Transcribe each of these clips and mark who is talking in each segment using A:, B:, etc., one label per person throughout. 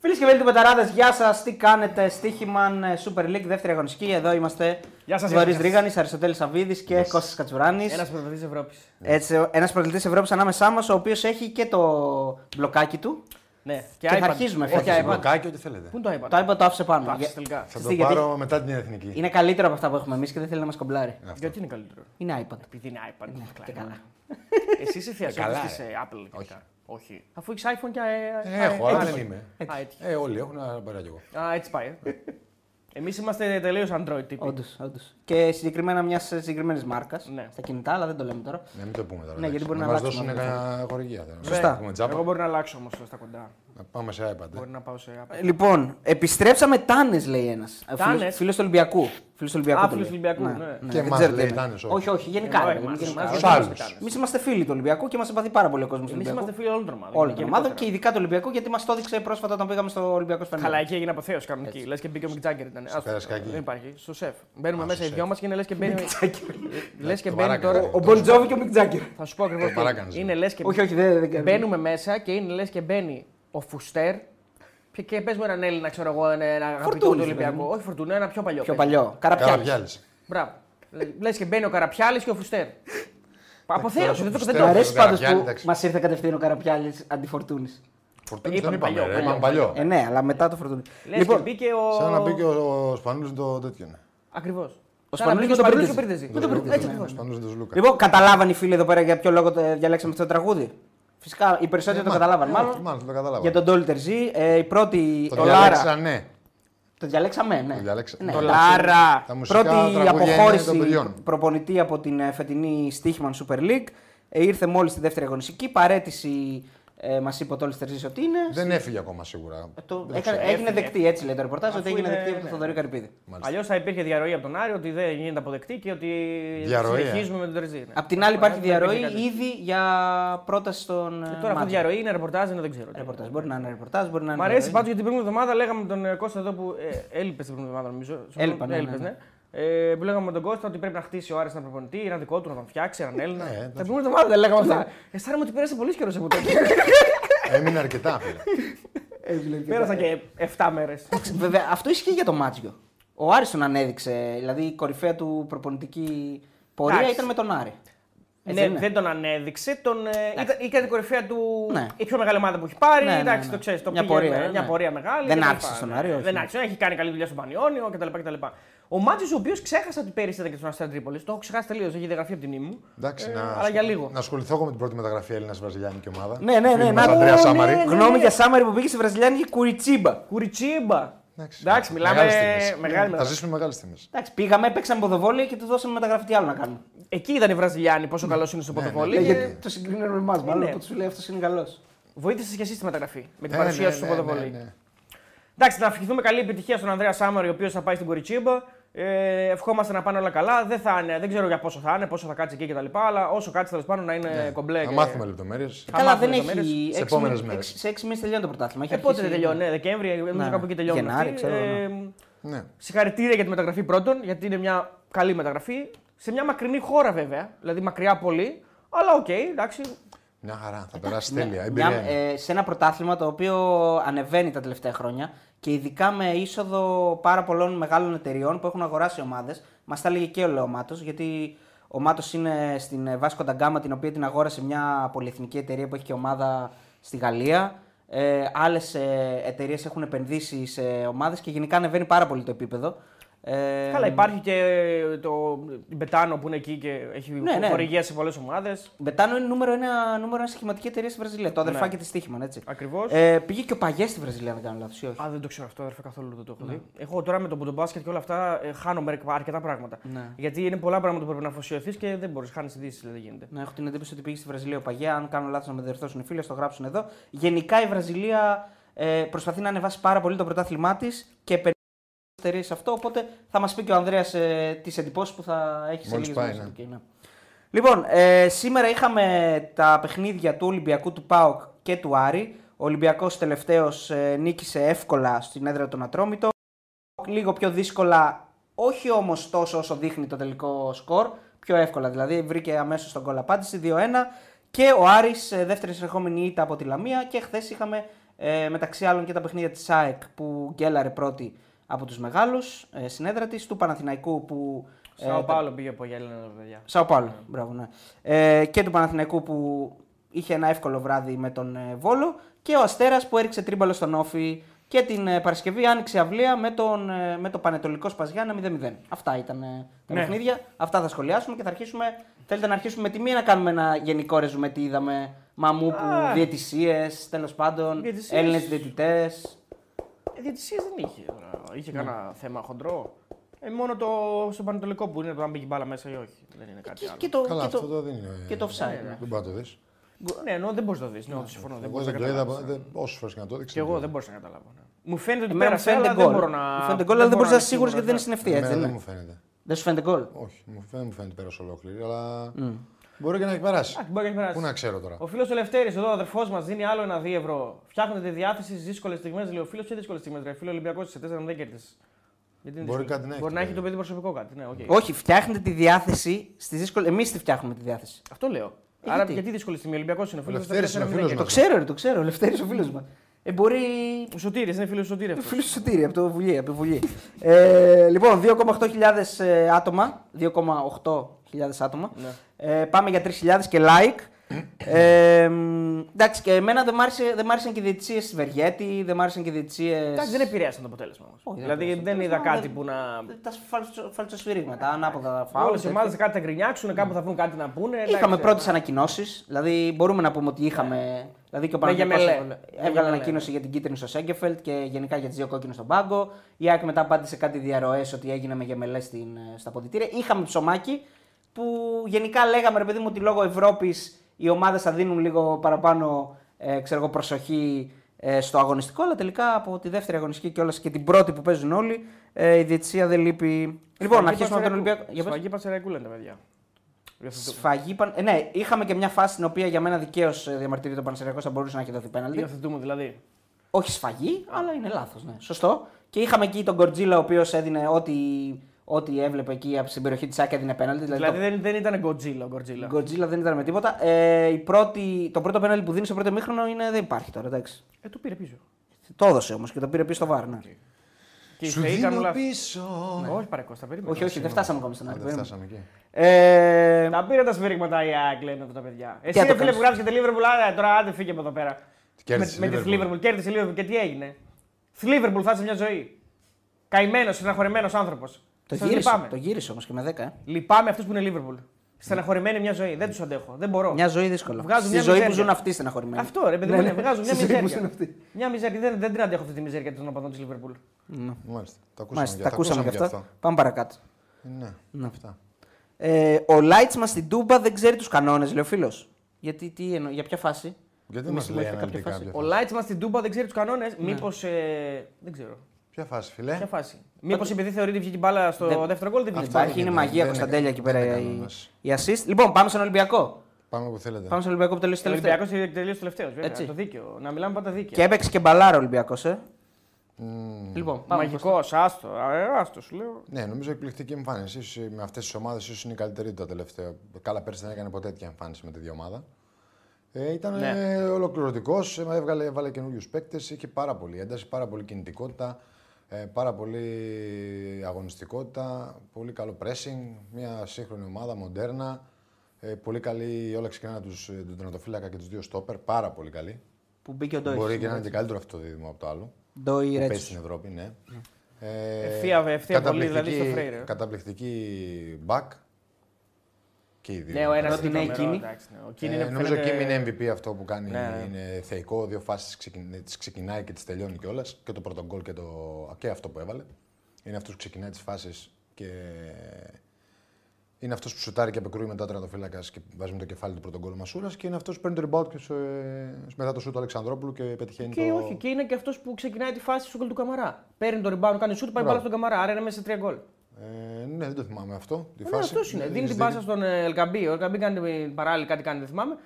A: Φίλε και φίλοι του Πεταράδε, γεια σας. Τι κάνετε, Στίχημαν Super League, δεύτερη αγωνιστική. Εδώ είμαστε.
B: Γεια σας,
A: Βαρύ
B: γεια σας.
A: Ρίγανη, Αριστοτέλη Αβίδη και yes. Κώστας Κατσουράνη.
C: Ένας πρωταθλητής Ευρώπης.
A: Έτσι, ένας πρωταθλητής Ευρώπης ανάμεσά μας, ο οποίος έχει και το μπλοκάκι του.
C: Ναι,
A: Και θα αρχίζουμε
C: Όχι
A: φέτος.
C: iPad.
D: Μπλοκάκι, ό,τι θέλετε.
C: Πού είναι το iPad.
A: Το iPad το άφησε πάνω.
C: Το άφησες
A: Για-
C: τελικά.
D: Θα
A: Ξέρετε
D: το
A: γιατί?
D: πάρω μετά την εθνική.
A: Είναι καλύτερο από αυτά που έχουμε εμείς και δεν θέλει να μας κομπλάρει.
D: Αυτό.
C: Γιατί είναι καλύτερο. Ναι,
A: Είναι iPad.
C: Επειδή Ναι. είναι iPad. είναι
A: Και
C: κλάμα.
A: καλά.
C: Εσύ είσαι
D: καλά,
C: θειασότη της
D: ε.
C: Apple. γενικά. Όχι. Αφού έχεις iPhone και. ε,
D: Ε, Έχω,
C: ε,
D: αλλά
C: ε,
D: δεν
C: ε,
D: είμαι.
C: Α, έτυχε.
D: Ε, όλοι έχουν, αλλά μπορώ κι εγώ.
C: Α, έτσι πάει. Εμείς είμαστε τελείως Android τύποι.
A: Όντως, όντως. Και συγκεκριμένα μιας συγκεκριμένης μάρκας
C: Ναι.
A: στα κινητά, αλλά δεν το λέμε τώρα.
D: Να μην το πούμε τώρα.
A: Ναι, γιατί μπορεί
D: να
A: να
D: μας
A: αλλάξουμε
D: δώσουν
A: μετά.
D: κανένα χορηγία. τώρα.
A: Σωστά.
D: Να έχουμε τζάπα.
C: Εγώ μπορώ να αλλάξω όμως στα κοντά.
D: Να πάμε σε iPad. ε.
C: Μπορεί να πάω σε Apple.
A: Λοιπόν, επιστρέψαμε τάνες, λέει ένας.
C: Τάνες?
A: Φίλος του Ολυμπιακού. Φίλος του Ολυμπιακού.
C: Α,
A: το
C: φίλος
A: λέει.
C: του Ολυμπιακού, ναι.
D: Και
A: δεν
D: εμάς,
A: ξέρω τι
D: λέει,
A: είναι.
D: Τάνες, όχι.
A: Όχι, όχι, γενικά.
C: Εννοώ
A: ρε παιδί μου, γενικά.
C: εμάς, τους
A: Όχι,
D: άλλους.
A: όχι, όχι. Εμείς είμαστε φίλοι του Ολυμπιακού και μας συμπαθεί πάρα πολύ ο κόσμος του
C: Εμείς είμαστε
A: Ολυμπιακού.
C: φίλοι όλων των ομάδων.
A: Όλων των
C: γενικότερα.
A: ομάδων και ειδικά του Ολυμπιακού γιατί μας το έδειξε πρόσφατα όταν πήγαμε στο Ολυμπιακό Σπανίδι.
C: Καλά, εκεί έγινε αποθέως κανονική. Λες και μπήκε ο Μικτζάγκερ ήταν. Άστο,
D: Περασκάκη.
C: Δεν υπάρχει. Στο σεφ. Μπαίνουμε
D: Α,
C: μέσα
D: στο
C: οι δυο
D: σεφ.
C: μας και είναι
D: Ναι.
C: λες και μπαίνει. Λες και
D: Το
C: μπαίνει
D: παράκανα.
C: τώρα.
A: Ο Μποντζόβι και ο Μικ Τζάγκερ.
C: Θα σου πω ακριβώς.
D: παράκανες,
C: Είναι λες και
A: Όχι, όχι, δεν δεν-
C: Μπαίνουμε μέσα και είναι λες και μπαίνει ο Φουστέρ. Και, και πες μου έναν Έλληνα, ξέρω εγώ, ένα, ένα αγαπητό του
A: Φορτούνης,
C: Ολυμπιακού.
A: δηλαδή.
C: Όχι φορτούνη, ένα πιο παλιό.
A: Πιο
C: πες.
A: παλιό. Καραπιά.
D: Καραπιάλης.
C: Μπράβο. λες και μπαίνει ο Καραπιάλης και ο Φουστέρ. Αποθέωσε, δεν το δεν
A: Μου
C: το-
D: Φουστέρ.
A: αρέσει
D: Ο
A: πάντω
D: Καραπιάλη,
A: που
D: εντάξει.
A: μας ήρθε κατευθείαν ο Καραπιάλης αντιφορτούνη.
D: Φορτούνης
C: Είπαμε
D: δεν είπαμε,
C: παλιό,
D: ρε, είπαμε
C: παλιό.
D: παλιό.
A: Ε, ναι, αλλά μετά το φορτούνη.
C: Λες
A: Λοιπόν,
C: και μπήκε ο.
D: Σαν να μπήκε ο Σπανούλης το τέτοιο. ναι.
C: Ακριβώς.
A: Ο Σπανούλης και ο
C: Σπανούλης
A: Πρίντεζη.
C: και ο
A: Με τον Πρίντεζη,
C: Έτσι
A: ναι,
C: ακριβώ.
D: Ο Σπανούλης του Λούκα.
A: Λοιπόν, καταλάβαν οι φίλοι εδώ πέρα για ποιο λόγο ε, διαλέξαμε αυτό το τραγούδι. Φυσικά οι περισσότεροι το
D: Μα-
A: καταλάβαν.
D: ε,
A: Μάλλον
D: Μάλλον το καταλάβαν.
A: για τον Ντόλι Τερζή, ε, η πρώτη.
D: Το
A: ο Λάρα.
D: διαλέξαν, ναι.
A: Το διαλέξαμε, ναι.
D: Το διαλέξα-
A: ναι.
D: το
A: Λάρα.
D: Τα μουσικά
A: Πρώτη
D: τραγούδια είναι των
A: αποχώρηση
D: παιδιών.
A: προπονητή από την ε, φετινή Στίχημαν Super League. Ε, ήρθε μόλις στη δεύτερη αγωνιστική. Παρέτηση ε, μας είπε ο Τόλι Τερζή ότι είναι.
D: Δεν έφυγε ακόμα σίγουρα.
A: Ε, το-
D: Δεν το
A: έκανε-
D: ξέρω.
A: έγινε δεκτή, έτσι λέει το ρεπορτάζ,
C: Αφού
A: ότι έγινε
C: είναι-
A: δεκτή από τον
C: ναι.
A: Θοδωρή Καρυπίδη.
D: Μάλιστα.
C: Αλλιώς θα υπήρχε διαρροή από τον Άρη ότι δεν γίνεται αποδεκτή και ότι
D: Διαρροή, ε.
C: συνεχίζουμε με τον Τερζή. ναι.
A: Απ' την άλλη υπάρχει
C: Δεν υπήρχε
A: διαρροή
C: κάτι.
A: ήδη για πρόταση στον. ε,
C: Και Τώρα αυτό
A: μάτζερ.
C: διαρροή είναι ρεπορτάζ, είναι δεν ξέρω.
A: Ρεπορτάζ. Μπορεί να είναι ρεπορτάζ, μπορεί να είναι.
C: Μ' αρέσει
A: διαρροή.
C: πάντως γιατί την προηγούμενη εβδομάδα λέγαμε με τον ε, Κώστα εδώ που. Ε, έλειπε την προηγούμενη εβδομάδα νομίζω. Σωστό?
A: Έλειπα, ναι,
C: Έλειπες,
A: ναι,
C: Ε, που λέγαμε με τον Κώστα ότι πρέπει να χτίσει ο Άρης έναν προπονητή, έναν δικό του, να τον φτιάξει, έναν Έλληνα.
D: Ναι,
C: Την
D: εντάξει.
C: προηγούμενη εβδομάδα δεν λέγαμε αυτά. Αισθάνομαι ότι πέρασε πολύ καιρός από τότε.
D: Έμεινε αρκετά, φίλε.
C: Πέρασαν και 7 μέρες.
A: Εντάξει, βέβαια, αυτό ισχύει για το Μάτζιο. Ο Άρης τον ανέδειξε. Δηλαδή η κορυφαία του προπονητική πορεία
C: Εντάξει.
A: ήταν με τον Άρη. Έτσι
C: Ναι,
A: Ε, είναι.
C: δεν τον ανέδειξε. Τον, ε, ήταν, ήταν η κορυφαία του.
A: Ναι.
C: Η πιο μεγάλη ομάδα που έχει πάρει.
A: Ναι, ναι,
C: εντάξει,
A: ναι.
C: το ξέρεις. Το
A: Μια
C: πήγε
A: πορεία,
C: με- μια
A: ναι.
C: πορεία μεγάλη.
A: Δεν
C: κτλ.
A: άρχισε στον Άρη, όχι.
C: Δεν άρχισε. Έχει κάνει καλή δουλειά στον Πανιόνιο κτλ. κτλ. Ο Μάτσο, ο οποίος ξέχασα ότι πέρυσι ήταν και στον Αστέρα Τρίπολης. Το έχω ξεχάσει τελείως. Έχει διαγραφεί από τη μνήμη μου.
D: Εντάξει,
C: Ε,
D: να,
C: αλλά για λίγο.
D: να ασχοληθώ εγώ με την πρώτη μεταγραφή Έλληνα-Βραζιλιάνικη ομάδα.
A: Ναι, ναι, ναι.
D: Φίλη μας,
A: να-
D: Ανδρέα
A: Ω,
D: Σάμαρη.
A: ναι, ναι, Γνώμη για Σάμαρη που πήγε στη Βραζιλιάνικη Κουριτσίμπα.
C: Κουριτσίμπα.
D: Εντάξει,
C: Εντάξει, μιλάμε
D: μεγάλες τιμές.
C: μεγάλη
D: Θα
C: μεταγραφή.
D: ζήσουμε μεγάλες τιμέ.
A: Εντάξει, πήγαμε, παίξαμε ποδοβόλια και του δώσαμε μεταγραφή τι άλλο να κάνουμε.
C: Εκεί ήταν οι Βραζιλιάνοι,
D: Ναι,
C: πόσο καλός είναι στο ποδοβόλι.
A: Ε,
C: και
A: γιατί Ε, το συγκρίνουμε με εμάς, μάλλον
C: ναι.
A: που του λέει αυτός είναι καλός.
C: Βοήθησες και εσύ στη μεταγραφή με την παρουσία σου στο ποδοβόλι.
D: ναι.
C: Εντάξει, να ευχηθούμε καλή επιτυχία στον Ανδρέα Σάμαρη, ο οποίος θα πάει στην Κοριτσίμπα. Ε, ευχόμαστε να πάνε όλα καλά. Δεν, θα είναι, δεν ξέρω για πόσο θα είναι, πόσο θα κάτσει εκεί κτλ. Αλλά όσο κάτσει τέλος πάντων να είναι κομπλέ.
D: Θα
C: και-
D: Ναι. μάθουμε λοιπόν, λεπτομέρειες.
C: Θα
A: Καλά, δεν
C: μάθουμε λεπτομέρειες
A: έχει.
D: σε
A: έξι
D: επόμενες
A: μήνες-
D: μέρες.
A: έξι- Σε έξι μήνες τελειώνει το πρωτάθλημα. Έχει
C: Ε, πότε
A: αρχίσει-
C: δεν τελειώνει, ναι, Δεκέμβρη, νομίζω
A: Ναι.
C: κάπου εκεί τελειώνει.
A: Γενάρη, ξέρω, ναι.
D: Ναι.
C: Συγχαρητήρια για τη μεταγραφή πρώτον, γιατί είναι μια καλή μεταγραφή. Σε μια μακρινή χώρα βέβαια, δηλαδή μακριά πολύ. Αλλά οκ, εντάξει.
D: Μια χαρά, θα περάσει τέλεια.
A: Ναι,
D: Εμπειρία.
A: μια-
D: είναι.
A: ε, σε ένα πρωτάθλημα το οποίο ανεβαίνει τα τελευταία χρόνια και ειδικά με είσοδο πάρα πολλών μεγάλων εταιριών που έχουν αγοράσει ομάδες. Μας τα έλεγε και ο Λεωμάτος, γιατί ο Μάτος είναι στην Βάσκο Νταγκάμα, την οποία την αγόρασε μια πολυεθνική εταιρεία που έχει και ομάδα στη Γαλλία. Ε, Άλλες εταιρείες έχουν επενδύσει σε ομάδες και γενικά ανεβαίνει πάρα πολύ το επίπεδο. Ε,
C: Καλά, υπάρχει και το η Μπετάνο που είναι εκεί και έχει
A: Ναι, ναι.
C: χορηγία σε πολλές ομάδες.
A: Μπετάνο είναι νούμερο ένα, νούμερο ένα σχηματική εταιρεία στη Βραζιλία. Το αδερφάκι τη Τύχημαν, έτσι.
C: Ακριβώς.
A: Ε, πήγε και ο Παγιέ στη Βραζιλία, αν δεν κάνω λάθος.
C: Α, δεν το ξέρω αυτό, αδερφέ, καθόλου δεν το
A: Ναι.
C: έχω δει. Εγώ τώρα με το μπουντομπάσκετ και όλα αυτά ε, χάνομαι ρε, αρκετά πράγματα.
A: Ναι.
C: Γιατί είναι πολλά πράγματα που πρέπει να αφοσιωθείς και δεν μπορείς. Χάνεις ειδήσεις, δηλαδή γίνεται.
A: Να έχω την εντύπωση ότι πήγε στη Βραζιλία ο Παγιά. Αν κάνω λάθος, να με διορθώσουν οι φίλοι, ας το γράψουν εδώ. Γενικά η Βραζιλία ε, προσπαθεί να ανεβάσει πάρα πολύ το πρωτάθλημά της και επενδύει εταιρείε σε αυτό. Οπότε θα μας πει και ο Ανδρέας ε, τις εντυπώσεις που θα έχεις σε
D: Μόλις
A: λίγες
D: πάει,
A: μέρες.
D: ναι.
A: Λοιπόν, ε, σήμερα είχαμε τα παιχνίδια του Ολυμπιακού, του ΠΑΟΚ και του Άρη. Ο Ολυμπιακός τελευταίος ε, νίκησε εύκολα στην έδρα των Ατρόμητων. Λίγο πιο δύσκολα, όχι όμως τόσο όσο δείχνει το τελικό σκορ. Πιο εύκολα δηλαδή. Βρήκε αμέσως τον κόλλα απάντηση 2-1. Και ο Άρης, ε, δεύτερης συνεχόμενη ήττα από τη Λαμία. Και χθες είχαμε Ε, μεταξύ άλλων και τα παιχνίδια της ΑΕΚ που γκέλαρε πρώτη από τους μεγάλους ε, συνέδρα της, του Παναθηναϊκού που. ε,
C: Σαο
A: τα-
C: Πάολο πήγε από Γέλενα, παιδιά.
A: Σαο Πάολο, μπράβο, ναι. Ε, και του Παναθηναϊκού που είχε ένα εύκολο βράδυ με τον ε, Βόλο και ο Αστέρας που έριξε τρίμπαλο στον Όφη και την ε, Παρασκευή άνοιξε αυλία με, τον, ε, με το Πανετολικό Σπαζιάνα 0-0. Αυτά ήταν ε, τα
C: Ναι.
A: παιχνίδια, αυτά θα σχολιάσουμε και θα αρχίσουμε, θέλετε να αρχίσουμε με τη μία να κάνουμε ένα γενικό ρεζουμέ τι είδαμε, μαμούπου,
C: Α.
A: διαιτησίες, τέλος πάντων,
C: Διαιτησίες.
A: Έλληνες διαιτητές.
C: Ε, Διαιτησίε δεν είχε. τώρα. Είχε
A: Ναι.
C: κανένα θέμα χοντρό. Ε, μόνο το στο Πανατολικό που είναι το αν πήγε μπάλα μέσα ή όχι. Δεν είναι κάτι
A: Ε, Και,
C: άλλο.
A: και το,
D: Καλά,
A: και το,
D: αυτό το δεν είναι.
A: και το offside, ναι.
D: Δεν μπορεί να το δεις.
C: Ναι, ενώ δεν μπορείς να το δεις. Ναι, όντως, συμφωνώ. Δεν
D: Εγώ
C: μπορείς να
D: δεν το είδα.
C: καταλάβεις.
D: δεν- Όσες φορές και να το έδειξα.
C: Και εγώ δεν μπορούσα να καταλάβω. ναι. Μου φαίνεται ότι
A: Εμένα μου
C: πέρασε,
A: φαίνεται
C: αλλά δεν
A: γκολ.
C: μπορώ να.
A: Μου φαίνεται γκολ, αλλά δεν μπορεί να είσαι σίγουρο γιατί δεν είναι
C: σίγουρος,
A: συννεφτή, έτσι. ναι. δεν
D: Εμένα Ναι, Δεν
A: είναι.
D: μου φαίνεται.
A: Δεν σου φαίνεται γκολ.
D: Όχι, μου φαίνεται, δεν μου φαίνεται πέρασε ολόκληρη, αλλά μπορεί και να έχει περάσει.
C: Εντάξει, μπορεί να έχει περάσει.
D: Πού να ξέρω τώρα.
C: Ο φίλος Ελευθέρης, εδώ ο αδερφός μας, δίνει άλλο ένα 2 ευρώ. Φτιάχνετε τη διάθεση στις δύσκολες στιγμές. Λέει ο φίλος και δύσκολες στιγμές. Ρε φίλο Ολυμπιακός σε 4 δεν κέρδισες. Γιατί είναι
D: Μπορεί
C: δύσκολο.
D: κάτι να έχει
C: Μπορεί
D: το
C: να έχει το
D: παιδί.
C: παιδί προσωπικό κάτι. Ναι, οκ.
A: Όχι, φτιάχνετε τη διάθεση στις δύσκολες. Εμείς τη φτιάχνουμε τη διάθεση.
C: Αυτό λέω.
A: Ε,
C: Άρα
A: γιατί?
C: γιατί δύσκολη στιγμή. Ο Ολυμπιακός είναι ο φίλος.
D: Ελευθέρης είναι ο φίλος
A: Το
D: μας.
A: ξέρω, ρε, το ξέρω. Ελευθέρης ο φίλος μας. Ε, μπορεί.
C: Ο Σωτήρη είναι φίλο Σωτήρη. αυτός.
A: Φίλος Σωτήρη, από το Βουλή. Από τη Βουλή. ε, λοιπόν, 2,8 ε, άτομα. 2,8 άτομα.
C: Ναι.
A: Ε, πάμε για 3.000 και like. Ε, μ, εντάξει, και εμένα δεν μ' άρεσε- δεν μ' άρεσαν και οι διαιτησίες τη Βεργέτη, δεν μ' άρεσαν και οι διαιτησίες.
C: Εντάξει, δεν επηρέασαν το αποτέλεσμα όμως.
A: Όχι, δεν
C: Δηλαδή
A: επηρέασαν.
C: δεν είδα
A: Τέλος πάντων,
C: κάτι που να.
A: Τα φαλτσο- φαλτσοσφυρίγματα, ανάποδα φάουλ.
C: Όλες οι
A: τέτοια.
C: ομάδες κάτι θα γκρινιάξουν, κάπου θα βρουν κάτι να πούνε.
A: Είχαμε
C: εντάξει.
A: πρώτες ανακοινώσεις. Δηλαδή, μπορούμε να πούμε ότι είχαμε. Δηλαδή και ο Παναγιώτο
C: Μελέ. Ναι, Για
A: έβγαλε
C: Μελέ.
A: ανακοίνωση για την κίτρινη στο Σέγκεφελτ και γενικά για τις δύο κόκκινες στον πάγκο. Η Άκη μετά απάντησε κάτι διαρροές ότι έγινε με γεμελέ στην, ε, στα ποδητήρια. Είχαμε του Σωμάκη που γενικά λέγαμε ρε παιδί μου ότι λόγω Ευρώπης οι ομάδες θα δίνουν λίγο παραπάνω ε, ξέρω εγώ, προσοχή ε, στο αγωνιστικό. Αλλά τελικά από τη δεύτερη αγωνιστική και και την πρώτη που παίζουν όλοι ε, η διαιτησία δεν λείπει. Λοιπόν, να
C: Σφαγή
A: αρχίσουμε από τον
C: Πανσεραϊκού.
A: Ολυμπιακό. Για πες.
C: Σφαγή Πασεραϊκού λένε τα παιδιά. Για αυτό το-
A: Σφαγή. Παν... ε, ναι, είχαμε και μια φάση στην οποία για μένα δικαίως διαμαρτυρείται ο Πανεσαιριακό, θα μπορούσε να έχει δοθεί πέναλτι.
C: Υιοθετούμε δηλαδή.
A: Όχι σφαγή, αλλά είναι λάθος. Ναι. Σωστό. Και είχαμε εκεί τον Κορτζίλα, ο οποίος έδινε ό,τι, ό,τι έβλεπε εκεί από την περιοχή της Άκη έδινε πέναλτι. Δηλαδή,
C: Δηλαδή
A: το...
C: δεν, δεν ήταν Godzilla ο Godzilla.
A: δεν... Κορτζίλα δεν ήταν με τίποτα. Ε, η πρώτη... Το πρώτο πέναλτι που δίνει στο πρώτο μήχρονο είναι... δεν υπάρχει τώρα. Εντάξει.
C: Ε, του πήρε πίσω.
A: Το έδωσε όμως και το πήρε πίσω στο βάρ. Ναι.
C: Και οι
D: Σου
C: θεοί κάνουν
D: δίνω
C: λάθη.
D: πίσω.
C: Ναι. Όχι, παρακόστα, περίμενα.
A: όχι, όχι, δεν φτάσαμε ακόμα
C: Ναι,
A: στον
D: Α,
A: Άρη.
D: Δεν
A: περίμενε.
D: φτάσαμε εκεί.
A: Ε,
C: Τα πήρε τα σφύριγματα η ΑΕΚ, λένε αυτά τα παιδιά.
A: Τι
C: Εσύ,
A: να
C: ρε
A: το
C: φίλε,
A: κάνεις.
C: που γράψεις και τη Liverpool, άρα τώρα άντε φύγε από εδώ πέρα. Με,
D: Κέρδισε
C: με
D: η
C: τη
D: Liverpool.
C: Liverpool, κέρδισε η Liverpool και τι έγινε. Liverpool θα είσαι μια ζωή. Καημένος, στεναχωρημένος άνθρωπος.
A: το
C: Σας
A: γύρισε,
C: λυπάμαι.
A: το γύρισε όμως και με 10. Ε.
C: Λυπάμαι αυτούς που είναι Liverpool. Στεναχωρημένοι μια ζωή. Δεν τους αντέχω. Δεν μπορώ.
A: Μια ζωή δύσκολα.
C: Βγάζουν
A: Στη
C: μια
A: ζωή που
C: μιζέρια.
A: ζουν αυτοί στεναχωρημένοι.
C: Αυτό ρε παιδί μου,
A: Ναι,
C: ναι,
A: ναι.
C: βγάζουν μια
A: Στη ζωή που ζουν
C: μιζέρια.
A: αυτοί.
C: Μια μιζέρια. Δεν, δεν την αντέχω αυτή τη μιζέρια των οπαδών της Liverpool.
A: Ναι.
D: Μάλιστα. Τα ακούσαμε
A: Μάλιστα,
D: και
A: τα ακούσαμε και αυτά. Πάμε παρακάτω.
D: Ναι, αυτά.
A: Ε, ο Lights μας στην Τούμπα δεν ξέρει τους κανόνες, λέει ο φίλος. Γιατί, τι εννοώ, για ποια φάση.
D: Γιατί
A: Εμείς
D: μας λέει
A: είμαστε κάποια
D: αναλυτικά
A: φάση.
D: ποια
C: Ο
D: φάση.
C: Λάιτ μας στην Τούμπα δεν ξέρει τους κανόνες. Μήπως. ε, δεν ξέρω.
D: Ποια φάση, φιλέ.
C: Ποια φάση. Μήπως επειδή θεωρεί ότι βγήκε η μπάλα στο
A: Δεν-
C: δεύτερο γκολ, δεν
A: Δεν
C: βγήκε.
D: Αυτά
A: υπάρχει, είναι
D: γίνεται,
A: μαγεία
D: δεν
A: Κωνσταντέλια
D: είναι-
A: εκεί
D: δεν
A: πέρα
D: είναι
A: η,
D: κανόνες. Ε.
A: η assist. Λοιπόν, πάμε στον Ολυμπιακό.
D: Πάμε όπου θέλετε.
A: Πάμε στον Ολυμπιακό που τελείωσε
C: Ο
A: τελευταίο.
C: Ολυμπιακός τελείωσε τελευταίος.
A: Έτσι.
C: Βέβαια. Το δίκαιο. Να μιλάμε πάντα δίκαια.
A: Και έπαιξε και μπαλάρα ο Ολυμπιακός, ε.
D: Μμμ.
A: Λοιπόν, πάμε.
C: Μαγικό, άστο. α, Άστο σου λέω.
D: Ναι, νομίζω εκπληκτική εμφάνιση. Ίσως με αυτές τις ομάδες ίσως είναι η καλύτερη του τα τελευταία. Καλά, πέρσι δεν έκανε ποτέ τέτοια εμφάνιση με τη δύο ομάδα. Ε, ήταν
C: Ναι.
D: ναι. ολοκληρωτικό, έβγαλε, έβαλε καινούριους παίκτες, είχε πάρα πολύ ένταση, πάρα πολύ κινητικότητα, ε, πάρα πολύ αγωνιστικότητα, πολύ καλό pressing. Μια σύγχρονη ομάδα, μοντέρνα. Ε, πολύ καλή όλα ξεκινάνε τους, ε, τον τερματοφύλακα και τους δύο στόπερ. Πάρα πολύ καλή.
A: Που μπήκε ο
D: Μπορεί
A: Ντόι.
D: και να είναι και καλύτερο αυτό το δίδυμο από το άλλο.
A: Ντόι
D: Που
A: Ρέτσο.
D: παίζει στην Ευρώπη, ναι. Ε,
C: Ευθεία- ευθεία πολύ, δηλαδή,
D: καταπληκτική-
C: στο Φρέιρε.
D: Καταπληκτική back. Και οι δύο.
C: Ναι, ο ένας
A: Ότι είναι η Κίνη.
C: ναι, Ο
D: Ε,
C: Κίνη είναι
D: νομίζω ο
C: φαίνεται-
D: Κίμι είναι MVP αυτό που κάνει.
C: Ναι.
D: Είναι θεϊκό. Δύο φάσεις τις ξεκινάει και τις τελειώνει κιόλας. Και το πρώτο γκολ και, το... και αυτό που έβαλε. Είναι αυτός που ξεκινάει τις φάσεις και. Είναι αυτός που σουτάρει και απεκρούει μετά τερματοφύλακας και βάζει με το κεφάλι του πρώτο γκολ ο Μασούρας. Και είναι αυτός που παίρνει το rebound και σε... μετά το σουτ του Αλεξανδρόπουλου και πετυχαίνει
C: Και
D: το.
C: όχι, και είναι και αυτός που ξεκινάει τη φάση στο γκολ του Καμαρά. Παίρνει το rebound, κάνει σουτ, πάει
D: Μπράβο.
C: μπάλα στον Καμαρά. Άρα είναι μέσα σε τρία γκολ.
D: Ε, ναι, δεν το θυμάμαι αυτό. Τη
C: Ναι,
D: φάση.
C: αυτός είναι.
D: Δεν
C: Δίνει
D: έχεις
C: την πάσα
D: δίκιο.
C: στον ε, Ελκαμπή. Ο Ελκαμπή κάνει παράλληλη κάτι, κάνει, δεν θυμάμαι.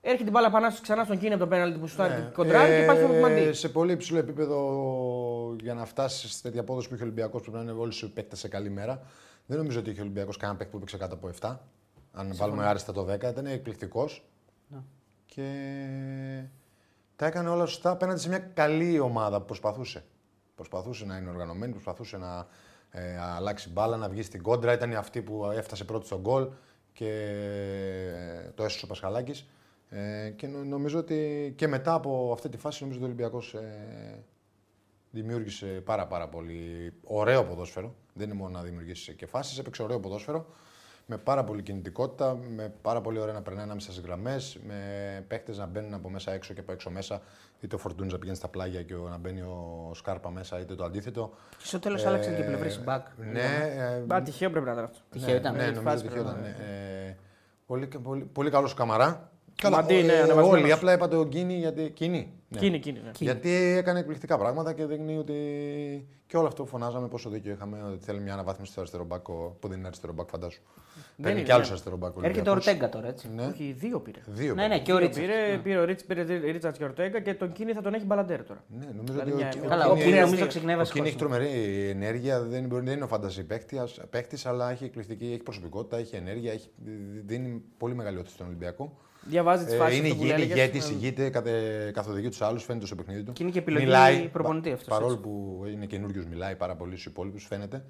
C: Έρχεται την μπάλα πανά ξανά στον Κίνη από το πέναλτι που σου
D: Ναι.
C: κοντράρει και πάει στον Μαντί.
D: ε, Σε πολύ υψηλό επίπεδο για να φτάσει σε τέτοια απόδοση που είχε ο Ολυμπιακός πρέπει να είναι όλοι σου παίκτες σε καλή μέρα. Δεν νομίζω ότι είχε ο Ολυμπιακός κανένα παίκτη που έπαιξε κάτω από 7. Αν βάλουμε άριστα το 10, ήταν εκπληκτικός. Και τα έκανε όλα σωστά απέναντι σε μια καλή ομάδα που προσπαθούσε. Προσπαθούσε να είναι οργανωμένη, προσπαθούσε να ε, αλλάξει μπάλα, να βγει στην κόντρα. Ήταν η αυτή που έφτασε πρώτη στον γκολ και το έσωσε ο Πασχαλάκης. Ε, και νο- νομίζω ότι και μετά από αυτή τη φάση νομίζω ότι ο Ολυμπιακός ε, δημιούργησε πάρα πάρα πολύ ωραίο ποδόσφαιρο. Δεν είναι μόνο να δημιουργήσεις και φάσεις, έπαιξε ωραίο ποδόσφαιρο. Με πάρα πολύ κινητικότητα, με πάρα πολύ ωραία να περνάει ανάμεσα στις γραμμές, με παίχτες να μπαίνουν από μέσα έξω και από έξω μέσα, είτε ο Φορτούνη να πηγαίνει στα πλάγια και ο- να μπαίνει ο Σκάρπα μέσα, είτε το αντίθετο.
A: Και στο τέλος άλλαξαν
D: Ε,
A: και πλευρές οι μπακ.
D: Ναι, ε,
C: Μπα, τυχαίο πρέπει να ήταν αυτό.
A: Τυχαίο ήταν.
D: ναι, νομίζω
C: φάση
D: ότι τυχαίο ήταν. ναι. Ε, πολύ, πολύ, πολύ καλός καμαρά.
C: Μαντί,
D: ο-
C: ναι,
D: ε,
C: ανεβασμένος.
D: όλοι, απλά είπα το Γκίνι γιατί. Κίνη. Ναι.
C: Κίνη, κίνη. ναι.
D: Γιατί έκανε εκπληκτικά πράγματα και δείχνει ότι. και όλο αυτό που φωνάζαμε, πόσο δίκιο είχαμε, ότι θέλει μια αναβάθμιση στο αριστερό μπακ, ο- που δεν είναι αριστερό μπακ, φαντάσου. Δεν είναι
C: είναι,
D: και άλλο
C: ναι.
D: αριστερό μπακ. ο
A: Έρχεται ο
D: Ολυμπιακός.
A: Ορτέγκα τώρα, έτσι.
D: Ναι,
C: Ε, Όχι, δύο πήρε.
D: δύο.
A: Ναι, ναι,
D: παιδιά.
A: και ο Ρίτσαρτ.
C: Πήρε, πήρε ο Ρίτς, πήρε Ρίτσαρτ και ο Ορτέγκα και τον Κίνη θα τον έχει μπαλαντέρ τώρα.
D: Ναι, νομίζω
C: Δηλαδή
D: ότι.
C: μια-
D: ο-
C: μια-
A: Καλά,
D: ο
A: ο
C: Κίνη
A: Κίνη
D: Κίνης-
A: νομίζω ξεκινάει
D: Ο Κίνη έχει
A: βασικό.
D: τρομερή ενέργεια, δεν, μπορεί- δεν είναι ο φαντασί παίκτης, αλλά έχει εκπληκτική, έχει προσωπικότητα, έχει ενέργεια, έχει, δίνει πολύ μεγαλειότητα στον Ολυμπιακό.
C: Διαβάζει τις
D: Ε,
C: φάσεις
D: είναι
C: του που
D: ηγέτη,
C: έλεγες.
D: ηγέτη, ηγείται, κατε- καθοδηγεί τους άλλους, φαίνεται στο παιχνίδι του.
A: Ε. Και είναι και επιλογή προπονητή
D: πα-
A: αυτός,
D: Παρόλο
A: έτσι.
D: που είναι καινούριο, μιλάει πάρα πολύ στους υπόλοιπους, φαίνεται.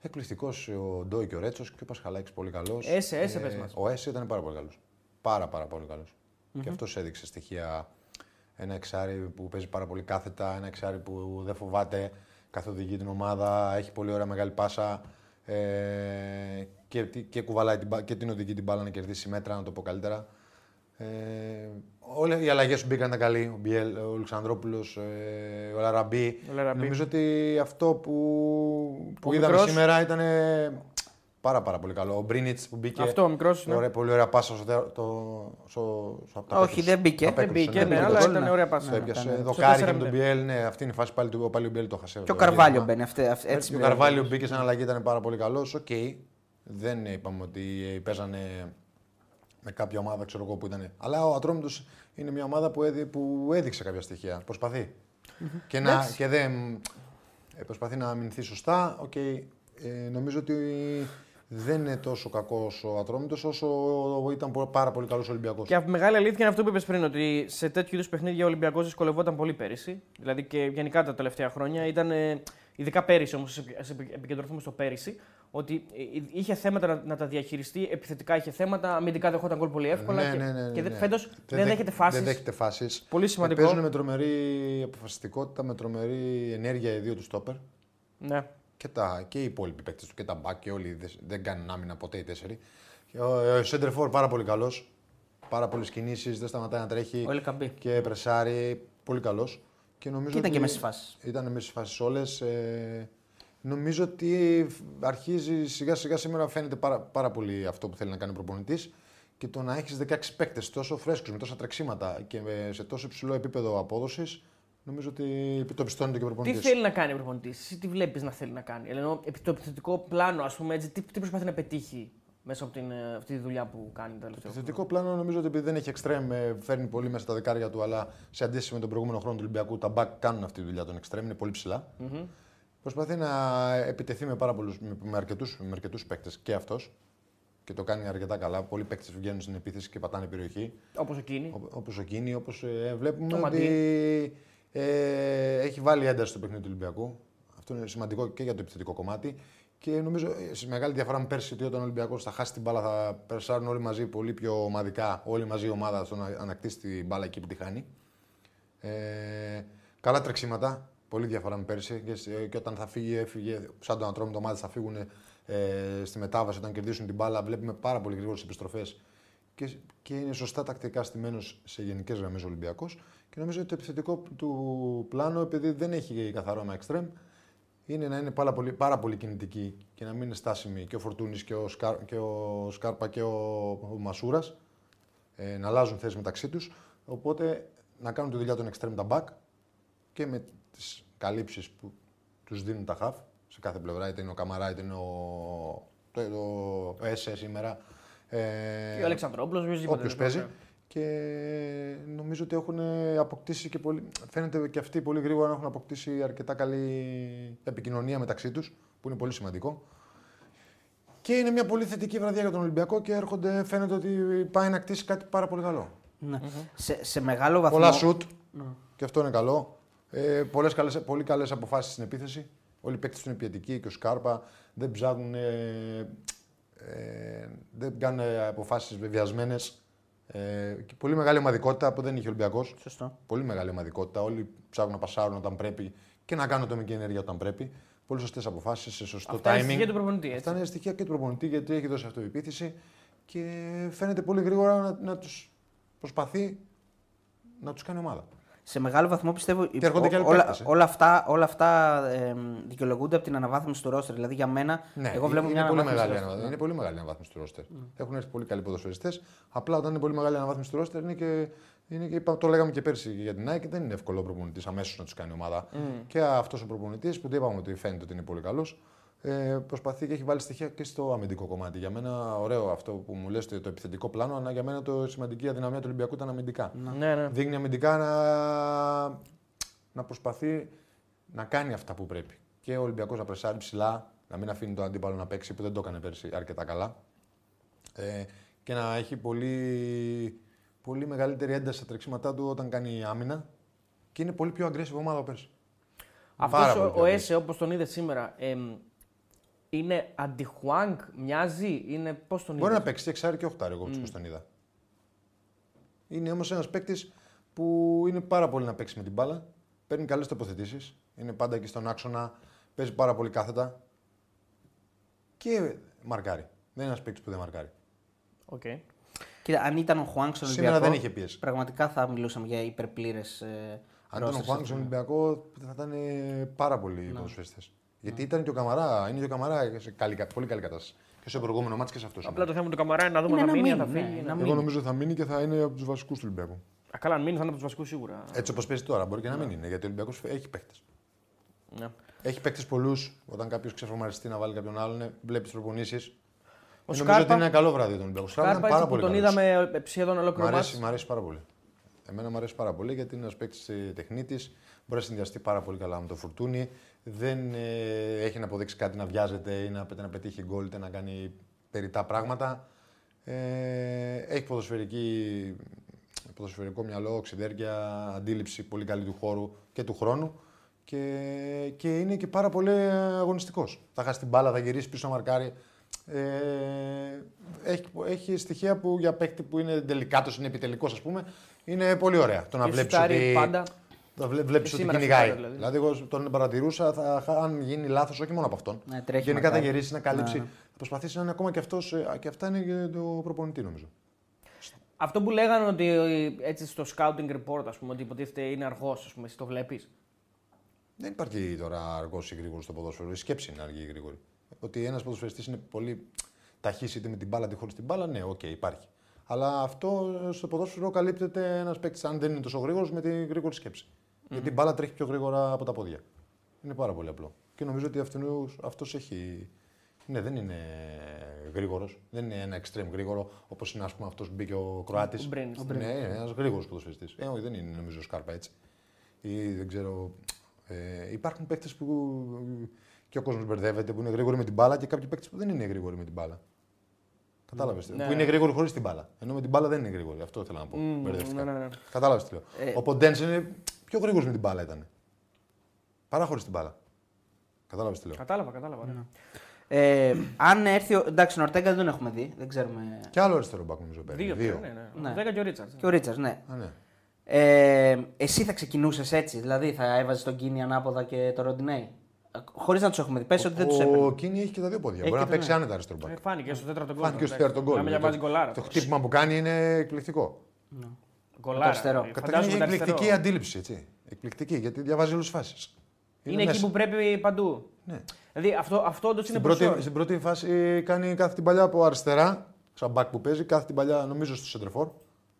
D: Εκπληκτικός ο Ντόι και ο Ρέτσος και ο Πασχαλάκης πολύ Ε, καλός.
C: Έσε, έσε, πες μας.
D: Ο Έσε ήταν πάρα πολύ καλός. Πάρα, πάρα πολύ καλός. Και αυτός έδειξε στοιχεία. Ένα εξάρι που παίζει πάρα πολύ κάθετα, ένα εξάρι που δεν φοβάται, καθοδηγεί την ομάδα, έχει πολύ ωραία μεγάλη πάσα. Ε, και, τι- και κουβαλάει την, μπα- και την οδηγεί την μπάλα να κερδίσει μέτρα, να το πω καλύτερα. Ε, όλες οι αλλαγές που μπήκαν ήταν καλοί. Ο Μπιέλ, ο Λουξανδρόπουλο, ε, ο Λαραμπή.
C: Ο Λαραμπή.
D: Νομίζω ότι αυτό που, που
C: Ο
D: είδαμε
C: μικρός.
D: σήμερα ήταν ε, πάρα, πάρα πολύ καλό. Ο Μπρίνιτ που μπήκε.
C: Αυτό ναι. ο μικρός.
D: Ωραία, πολύ ωραία πάσα στο. τε- το- στο- στο- απ' τα
A: ναι. Όχι,
D: απέκρουση.
A: δεν μπήκε.
D: Απ' τα
A: Δεν
D: απέκρουση,
C: μπήκε, ναι,
A: μπήκε
C: αλλά
A: γκολ,
C: ήταν
A: ναι.
C: ωραία
D: Το
C: πάσα.
D: έπιασε.
A: ναι, ναι.
D: Δοκάρι και με τον
C: 4-0.
D: Μπιέλ, ναι, αυτή είναι η φάση πάλι του. Ο πάλι ο Μπιέλ το χασέ.
A: Και ο Καρβάλιο μπαίνει. αυτή- αυτή- Έτσι
D: Και ο Καρβάλιο μπήκε σαν αλλαγή, ήταν πάρα πολύ καλός. Οκ. Δεν είπαμε ότι ε, παίζανε με κάποια ομάδα, ξέρω εγώ που ήταν. Αλλά ο Ατρόμητος είναι μια ομάδα που, έδει, που έδειξε κάποια στοιχεία. Προσπαθεί. και, να, και δεν. ε, Προσπαθεί να αμυνθεί σωστά. Οκ. Ε, νομίζω ότι δεν είναι τόσο κακός ο Ατρόμητος όσο ήταν πο- πάρα πολύ καλός Ολυμπιακός.
C: Και μεγάλη αλήθεια είναι αυτό που είπες πριν, ότι σε τέτοιου είδους παιχνίδια ο Ολυμπιακός δυσκολευόταν πολύ πέρυσι. Δηλαδή και γενικά τα τελευταία χρόνια. Ήταν, ε, ειδικά πέρυσι όμως, ας επικεντρωθούμε στο πέρυσι, ότι ε, ε, είχε θέματα να, να τα διαχειριστεί, επιθετικά είχε θέματα, αμυντικά δεχόταν γκολ πολύ εύκολα.
D: Ναι,
C: και, και δε- φέτος δεν, δέχεται φάσει.
D: Δεν δέχεται φάσεις.
C: Πολύ σημαντικό.
D: Ε, Παίζουν με τρομερή αποφασιστικότητα, με τρομερή ενέργεια οι δύο του στόπερ.
C: Ναι.
D: Και, τα, και οι υπόλοιποι παίκτες του και τα μπακ και όλοι δεν, δεν κάνουν άμυνα ποτέ οι τέσσερι. Και Ο, ο Σέντερφορ πάρα πολύ καλός. Πάρα πολλές κινήσεις, δεν σταματάει να τρέχει.
A: Ο Ελκαμπή.
D: Και πρεσάρει. Πολύ καλός. Και νομίζω
A: Και ήταν
D: ότι
A: και μέσα στις φάσεις.
D: Ήταν μέσα στι φάσει όλες. Ε, νομίζω ότι αρχίζει σιγά σιγά σήμερα φαίνεται πάρα, πάρα πολύ αυτό που θέλει να κάνει ο προπονητής. Και το να έχεις 16 παίκτες τόσο φρέσκους, με τόσα τρεξίματα και με- σε τόσο υψηλό επίπεδο απόδοσης, νομίζω ότι το πιστώνεται και ο
C: Τι
D: προπονητή.
C: θέλει να κάνει ο προπονητής, εσύ τι βλέπεις να θέλει να κάνει. Ενώ επί το επιθετικό πλάνο, ας πούμε, έτσι, τι, τι προσπαθεί να πετύχει μέσα από την, ε, αυτή τη δουλειά που κάνει τα τελευταία.
D: Το θετικό πλάνο νομίζω ότι επειδή δεν έχει εξτρέμ, ε, φέρνει πολύ μέσα τα δεκάρια του, αλλά σε αντίθεση με τον προηγούμενο χρόνο του Ολυμπιακού, τα μπακ κάνουν αυτή τη δουλειά των εξτρέμ, είναι πολύ ψηλά. Προσπαθεί να επιτεθεί με, πάρα πολλούς, με, με αρκετούς, με αρκετούς παίκτες και αυτός και το κάνει αρκετά καλά. Πολλοί παίκτες βγαίνουν στην επίθεση και πατάνε περιοχή,
C: Όπως εκείνη.
D: όπως ο Κίνη, όπως ε, βλέπουμε
C: Ο
D: ότι ε, έχει βάλει ένταση στο παιχνίδι του Ολυμπιακού. Αυτό είναι σημαντικό και για το επιθετικό κομμάτι. Και νομίζω ε, σε μεγάλη διαφορά με πέρσι ότι όταν ο Ολυμπιακός θα χάσει την μπάλα, θα περσάρουν όλοι μαζί πολύ πιο ομαδικά, όλη μαζί η ομάδα στο να ανακτήσει την μπάλα εκεί που τη χάνει. Ε, καλά τρεξίματα. Πολύ διαφορά με πέρσι. Και, σε- και όταν θα φύγει, έφυγε. Σαν τον Ατρόμητο ομάδε θα φύγουν ε, στη μετάβαση. Όταν κερδίσουν την μπάλα, βλέπουμε πάρα πολύ γρήγορες επιστροφές. Και, και είναι σωστά τακτικά στημένος σε γενικές γραμμές Ολυμπιακός. Και νομίζω ότι το επιθετικό του πλάνο, επειδή δεν έχει καθαρό ένα εξτρεμ, είναι να είναι πάρα πολύ, πάρα πολύ κινητική και να μην είναι στάσιμη και ο Φορτούνης και, ο Σκάρ- και ο Σκάρπα και ο, ο Μασούρας ε, να αλλάζουν θέσεις μεταξύ τους. Οπότε να κάνουν τη δουλειά των extreme τα back και με τις καλύψεις που τους δίνουν τα half σε κάθε πλευρά, είτε είναι ο Καμαρά, είτε είναι ο, το, το, ο Έσε σήμερα.
C: Και ο
D: Ε,
C: Αλεξανδρόπουλο,
D: Όποιος παίζει. Και νομίζω ότι έχουν ε, αποκτήσει και πολύ. Φαίνεται και αυτοί πολύ γρήγορα να έχουν αποκτήσει αρκετά καλή επικοινωνία μεταξύ τους, που είναι πολύ σημαντικό. Και είναι μια πολύ θετική βραδιά για τον Ολυμπιακό και έρχονται, φαίνεται ότι πάει να κτίσει κάτι πάρα πολύ καλό.
A: Ναι. Σε, σε μεγάλο βαθμό.
D: Πολλά σουτ.
C: Ναι.
D: Και αυτό είναι καλό. Ε, πολλές καλές, πολύ καλές αποφάσεις στην επίθεση. Όλοι οι παίκτες είναι πιετικοί και ο Σκάρπα δεν ψάχνουν. Ε, ε, δεν κάνουν αποφάσεις βεβαιασμένες. Ε, και πολύ μεγάλη ομαδικότητα που δεν είχε ο Ολυμπιακός.
A: Σωστό.
D: Πολύ μεγάλη ομαδικότητα. Όλοι ψάχνουν να πασάρουν όταν πρέπει και να κάνουν ατομική ενέργεια όταν πρέπει. Πολύ σωστές αποφάσεις, σε σωστό
C: Αυτά είναι
D: timing.
C: στοιχεία του προπονητή. Έτσι.
D: Αυτά είναι στοιχεία και του προπονητή γιατί έχει δώσει αυτοεπίθεση και φαίνεται πολύ γρήγορα να, να τους προσπαθεί να τους κάνει ομάδα.
A: Σε μεγάλο βαθμό πιστεύω
D: Και έρχονται και άλλοι
A: όλα,
D: παίκτες, ε.
A: όλα αυτά, όλα αυτά εμ, δικαιολογούνται από την αναβάθμιση του ρόστερ. Δηλαδή για μένα, εγώ βλέπω
D: Ναι, είναι,
A: μια
D: πολύ
A: αναβάθμιση Mm.
D: μεγάλη,
A: roster.
D: αναβάθμιση. είναι πολύ μεγάλη αναβάθμιση του ρόστερ. Έχουν έρθει πολύ καλοί ποδοσφαιριστές. Απλά όταν είναι πολύ μεγάλη αναβάθμιση του ρόστερ είναι και. Είναι και είπα- το λέγαμε και πέρσι για την ΑΕΚ, δεν είναι εύκολο ο προπονητής αμέσως να τους κάνει
A: Mm.
D: ομάδα. Και αυτός ο προπονητής που δεν είπαμε ότι φαίνεται ότι είναι πολύ καλός, ε, προσπαθεί και έχει βάλει στοιχεία και στο αμυντικό κομμάτι. Για μένα, ωραίο αυτό που μου λες το το επιθετικό πλάνο, αλλά για μένα το σημαντική αδυναμία του Ολυμπιακού ήταν αμυντικά.
C: Ναι, ναι.
D: Δείχνει αμυντικά να, να προσπαθεί να κάνει αυτά που πρέπει. Και ο Ολυμπιακός να πρεσάρει ψηλά, να μην αφήνει τον αντίπαλο να παίξει που δεν το έκανε πέρσι αρκετά καλά. Ε, και να έχει πολύ, πολύ μεγαλύτερη ένταση στα τρεξίματά του όταν κάνει άμυνα. Και είναι πολύ πιο aggressive ομάδα από πέρσι. Πάρα πολύ
C: Αυτό ο,
D: πιο
C: ο
D: aggressive.
C: Έσε, όπως τον είδες σήμερα, εμ, είναι αντιχουάνκ, μοιάζει, είναι πώς τον
D: Μπορεί
C: είδε.
D: να παίξει και εξάρι και οχτάρι, εγώ mm. τον είδα. Είναι όμως ένας παίκτης που είναι πάρα πολύ να παίξει με την μπάλα. Παίρνει καλές τοποθετήσεις. Είναι πάντα εκεί στον άξονα. Παίζει πάρα πολύ κάθετα. Και μαρκάρει. Δεν είναι ένας παίκτης που δεν μαρκάρει.
C: Οκ.
A: Κοίτα, αν ήταν ο Χουάνκ στον
D: Σήμερα
A: Ολυμπιακό,
D: δεν είχε πίεση.
A: Πραγματικά θα μιλούσαμε για υπερπλήρες. Ε,
D: Αν ήταν ο
A: roster
D: Χουάνγκ στον
A: στην-
D: Ολυμπιακό, θα ήταν ε, πάρα πολλοί ναι. Γιατί ήταν και ο Καμαρά. Είναι και ο Καμαρά σε καλή, πολύ καλή κατάσταση. Και στο προηγούμενο μάτς και σε αυτό.
C: Απλά το θέμα του Καμαρά είναι να δούμε
A: Είναι
C: να
A: ένα
C: μείνει, αν θα
A: μήνυμα,
C: φύγει.
A: ναι,
C: ναι.
A: ένα
D: Εγώ νομίζω θα μείνει και θα είναι από τους βασικούς του Ολυμπιακού.
C: Α, Καλά, αν μείνει θα είναι από τους βασικούς σίγουρα.
D: Έτσι όπως παίζει τώρα, μπορεί και να μην είναι. Γιατί ο Ολυμπιακός έχει παίχτε.
C: Ναι.
D: Έχει παίκτες πολλούς. Όταν κάποιος ξεφρομαριστεί να βάλει κάποιον άλλον, ε, βλέπεις προπονήσεις. Νομίζω
C: Σκάρπα-
D: ότι είναι ένα καλό βράδυ τον Ολυμπιακό. Ο Σκάρπα
C: Κάρπα,
D: ήταν
C: έτσι
D: πάρα
C: που
D: πολύ
C: τον
D: καλός.
C: είδαμε ε, σχεδόν
D: Μ'
C: ολόκληρο
D: αρέσει,
C: μάτς.
D: μ' αρέσει πάρα πολύ. Εμένα μου αρέσει πάρα πολύ γιατί είναι ένας παίκτης τεχνή τη. Μπορεί να συνδυαστεί πάρα πολύ καλά με το φουρτούνι. Δεν ε, έχει να αποδείξει κάτι να βιάζεται ή να, να πετύχει γκολ είτε να κάνει περιτά πράγματα. Ε, έχει ποδοσφαιρική, ποδοσφαιρικό μυαλό, ξυδέρκεια, αντίληψη πολύ καλή του χώρου και του χρόνου. Και, και είναι και πάρα πολύ αγωνιστικός. Θα χάσει την μπάλα, θα γυρίσει πίσω να μαρκάρει. Ε, έχει, έχει στοιχεία που για παίκτη που είναι τελικάτο, είναι επιτελικό, ας πούμε, είναι πολύ ωραία. Το να
C: Και
D: βλέπεις
C: σουτάρει
D: ότι.
C: πάντα.
D: Να βλέ, βλέπεις
C: Και
D: ότι
C: σήμερα
D: κυνηγάει.
C: σουτάρει, δηλαδή.
D: Δηλαδή. εγώ τον παρατηρούσα, θα, χα- αν γίνει λάθος, όχι μόνο από αυτόν.
A: Ναι, τρέχει
D: γενικά θα
A: μακάρι.
D: γυρίσει, να καλύψει.
A: Ναι, ναι.
D: Θα προσπαθήσει να είναι ακόμα και αυτός. Και αυτά είναι και το προπονητή, νομίζω.
C: Αυτό που λέγανε ότι ε, έτσι στο scouting report, ας πούμε, ότι υποτίθεται είναι αργός, ας πούμε, εσύ το βλέπεις.
D: Δεν υπάρχει τώρα αργός ή γρήγορος στο ποδόσφαιρο. Η σκέψη είναι αργή ή γρήγορη. Ότι ένας ποδοσφαιριστής είναι πολύ ταχύς είτε με την μπάλα είτε χωρίς την μπάλα, ναι, οκ, υπάρχει. Αλλά αυτό στο ποδόσφαιρο καλύπτεται ένας παίκτης, αν δεν είναι τόσο γρήγορος, με τη γρήγορη σκέψη. Γιατί η μπάλα τρέχει πιο γρήγορα από τα πόδια. Είναι πάρα πολύ απλό. Και νομίζω ότι αυτός έχει. Ναι, δεν είναι γρήγορος. Δεν είναι ένα extreme γρήγορο όπως είναι ας πούμε, αυτός που μπήκε ο Κροάτης.
C: Ο Μπρένιτς.
D: Ναι, ένας γρήγορος ποδοσφαιριστής. Ε, όχι, δεν είναι νομίζω ο Σκάρπα έτσι ή δεν ξέρω. Ε, υπάρχουν παίκτες που και ο κόσμος μπερδεύεται, που είναι γρήγοροι με την μπάλα και κάποιοι παίκτες που δεν είναι γρήγοροι με την μπάλα. Κατάλαβες.
C: Ναι.
D: Που είναι γρήγοροι χωρίς την μπάλα. Ενώ με την μπάλα δεν είναι γρήγοροι. Αυτό ήθελα να πω.
C: Μμμ,
D: Μπερδεύτηκα.
C: ναι, ναι, ναι.
D: Κατάλαβες τι λέω. Ο Ποντένς είναι πιο γρήγορος με την μπάλα ήταν. Παρά χωρί την μπάλα. Κατάλαβες τι λέω.
C: Κατάλαβα, κατάλαβα. ναι.
A: Ε, αν έρθει. ο- Εντάξει, τον Ορτέγκα δεν τον έχουμε δει. Δεν ξέρουμε.
D: Και άλλο αριστερό μπακ νομίζω παίρνει.
C: Δύο.
D: Δύο.
C: Ναι, ναι.
A: Ναι.
C: Ο Δέκα και ο Ρίτσαρτ.
A: Και ο Ρίτσαρ, ναι.
D: Α, ναι.
A: Ε, εσύ θα ξεκινούσες έτσι, δηλαδή θα έβαζες τον Κίνη ανάποδα και τον Ροντινέη. Χωρίς να τους έχουμε δει. Πες ότι δεν τους
D: Ο
A: έπαιρνε.
D: Κίνη έχει και τα δύο πόδια.
A: Έχει
D: Μπορεί
A: και
D: να
A: τα
D: παίξει
A: δύο.
D: άνετα αριστερό μπακ.
C: Ε, Φάνηκε στο τέταρτο γκολ.
D: Φάνηκε στο
C: Λοιπόν, εντάξει.
D: τέταρτο γκολ.
C: Μιλάμε για βάζει γκολάρα.
D: Το χτύπημα που κάνει είναι εκπληκτικό.
C: Γκολάρα.
A: Το αριστερό.
C: Ε,
D: Καταρχήν
C: φαντάζομαι
D: είναι
C: το αριστερό.
D: εκπληκτική αντίληψη. Έτσι. Εκπληκτική, γιατί διαβάζει όλε τις φάσεις.
C: Είναι εκεί που πρέπει παντού.
D: Ναι.
C: Δηλαδή αυτό, αυτό όντως είναι
D: Στην, πρώτη,
C: προσόν.
D: στην πρώτη φάση κάνει κάθε την παλιά από αριστερά, σαν μπακ που παίζει, κάθε την παλιά νομίζω στο σεντρεφόρ,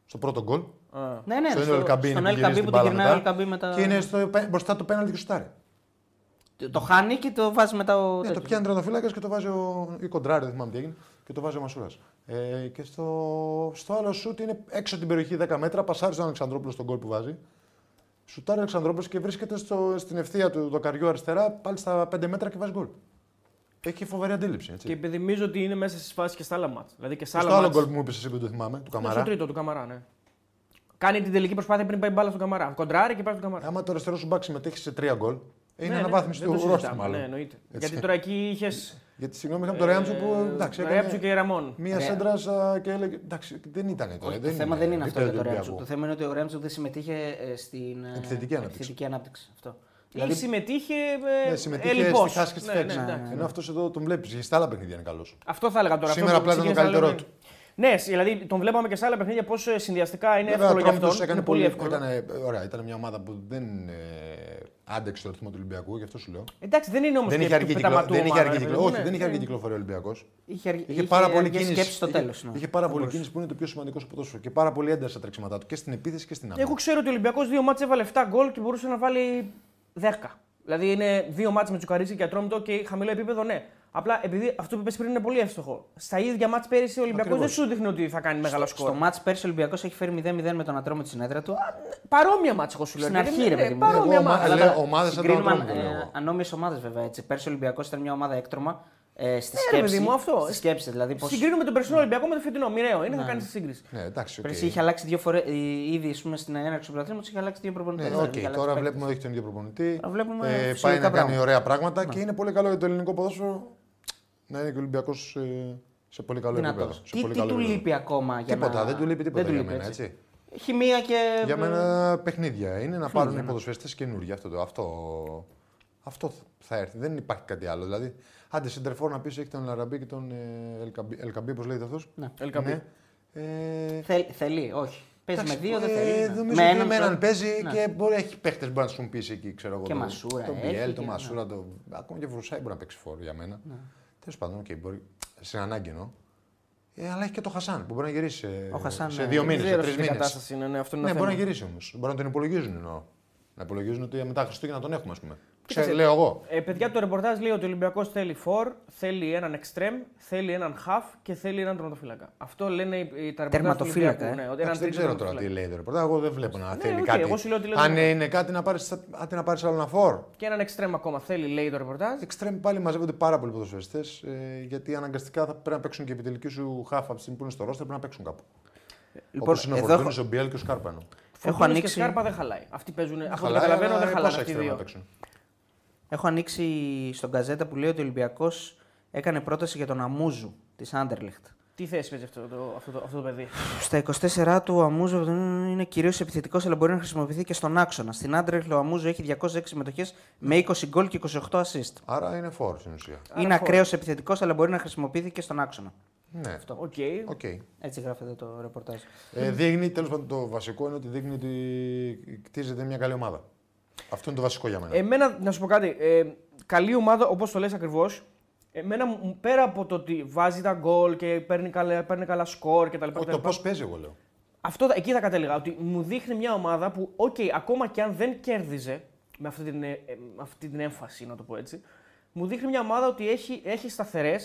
D: στο πρώτο γκολ.
C: Α.
A: Ναι, ναι,
D: στο
A: στο-
D: El Καμπί
A: στον
D: είναι
A: El
D: γυρίζει
A: Καμπί
D: την
A: που τον
D: μπάλα
A: γυρνάει ο El Καμπί μετά.
D: Και είναι στο, πέ- μπροστά το πέναλτι και σουτάρει.
A: Το χάνει και το βάζει μετά ο.
D: Ναι, το
A: τέτοιος.
D: πιάνει τραντοφύλακα και το βάζει ο. ή κοντράρι, δεν θυμάμαι τι έγινε, και το βάζει ο Μασούρας. Ε, και στο, στο άλλο σουτ είναι έξω από την περιοχή 10 μέτρα, πασάρει στον Αλεξανδρόπουλο στον κόλ που βάζει. Σουτάρει ο Αλεξανδρόπουλος και βρίσκεται στο, στην ευθεία του δοκαριού αριστερά, πάλι στα 5 μέτρα και βάζει γκολ. Έχει φοβερή αντίληψη. Έτσι.
C: Και υπενθυμίζω ότι είναι μέσα στις φάσεις και στα άλλα μάτς. Δηλαδή και σε
D: στο
C: άλλα
D: άλλο
C: μάτς.
D: γκολ που μου είπες εσύ που το θυμάμαι, του
C: Ναι, στο
D: Καμαρά.
C: τρίτο του Καμαρά, ναι. Κάνει την τελική προσπάθεια πριν πάει μπάλα στον Καμαρά. Κοντράρει και πάει στον Καμαρά.
D: Άμα το αριστερό σου μπακ συμμετέχει σε τρία γκολ, Ε, είναι
C: Ναι, ναι,
D: αναβάθμιση
C: δεν το
D: του ρόστερ
C: συζητάμε,
D: μάλλον.
C: Ναι, εννοείται.
D: Έτσι.
C: Γιατί τώρα εκεί είχες.
D: Γιατί συγγνώμη, είχαμε τον Ρέαμψο που εντάξει,
C: Ρέαμψο και Ναι.
D: έκανε Ναι,
C: Ραμόν.
D: μία
A: Ρε-
D: σέντρα σα- και έλεγε. Εντάξει, δεν ήταν τώρα.
A: Όχι, το θέμα δεν είναι αυτό για τον
D: Ολυμπιακό.
A: Ρέμτσο. Το θέμα είναι ότι ο Ρέμτσο δεν συμμετείχε ε, στην ε,
D: Επιθετική ανάπτυξη.
A: επιθετική ανάπτυξη. Αυτό.
C: Δηλαδή
A: Δηλαδή,
C: συμμετείχε.
D: Ναι,
C: Ε,
D: συμμετείχε στη
C: ελλιπώς.
D: χάση και στη
C: Ναι, ναι,
D: θέξη.
C: εντάξει.
D: Ενώ αυτός εδώ τον βλέπεις. Γιατί στα άλλα παιχνίδια είναι καλός.
C: Αυτό θα έλεγα τώρα.
D: Σήμερα
C: αυτό που
D: απλά ήταν το
C: ξεκίνησα να
D: καλύτερό
C: λέω είναι- Ναι, σ- δηλαδή τον βλέπαμε και σε άλλα παιχνίδια πώς συνδυαστικά είναι εύκολο για αυτόν.
D: έκανε
C: είναι πολύ εύκολο.
D: Έκανε, ε, ωραία, ήταν μια ομάδα που δεν ε, άντεξε το ρυθμό του Ολυμπιακού, γι' αυτό σου λέω.
C: Εντάξει, δεν είναι όμως
D: Δεν είχε αργή κυκλο- δεν είχε αργή
C: ναι,
D: κυκλο- όχι, δεν είχε αργή κυκλοφορία ο Ολυμπιακός.
A: είχε, αρ-
D: Είχε, πάρα πολύ
A: αργές
D: κίνηση.
A: σκέψεις στο ναι.
D: είχε-
A: τέλος.
C: ναι.
D: Είχε πάρα πολύ κίνηση που είναι το πιο σημαντικός στο ποδόσφαιρο και πάρα πολύ ένταση στα τρεξίματά του και στην επίθεση και στην άμυνα.
C: Εγώ ξέρω ότι ο Ολυμπιακός δύο μάτσε έβαλε 7 γκολ και μπορούσε να βάλει 10. Δηλαδή είναι δύο μάτσε με τσουκαρίσι και ατρόμητο και χαμηλό επίπεδο, ναι. Απλά επειδή αυτό που είπες πριν είναι πολύ εύστοχο. Στα ίδια μάτσε πέρυσι ο Ολυμπιακός δεν
D: Ακριβώς.
C: σου δείχνει ότι θα κάνει μεγάλο σκορ.
A: Στο μάτς πέρσι ο Ολυμπιακός έχει φέρει 0-0 με τον Ατρόμο τη συνέδρα του.
C: Παρόμοια μάτσε, εγώ σου λέω.
A: Στην
C: γιατί
A: αρχή,
C: είναι-
A: ρε
C: ναι,
A: παιδί μου.
C: Παρόμοια
D: Εγώ, μα-
C: μάτσε.
D: λέω,
A: Αλλά
D: ομάδες σαν τον
A: συγκρίνουμε,
D: Ατρόμητο,
A: ε,
D: λέω.
A: Ανώμοιες ομάδες βέβαια. Έτσι. Πέρσι ο Ολυμπιακός ήταν μια ομάδα έκτρωμα ε,
D: Ναι,
A: στη
C: ρε
A: σκέψη.
C: παιδί μου, αυτό.
A: Στη σκέψη, δηλαδή. Πώς...
C: Συγκρίνουμε τον περσινό Ολυμπιακό με τον φετινό. Μοιραίο είναι, θα κάνεις τη σύγκριση.
D: Ναι, εντάξει, οκ.
A: Πέρσι είχε αλλάξει δύο φορές. Ήδη ας πούμε, στην έναρξη του πρωταθλήματο είχε αλλάξει δύο προπονητές.
D: Ναι, οκ, τώρα βλέπουμε ότι έχει τον ίδιο προπονητή.
A: Τώρα βλέπουμε
D: ε,
A: φυσιολογικά
D: πάει να κάνει
A: πράγματα.
D: ωραία πράγματα
A: Ναι.
D: και είναι πολύ καλό για το ελληνικό ποδόσφαιρο να είναι και ο Ολυμπιακός ε, σε πολύ καλό επίπεδο. Σε
A: Τι,
D: πολύ
A: τι
D: καλό
A: του
D: επίπεδο.
A: λείπει ακόμα για
D: Τίποτα,
A: να...
D: δεν του λείπει τίποτα
A: δεν του
D: για
A: λείπει, Ε,
D: μένα. Έτσι.
A: Χημεία και.
D: Για μένα παιχνίδια είναι να πάρουν οι
A: ναι.
D: ποδοσφαιριστές καινούργια. Αυτό, το- αυτό, αυτό θα έρθει. Δεν υπάρχει κάτι άλλο. Δηλαδή, άντε σεντερφόρ να πεις έχει τον Λαραμπή και τον ε, Ελκαμπή, Ελκαμπή πώς λέγεται αυτός.
A: Ναι.
C: Ελκαμπή.
D: Ε,
A: Θέλ, θέλει, όχι. Παίζει με
D: εντάξει,
A: δύο, δεν
D: ε,
A: θέλει. ναι.
D: Νομίζω ότι με έναν
A: τον-
D: παίζει
A: ναι.
D: και μπορεί να έχει παίχτες που μπορεί να σου πείσει εκεί, ξέρω εγώ.
A: Και
D: το-
A: Μασούρα
D: Τον
A: έχει
D: Μπιέλ, τον
A: και-
D: Μασούρα, το, ακόμα και Βρουσάη μπορεί να παίξει φόρ για μένα. Τέλος πάντων, οκ, μπορεί. Στην ανάγκη εννοώ. Ε, αλλά έχει και το Χασάν που μπορεί να γυρίσει σε,
A: Ο Χασάν,
D: σε
A: ναι.
D: δύο
A: Δεν
D: μήνες, σε
C: ξέρω
D: τρει
C: τι
D: μήνες.
C: κατάσταση είναι, ναι, αυτό είναι
D: Ναι,
C: ένα
D: μπορεί να
C: θέμα.
D: γυρίσει όμως. Μπορεί να τον υπολογίζουν εννοώ. Να υπολογίζουν ότι μετά Χριστούγεννα τον έχουμε, ας πούμε. Ξέρω,
C: Κοίταξε.
D: λέω εγώ.
C: Ε, παιδιά, το ρεπορτάζ λέει ότι ο Ολυμπιακός θέλει φορ, θέλει έναν εξτρέμ, θέλει έναν half και θέλει έναν τερματοφύλακα. Αυτό λένε οι, οι- τα ρεπορτάζ. του
A: Τερματοφύλακα,
C: Ολυμπιακού,
A: ε.
C: ναι, ότι έναν
D: Εντάξει, δεν
C: τρίτο
D: ξέρω τώρα τι
C: τερματοφύλακα.
D: λέει το ρεπορτάζ. Εγώ δεν βλέπω να θέλει
C: οκ,
D: κάτι.
C: εγώ σου λέω ότι λέω
D: Αν
C: δεν
D: είναι κάτι να πάρεις, άντε να πάρεις άλλο ένα φόρ.
C: Και έναν εξτρέμ ακόμα θέλει, λέει το ρεπορτάζ.
D: Εξτρέμ πάλι μαζεύονται πάρα πολλοί ποδοσφαιριστές ε, γιατί αναγκαστικά θα πρέπει να παίξουν και οι επιτελικοί σου half από τη στιγμή που είναι στο ρόστερ πρέπει να παίξουν κάπου.
A: Λοιπόν,
D: Όπως είναι ο
A: εδώ έχω-
D: Φορτούνη, ο Μπιέλ και ο Σκάρπανο.
A: Έχω
C: Φορτούνης
A: ανοίξει-
C: Και Σκάρπα δεν χαλάει. Αυτοί παίζουν. Αυτό που
D: Χαλάει,
C: καταλαβαίνω
D: αλλά
C: δεν
D: Ε, πόσα
C: χαλάει. Αυτοί οι
D: εξτρέμ να
C: δύο.
D: παίξουν.
A: Έχω ανοίξει στον καζέτα που λέει ότι ο Ολυμπιακός έκανε πρόταση για τον Αμούζου της Άντερλεχτ.
C: Τι θέση παίζει αυτό το, αυτό το, αυτό το παιδί.
A: Στα 24 του ο Αμούζο είναι κυρίως επιθετικός, αλλά μπορεί να χρησιμοποιηθεί και στον άξονα. Στην Άντερλεχτ ο Αμούζο έχει 206 συμμετοχές με 20 γκολ και 28 assist.
D: Άρα είναι φόρ στην ουσία.
A: είναι ακραίος επιθετικός, αλλά μπορεί να χρησιμοποιηθεί και στον άξονα.
D: Ναι.
C: Οκ. Ε,
D: Οκ.
A: Έτσι γράφεται το ρεπορτάζ.
D: Ε, δείχνει, τέλος πάντων, το βασικό είναι ότι δείχνει ότι κτίζεται μια καλή ομάδα. Αυτό είναι το βασικό για μένα.
C: Εμένα, να σου πω κάτι. Ε, καλή ομάδα, όπως το λες ακριβώς, εμένα μου- πέρα από το ότι βάζει τα γκολ και παίρνει καλά, παίρνει καλά σκορ κτλ.
D: Όχι, το πώ παίζει, εγώ λέω.
C: Αυτό θα- εκεί θα κατέληγα. Ότι μου δείχνει μια ομάδα που, οκ, ακόμα και αν δεν κέρδιζε με αυτή την, ε, ε, με αυτή την έμφαση, να το πω έτσι, μου δείχνει μια ομάδα ότι έχει, έχει σταθερές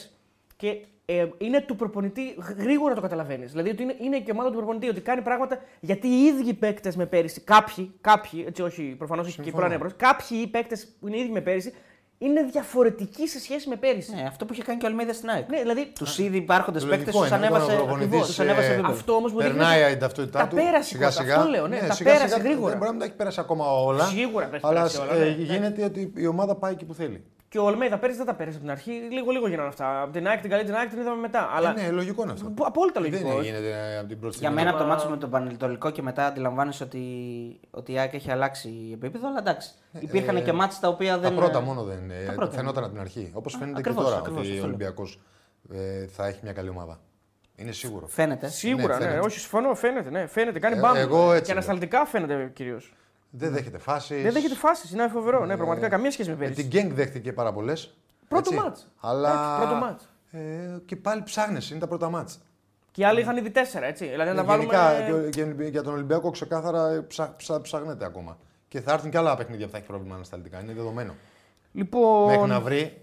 C: και ε, είναι του προπονητή γ- γρήγορα το καταλαβαίνεις. Δηλαδή ότι είναι, είναι και ομάδα του προπονητή, ότι κάνει πράγματα γιατί οι ίδιοι παίκτες με πέρυσι, κάποιοι, κάποιοι, έτσι όχι, προφανώς έχει και πολλά
D: Συμφωνώ.
C: νεύρο, κάποιοι παίκτες που είναι ίδιοι με πέρυσι είναι διαφορετικοί σε σχέση με πέρυσι.
A: Ναι, αυτό που είχε κάνει και ο Αλμίδα στην ΑΕΚ.
C: Ναι, δηλαδή
A: Τους ήδη υπάρχοντες
D: Το
A: παίκτες
D: λογικό
A: τους
D: είναι,
C: λοιπόν,
D: όταν ο
A: ανέβασε.
D: προπονητής,
A: ακριβώς, τους
D: ε,
A: ανέβασε επίπεδο.
C: αυτό όμως μου δείχνει.
D: Περνάει η
C: ότι-
D: ταυτότητά
C: τα
D: του.
C: πέρασε,
D: σιγά,
C: Κώστα,
D: σιγά.
C: αυτό λέω, ναι, τα
D: σιγά,
C: πέρασε
D: σιγά,
C: γρήγορα.
D: Δεν μπορεί να τα έχει πέρασει ακόμα όλα.
C: Σίγουρα τα έχει
D: αλλά,
C: πέρασει όλα,
D: ε,
C: ναι, ναι.
D: γίνεται ότι η ομάδα πάει εκεί που θέλει.
C: Και ο Ολμέιδα πέρυσι δεν τα πέρασε από την αρχή. Λίγο-λίγο γίνανε αυτά. Από την ΑΕΚ, την καλή την ΑΕΚ την είδαμε μετά. Αλλά
D: Ε, Ναι, λογικό είναι αυτό.
C: απο- απόλυτα
D: Δεν
C: λογικό.
D: είναι,
C: όχι.
D: γίνεται ε, από την πρώτη
A: Για
D: στιγμή.
A: μένα από το μάτσο με τον Πανελτολικό και μετά αντιλαμβάνεσαι ότι, ότι η ΑΕΚ έχει αλλάξει επίπεδο, αλλά εντάξει. Υπήρχαν
D: ε,
A: και μάτς τα οποία
D: Τα
A: δεν.
D: πρώτα μόνο δεν είναι.
A: πρώτα είναι.
D: Φαινόταν από την αρχή. Όπως φαίνεται
A: ακριβώς,
D: και τώρα
A: ακριβώς,
D: ότι ο
A: αυτό λέω.
D: Ολυμπιακός θα έχει μια καλή ομάδα. Είναι σίγουρο.
A: Φαίνεται.
C: Σίγουρα,
D: Ναι,
C: ναι,
D: φαίνεται.
C: όχι, συμφωνώ, φαίνεται. Ναι, φαίνεται. Κάνει
D: Ε,
C: μπαμ.
D: εγώ έτσι
C: και
D: λέω. Ε,
C: ανασταλτικά φαίνεται κυρίως.
D: Δεν δέχεται φάσεις.
C: Δεν δέχεται φάσεις, είναι φοβερό. Ναι, πραγματικά καμία σχέση με πέρυσι.
D: Ε, Την Γκένγκ δέχτηκε πάρα πολλές.
C: Πρώτο μάτς.
D: Αλλά...
C: Εντάξει, πρώτο μάτς.
D: Ε, και πάλι ψάχνεσαι, είναι τα πρώτα μάτς.
C: Και οι άλλοι είχαν ήδη τέσσερα, έτσι. Δηλαδή να τα
D: Ε, γενικά
C: βάλουμε.
D: και ο- και ο Ολυμπι- για τον Ολυμπιακό ξεκάθαρα ε, ψα, ψα- ψάχνεται ακόμα. Και θα έρθουν και άλλα παιχνίδια που θα έχει πρόβλημα ανασταλτικά. Είναι δεδομένο. Μέχρι να
C: Λοιπόν.
D: βρει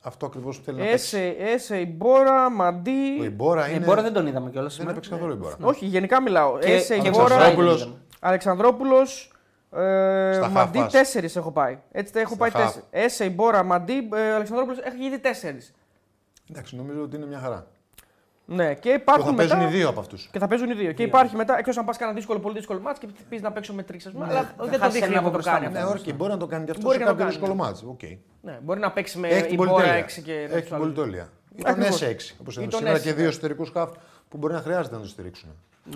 D: αυτό ακριβώς που θέλει να παίξει.
C: Έσε, έσε, η Μπόρα,
D: Ο
C: Μαντί.
D: Ιμπόρα
A: Ναι,
D: είναι.
A: Μπόρα δεν τον είδαμε Ε, κιόλας.
D: Δεν έπαιξε καθόλου η Ιμπόρα.
C: Όχι, γενικά μιλάω. Έσε, η
D: και
C: Μπόρα,
D: Αλεξανδρόπουλος.
C: Αλεξανδρόπουλο.
D: Στα
C: Ε, Μαντί
D: half-pass.
C: 4 έχω πάει. Έτσι τα έχω
D: Στα
C: πάει
D: half.
C: 4. Έσε, η Μπόρα, Μαντί, ε, Αλεξανδρόπουλος έχει ήδη 4.
D: Εντάξει, νομίζω ότι είναι μια χαρά.
C: Ναι, και
D: Και
C: υπάρχουν
D: θα
C: μετά...
D: παίζουν οι δύο από αυτούς.
C: Και θα παίζουν οι δύο. Και υπάρχει μετά, εκτό αν πας κάνα δύσκολο, πολύ δύσκολο μάτς και πεις να παίξω με τρεις, ας πούμε. αλλά δεν το
A: χάσει
C: δείχνει
A: ένα
C: να
A: από
C: το
A: μπροστά
C: κάνει.
A: μου.
D: Ναι,
C: αυτό.
D: όχι, μπορεί να το κάνει και αυτό
C: Μπορεί
D: σε
C: να το κάνει.
D: κάποιο δύσκολο μάτζ. Okay.
C: Ναι, μπορεί να παίξει με
D: Έχει την
C: η Μπόρα
D: πολυτέλεια.
C: 6 και
D: Έχει την πολυτέλεια. Ήταν
C: Ακριβώς.
D: S6 όπως
C: Ήταν
D: είναι σήμερα
C: S6,
D: και δύο
C: ναι.
D: εσωτερικούς χαφ που μπορεί να χρειάζεται να το στηρίξουν.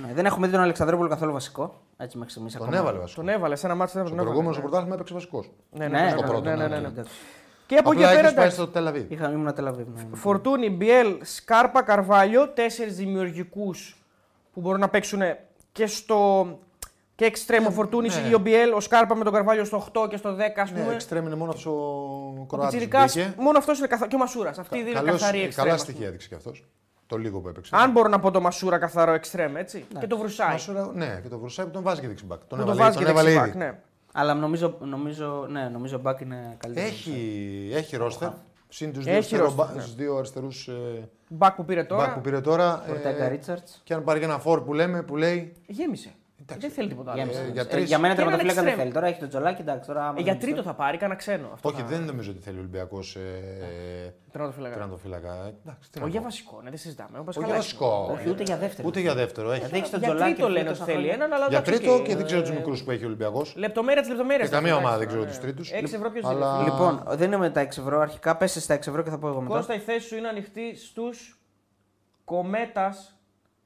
A: Ναι, δεν έχουμε δει τον Αλεξανδρόπουλο καθόλου βασικό. Έτσι μέχρι στιγμής.
D: Τον έβαλε βασικά.
C: Τον έβαλε σε ένα μάτι.
D: Στο προηγούμενο στο πρωτάθλημα έπαιξε βασικός.
C: Ναι,
A: Ναι,
C: ναι,
A: στο
C: ναι,
D: πρώτο,
C: ναι, ναι,
D: ναι,
C: ναι, ναι.
A: οκ.
C: Και από εκεί
D: Απλά
C: πέρα.
D: έχει πάει
C: εντάξει,
D: στο Τελαβή.
A: Είχα, ήμουν Τελαβίβ. Ναι.
C: Φορτούνι, Μπιέλ, Σκάρπα, Καρβάλιο, τέσσερις δημιουργικούς που μπορούν να παίξουν και στο. και εξτρέμο Φορτούνι
D: ναι.
C: ή ο Μπιέλ, ο Σκάρπα με τον Καρβάλιο στο 8 και στο 10, ας
D: Ναι,
C: πούμε.
D: εξτρέμ είναι μόνο αυτός ο
C: Ο
D: Κροάτη.
C: Πιτσιρικάς, μόνο αυτός είναι καθαρό. Και ο Μασούρας. Αυτή η δύο είναι καθαρή εξτρέμ.
D: ε, Καλά
C: ας πούμε.
D: στοιχεία έδειξε κι αυτός. Το λίγο που έπαιξε.
C: Αν μπορώ να πω το Μασούρα καθαρό εξτρέμ, έτσι. Και το Βρουσάι.
D: Ναι. Μασούρα, ναι, και τον Βρουσάη που τον βάζει και δεξιμπάκ. Τον
C: Που το
D: έβαλε-
C: βάζει
D: τον
C: και
D: έβαλε
C: δεξιμπάκ,
D: ήδη.
C: ναι.
A: Αλλά νομίζω, νομίζω, ναι, νομίζω ο Μπακ είναι καλύτερο.
D: Έχει, έχει ρόστερ. Συν τους δύο,
C: ναι. Έχει
D: αριστερό-
C: roster,
D: μπα-
C: ναι.
D: τους δύο αριστερούς ε,
C: Μπακ που πήρε τώρα.
D: μπακ που πήρε τώρα. ε,
A: Ορτέγκα Ρίτσαρτ.
D: και αν πάρει και ένα φόρ που λέμε που λέει.
C: Γέμισε. Δεν θέλει τίποτα άλλο. Ε,
A: Για,
D: για
A: για,
D: τρεις.
A: για μένα
C: Και έναν
A: τερματοφύλακα δεν
C: εξτρέμ.
A: θέλει. Τώρα έχει τον Τζολάκι, εντάξει. Τώρα, άμα
C: Ε,
A: δεν
C: για τρίτο θα πάρει, κανένα ξένο. Αυτό
D: Όχι,
C: θα-
D: δεν νομίζω ότι θέλει ο Ολυμπιακός ε,
C: Τερματοφύλακα.
D: τερματοφύλακα. Ε, εντάξει, τι να
C: Όχι για
D: πω.
C: βασικό, ναι, δεν συζητάμε. Ο
D: Όχι
C: Πασχαλάκης.
D: για βασικό.
A: Όχι, ούτε για δεύτερο.
D: Ούτε για δεύτερο. Έχει.
A: Γιατί έχεις τον
C: Για
A: Τζολάκη.
C: τρίτο
A: που
C: λένε ότι
A: τόσα
C: θέλει
A: χρόνια.
C: έναν, αλλά
D: Για
C: εντάξει,
D: τρίτο
C: οκ.
D: και δεν ξέρω τους μικρούς που έχει ο Ολυμπιακό.
C: Λεπτομέρεια τη λεπτομέρεια.
D: Και καμία ομάδα δεν ξέρω τους τρίτους.
C: 6 ευρώ ποιος
D: Αλλά-
C: αλλά...
A: Λοιπόν, δεν είναι με τα 6 ευρώ. Αρχικά πέσε στα 6 ευρώ και θα πω εγώ
D: Λοιπόν.
A: μετά.
C: Κώστα, η θέση σου είναι ανοιχτή στους κομέτα.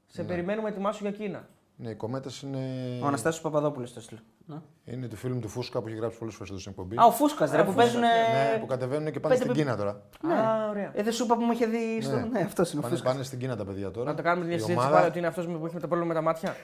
C: Σε περιμένουμε, ετοιμάσου για Κίνα.
D: Ναι, οι κομμέτες είναι.
A: Ο Αναστάσιος Παπαδόπουλος το στείλει. Ναι.
D: Είναι του φίλου μου του Φούσκα που έχει γράψει πολλές φορές εδώ στην εκπομπή.
A: Α, ο Φούσκας, ρε,
C: Α,
A: που
C: ο Φούσκας,
A: παίζουν.
D: Ναι, που κατεβαίνουν και πάνε
A: πέντε
D: στην
A: πε-
D: Κίνα τώρα.
C: Α, ωραία.
A: Ε, δεν σου είπα που μου είχε δει. στο- Ναι, αυτός είναι ο
D: Πάνε,
A: Φούσκας.
D: πάνε στην Κίνα τα παιδιά τώρα.
C: Να το κάνουμε την
D: Η
C: συζήτηση
D: ομάδα-
C: πάλι ότι είναι αυτός που έχει το πρόβλημα με τα μάτια.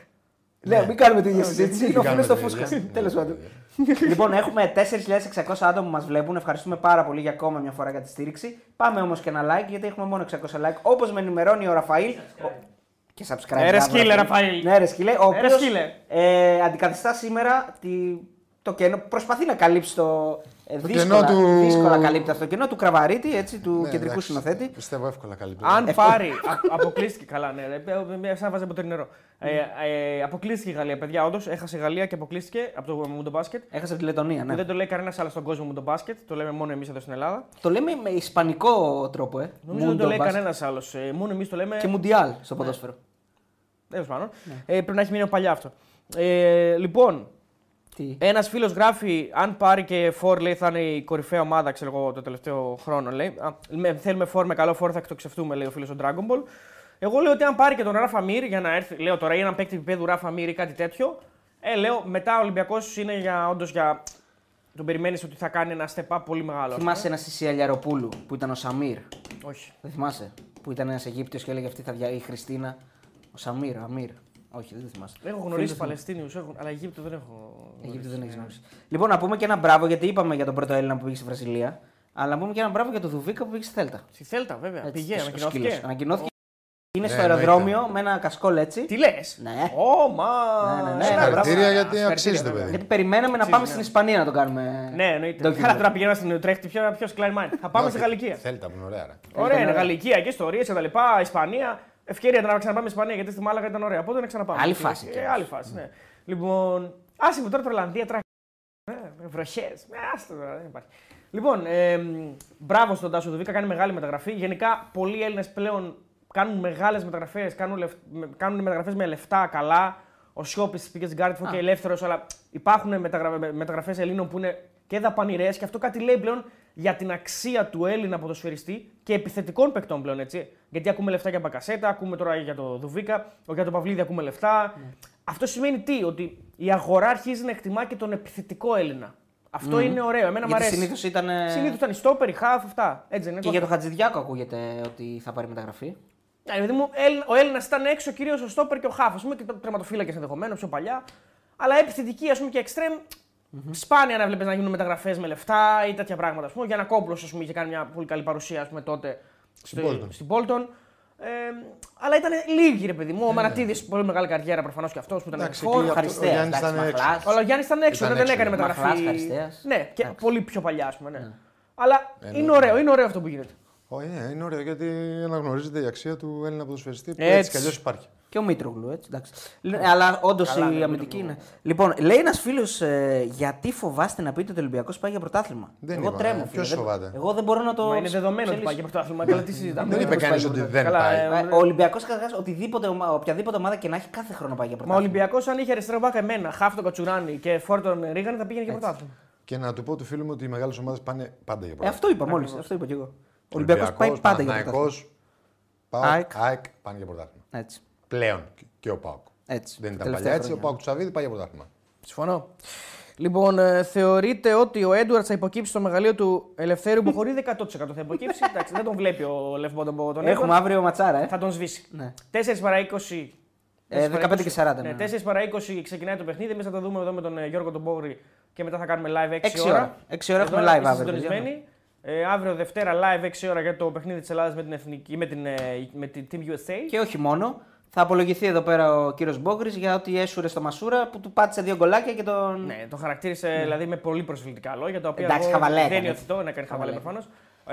A: Ναι, μην κάνουμε την ίδια συζήτηση. Είναι ο
D: Μην
A: φίλο του
D: κάνουμε την
A: Φούσκα.
D: ίδια.
A: Τέλος
D: Ναι,
A: πάντων.
D: ναι,
A: Λοιπόν, έχουμε 4.600 άτομα που μας βλέπουν. Ευχαριστούμε πάρα πολύ για ακόμα μια φορά για τη στήριξη. Πάμε όμως και ένα like, γιατί έχουμε μόνο 600 like. Όπως με ενημερώνει ο Ραφαήλ. ο- Και subscribe.
C: Ε, ρε
A: μπράβο,
C: σκύλε, Ραφαήλ.
A: Ναι, ρε σκύλε. Ο
C: Ε, ρε
A: οποίος,
C: σκύλε.
A: ε, αντικαθιστά σήμερα τη... το κενό. Προσπαθεί να καλύψει το. ε, δύσκολα,
D: κενό του-
A: δύσκολα καλύπτει αυτό το κενό του Κραβαρίτη, έτσι, του
D: Ναι,
A: κεντρικού
D: εντάξει,
A: συνοθέτη.
D: Πιστεύω εύκολα Ε, καλύτερα.
A: Ε,
C: Αν πάρει. α- αποκλείστηκε καλά, ναι. ρε, ε, ε, Σαν να βάζει ποτήρι νερό. Ε, ε, αποκλείστηκε η Γαλλία, παιδιά. Όντως, έχασε η Γαλλία και αποκλείστηκε από το Μουντομπάσκετ.
A: Έχασε από τη Λετωνία, ναι.
C: Δεν το λέει κανένας άλλος στον κόσμο Μουντομπάσκετ. Το λέμε μόνο εμείς εδώ στην Ελλάδα.
A: Το λέμε με ισπανικό τρόπο, ε.
C: Νομίζω δεν το λέει
A: Mundo Basket.
C: κανένας Ναι. άλλο. Μόνο εμείς το λέμε.
A: Και Ναι. Μουντιάλ στο ποδόσφαιρο.
C: Τέλος πάντων. Ε, πρέπει να έχει μείνει από παλιά αυτό. Ε, λοιπόν,
A: Τι.
C: ένας φίλος γράφει: Αν πάρει και φόρ, λέει, θα είναι η κορυφαία ομάδα ξέρω εγώ, το τελευταίο χρόνο. Λέει. Α, με, θέλουμε φόρ με καλό φόρ, θα εκτοξευτούμε, λέει ο φίλος του Dragon Ball. Εγώ λέω ότι αν πάρει και τον Ράφα Μύρ για να έρθει, λέω τώρα, ή έναν παίκτη επίπεδου Ράφα Μύρ ή κάτι τέτοιο, ε, λέω μετά ο Ολυμπιακός είναι για, όντως για. Τον περιμένεις ότι θα κάνει ένα step up πολύ μεγάλο. ας πούμε.
A: Θυμάσαι ένας Σισί Αλιαροπούλου που ήταν ο Σαμίρ.
C: Όχι.
A: Δεν θυμάσαι. Που ήταν ένας Αιγύπτιος και έλεγε αυτή θα δια... η Χριστίνα. Ο Σαμίρ, ο Αμίρ. Όχι, δεν θυμάσαι.
C: Έχω γνωρίσει Παλαιστίνιου, αλλά Αιγύπτο δεν έχω.
A: Αιγύπτιο δεν
C: ναι.
A: έχει γνώρισει. Λοιπόν, να πούμε και ένα μπράβο γιατί είπαμε για τον πρώτο Έλληνα που πήγε στη Βραζιλία. Αλλά να πούμε και ένα μπράβο για τον Δουβίκα που πήγε στη Θέλτα.
C: Στη Θέλτα, βέβαια.
A: Έτσι,
C: Πήγε,
A: ο- ο
C: ανακοινώθηκε.
A: σκύλος. Ανακοινώθηκε. Είναι
D: Ναι,
A: στο
D: εννοείται.
A: αεροδρόμιο με ένα κασκόλ έτσι.
C: Τι λες.
A: Ναι.
C: Ω, μα.
A: Ναι, ναι, ναι.
C: Συγχαρητήρια,
A: Συγχαρητήρια,
D: γιατί
C: βέβαια.
D: αξίζει το παιδί.
A: Γιατί περιμέναμε να πάμε
C: ναι.
A: στην Ισπανία να το κάνουμε.
C: Ναι, εννοείται.
A: document.
C: Καλά, τώρα πηγαίνουμε στην Ουτρέχτη, ποιο ποιος Klein Mind. Θα πάμε
D: Όχι,
C: στη Γαλλικία.
D: Θέλτα που είναι ωραία. ρε.
C: Ωραία, είναι Γαλλικία και ιστορίες και τα λοιπά. Ισπανία. Ευκαιρία να ξαναπάμε Ισπανία γιατί στη Μάλαγα ήταν ωραία. Πότε να ξαναπάμε.
A: Άλλη φάση
C: Ε,
A: κι
C: ε,
A: όμως.
C: άλλη φάση, ναι. Λοιπόν. Άσε με τώρα Ναι, Τρολανδία τράχει. Βροχέ. Άστο τώρα, δεν υπάρχει. Λοιπόν, ε, μ, μπράβο στον Τάσο Δουβίκα, κάνει μεγάλη μεταγραφή. Γενικά, πολλοί Έλληνες πλέον κάνουν μεγάλες μεταγραφές, κάνουν, λεφ... με- κάνουν μεταγραφές με λεφτά καλά. Ο Σιώπης πήγε στην Κάρτιφο και ελεύθερος, αλλά υπάρχουν μεταγραφές Ελλήνων που είναι και δαπανηρές και αυτό κάτι λέει πλέον για την αξία του Έλληνα ποδοσφαιριστή και επιθετικών παικτών πλέον, έτσι. Γιατί ακούμε λεφτά για Μπακασέτα, ακούμε τώρα για το Δουβίκα, ο- για τον Παυλίδη ακούμε λεφτά.
A: Ναι.
C: Αυτό σημαίνει τι, ότι η αγορά αρχίζει να εκτιμά και τον επιθετικό Έλληνα. Αυτό είναι ωραίο, εμένα μου
A: Ναι. Γιατί
C: αρέσει. λοιπόν-
A: συνήθως ήταν. ε,
C: Συνήθως ήταν η στόπερ, η χάφ, αυτά. Έτσι δεν είναι.
A: Και για τον Χατζηδιάκο ακούγεται ότι θα πάρει μεταγραφή.
C: Ναι, ρε παιδί μου, Έλλη- ο Έλληνας ήταν έξω κυρίως ο στόπερ και ο χάφ. Ας πούμε και τερματοφύλακες ενδεχομένως πιο παλιά. Αλλά επιθετική ας πούμε, και εξτρεμ. Σπάνια να βλέπεις να γίνουν μεταγραφές με λεφτά ή τέτοια πράγματα. Ας πούμε. Ο Γιάννα Κόμπλος είχε κάνει μια πολύ καλή παρουσία ας πούμε, τότε
D: Στην
C: στη-
D: Bolton.
C: στην Bolton. Ε, αλλά ήταν λίγοι ρε παιδί μου. Ο Μανατίδη, πολύ μεγάλη καριέρα προφανώς και αυτός που ήταν
D: Ναι, Εντάξει,
C: φόρ.
D: και για-
A: Ευχαριστέ.
D: ο Γιάννης
A: εντάξει,
D: ήταν έξω.
A: Μαχλάς.
C: Αλλά ο Γιάννης ήταν έξω,
D: Ήταν
C: δεν
D: έξω,
C: έκανε
D: ναι.
C: μεταγραφή.
A: Μαχλάς, Χαριστέας.
C: Ναι, και
A: Εντάξει.
C: πολύ πιο παλιά, ας πούμε. Ναι. Αλλά είναι ωραίο, είναι ωραίο αυτό που γίνεται.
D: Ω, ναι, είναι ωραίο γιατί αναγνωρίζεται η αξία του Έλληνα ποδοσφαιριστή που
C: Έτσι.
D: έτσι κι αλλιώς υπάρχει.
A: Και ο Μήτρογλου, έτσι. Εντάξει. Λε- Αλλά όντως
C: Καλά, ναι,
A: η
C: ο
A: αμυντική είναι. Λοιπόν, λέει ένας φίλος, γιατί φοβάστε να πείτε ότι ο Ολυμπιακός πάει για πρωτάθλημα.
D: Δεν
A: εγώ
D: είπα,
A: τρέμω.
D: ε,
A: φίλε,
D: ποιος
A: δεν-
D: φοβάται?
A: Εγώ δεν μπορώ να το.
C: Μα είναι δεδομένο ότι πάει για πρωτάθλημα. Καλά, τι συζητάμε.
D: Δεν είπε
C: Πώς
D: κανείς
C: πάει
D: ότι
C: για
D: δεν
C: πρωτάθλημα.
D: πάει.
C: Καλά, ε,
A: Ο Ολυμπιακός, καταρχάς, οτιδήποτε, ομα- οποιαδήποτε ομάδα και να έχει, κάθε χρόνο πάει για
C: Μα ο
A: πρωτάθλημα.
C: Ολυμπιακός, αν είχε αριστερό μπάκα εμένα, χάφ τον Κατσουράνη και φόρτον Ρίγαν, θα πήγαινε για πρωτάθλημα.
D: Και να του πω του φίλου μου ότι οι μεγάλες ομάδες πάνε πάντα για
A: Ε,
D: πρωτάθλημα.
A: αυτό είπα μόλις. Αυτό είπα κι εγώ. Ο Ολυμπιακός πάει πάντα για πρωτάθλημα.
D: Παναθηναϊκός, ΠΑΟΚ,
A: ΑΕΚ.
D: ΑΕΚ πάνε για πρωτάθλημα.
A: Έτσι.
C: Λοιπόν,
D: Πλέον και ο ΠΑΟΚ.
A: έτσι.
D: Δεν ήταν
A: Τελευταία
D: παλιά έτσι. Ο
A: χρόνια.
D: ΠΑΟΚ του Σαββίδη πάει για πρωτάθλημα.
C: Συμφωνώ. Λοιπόν, ε, θεωρείτε ότι ο Έντουαρτ θα υποκύψει στο μεγαλείο του Ελευθέρου που χωρί 100% θα υποκύψει. Εντάξει, δεν τον βλέπει ο Λευμπό τον Πογοτόν.
A: Έχουμε αύριο ματσάρα, ε.
C: Θα τον σβήσει.
A: Ναι.
C: 4 παρά 20.
A: Ε, 15 και 40,
C: Ναι,
A: ναι.
C: 4 παρά 20 ξεκινάει το παιχνίδι. Εμείς θα το δούμε εδώ με τον ε, Γιώργο τον Μπόγρη και μετά θα κάνουμε live 6,
A: Έξι
C: ώρα.
A: ώρα. Έξι ώρα
C: Εδώ
A: έχουμε live
C: είστε
A: αύριο, παιδιά,
C: συντονισμένοι. Ε, αύριο Δευτέρα live 6 ώρα για το παιχνίδι της Ελλάδας με την, εθνική, με, την, ε, με την Team USA.
A: Και όχι μόνο. Θα απολογηθεί εδώ πέρα ο κύριος Μπόγκρης για ότι έσουρε στο Μασούρα που του πάτησε δύο γκολάκια και τον.
C: Ναι, τον χαρακτήρισε δηλαδή με πολύ προσβλητικά λόγια. Τα οποία
A: Εντάξει,
C: εγώ
A: χαβαλέ
C: Δεν
A: έκανε.
C: υιοθετώ, να κάνει χαβαλέ
A: Χαβαλέ.
C: προφανώς.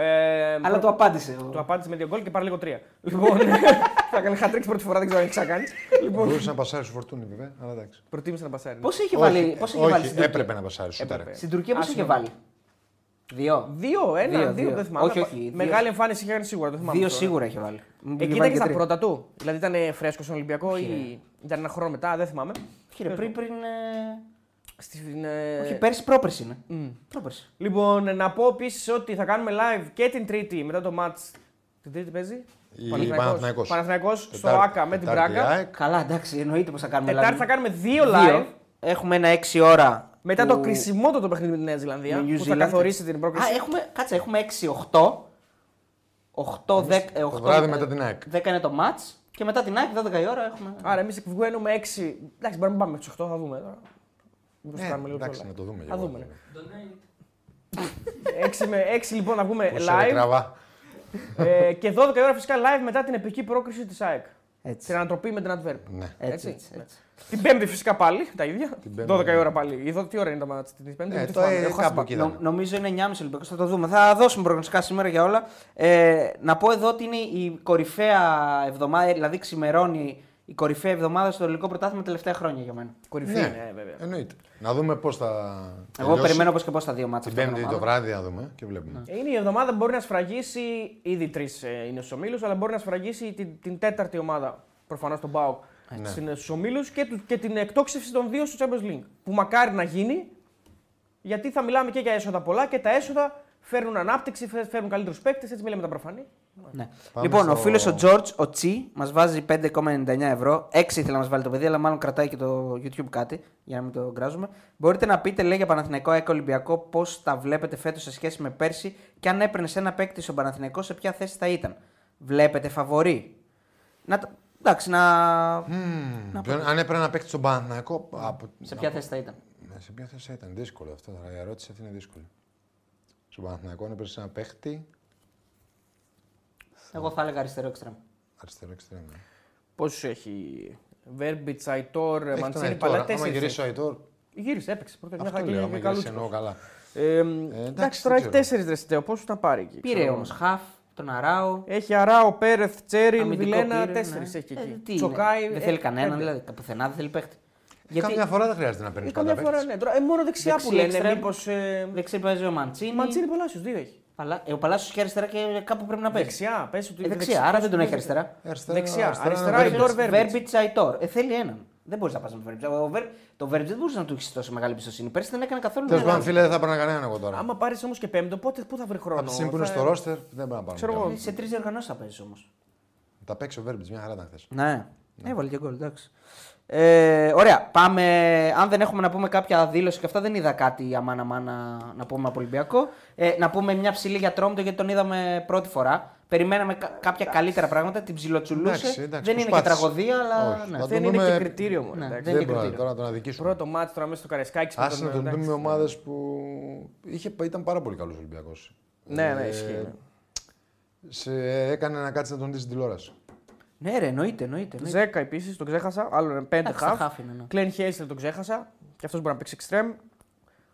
C: Ε,
A: Αλλά
C: προ-
A: του απάντησε.
C: του απάντησε με δύο γκολ και πάρει λίγο τρία. Λοιπόν, θα κάνει χατρίξ πρώτη φορά, δεν ξέρω αν έχει ξανακάνεις. λοιπόν,
D: Μπορούσε να πασάρει στο φορτούνι βέβαια, αλλά εντάξει.
C: προτίμησε να πασάρει. ναι.
A: Πώς είχε
D: Όχι,
A: βάλει,
D: ε,
A: πώς είχε
D: όχι,
A: βάλει στην Τουρκία.
D: έπρεπε να πασάρει. Σούταρε.
C: Έπρεπε.
A: Στην Τουρκία πώς είχε
C: Άσχημα.
A: βάλει. Δύο.
C: Δύο, ένα,
A: Δύο,
C: δύο,
A: δύο.
C: δεν θυμάμαι.
A: Όχι, όχι, δύο.
C: Μεγάλη εμφάνιση είχε κάνει σίγουρα, το θυμάμαι.
A: Δύο
C: τώρα.
A: σίγουρα είχε βάλει. Μου
C: Ε,
A: πήγε βάλει
C: κοίταξε
A: και
C: τα
A: τρία.
C: πρώτα του. Δηλαδή ήταν φρέσκο στον Ολυμπιακό ή ήταν ένα χρόνο μετά, δεν θυμάμαι.
A: Όχι, ρε, πριν. πριν ε,
C: Στην, ε,
A: Όχι, πέρσι πρόπερση είναι. Πρόπερση.
C: Λοιπόν, ε, να πω επίσης ότι θα κάνουμε live και την Τρίτη μετά το match. Την Τρίτη παίζει.
D: Η-
C: Παναθηναϊκός.
D: Παναθηναϊκός.
C: Παναθηναϊκός στο
D: Τετάρτη-
C: Άκα με την
D: Τετάρτη
C: Πράγκα.
D: ΑΕΚ.
A: Καλά, εντάξει, εννοείται πως θα κάνουμε.
C: Τετάρτη
A: live.
C: θα κάνουμε δύο live.
A: Έχουμε ένα 6 ώρα.
C: Μετά
A: που-
C: το κρισιμότατο παιχνίδι με τη Νέα Ζηλανδία.
A: με New
C: Που θα
A: Zealand.
C: καθορίσει την πρόκληση.
A: Α, ε- έχουμε, κάτσε, έχουμε 6-8. 8, 10, 8,
D: βράδυ μετά την ΑΕΚ.
A: 10 ε, είναι το match και μετά την ΑΕΚ 12 η ώρα έχουμε.
C: Άρα εμείς βγαίνουμε 6. Εντάξει, μπορούμε να πάμε με του 8, θα δούμε τώρα. Μήπως
D: Ναι,
C: κάνουμε λίγο
D: Ε, εντάξει,
C: πιο
D: να το δούμε
C: Θα
D: λίγο.
C: δούμε. 6 με 6 λοιπόν να βγούμε
D: Πόσο ρε
C: live.
D: κραβά.
C: ε, και 12 η ώρα φυσικά live μετά την επική πρόκριση της ΑΕΚ.
A: Έτσι.
C: Την ανατροπή με την Adverb.
D: Ναι.
A: Έτσι,
C: Έτσι,
A: έτσι, έτσι.
C: Την Πέμπτη φυσικά πάλι τα ίδια.
D: Πέμπτη.
C: 12 η ώρα πάλι. Η δο- τι ώρα είναι τα μάτια της Πέμπτης.
D: Ναι, το ε, κάπου εκεί
A: Νο-
D: ήταν.
A: νομίζω είναι 9,5 Ολυμπιακό. Θα το δούμε. Θα δώσουμε προγνωστικά σήμερα για όλα. Ε, να πω εδώ ότι είναι η κορυφαία εβδομάδα, δηλαδή ξημερώνει η κορυφαία εβδομάδα στο ελληνικό πρωτάθλημα τελευταία χρόνια για μένα.
C: Κορυφή
D: Ναι,
C: είναι, βέβαια.
D: εννοείται. Να δούμε πώς θα.
A: Εγώ
D: τελειώσει.
A: περιμένω πώ και πώς τα δύο μάτσα.
D: Την
A: αυτά των
D: Πέμπτη το
A: ομάδων.
D: βράδυ να δούμε και βλέπουμε.
C: Είναι η εβδομάδα που μπορεί να σφραγίσει. Ήδη τρεις είναι στους ομίλους, αλλά μπορεί να σφραγίσει την, την τέταρτη ομάδα. Προφανώς τον Μπάουκ.
D: Ε, ναι.
C: Στους ομίλους και, του- και την εκτόξευση των δύο στο Champions League. Που μακάρι να γίνει, γιατί θα μιλάμε και για έσοδα πολλά και τα έσοδα φέρνουν ανάπτυξη, φε- φέρνουν καλύτερους παίκτες. Έτσι μιλάμε τα προφανή.
A: Ναι.
D: Πάμε
A: Λοιπόν, ο
D: στο-
A: φίλος ο George, ο Τσι, μας βάζει 5,99 ευρώ. 6 ήθελε να μας βάλει το παιδί, αλλά μάλλον κρατάει και το YouTube κάτι για να μην το γκράζουμε. Μπορείτε να πείτε, λέει για Παναθηναϊκό ΑΕΚ Ολυμπιακό, πώς τα βλέπετε φέτος σε σχέση με πέρσι και αν έπαιρνε ένα παίκτη στον Παναθηναϊκό, σε ποια θέση θα ήταν. Βλέπετε φαβορή. Να, τα- εντάξει, να.
D: Ποιον- Αν έπρεπε να παίξει στον Παναθηναϊκό. από-
A: Σε ποια θέση θα ήταν.
D: Ναι, σε ποια θέση θα ήταν δύσκολο αυτό. τώρα, Η ερώτηση αυτή είναι δύσκολη. Στον Παναθηναϊκό αν έπαιξε ένα παίχτη.
A: Εγώ θα έλεγα αριστερό εξτρέμ.
D: Αριστερό εξτρέμ. ε.
C: Πόσους έχει. Βέρμπιτ, Αϊτόρ,
D: Έχει τον
C: Μαντσίνη,
D: Αϊτόρ.
C: παλιά
D: Άμα
C: τέσσερις.
D: γυρίσει ο Αϊτόρ.
C: Γύρισε, έπαιξε πρώτα. Μια
D: Αυτό
C: χαρά
D: λέω.
C: και
D: Άμα
C: και
D: γυρίσει
C: καλούτσικος.
D: εννοώ καλά.
C: Ε,
D: εντάξει,
C: Εντάξει, τώρα
D: δεν
C: έχει
D: ξέρω.
C: τέσσερις δρεσιτέο. Πόσου να πάρει εκεί. ξέρω
A: Πήρε
C: εγώ.
A: όμως χαφ, τον Αράο.
C: Έχει Αράο, Πέρεθ, Τσέριν,
A: αμυντικό
C: Βιλένα,
A: πήρε,
C: τέσσερι
A: ναι.
C: έχει εκεί.
A: Ε, τι είναι,
C: Τσοκάι,
A: δεν
C: ε,
A: θέλει κανέναν,
C: πέντε.
A: δηλαδή. Πουθενά δεν θέλει παίχτη.
D: Καμιά φορά δεν χρειάζεται να παίρνεις
C: Ε, καμιά
D: πάντα
C: φορά,
D: παίχτη.
C: ναι. Τώρα, ε, μόνο δεξιά
A: Δεξί
C: που λένε.
A: εξτρέμ.
C: Μήπως. Ε,
A: Δεξί παίζει ο Μαντσίνη.
C: Μαντσίνη Παλάσιος, δύο έχει.
A: Παλά... Ε, ο Παλάσιος έχει αριστερά και κάπου πρέπει να παίξει.
C: Δεξιά, πες ότι.
A: Ε, δεξιά, άρα δεν τον έχει αριστερά.
C: Δεξιά, αριστερά,
D: να
C: Αϊτόρ,
D: παίρνεις.
C: Βέρμπιτς.
A: Βέρμπιτ Αϊτόρ. Ε, θέλει έναν. Δεν μπορείς να πας με Βέρμπιτ. Ο Βέρ... Το Βέρμπιτ δεν μπορούσες να του έχεις τόσο μεγάλη εμπιστοσύνη. Πέρσι δεν έκανε καθόλου.
D: Τέλος πάντων,
A: μεγάλη.
D: φίλε, δεν θα έπαιρνα κανέναν εγώ τώρα.
C: Ε, Άμα πάρεις όμως και πέμπτο, πότε πού θα βρει χρόνο.
D: Από τη στιγμή που είναι
C: θα-
D: στο ρόστερ, δεν πρέπει να πάρουμε.
C: Ξέρω εγώ.
A: Ε,
D: κανέναν.
A: Σε τρεις διοργανώσεις θα παίζεις όμως.
D: Τα παίξει ο Βέρμπιτ, μια χαρά ήταν χθες.
A: Ναι. Έβαλε και γκολ, εντάξει. Ε, ωραία, πάμε. Αν δεν έχουμε να πούμε κάποια δήλωση και αυτά, δεν είδα κάτι αμάνα μάνα να πούμε από Ολυμπιακό. Ε, να πούμε μια ψηλή για τρόμητο γιατί τον είδαμε πρώτη φορά. Περιμέναμε κα- κάποια καλύτερα πράγματα, την ψιλοτσουλούσε.
D: Εντάξει, εντάξει,
A: δεν είναι και
D: προσπάθησε.
A: τραγωδία, αλλά.
D: Όχι,
A: ναι.
D: θα
C: Δεν
D: το
C: είναι
D: δούμε-
C: και κριτήριο μόνο.
A: Ναι,
C: εντάξει.
A: δεν είναι
D: Δεν μπορεί
A: κριτήριο.
D: τώρα να τον αδικήσουμε.
C: Πρώτο μάτι τώρα μέσα στο Καρεσκάκι. με
D: Άσε να τον δούμε
C: εντάξει.
D: με ομάδες που. Είχε, ήταν πάρα πολύ καλός Ολυμπιακός.
C: Ναι, ναι, ισχύει.
D: Ε,
C: ναι.
D: Σε έκανε να κάτσει να τον δεις στην τηλεόραση.
A: Ναι, ρε, εννοείται, εννοείται. εννοείται.
C: Ζέκα επίσης, τον ξέχασα. Άλλο ένα πέντε
A: Εντάξει, τα
C: χαφ.
A: χαφ είναι, ναι.
C: Κλέν Χέισλερ τον ξέχασα. Και αυτός μπορεί να παίξει εξτρέμ.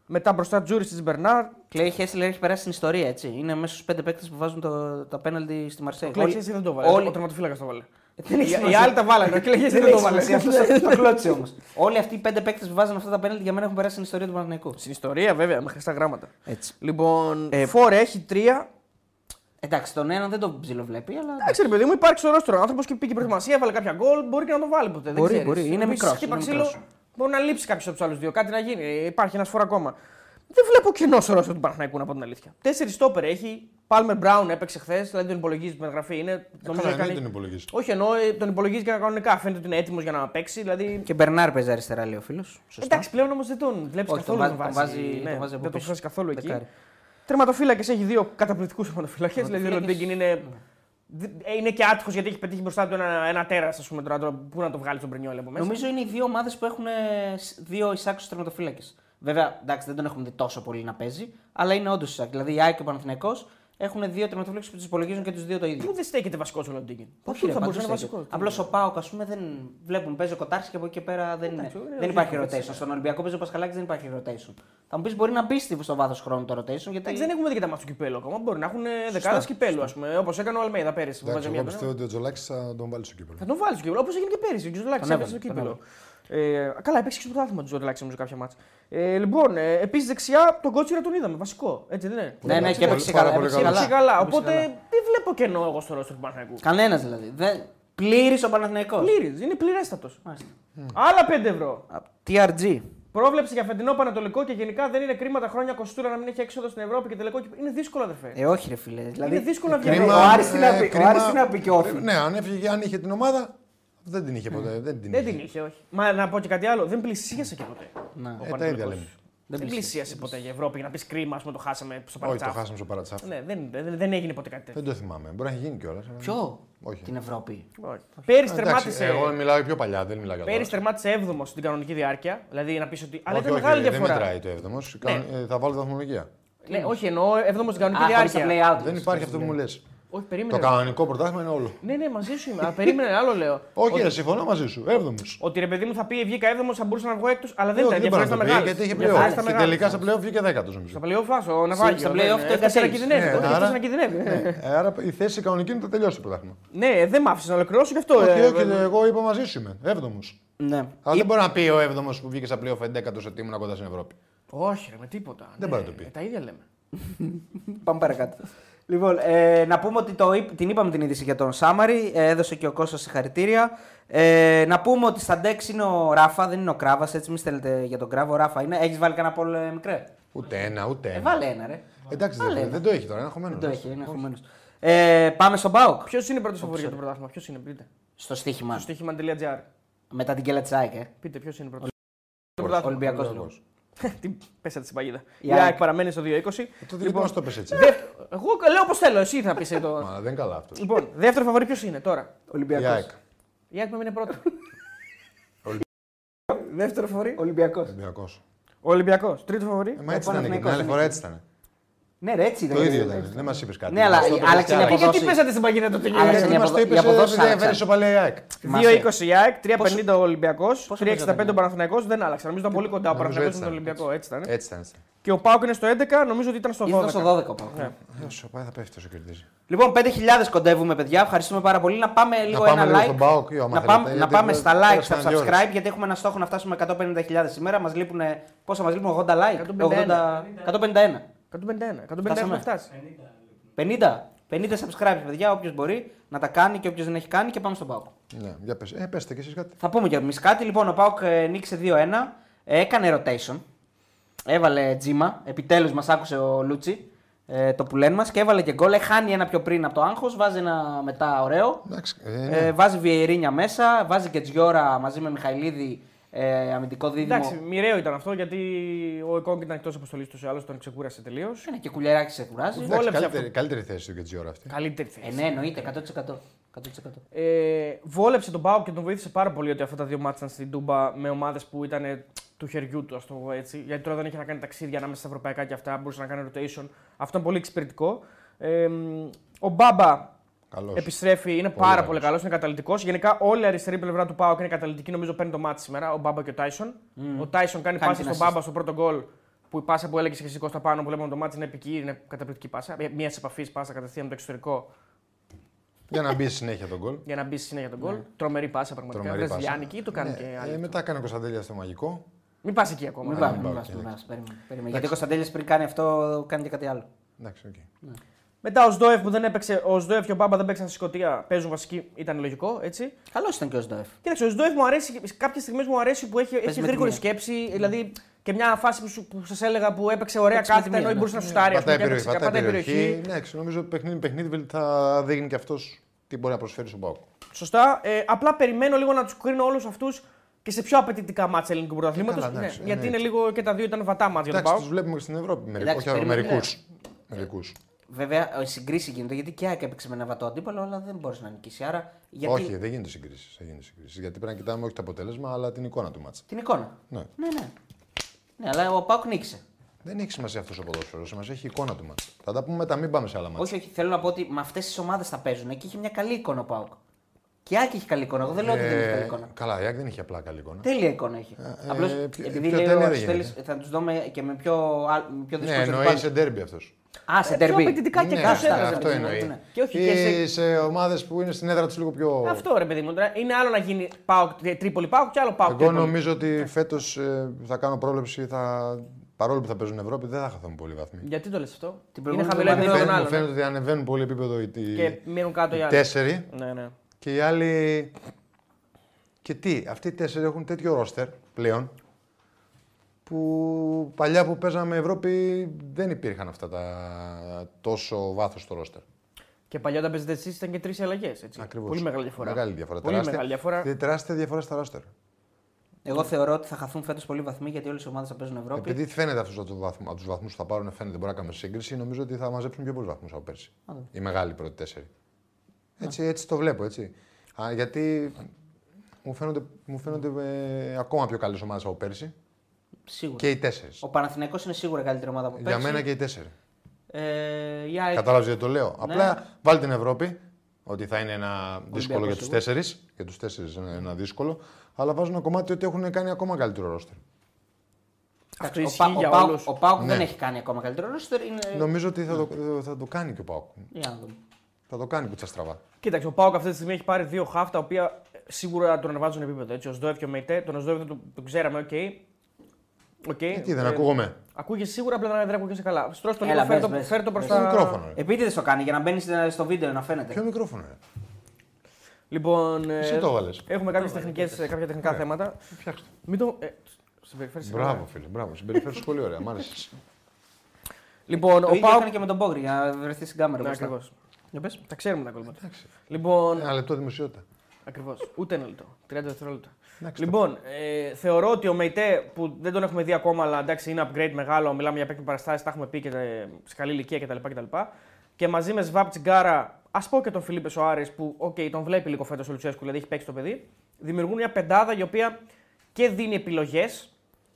C: Μετά μπροστά Τζούρι της Μπερνάρ.
A: Κλέι Χέσλερ έχει περάσει στην ιστορία, έτσι. Είναι μέσα στους πέντε παίκτες που βάζουν το, τα πέναλτι στη Μαρσέη.
C: Κλέι Χέσλι δεν το βάλε.
A: όλοι- Ε,
C: Ο τερματοφύλακας το βάλε.
A: Δεν έχει
C: Οι- Οι
A: σημασία.
C: άλλοι τα βάλανε. Ο Κλέι Χέσλι
A: Δεν
C: δεν το
A: έχει
C: βάλε.
A: σημασία. Αυτός αυτό ναι, το κλώτσι όμως. Όλοι αυτοί οι πέντε παίκτες που βάζουν αυτά τα πέναλτι για μένα έχουν περάσει στην ιστορία του Παναγενικού.
C: Στην ιστορία βέβαια, με χρυσά γράμματα.
A: Έτσι. Ε,
C: Λοιπόν, Φορ έχει τρία.
A: Εντάξει, τον έναν δεν τον ψιλοβλέπει, αλλά.
C: Εντάξει, ρε παιδί μου, υπάρχει στο ρόστρο. Ο άνθρωπος και πήγε προετοιμασία, έβαλε κάποια γκολ. Μπορεί και να το βάλει ποτέ.
A: Μπορεί,
C: δεν
A: μπορεί.
C: ξέρεις.
A: Είναι
C: Επίσης,
A: μικρός,
C: χτύπα
A: είναι
C: ξύλο,
A: μικρός.
C: Μπορεί να λείψει κάποιος από τους άλλους δύο. Κάτι να γίνει. Υπάρχει ένας φορά ακόμα. Δεν βλέπω κοινό στο ρόστρο του Παναθηναϊκού, να πω την αλήθεια. Τέσσερις στόπερ έχει. Πάλμερ Μπράουν έπαιξε χθες, δηλαδή τον υπολογίζει με εγγραφή. Είναι, νομίζω
D: Ε, Καλά,
C: κάνει-
D: δεν τον υπολογίζει.
C: Όχι, εννοώ ε, τον υπολογίζει και κανονικά. Φαίνεται ότι είναι έτοιμος για να παίξει. Δηλαδή...
A: Και Μπερνάρ παίζει αριστερά, λέει ο φίλος.
C: Εντάξει, πλέον όμως δεν τον βλέπεις
A: Όχι,
C: καθόλου.
A: τον
C: να
A: βάζει- τον βάζει-
C: ναι,
A: τον βάζει από
C: δεν τον
A: πίσω.
C: βάζει καθόλου εκεί.
A: Δεκάρι.
C: Τερματοφύλακες έχει δύο καταπληκτικούς τερματοφύλακε. Δηλαδή ο
A: Τερματοφύλακες-
C: Ροντίγκιν είναι, δε- είναι και άτυχος γιατί έχει πετύχει μπροστά του ένα, ένα τέρας. Ας πούμε τώρα, τώρα, πού να το βγάλει τον Πρινιόλ από μέσα.
A: Νομίζω είναι οι δύο ομάδες που έχουν ε, σ- δύο εισάξους τερματοφύλακες. Βέβαια, εντάξει, δεν τον έχουμε δει τόσο πολύ να παίζει, αλλά είναι όντως εισάξ. Δηλαδή, η ΑΕΚ και ο Παναθυνιακό έχουν δύο τερματοφύλακες που τους υπολογίζουν και τους δύο το ίδιο.
C: Πού δεν στέκεται βασικός ο Ροντίγκιν.
A: Όχι,
C: Πού
A: ρε,
C: θα μπορούσε να είναι βασικό.
A: Απλώς ο Πάοκ, ας πούμε, δεν βλέπουν. Παίζει ο Κοτάρση και από εκεί και πέρα δεν,
C: Εντάξει,
A: είναι.
C: ωραία,
A: δεν
C: ωραία,
A: υπάρχει
C: ωραία,
A: rotation. Στον Ολυμπιακό παίζει ο Πασχαλάκης, δεν υπάρχει rotation. Θα μου πεις μπορεί να μπει στη- στο βάθος χρόνου το rotation, γιατί
C: Εντάξει, δεν έχουμε δει και τα μάτια του κυπέλου ακόμα. Μπορεί να έχουν δεκάδες κυπέλου, ας πούμε. Όπως έκανε ο Αλμέιδα πέρυσι. που
D: Εντάξει,
C: βάζε
D: εγώ
C: μία-
D: πιστεύω ότι ο Τζολάκης θα τον βάλει στο κύπελο.
C: Θα τον βάλει στο κύπελο. Όπως έγινε και πέρυσι. Ο Τζορλάκη
A: Τον
C: έπαιξε στο
A: έβαλε,
C: κύπελο. Ε, καλά, έπαιξε και στο πρωτάθλημα του Τζορλάκη νομίζω κάποια μάτσα. Ε, λοιπόν, ε, επίσης δεξιά τον Κότσιρα τον είδαμε. Βασικό. Έτσι δεν είναι.
A: Ναι, ναι,
D: εντάξει,
A: και έπαιξε
D: πάρα
A: καλά,
D: πολύ
A: έπαιξε
D: καλά.
C: Καλά. καλά.
A: Έπαιξε
C: Οπότε
A: καλά.
C: δεν βλέπω κενό εγώ στο ρόλο του Παναγικού.
A: Κανένας δηλαδή. Δεν... Πλήρης ο Παναθυνιακό.
C: Πλήρης, είναι πληρέστατος. Άλλα 5 ευρώ.
A: TRG.
C: Πρόβλεψη για φετινό Πανατολικό και γενικά δεν είναι κρίμα τα χρόνια Κοστούρα να μην έχει έξοδο στην Ευρώπη και τελικό. κύπελο. Είναι δύσκολο, αδερφέ.
A: Ε, όχι, ρε φίλε. Δηλαδή,
C: δύσκολο να βγει
A: Δηλαδή,
C: Κρίμα,
A: Ο Άρης τι να
D: ε,
A: πει, ο
D: κρίμα-
A: Άρης τι να πει και όφη.
D: Ναι, αν, έφυγε, αν είχε την ομάδα, δεν την είχε ποτέ. Δεν την
C: δεν
D: είχε.
C: την είχε, όχι. Μα να πω και κάτι άλλο. Δεν πλησίασε και ποτέ.
A: Να.
D: Ε,
C: Ο
D: τα ίδια
C: Πανατολικός.
D: λέμε.
C: Δεν πλησίασε ποτέ για Ευρώπη για να πεις κρίμα, ας πούμε το χάσαμε στο
D: Όχι, το
C: Πανατσάφ.
D: χάσαμε στο παρατσάφ.
C: Ναι, δεν, δεν, δεν έγινε ποτέ κάτι τέτοιο.
D: Δεν το θυμάμαι. Μπορεί να έχει γίνει κιόλας.
A: Ποιο?
D: Ε, Όχι.
A: Την Ευρώπη.
C: Όχι. Πέρυσι
D: Εντάξει,
C: τερμάτισε.
D: εγώ μιλάω πιο παλιά, δεν μιλάω για τώρα.
C: Πέρυσι τερμάτισε 7ο στην κανονική διάρκεια. Δηλαδή να πεις ότι. Αλλά
D: Όχι,
C: ήταν
D: όχι,
C: μεγάλη
D: Δεν
C: διαφορά.
D: μετράει το έβδομος. Θα βάλω βαθμολογία.
C: Ναι, όχι, εννοώ 7ο στην κανονική
A: Α, χωρίς τα
C: διάρκεια.
A: play-out.
D: Δεν υπάρχει αυτό που μου λες.
C: Όχι,
D: Το
C: περίμενε.
D: κανονικό πρωτάθλημα είναι όλο.
C: Ναι, ναι, μαζί σου είμαι. Α, περίμενε, άλλο λέω.
D: Όχι, ρε, συμφωνώ μαζί σου. Έβδομος.
C: Ότι ρε παιδί μου θα πει βγήκα 7ο, θα μπορούσα να βγω έκτος, αλλά δεν
D: Ε, Δεν
C: ήταν.
D: μπορεί
C: Διαφορέ
D: να
C: ήταν
D: το πει,
C: μεγάλε.
D: γιατί είχε
C: Διαφορές
D: πλέον.
C: ήταν
D: Και
C: μεγάλες.
D: τελικά στα πλέον βγήκε δέκατος
C: Στα
D: νομίζω.
C: playoff βάσο, ο Ναβάγιο.
A: στα
C: ναι,
A: play-off
C: ναι,
A: το
C: έφτασε να
A: καθαρίζεις.
C: κινδυνεύει.
D: Ναι,
C: το
D: άρα-
C: έφτασε να κινδυνεύει.
D: Ε, Άρα η θέση κανονική είναι να τελειώσει το πρωτάθλημα.
C: Ναι, δεν μ' άφησες να ολοκληρώσω γι' αυτό.
D: Όχι,
C: ε,
D: όχι, ναι. εγώ είπα μαζί σου είμαι. Έβδομος.
A: Ναι.
D: Αλλά δεν μπορεί να πει ο έβδομος που βγήκε στα πλέον 11 ότι ήμουν κοντά στην Ευρώπη.
C: Όχι, ρε, με τίποτα.
D: Δεν
C: Ναι,
D: μπορεί να το πει.
C: ε, Τα ίδια λέμε.
A: Πάμε παρακάτω. Λοιπόν, ε, να πούμε ότι το, είπ- την είπαμε την είδηση για τον Σάμαρη. ε, έδωσε και ο Κώστας συγχαρητήρια. Ε, να πούμε ότι στα ντεξ είναι ο Ράφα, δεν είναι ο Κράβας. Έτσι, μη στέλνετε για τον Κράβα. Ο Ράφα είναι. Έχεις βάλει κανένα πόλο ε, μικρέ.
D: Ούτε ένα, ούτε
A: Ε,
D: ένα.
A: βάλε ένα, ρε.
D: Εντάξει,
A: Βάλε
D: δεν,
A: ένα.
D: δεν το έχει τώρα, είναι χωμένος.
A: Δεν το έχει, είναι χωμένος. Ε, πάμε στον Μπάουκ.
C: Ποιος είναι πρώτος φαβορή για το πρωτάθλημα, ποιος είναι, πείτε.
A: Στο στοίχημα.
C: Στο στοίχημα.gr.
A: Μετά την κέλα τη ΑΕΚ. Ε. λοιπόν.
C: Πείτε ποιος είναι πρώτος.
A: Ολυμπιακό.
C: Πέσατε στην παγίδα. Η
A: Η ΑΕΚ.
C: ΑΕΚ παραμένει στο 2-20.
D: Το δικό μα Ε, λοιπόν, το πες έτσι.
C: Δε- Εγώ λέω όπως θέλω, εσύ θα πεις εδώ.
D: Μα δεν είναι καλά αυτός.
C: Λοιπόν, δεύτερο φαβορή ποιος είναι τώρα.
D: Η ΑΕΚ.
A: Ολυμπιακός.
C: Η ΑΕΚ με είναι πρώτο.
A: Δεύτερο φορή. Ολυμπιακός.
D: Ολυμπιακός.
C: Ο Ολυμπιακός. Τρίτο φαβορή.
D: Ε, Μα έτσι
A: Ο
D: ήταν και την
A: Παναθηναϊκός
D: άλλη
A: είναι
D: φορά έτσι ήταν.
A: Ναι, ρε, έτσι
D: Το ίδιο ήταν. Δεν μας είπες κάτι.
A: Ναι, αλλά-
D: Μας το είπες
A: άλλαξε
D: και
A: η
D: άλλαξε.
A: αποδόση.
C: Γιατί πέσατε στην παγίδα το τελειώσατε.
A: Άλλαξε
D: Γιατί
A: η
D: μας το
A: αποδο- η
D: είπε
A: αποδόση
D: ότι δεν
A: άλλαξε.
D: φέρει σοπαλία η ΑΕΚ.
C: Ε. 2-20 η ΑΕΚ, 3-50 ο Ολυμπιακός,
A: πόσο
C: 3-65
A: παίζατε,
C: ο Παναθηναϊκός, δεν άλλαξε. Νομίζω ήταν πολύ κοντά ο
D: Νομίζω
C: Παναθηναϊκός
D: έτσι
C: με τον
D: ήταν.
C: Ολυμπιακό, έτσι ήταν.
D: Έτσι ήταν. έτσι ήταν.
C: Και ο Πάοκ είναι στο 11, νομίζω ότι ήταν στο 12.
A: Ήρθα στο 12 ο Πάοκ.
C: Ναι.
D: Ε, Όσο πάει θα πέφτει όσο κερδίζει.
A: Λοιπόν, 5.000 κοντεύουμε, παιδιά. Ευχαριστούμε πάρα πολύ. Να πάμε λίγο
D: πάμε λίγο
A: ένα
D: στον
A: like.
D: ΠΑΟΚ, ή άμα
A: να
D: θέλετε,
A: πάμε,
D: γιατί
A: να πάμε
D: δεν-
A: στα like,
D: πέρασαν
A: στα
D: δύο ώρες.
A: subscribe, γιατί έχουμε ένα στόχο να φτάσουμε 150.000 σήμερα. Μας λείπουν. Πόσα μας λείπουν, 80 like.
C: 151.
A: 80,
C: 151, 151
A: Φτάσαμε.
C: έχουμε φτάσει.
A: 151. 50. 50 subscribe, παιδιά. Όποιος μπορεί να τα κάνει και όποιος δεν έχει κάνει και πάμε στον Πάοκ.
D: Ναι, για πες. Ε, πέστε κι εσείς κάτι.
A: Θα πούμε κι εμείς κάτι. Λοιπόν, ο Πάοκ ε, νίκησε 2-1. Ε, έκανε rotation. Έβαλε τζίμα. Επιτέλους μας άκουσε ο Λούτσι. Ε, το που λένε μας και έβαλε και γκολ. Ε, χάνει ένα πιο πριν από το άγχος. Βάζει ένα μετά ωραίο.
D: Εντάξει, ε, ναι.
A: Ε, βάζει Βιερίνια μέσα. Βάζει και Τζιώρα μαζί με Μιχαηλίδη ε, αμυντικό δίδυμο.
C: Εντάξει, μοιραίο ήταν αυτό γιατί ο Εκόνγκ ήταν εκτός αποστολής τους, ο άλλος τον ξεκούρασε τελείως.
A: Είναι και κουλεράκι σε κουράζει.
D: Εντάξει,
C: βόλεψε
D: καλύτερη, καλύτερη θέση του και τη ώρα αυτή.
C: Καλύτερη
A: Ε,
C: θέση.
A: ναι, εννοείται 100%. 100%.
C: Ε, βόλεψε τον Πάοκ και τον βοήθησε πάρα πολύ ότι αυτά τα δύο μάτια στην Τούμπα με ομάδες που ήταν ε, του χεριού του, ας το πω έτσι. Γιατί τώρα δεν είχε να κάνει ταξίδια ανάμεσα στα ευρωπαϊκά και αυτά, μπορούσε να κάνει rotation. Αυτό είναι πολύ εξυπηρετικό. Ε, μ, ο Μπάμπα
D: Καλώ.
C: Ε, Επιστρέφει, είναι
D: Πολύ
C: πάρα
D: καλός.
C: πολύ καλός, είναι καταλητικός. Γενικά όλη η αριστερή πλευρά του Πάουκ είναι καταλητική. Νομίζω παίρνει το μάτι σήμερα, ο Μπάμπα και ο Τάισον. Ο Τάισον κάνει
A: Κάνει
C: πάση
A: την
C: στον
A: assist.
C: Μπάμπα στο πρώτο γκολ. που η πάσα που έλεγε και εσύ Κώστα πάνω που λέμε το μάτι είναι επική, είναι καταπληκτική πάσα. Μία τη επαφής πάσα κατευθείαν με το εξωτερικό
D: Για να μπει συνέχεια τον γκολ.
C: για να μπει συνέχεια τον
A: Ναι.
C: γκολ. Τρομερή πάσα πραγματικά.
D: Τρομερή
C: Βρες
D: πάσα.
C: Γιάννικη ή το κάνει
D: Ναι,
C: και
D: ε,
C: άλλη.
D: μετά έκανε ο Κωνσταντέλιας στο μαγικό.
C: Μην πας εκεί ακόμα.
A: Μην
C: ρε.
A: πάμε,
D: μην
A: μην
D: πάμε,
A: πάμε. μην πάμε, Περίμενε. περίμενε. Γιατί
D: Εντάξει.
A: ο Κωνσταντέλης πριν κάνει αυτό, κάνει και κάτι άλλο.
D: Εντάξει, οκ.
C: Μετά ο Σδόεφ που δεν έπαιξε, ο Σδόεφ και ο Μπάμπα δεν παίξαν στη Σκωτία, παίζουν βασική, ήταν λογικό έτσι.
A: Καλός ήταν και ο Σντοεφ.
C: Κοίταξε, ο Σδόεφ μου αρέσει, κάποιες στιγμές μου αρέσει που έχει, έχει
A: με τη
C: γρήγορη
A: μία. Ναι.
C: σκέψη, δηλαδή και μια φάση που, σου- που σας έλεγα που έπαιξε ωραία
A: Παίξει με τη
C: κάθετα
A: μία,
C: ενώ
A: ναι.
C: μπορούσε να σουτάρει. ας πούμε,
D: Πατάει
C: και
D: περιοχή.
C: έπαιξε-
D: Πατάει
C: πατάει
D: περιοχή. Ναι, εντάξει, νομίζω παιχνίδι, παιχνίδι θα δείχνει και αυτός τι μπορεί να προσφέρει στον Πάουκ.
C: Σωστά. Ε, απλά περιμένω λίγο να τους κρίνω όλους αυτούς και σε πιο απαιτητικά μάτσα ελληνικού
D: καλά,
C: πρωταθλήματο. Ναι,
D: εντάξει,
C: γιατί είναι
D: εννοείται.
C: λίγο και τα δύο ήταν βατά μάτια για τον
D: Εντάξει, του
C: Πάο.
D: βλέπουμε και στην Ευρώπη. μερικ-
A: Εντάξει, ναι.
D: Όχι,
A: περίμενε,
D: μερικού. Μερικούς.
A: Βέβαια, η συγκρίση γίνεται γιατί και η ΑΕΚ έπαιξε με ένα βατό αντίπαλο, αλλά δεν μπορείς να νικήσεις. Άρα, γιατί...
D: Όχι, δεν γίνονται συγκρίσεις. Δεν γίνονται συγκρίσεις. Γιατί πρέπει να κοιτάμε όχι το αποτέλεσμα, αλλά την εικόνα του μάτσα.
A: Την εικόνα.
D: Ναι.
A: Ναι, ναι. Ναι, αλλά ο Πάουκ νίκησε.
D: Δεν έχει σημασία αυτός ο ποδόσφαιρος. Σημασία έχει η εικόνα του μάτσα. Θα τα πούμε μετά, μην πάμε σε άλλα μάτσα.
A: Όχι, όχι, θέλω να πω ότι με αυτές τις ομάδες θα παίζουν και είχε μια καλή εικόνα ο Πάουκ. Και η ΑΕΚ είχε καλή εικόνα. Εγώ δεν λέω ότι δεν είχε καλή εικόνα.
D: Ε, Καλά, η Άκη δεν είχε απλά καλή εικόνα.
A: Τέλεια εικόνα έχει.
D: ε,
A: Απλώ
D: ε, πιο-
A: επειδή
D: πιο
A: λέει
D: τέλεια
A: ο
D: δεν
A: Αριστοτέλης,
D: γίνεται.
A: θα τους δούμε και με πιο, α- με πιο
D: Ναι,
A: δύσκολους
D: εννοείς σε ντέρμπι αυτός.
A: Α, σε
C: Ε,
A: derby.
C: πιο απαιτητικά και
A: Ναι,
C: κάπως
A: σωστά,
C: άλλα,
D: αυτό
A: ναι,
D: εννοεί.
A: ναι.
C: Και όχι
D: Ή
C: και σε-
D: σε ομάδες που είναι στην έδρα τους λίγο πιο.
C: Αυτό ρε παιδί μου. τώρα Είναι άλλο να γίνει ΠΑΟΚ, Τρίπολη ΠΑΟΚ και άλλο ΠΑΟΚ.
D: Εγώ
C: Τρίπολη.
D: νομίζω
C: Ναι.
D: ότι φέτο θα κάνω πρόβλεψη. Θα... Παρόλο που θα παίζουν Ευρώπη, δεν θα χαθούν πολλοί βαθμοί.
C: Γιατί το λες αυτό.
A: Την
C: Είναι
A: προηγούμενη
C: χαμηλό
A: εβδομάδα
C: επίπεδο
A: φαίνεται-
C: των
D: Φαίνεται, μου
C: άλλων. ε.
D: φαίνεται ότι ανεβαίνουν πολύ επίπεδο οι, τι-
C: Και μείνουν κάτω οι
D: οι
C: άλλοι.
D: τέσσερι
C: Ναι, ναι.
D: και οι άλλοι. Και τι, αυτοί οι τέσσερι έχουν τέτοιο ρόστερ πλέον που παλιά που παίζαμε Ευρώπη δεν υπήρχαν αυτά τα τόσο βάθος στο ρόστερ.
C: Και παλιά όταν παίζετε εσείς ήταν και τρεις αλλαγές.
D: Ακριβώς.
C: Πολύ μεγάλη διαφορά.
D: Μεγάλη διαφορά.
C: Πολύ
D: τεράστια,
C: μεγάλη διαφορά.
D: τε- Τεράστια διαφορά στα ρόστερ.
A: Εγώ θεωρώ ότι θα χαθούν φέτος πολλοί βαθμοί γιατί όλες οι ομάδες θα παίζουν Ευρώπη.
D: Επειδή φαίνεται αυτού από τους βαθμούς που θα πάρουν, φαίνεται, δεν μπορεί να κάνουμε σύγκριση, νομίζω ότι θα μαζέψουν πιο πολλούς βαθμούς από πέρσι. Οι μεγάλοι πρώτοι τέσσερι. Έτσι, έτσι το βλέπω, έτσι. Α, γιατί μου φαίνονται, μου φαίνονται ε, ακόμα πιο καλές ομάδες από πέρσι
A: Σίγουρα.
D: και οι τέσσερις.
A: Ο Παναθηναϊκός είναι σίγουρα η καλύτερη ομάδα από
D: Για
A: πέρσι.
D: μένα και οι τέσσερι.
A: Ε, η ΑΕΚ
D: Κατάλαβες γιατί το λέω. Απλά βάλει την Ευρώπη, ότι θα είναι ένα δύσκολο για τους
A: σίγουρα.
D: τέσσερις. Για τους τέσσερις είναι ένα δύσκολο. Αλλά βάζουν ένα κομμάτι ότι έχουν κάνει ακόμα καλύτερο ρόστερ.
C: Αυτό
A: Ο
C: ισχύει
A: Πα- ο
C: για
A: Πάουκ-
C: όλους.
A: Ο Πάουκ
D: Ναι.
A: δεν έχει κάνει ακόμα καλύτερο ρόστερ. Είναι...
D: Νομίζω ότι θα το, θα το κάνει και ο Πάοκ.
A: Για να δούμε.
D: Θα το κάνει κουτσά στραβά.
C: Κοίταξε, ο Πάοκ αυτή τη στιγμή έχει πάρει δύο χαφ τα οποία σίγουρα τον ανεβάζουν επίπεδο. Έτσι, ο Σδόεφ και ο Μεϊτέ. Τον Σδόεφ δεν τον, τον ξέραμε, οκ. Οκ.
D: Τι δεν
C: Ε,
D: ακούγομαι.
C: Ακούγε σίγουρα, απλά δεν ακούγεσαι καλά. Στρώσ' το
A: Έλα,
C: λίγο, φέρ
A: μπες,
C: το,
A: μπες.
C: φέρ το προς
A: Μπες.
D: Ποιο
C: τα.
D: μικρόφωνο. Ρε.
A: Επίτηδες το κάνει για να μπαίνεις στο βίντεο να φαίνεται.
D: Ποιο μικρόφωνο. Ρε.
C: Λοιπόν, ε,
D: Εσύ το έβαλες.
C: Έχουμε κάποιες τεχνικές, κάποια τεχνικά θέματα.
D: Φτιάξτε.
C: Μην το. Ε, συμπεριφέρεσαι
D: Μπράβο,
C: καλά.
D: φίλε. Μπράβο. Συμπεριφέρει πολύ ωραία. Μ' άρεσες.
C: Λοιπόν,
A: Το
C: ο
A: ίδιο έκανε
C: Πάοκ.
A: και με τον Μπόγκρι για να βρεθείς στην κάμερα.
C: Ναι,
A: μπροστά.
C: ακριβώς.
A: Για πες.
C: Τα ξέρουμε τα κόλπα.
D: Εντάξει.
C: Λοιπόν,
D: Ένα λεπτό δημοσιότητα.
C: Ακριβώς. Ούτε ένα λεπτό. 30 δευτερόλεπτα.
D: Εντάξει,
C: Λοιπόν, ε, θεωρώ ότι ο Μεϊτέ που δεν τον έχουμε δει ακόμα, αλλά εντάξει είναι upgrade μεγάλο, μιλάμε για παίκτη με παραστάσεις, τα έχουμε πει και ε, σε καλή ηλικία κτλ. κτλ. Και μαζί με Σβάπ Τσιγκάρα, ας πω και τον Φιλίπε Σοάρες που okay, τον βλέπει λίγο φέτος ο Λουτσέσκου, δηλαδή έχει παίξει το παιδί, δημιουργούν μια πεντάδα η οποία και δίνει επιλογές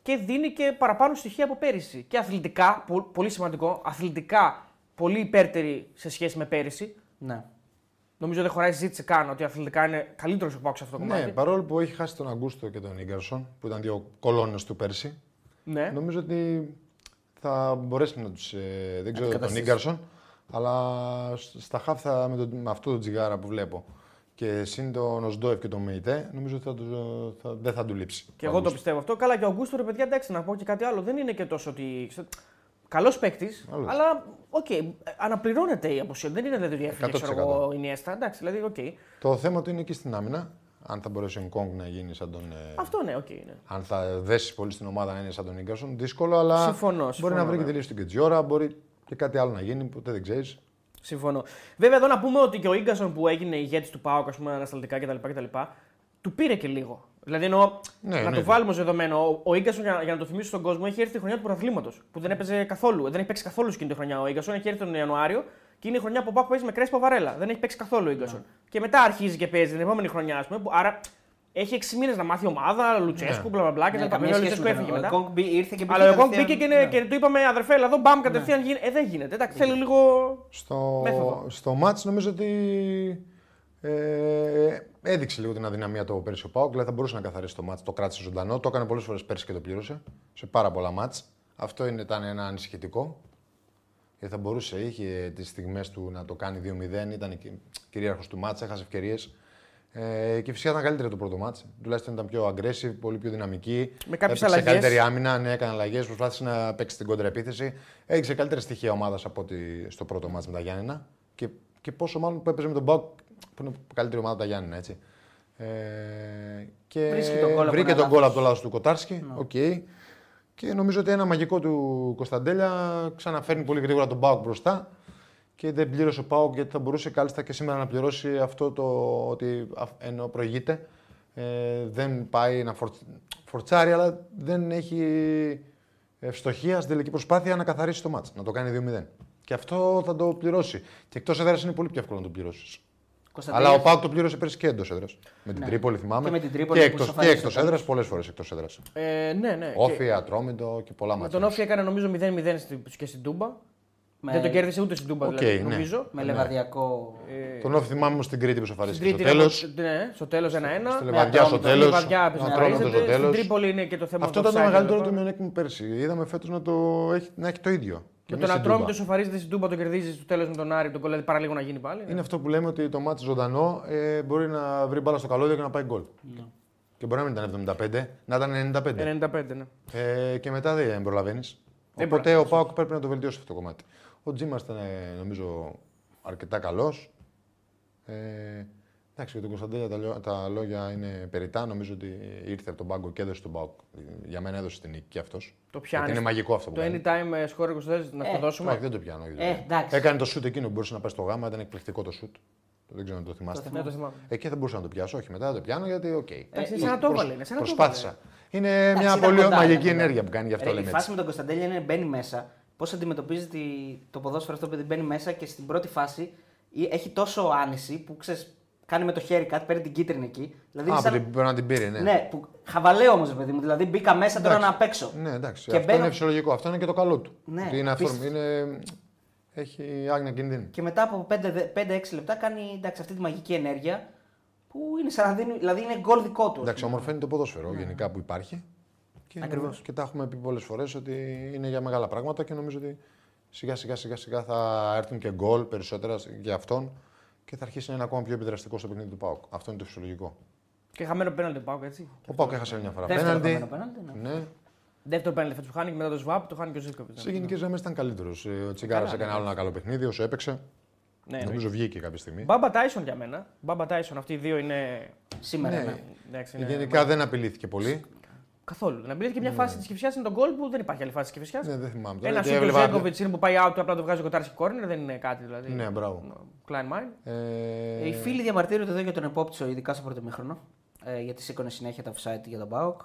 C: και δίνει και παραπάνω στοιχεία από πέρυσι. Και αθλητικά, πο- πολύ σημαντικό, αθλητικά πολύ υπέρτερη σε σχέση με πέρυσι.
A: Ναι.
C: Νομίζω δεν χωράει συζήτηση καν ότι αθλητικά είναι καλύτερος ο Πάουκ σε αυτό το κομμάτι.
D: Ναι, παρόλο που έχει χάσει τον Αγκούστο και τον Ίγκαρσον, που ήταν δύο κολόνες του πέρσι,
C: Ναι.
D: νομίζω ότι θα μπορέσει να τους. Ε, δεν ξέρω τον
A: Αντικαταστήσει.
D: Ίγκαρσον, αλλά σ- στα χαφ θα, με, τον, με αυτό τον τσιγάρα που βλέπω και συν τον Οσντόεφ και τον Μεϊτέ, νομίζω ότι θα του- θα- δεν θα του λείψει.
C: Και
D: ο
C: εγώ το
D: Αγκούστο.
C: πιστεύω αυτό. Καλά, και ο Αγκούστο, ρε παιδιά, εντάξει, να πω και κάτι άλλο. Δεν είναι και τόσο ότι. Καλός παίκτης,
D: Καλός.
C: αλλά οκ, ε, αναπληρώνεται η αποσία. Δεν είναι δηλαδή ότι έφυγε, ξέρω
D: 100%.
C: εγώ, η Νιέστα. Εντάξει, δηλαδή, οκ.
D: Το θέμα του είναι εκεί στην άμυνα. Αν θα μπορέσει ο Νκόγκ να γίνει σαν τον. ε,
C: Αυτό ναι, οκ. είναι.
D: αν θα δέσει πολύ στην ομάδα να είναι σαν τον Νίγκαρσον. Δύσκολο, αλλά
C: Συμφωνώ,
D: μπορεί
C: συμφωνώ, ναι.
D: να βρει και τη
C: βέβαια.
D: λύση του Κετζιόρα, μπορεί και κάτι άλλο να γίνει, ποτέ δεν ξέρεις.
C: Συμφωνώ. Βέβαια, εδώ να πούμε ότι και ο γκασον που έγινε ηγέτης του Πάοκ, ας πούμε, ανασταλτικά κτλ. κτλ του πήρε και λίγο. Δηλαδή, εννοώ,
D: Ναι,
C: να
D: εννοείται.
C: το βάλουμε ως δεδομένο. Ο γκασον, για, να- για να το θυμίσω στον κόσμο, έχει έρθει η χρονιά του πρωταθλήματο. Που δεν έπαιζε καθόλου. Δεν έχει παίξει καθόλου εκείνη τη χρονιά. Ο γκασον έχει έρθει τον Ιανουάριο και είναι η χρονιά που ο Πάοκ παίζει με κρέσπα βαρέλα. Δεν έχει παίξει καθόλου ο γκασον.
D: Ναι.
C: Και μετά αρχίζει και παίζει την επόμενη χρονιά, ας πούμε. Που, άρα έχει 6 μήνες να μάθει ομάδα, Λουτσέσκου, μπλα μπλα μπλα
A: Ναι,
C: κτλ.
A: καμία
C: Βέβαια, ο
A: σχέση
C: Λουτσέσκου
A: με τον-
C: έφυγε
A: ο
C: μετά.
A: Κόγκ Ναι. μπή- ήρθε και
C: Αλλά ο Γκόγκ
A: κατευθείαν-
C: μπήκε και,
A: Ναι.
C: είναι- και του είπαμε αδερφέ, εδώ μπαμ κατευθείαν γίνει. Ε, δεν γίνεται. Εντάξει, θέλει λίγο.
D: Στο,
C: Μέθοδο.
D: στο μάτς νομίζω ότι ε, έδειξε λίγο την αδυναμία του πέρσι ο Πάουκ. Δηλαδή θα μπορούσε να καθαρίσει το μάτς, το κράτησε ζωντανό. Το έκανε πολλές φορές πέρσι και το πλήρωσε σε πάρα πολλά μάτς. Αυτό είναι, ήταν ένα ανησυχητικό. Γιατί θα μπορούσε, είχε τις στιγμές του να το κάνει 2-0, ήταν κυ- κυρίαρχος του μάτσα, έχασε ευκαιρίες. Ε, και φυσικά ήταν καλύτερο το πρώτο μάτσα. Τουλάχιστον ήταν πιο aggressive, πολύ πιο δυναμική.
C: Με κάποιες
D: Έπαιξε
C: αλλαγές.
D: καλύτερη άμυνα, ναι, έκανε αλλαγές, προσπάθησε να παίξει την κοντραεπίθεση. Έδειξε καλύτερα στοιχεία ομάδας από ότι στο πρώτο μάτσα με τα Γιάννενα. Και, και πόσο μάλλον που έπαιζε με τον Μπάουκ, που είναι η καλύτερη ομάδα από τα Γιάννενα, έτσι. Ε, και
A: Βρίσκει τον Ναι. γκολ από
D: βρήκε
A: ένα
D: τον γκολ
A: λάθος.
D: από το λάθος του Κοτάρσκι. Οκ. Και νομίζω ότι ένα μαγικό του Κωνσταντέλια ξαναφέρνει πολύ γρήγορα τον Πάοκ μπροστά και δεν πλήρωσε ο Πάοκ γιατί θα μπορούσε κάλλιστα και σήμερα να πληρώσει αυτό το ότι αφ- ενώ προηγείται ε, δεν πάει να φορτ- φορτσάρει αλλά δεν έχει ευστοχία στην τελική προσπάθεια να καθαρίσει το μάτς, να το κάνει 2-0. Και αυτό θα το πληρώσει. Και εκτός έδρας είναι πολύ πιο εύκολο να το πληρώσεις.
A: Κωνσταντέλια,
D: Αλλά ο Πάοκ το πλήρωσε πέρσι και εντός έδρας. Με την
A: Ναι.
D: Τρίπολη θυμάμαι.
A: Και με την Τρίπολη που
D: εκτός- και
A: σοφάρισε
D: εκτό
A: το
D: έδρας, πολλές φορές εκτός έδρας.
C: Ε, ναι, ναι. Και
D: Όφη, Ατρόμητο και πολλά
C: με
D: μάτια.
C: τον Όφη έκανε νομίζω 0-0 στη- και στην Τούμπα.
A: με-
C: Δεν το κέρδισε ούτε στην Τούμπα,
D: Οκ,
C: δηλαδή,
D: ναι.
C: νομίζω.
A: Με
D: Ναι.
A: λεβαδιακό.
C: Ε,
D: Τον Όφη θυμάμαι όμως στην Κρήτη που σοφαρίστηκε.
C: Στην
D: Στο
C: Τρίτη
D: τέλο.
C: ήταν- Ναι, στο τέλος
D: Στο
C: 1-1.
D: Λεβαδιά στο
A: Ατρόμητο,
D: τέλο.
C: Λιβαδιά
A: στο
D: Ατρόμητο στο
C: επιστρέφεται. Στην
D: τέλος.
C: Τρίπολη είναι και το θέμα
D: Αυτό
C: του
D: ήταν το
C: offside
D: μεγαλύτερο
C: εδώ
D: του
C: πέρα.
D: μειονέκτημα πέρσι. Είδαμε φέτος να, το έχει, να έχει το ίδιο. Και
C: Με
D: εμείς
C: τον
D: στην
C: Ατρόμητο
D: Τούμπα.
C: σοφαρίζεται στην Τούμπα, τον κερδίζεις στο τέλος με τον Άρη, τον κολλάει παρά λίγο να γίνει πάλι.
D: Είναι αυτό που λέμε ότι το μάτι ζωντανό ε, μπορεί να βρει μπάλα στο καλώδιο και να πάει γκολ.
C: Ναι.
D: Και μπορεί να μην ήταν 75, να ήταν 95.
C: 95, ναι.
D: Ε, και μετά δεν προλαβαίνεις.
C: Δεν
D: Οπότε ο Πάοκ πρέπει να το βελτιώσει αυτό το κομμάτι. Ο Τζίμα ήταν ε, νομίζω αρκετά καλός. Ε, εντάξει, για τον Κωνσταντέλια τα, λιο- τα λόγια είναι περιτά. Νομίζω ότι ήρθε από τον πάγκο και έδωσε τον Πάοκ. Για μένα έδωσε την νίκη και αυτός.
C: Το πιάνεις.
D: Είναι μαγικό αυτό που
C: Το
D: κάνει.
C: anytime ε, score 24 να
A: Ε,
C: το
D: Το
C: δώσουμε.
D: δεν το πιάνω. όχι, δεν
A: Ε,
D: το πιάνω.
A: εντάξει.
D: Έκανε το σουτ εκείνο που μπορούσε να πάει στο γάμα. Ήταν εκπληκτικό το σουτ. Δεν ξέρω αν το θυμάστε.
C: Ναι, το θυμάμαι.
D: Εκεί θα μπορούσα να το πιάσω, όχι μετά το πιάνω γιατί οκ.
C: Εντάξει, σαν να το έβαλε, είναι σαν να το
D: προσπάθησα. Είναι
A: Εντάξει,
D: μια
A: ήταν
D: πολύ
A: κοντά,
D: μαγική
A: ήταν κοντά.
D: ενέργεια που κάνει γι' αυτό
A: Ρε, Ε, η
D: λέμε. έτσι.
A: φάση με τον Κωνσταντέλια είναι μπαίνει μέσα. Πώς αντιμετωπίζει τη- το ποδόσφαιρο αυτό παιδί μπαίνει μέσα και στην πρώτη φάση ε, έχει τόσο άνεση που ξέρεις, κάνει με το χέρι κάτι, παίρνει την κίτρινη εκεί. Δηλαδή, είναι
D: Α, από
A: σαν-
D: την- πρέπει να την πήρε, ναι.
A: Ναι, που χαβαλέ όμως, παιδί μου. Δηλαδή μπήκα μέσα τώρα
D: Εντάξει.
A: να παίξω.
D: Ναι, εντάξει.
A: Και
D: αυτό
A: μπαίνω-
D: είναι φυσιολογικό. Αυτό είναι και το καλό του.
A: Ναι,
D: Ότι είναι, αφορμ...
A: απίστευτο.
D: είναι... Έχει άγνοια κινδύνου.
A: Και μετά από 5-6 λεπτά κάνει εντάξει, αυτή τη μαγική ενέργεια που είναι σαν να δίνει, δηλαδή είναι γκολ δικό του.
D: Εντάξει, ομορφαίνει το ποδόσφαιρο γενικά που υπάρχει. Και,
A: Ναι. Ακριβώς.
D: και τα έχουμε πει πολλές φορές ότι είναι για μεγάλα πράγματα και νομίζω ότι σιγά σιγά σιγά σιγά θα έρθουν και γκολ περισσότερα για αυτόν και θα αρχίσει να είναι ακόμα πιο επιδραστικό στο παιχνίδι του ΠΑΟΚ. Αυτό είναι το φυσιολογικό.
C: Και χαμένο πέναλτι πάω έτσι.
D: Ο Πάουκ έχασε μια φορά
A: Δεύτερο
D: πέναντι.
A: χαμένο πέναλτι, ναι.
D: Ναι.
C: Δεύτερο πέναλτι φέτος που χάνει και μετά το Σβάπ, το χάνει και ο Ζήλκοβιτ.
D: Σε γενικές γραμμές ήταν καλύτερος. Ο Τσιγκάρα
C: Καλά,
D: έκανε
C: ναι.
D: άλλο ένα καλό παιχνίδι όσο έπαιξε.
C: Ναι, ναι.
D: Νομίζω βγήκε κάποια στιγμή.
C: Μπάμπα Τάισον για μένα. Μπάμπα Τάισον, αυτοί οι δύο είναι.
A: Σήμερα.
D: Ναι.
A: ναι.
C: Εντάξει, είναι...
D: Γενικά δεν απειλήθηκε πολύ.
C: Καθόλου. Να μπει και μια φάση της Κυφσιά είναι τον γκολ που δεν υπάρχει άλλη φάση της Κυφσιά.
D: Ναι, δεν θυμάμαι.
C: Ένα
D: τώρα, γιατί
C: σου του
D: έβλεπα-
C: Ζέγκοβιτ είναι που πάει out, απλά το βγάζει ο Κοτάρσκι Κόρνερ, δεν είναι κάτι δηλαδή.
D: Ναι, μπράβο.
C: Klein Mind.
D: Ε,
A: Οι φίλοι διαμαρτύρονται εδώ για τον επόπτισο, ειδικά στο πρώτο μήχρονο. Ε, γιατί σήκωνε συνέχεια τα offside για τον Μπάουκ.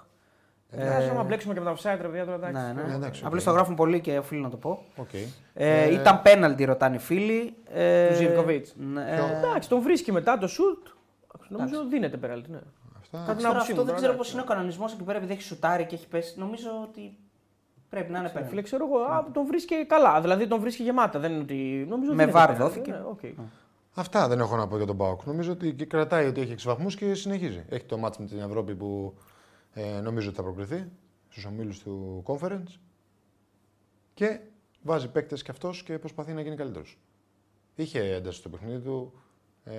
C: Ε, θα να μπλέξουμε και με τα offside, ρε παιδιά, τώρα εντάξει.
A: Ναι, ναι.
D: Ε, εντάξει, οκ.
A: Απλώ το γράφουν πολύ και οφείλω να το πω.
D: οκ.
A: Ε, ήταν πέναλτι, ρωτάνε οι φίλοι. Ε,
C: Του Ζιβκοβίτς.
A: Ναι,
D: Ποιο?
A: ε,
C: Εντάξει, τον βρίσκει μετά το σουτ. Νομίζω δίνεται πέναλτι, ναι.
D: Αυτά.
A: Κάτι
C: την άποψή
A: τώρα
C: μου,
A: αυτό δεν
C: τώρα,
A: ξέρω πώ
C: εντάξει.
A: είναι ο κανονισμός εκεί πέρα, επειδή έχει σουτάρει και έχει πέσει. Νομίζω ότι πρέπει να είναι
C: Ε, Φίλε,
A: πέναλτι. Ναι.
C: ξέρω εγώ, α, τον βρίσκει καλά. Δηλαδή τον βρίσκει γεμάτα. Δεν είναι ότι. Νομίζω
A: Με
C: δίνεται
A: βάρ
C: πέναλτι,
A: δόθηκε.
C: ναι, οκ.
D: Αυτά δεν έχω να πω για τον Πάοκ. Νομίζω ότι και κρατάει ότι έχει 6 βαθμούς και συνεχίζει. Έχει το μάτς με την Ευρώπη που ε, νομίζω ότι θα προκριθεί στους ομίλους του conference. Και βάζει παίκτες κι αυτός και προσπαθεί να γίνει καλύτερος. Είχε ένταση στο παιχνίδι του. Ε,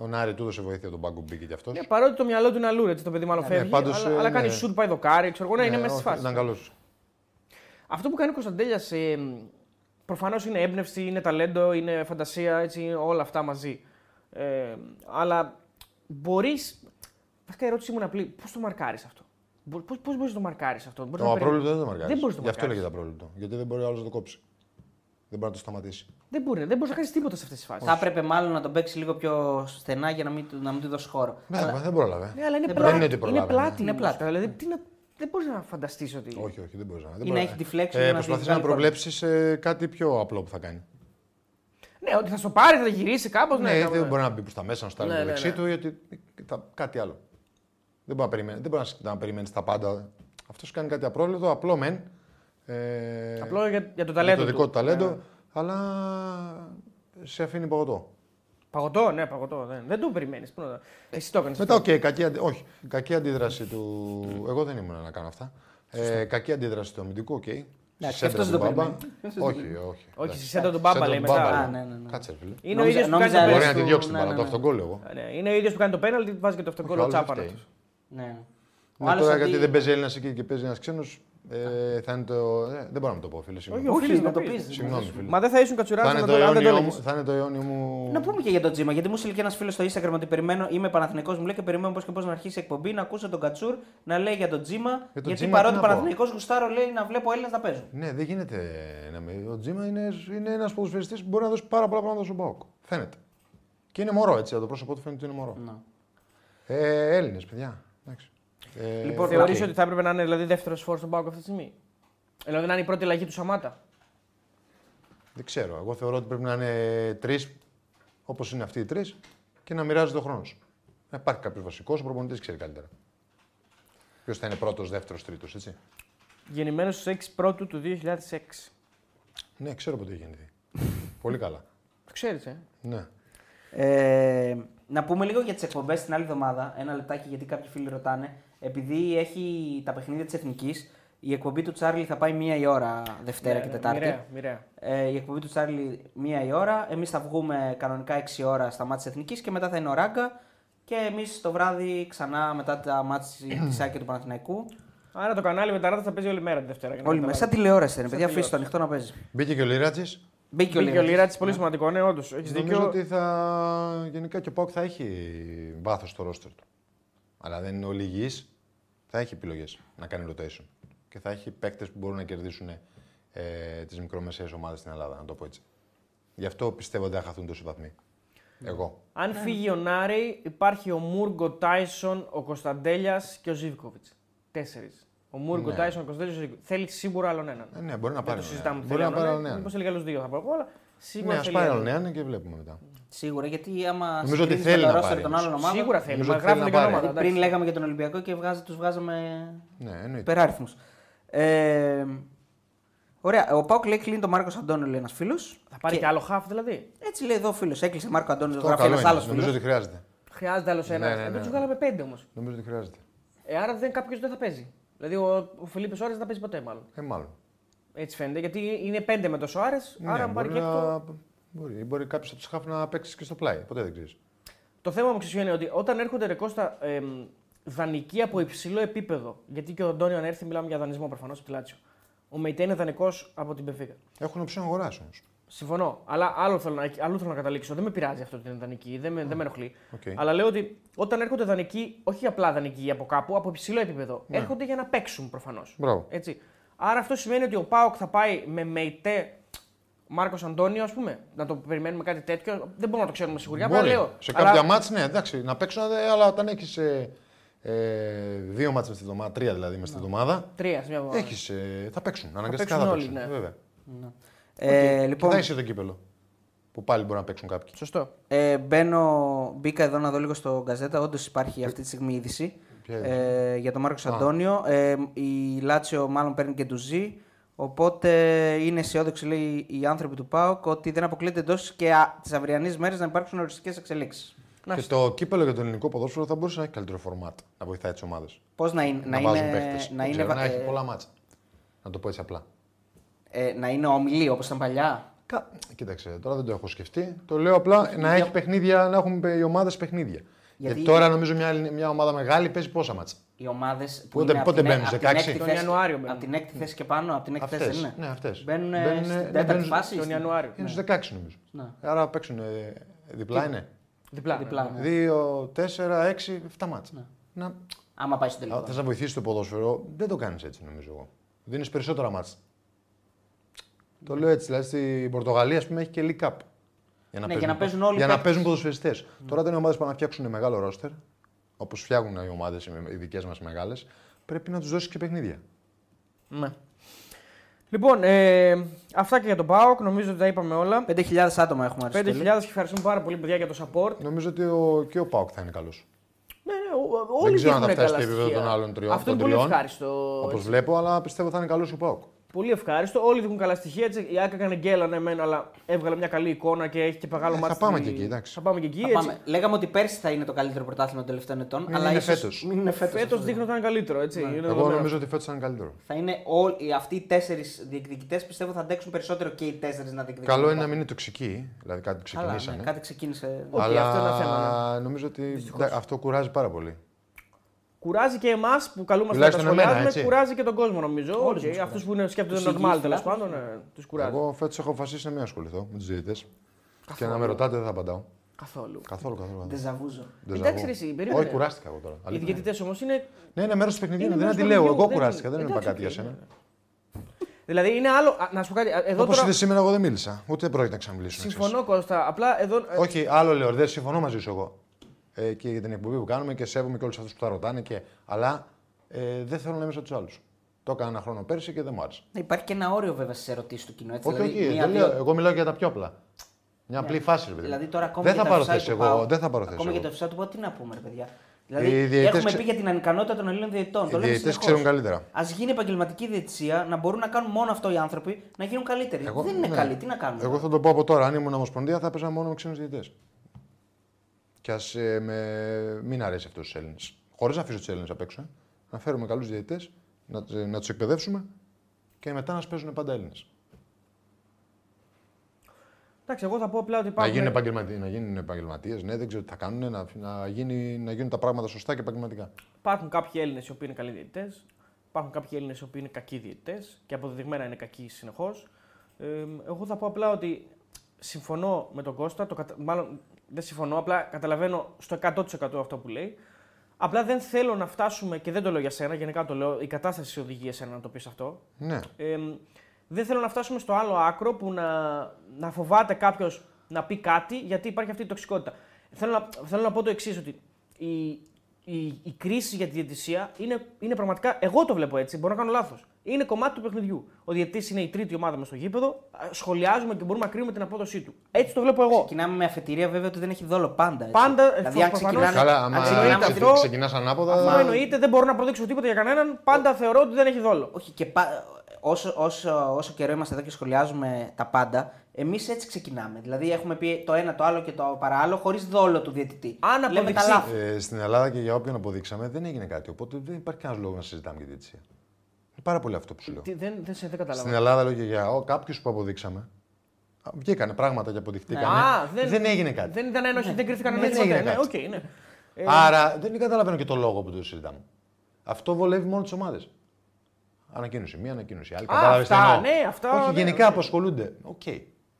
D: ο Νάρη του έδωσε βοήθεια τον πάγκο που μπήκε κι αυτός.
C: Ναι, παρότι το μυαλό του είναι αλλού, έτσι το παιδί μάλλον
D: Ναι,
C: φεύγει.
D: πάντως,
C: αλλά,
D: ε,
C: αλλά
D: ναι.
C: κάνει σουτ, πάει δοκάρι, ξέρω εγώ, ναι, είναι μέσα στη φάση.
D: Ε, Ήταν καλός.
C: Αυτό που κάνει ο Κωνσταντέλιας ε, προφανώς είναι έμπνευση, είναι ταλέντο, είναι φαντασία, έτσι, είναι όλα αυτά μαζί. Ε, αλλά μπορείς. Βασικά η ερώτησή μου είναι απλή. Πώς το μαρκάρεις αυτό. Πώ μπορείς να το μαρκάρεις αυτό. Μπορείς
D: Το
C: να περι-
D: απρόβλεπτο δεν το μαρκάρεις.
C: Δεν μπορείς να το
D: Γι' αυτό
C: μαρκάρεις.
D: λέγεται απρόβλεπτο. Γιατί δεν μπορεί άλλος να το κόψει. Δεν μπορεί να το σταματήσει.
C: Δεν μπορεί, δεν μπορείς να κάνεις τίποτα σε αυτές τις φάσεις.
A: Θα έπρεπε μάλλον να τον παίξει λίγο πιο στενά για να μην, του- να μην του δώσει χώρο.
D: Ναι, αλλά δεν πρόλαβε.
C: Ναι, αλλά είναι
A: Δεν
C: πλάτη.
D: είναι ότι προλάβαινε.
C: πλάτη.
A: Είναι
C: Είναι
A: πλάτη.
C: πλάτη. Δηλαδή, τι να... δεν μπορείς να φανταστείς ότι.
D: Όχι, όχι, δεν μπορείς να.
A: Ή να έχει deflection να
D: Ε,
A: δει
D: Προσπαθεί να
A: βγάλει
D: προβλέψει κάτι πιο απλό που θα κάνει.
C: Ναι, ότι θα στο πάρει, θα γυρίσει κάπως.
D: Ναι,
C: Ναι,
D: είτε
C: ναι,
D: μπορεί να μπει προ τα μέσα, να στάρει
C: Ναι,
D: το
C: ναι,
D: δεξί
C: ναι.
D: του ή ότι θα- κάτι άλλο. Δεν μπορεί να περιμένει, δεν μπορεί να, περιμένει τα πάντα. Αυτός κάνει κάτι απρόβλεπτο, απλό μεν. Ε,
C: Απλό για, για το
D: για
C: ταλέντο.
D: το δικό του ταλέντο,
C: Ναι.
D: αλλά σε αφήνει παγωτό.
C: Παγωτό, ναι, παγωτό. Δεν, δεν το περιμένεις. Εσύ το έκανες.
D: Μετά, οκ, κακή, αντι- όχι, κακή αντίδραση του. Εγώ δεν ήμουν να κάνω αυτά. Ε, κακή αντίδραση του αμυντικού, οκ.
A: Εντάξει,
D: Σέντρα
A: αυτός
D: του
A: δεν το
D: Μπάμπα.
A: περιμένει.
D: Όχι, όχι.
C: Όχι,
D: εντάξει.
C: στη σέντα του Μπάμπα
D: Σέντρα
C: λέει
D: του
C: μετά.
D: Μπάμπα,
A: Α,
D: ναι.
A: ναι, ναι, ναι.
D: Κάτσε, ρε φίλε.
C: Είναι ο
A: Νόμιζα-
C: ίδιος που κάνει
A: νόμιζα αρέσει
C: το
D: Μπορεί
A: του-
D: να τη
A: ναι,
D: διώξει την
A: ναι,
D: μπάλα. Το
A: ναι.
D: αυτογκόλ εγώ.
C: Ναι, είναι ο ίδιος που κάνει το πέναλτι, βάζει και το αυτοκόλλο
D: άλλος
C: τσάπανα.
D: δεν
C: τους.
A: Ναι. Ο
D: Ναι,
A: άλλος
D: τώρα
A: αντί-
D: γιατί δεν παίζει Έλληνας εκεί και παίζει ένας ξένος, θα είναι το. ε, δεν μπορώ να το πω, φίλε. συγγνώμη.
C: Όχι, ο
A: Όχι,
C: φίλος
A: να
C: να
A: το
C: πεις.
A: πεις.
D: Συγγνώμη, φίλε.
C: Μα δεν θα ήσουν
D: Θα
C: κατσουράκι
D: είναι
C: αν
D: το
C: δεν το
D: αιώνιο μου-
C: έλεγε.
D: θα είναι το αιώνιο μου.
A: Να πούμε και για τον Τζίμα, γιατί μου στείλε και ένας φίλος στο Instagram ότι περιμένω, είμαι Παναθηνικό, μου λέει και περιμένω πώς και πώς να αρχίσει η εκπομπή, να ακούσω τον Κατσούρ να λέει για τον Τζίμα.
D: τον
A: γιατί
D: Τζίμα τι
A: παρότι
D: να πω.
A: Παναθηνικό γουστάρω λέει να βλέπω Έλληνες να παίζουν.
D: Ναι, δεν γίνεται να με. Ο Τζίμα είναι, είναι ένας ποδοσφαιριστής που μπορεί να δώσει πάρα πολλά πράγματα στον Πάοκ. Φαίνεται. Και είναι μωρό, έτσι. Από το πρόσωπό του φαίνεται ότι είναι μωρό.
A: Να.
D: Ε, Έλληνες, παιδιά. εντάξει. Ε,
A: Λοιπόν,
D: οκ.
C: Θεωρεί ότι θα έπρεπε να είναι δηλαδή, δεύτερος φόρ στον Πάουκ αυτή τη στιγμή. Δηλαδή να είναι η πρώτη λαγή του Σαμάτα.
D: Δεν ξέρω. Εγώ θεωρώ ότι πρέπει να είναι τρεις, όπως είναι αυτοί οι τρεις, και να μοιράζεται ο χρόνος. Να υπάρχει κάποιος βασικός, ο προπονητής ξέρει καλύτερα. Ποιος θα είναι πρώτος, δεύτερος, τρίτος, έτσι.
C: Γεννημένος στις 6 πρώτου του 2006.
D: Ναι, ξέρω πότε έχει γεννηθεί. Πολύ καλά.
C: Το ξέρεις, ε.
D: Ναι.
A: Ε, να πούμε λίγο για τις εκπομπές την άλλη εβδομάδα. Ένα λεπτάκι, γιατί κάποιοι φίλοι ρωτάνε. Επειδή έχει τα παιχνίδια της Εθνικής, η εκπομπή του Τσάρλι θα πάει μία η ώρα Δευτέρα και Τετάρτη.
C: Ναι, Μοιραία, μοιραία.
A: Ε, η εκπομπή του Τσάρλι μία η ώρα. Εμείς θα βγούμε κανονικά 6 ώρα στα μάτια της Εθνικής και μετά θα είναι ο Ράγκα. Και εμείς το βράδυ ξανά μετά τα μάτια της Άκη και του Παναθηναϊκού.
C: Άρα το κανάλι με τα ράτα θα παίζει όλη μέρα τη Δευτέρα. για να
A: Όλοι μέσα. Σαν
C: καταλάβεις.
A: τηλεόραση είναι,
C: Σαν
A: παιδιά. Αφήστε το
C: τηλεόραση.
A: ανοιχτό να παίζει.
D: Μπήκε και ο Λιράτζη.
A: Μπήκε
C: Μπήκε ο Λιράτη, πολύ
A: Ναι.
C: σημαντικό, ναι, όντως. Έχεις
D: Νομίζω
C: δίκιο.
D: ότι θα, γενικά και ο Πάουκ θα έχει βάθος στο ρόστερ του. Αλλά δεν είναι όλοι υγιείς. Θα έχει επιλογές να κάνει rotation. Και θα έχει παίκτες που μπορούν να κερδίσουν ε, τις μικρομεσαίες ομάδες στην Ελλάδα, να το πω έτσι. Γι' αυτό πιστεύω ότι θα χαθούν τόσοι βαθμοί. Εγώ.
C: Αν φύγει ο Νάρη, υπάρχει ο Μούργο Τάισον, ο Κωνσταντέλιας και ο Ζήβκοβιτ. Τέσσερις. Ο Μούργο
D: Ναι.
C: Τάισον, ο Κωνσταντέλια και ο Ζήβκοβιτ. Θέλει σίγουρα άλλον έναν.
D: Ε, ναι, μπορεί να
C: Δεν
D: πάρει.
C: το
D: ο
C: συζητάμε. που θέλει
D: Νέαν. Μπορεί να
C: άλλον
D: πάρει
C: έναν.
D: άλλο νέαν.
C: Μήπω έλεγε άλλους δύο θα πω αλλά
D: Ναι,
C: σίγουρα
D: ας
C: θέλει
D: πάρει
C: άλλον.
D: άλλο νέαν και βλέπουμε μετά.
A: Σίγουρα, γιατί άμα.
D: Νομίζω ότι
A: συγκρίνεις
D: θέλει
A: με το
D: να
A: roster
D: πάρει
A: των
D: όμως.
A: άλλων ομάδων.
C: Σίγουρα θέλει.
D: Νομίζω
C: Μα
D: ότι θέλει
C: γράφονται
D: να
C: και
D: πάρει.
C: ονόματα.
A: Δηλαδή,
C: εντάξει.
A: πριν λέγαμε για τον Ολυμπιακό και βγάζα, τους βγάζαμε
D: Ναι, εννοείται.
A: υπεράριθμους. Ε, ωραία. Ο Πάουκ λέει κλείνει τον Μάρκος Αντώνιο, λέει ένας φίλος.
C: Θα πάρει και άλλο χάφ δηλαδή.
A: Έτσι λέει εδώ ο φίλος. Έκλεισε Μάρκο Αντώνιο,
D: Αυτό
A: γράφει
D: καλό
A: ένας άλλο
D: είναι. Νομίζω
A: φίλος.
D: ότι χρειάζεται.
C: Χρειάζεται άλλος
D: Ναι,
C: ένας.
D: ναι, ναι,
C: Δεν του
D: ναι.
C: βγάλαμε πέντε όμως.
D: Νομίζω ότι χρειάζεται.
C: Ε, άρα δεν, κάποιος δεν θα παίζει. Δηλαδή ο, ο Φιλίππη Όρε δεν θα παίζει ποτέ μάλλον.
D: Ε, μάλλον.
C: Έτσι φαίνεται. Γιατί είναι πέντε με το Σοάρε, άρα αν πάρει
D: Ναι, μπορεί,
C: και έκτο.
D: να... μπορεί, μπορεί κάποιος από τους χαφ να παίξει και στο πλάι. Ποτέ δεν ξέρεις.
C: Το θέμα μου ξέρει είναι ότι όταν έρχονται ρε Κώστα εμ, δανεικοί από υψηλό επίπεδο, γιατί και ο Αντώνιο αν έρθει, μιλάμε για δανεισμό προφανώς από τη Λάτσιο. Ο Μεϊτέ είναι δανεικός από την Πεφίκα.
D: Έχουν οψιόν αγορά όμως.
C: Συμφωνώ. Αλλά άλλο θέλω, να- αλλού θέλω να καταλήξω. Δεν με πειράζει αυτό ότι είναι δανεική, δεν με, δεν με ενοχλεί.
D: Οκ.
C: Αλλά λέω ότι όταν έρχονται δανεικοί, όχι απλά δανεικοί από κάπου, από υψηλό επίπεδο.
D: Ναι.
C: Έρχονται για να παίξουν προφανώς.
D: Μπράβο.
C: Έτσι. Άρα αυτό σημαίνει ότι ο Πάοκ θα πάει με Μεϊτέ Μάρκος Αντώνιο, ας πούμε. Να το περιμένουμε κάτι τέτοιο. Δεν μπορούμε να το ξέρουμε σιγουριά. απλά
D: Μπορεί.
C: λέω.
D: Σε
C: Αλλά
D: κάποια μάτς, ναι, εντάξει, να παίξουν, ε, αλλά όταν έχεις ε, ε, δύο μάτς μες τη βδομάδα, τρία δηλαδή μες τη βδομάδα,
C: Τρία σε μια εβδομάδα.
D: έχεις, ε, θα παίξουν. Αναγκαστικά θα
C: παίξουν
D: παίξουν.
C: όλοι, ναι.
D: βέβαια.
A: Ε,
D: Λοιπόν...
A: λοιπόν,
D: Και θα είσαι το κύπελο. Που πάλι μπορεί να παίξουν κάποιοι.
C: Σωστό.
A: ε, μπαίνω, μπήκα εδώ να δω λίγο στο γκαζέτα. Όντως υπάρχει αυτή τη στιγμή είδηση
D: Ε, Ποια είδηση?
A: ε, για τον Μάρκος Αντώνιο. Ε, η Λάτσιο μάλλον παίρνει και του ζει. Οπότε είναι αισιόδοξοι, λέει, οι άνθρωποι του ΠΑΟΚ ότι δεν αποκλείεται εντός και τις αυριανές μέρες να υπάρξουν οριστικές εξελίξεις.
C: Να
D: και το κύπελο για το ελληνικό ποδόσφαιρο θα μπορούσε να έχει καλύτερο φορμάτ να βοηθάει τις ομάδες.
A: Πώς να είναι, να,
D: Να, βάζουν
A: είναι,
D: παίχτες.
A: να,
D: Δεν
A: είναι,
D: ξέρω,
A: βα-
D: να έχει
A: ε,
D: πολλά μάτσα. Να το πω έτσι απλά.
A: ε, να είναι ομιλή όπως ήταν παλιά.
D: Κα... Ε, Κοίταξε, τώρα δεν το έχω σκεφτεί. Το λέω απλά να έχει παιχνίδια, να έχουν ε, οι ομάδες παιχνίδια. Γιατί...
A: Γιατί-
D: τώρα νομίζω μια, ελλην- μια ομάδα μεγάλη παίζει πόσα μάτσα.
A: Οι ομάδες που
D: Πότε-
A: είναι απ'
D: πότε
A: την-
D: μπαίνουν,
A: απ' την
D: 16?
A: έκτη
C: Τον
A: θέση-
C: Ιανουάριο μπαίνουν.
A: Απ' την έκτη θέση και πάνω, απ' την έκτη θέση
D: Αυτές,
A: δεν είναι.
D: ναι, αυτές.
A: Μπαίνουν, ε,
D: Μπαίνουν,
A: στην
D: ναι,
A: τέταρτη
D: μπαίνουν
A: φάση.
C: Τον
A: στην-
C: Ιανουάριο.
D: Είναι στου 16 νομίζω.
A: Ναι.
D: Άρα παίξουν ε, διπλά είναι.
C: Διπλά.
A: Διπλά, ναι.
D: 2, 4, 6, 7 μάτσα. Να...
A: Άμα πάει στο τελικό.
D: Θα σε βοηθήσεις το ποδόσφαιρο. Δεν το κάνεις έτσι νομίζω εγώ. Δίνεις περισσότερα μάτσα. Το λέω έτσι. Δηλαδή στην Πορτογαλία ας πούμε, έχει και League Cup.
A: Ναι, για να παίζουν όλοι οι
D: Για να
A: παίκτες. Ναι.
D: παίζουν ποδοσφαιριστές. Τώρα όταν οι ομάδες πάνε να φτιάξουν μεγάλο ρόστερ, όπως φτιάχνουν οι ομάδες οι δικές μας μεγάλες, πρέπει να τους δώσεις και παιχνίδια.
C: Ναι. Λοιπόν, ε, αυτά και για τον Πάοκ. Νομίζω ότι τα είπαμε όλα.
A: 5.000 άτομα έχουμε
C: 5.000
A: αριστοτέλη.
C: και ευχαριστούμε πάρα πολύ, παιδιά, για το support.
D: Νομίζω ότι ο, και ο Πάοκ θα είναι καλός.
C: Ναι, ναι, ο- ο- όλοι
D: ξέρω αν
C: δείχνουν
D: θα φτάσει
C: καλά
D: στο επίπεδο
C: στοιχεία.
D: των άλλων τριών,
C: Αυτό
D: των
C: είναι πολύ
D: τριών.
C: ευχάριστο.
D: Όπως
C: έτσι.
A: Ναι,
D: βλέπω, αλλά πιστεύω θα είναι καλός ο Πάοκ.
C: Πολύ ευχάριστο. Όλοι δείχνουν καλά στοιχεία. Έτσι. Η Άκη έκανε γκέλα ναι, μεν, αλλά έβγαλε μια καλή εικόνα και έχει και μεγάλο
D: Ε, θα
C: μάτι.
D: πάμε και εκεί, εντάξει.
C: Θα πάμε και εκεί.
A: Θα
C: έτσι.
A: πάμε. Λέγαμε ότι πέρσι θα είναι το καλύτερο πρωτάθλημα των τελευταίων ετών.
D: Μην
A: αλλά
D: είναι
A: ίσως
D: φέτος.
A: Μην είναι φέτος.
C: Φέτος δείχνει Ε, ότι ήταν καλύτερο. Έτσι. Είναι
D: Ναι. Εγώ
C: δεδομένο.
D: νομίζω ότι φέτος θα είναι καλύτερο.
A: Θα είναι όλοι, αυτοί οι τέσσερις διεκδικητές πιστεύω θα αντέξουν περισσότερο και οι τέσσερις να διεκδικήσουν.
D: Καλό είναι να μην είναι τοξική, δηλαδή κάτι
A: Καλά, ναι,
D: ξεκινήσανε.
A: κάτι ξεκίνησε.
C: Οκ,
D: αλλά
C: αυτό είναι ένα
A: ναι.
C: θέμα, ναι.
D: νομίζω ότι εντάξει, αυτό κουράζει πάρα πολύ.
C: Κουράζει και εμάς που καλούμαστε να τα
D: Τουλάχιστον εμένα,
C: σχολιάζουμε,
D: έτσι.
C: κουράζει και τον κόσμο νομίζω.
A: Όλους
C: Okay.
A: μας
C: Αυτούς που είναι σκέφτονται
A: Τους
C: normal τέλο
A: υγιείς,
C: πάντων, ναι, τους κουράζει.
D: Εγώ φέτος έχω αποφασίσει να μην ασχοληθώ με του διαιτητές. Και να με ρωτάτε δεν θα απαντάω.
C: Καθόλου.
D: Καθόλου, καθόλου. καθόλου.
A: Δεζαβούζο.
D: Ντεζαβού.
C: Εντάξει, ρε, εσύ, περίμενε.
D: Όχι, κουράστηκα εγώ τώρα.
C: Οι
D: αλήθεια.
C: διαιτητές όμως είναι.
D: Ναι, είναι μέρος του παιχνιδιού,
C: Είναι
D: δεν
C: μέρος του
D: αντιλέω.
C: παιχνιδιού,
D: Εγώ
C: δεν-
D: κουράστηκα, δεν είπα
C: εντάξει,
D: κάτι για
C: οκ.
D: σένα.
C: Δηλαδή είναι άλλο. α, Να σου πω κάτι. α, Εδώ
D: Όπως
C: τώρα.
D: είδες σήμερα, εγώ δεν μίλησα. Ούτε πρόκειται να ξαναμιλήσω. να ξέρεις.
C: Συμφωνώ, Κώστα. Απλά εδώ. ε,
D: Όχι, άλλο λέω, δεν συμφωνώ μαζί σου εγώ. Ε, και για την εκπομπή που κάνουμε και σέβομαι και όλους αυτούς που τα ρωτάνε. Και... Αλλά ε, δεν θέλω να είμαι σαν τους άλλους. Το έκανα ένα χρόνο πέρσι και δεν μου άρεσε.
A: Ναι, Υπάρχει και ένα όριο βέβαια στις ερωτήσεις του κοινού. Έτσι,
D: Όχι,
A: δηλαδή,
D: όχι,
A: μία,
D: δεν
A: δύο-
D: λέω, εγώ μιλάω και για τα πιο απλά. Μια απλή φάση, ρε παιδί.
A: Δηλαδή τώρα ακόμη
D: δεν,
A: και
D: θα
A: τα
D: πάρω
A: offside
D: θέση
A: του
D: εγώ,
A: ΠΑΟΚ,
D: δεν θα πάρω θέση.
A: Ακόμη
D: εγώ.
A: και το του πω τι να πούμε, ρε παιδιά. Δηλαδή,
D: διαιτητές
A: έχουμε
D: ξε-
A: πει για την ανικανότητα των Ελλήνων διαιτητών.
D: Οι
A: το λέμε
D: διαιτητές ξέρουν καλύτερα.
A: Ας γίνει επαγγελματική διαιτησία, να μπορούν να κάνουν μόνο αυτό οι άνθρωποι, να γίνουν καλύτεροι. δεν είναι
D: ναι.
A: καλοί, τι να κάνουμε.
D: Εγώ θα το πω από τώρα. Αν ήμουν Ομοσπονδία θα έπαιζα μόνο με ξένους διαιτητές. Και ας ε, με... μην αρέσει αυτός στου Έλληνε. Χωρίς να αφήσω τους Έλληνες απ' έξω. ε. Να φέρουμε καλούς διαιτητές, να, τε- να τους εκπαιδεύσουμε και μετά να σου παίζουν πάντα Έλληνες.
C: Εντάξει, εγώ θα πω απλά ότι
D: Να
C: υπάρχουν.
D: γίνουν, επαγγελματι... να γίνουν επαγγελματίες, ναι, δεν ξέρω τι θα κάνουν, να, να, γίνει, να γίνουν τα πράγματα σωστά και επαγγελματικά.
C: Υπάρχουν κάποιοι Έλληνες οι οποίοι είναι καλοί διαιτητές. Υπάρχουν κάποιοι Έλληνες οι οποίοι είναι κακοί διαιτητές και αποδεδειγμένα είναι κακοί συνεχώς. Ε, εγώ θα πω απλά ότι συμφωνώ με τον Κώστα. Το κατα... Μάλλον δεν συμφωνώ, απλά καταλαβαίνω στο 100% αυτό που λέει. Απλά δεν θέλω να φτάσουμε και δεν το λέω για σένα, γενικά το λέω. Η κατάσταση σε οδηγεί εσένα να το πεις αυτό.
D: Ναι.
C: Ε, δεν θέλω να φτάσουμε στο άλλο άκρο που να, να φοβάται κάποιος να πει κάτι γιατί υπάρχει αυτή η τοξικότητα. Θέλω να, θέλω να πω το εξής, ότι η, η, η κρίση για τη διαιτησία είναι, είναι πραγματικά. Εγώ το βλέπω έτσι, μπορώ να κάνω λάθος. Είναι κομμάτι του παιχνιδιού. Ο διαιτητής είναι η τρίτη ομάδα μας στο γήπεδο, α, σχολιάζουμε και μπορούμε να κρίνουμε την απόδοσή του. Έτσι το βλέπω εγώ.
A: Ξεκινάμε με αφετηρία βέβαια ότι δεν έχει δόλο πάντα. Έτσι.
C: Πάντα,
A: δηλαδή,
C: εφόσον
A: αν
C: προφανώς-
A: ξεκινάνε.
D: Καλά,
A: αν
D: άμα
A: ξεκινάμε
C: εννοείται
A: αυτή-
C: αυτό.
D: ξεκινάς ανάποδα.
C: Αυτό εννοείται, δεν μπορώ να προδείξω τίποτα για κανέναν. Πάντα θεωρώ ότι δεν έχει δόλο.
A: Όχι, και πα- όσο, όσο, όσο καιρό είμαστε εδώ και σχολιάζουμε τα πάντα, εμείς έτσι ξεκινάμε. Δηλαδή, έχουμε πει το ένα, το άλλο και το παράλληλο, χωρίς δόλο του διαιτητή.
C: Αν
A: Λέμε τα
C: αποδειχθεί-
A: λάθη.
D: Ε, στην Ελλάδα και για όποιον αποδείξαμε δεν έγινε κάτι. Οπότε δεν υπάρχει κανένας λόγος να συζητάμε για τη διαιτησία. Είναι πάρα πολύ αυτό που σου λέω.
C: Τι- Δεν, δεν, σε- δεν καταλαβαίνω.
D: Στην Ελλάδα λέω και για κάποιους που αποδείξαμε. α, Βγήκανε πράγματα και αποδειχτήκανε.
C: Ναι. Α,
D: δεν... έγινε κάτι.
C: Δεν ήταν ένοχοι, δεν κρίθηκαν
D: Δεν
C: ένοχοι
D: έγινε
C: ποτέ. Ναι,
D: κάτι.
C: οκ, ναι. Ε,
D: Άρα δεν καταλαβαίνω και το λόγο που το συζητάμε. Αυτό βολεύει μόνο τις ομάδες. Ανακοίνωση μία, ανακοίνωση άλλη.
C: Α,
D: Κατάλαβες τι
C: αυτά,
D: εννοώ.
C: ναι, αυτά,
D: Όχι,
C: ναι,
D: γενικά
C: οκ.
D: που ασχολούνται. Οκ.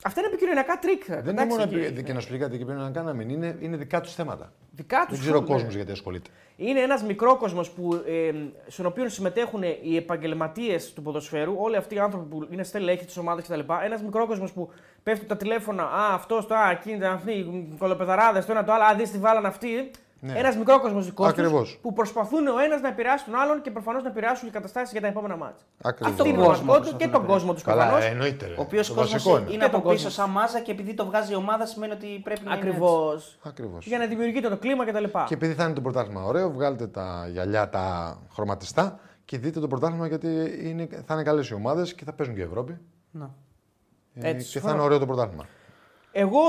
C: Αυτά είναι επικοινωνιακά τρίκ.
D: Δεν είναι μόνο επί- και να σου πει κάτι και πρέπει να κάναμε. Είναι, είναι δικά τους θέματα.
C: Δικά του.
D: Δεν ξέρω ο κόσμο γιατί ασχολείται.
C: Είναι ένας μικρό κόσμο ε, στον οποίο συμμετέχουν οι επαγγελματίες του ποδοσφαίρου, όλοι αυτοί οι άνθρωποι που είναι στελέχοι της ομάδας κτλ. Ένας μικρό κόσμο που πέφτουν τα τηλέφωνα. Α, αυτός, το, α, εκείνη, ήταν αυτή, οι κολοπεδαράδες, το ένα, το άλλο, α, δεις τι βάλαν αυτοί.
D: Ναι.
C: Ένας μικρό κόσμο δικός τους
D: Ακριβώς.
C: που προσπαθούν ο ένας να επηρεάσει τον άλλον και προφανώς να επηρεάσουν και καταστάσεις για τα επόμενα μάτια.
D: Ακριβώς.
C: Αυτό είναι η
A: κόσμο προσπαθούν
C: πραγματικότητα και
A: να
C: τον
A: επηρεάσουν.
C: κόσμο τους
D: Καλά,
C: προφανώς.
D: ε, εννοείται. ρε.
A: Ο οποίος
D: Το βασικό
A: κόσμος είναι,
C: Και
A: από
C: τον
A: πίσω
C: κόσμο.
A: σαν μάζα και επειδή το βγάζει η ομάδα σημαίνει ότι πρέπει να είναι.
C: Ακριβώς.
D: Ακριβώς.
C: Για να δημιουργείται το κλίμα κτλ.
D: Και επειδή θα είναι το πρωτάθλημα ωραίο, βγάλτε τα γυαλιά τα χρωματιστά και δείτε το πρωτάθλημα γιατί είναι, θα είναι καλές οι ομάδες και θα παίζουν και η Ευρώπη.
A: Να.
D: Ε,
C: Ναι. Έτσι,
D: και θα
C: συμφωνώ.
D: είναι ωραίο το πρωτάθλημα.
C: Εγώ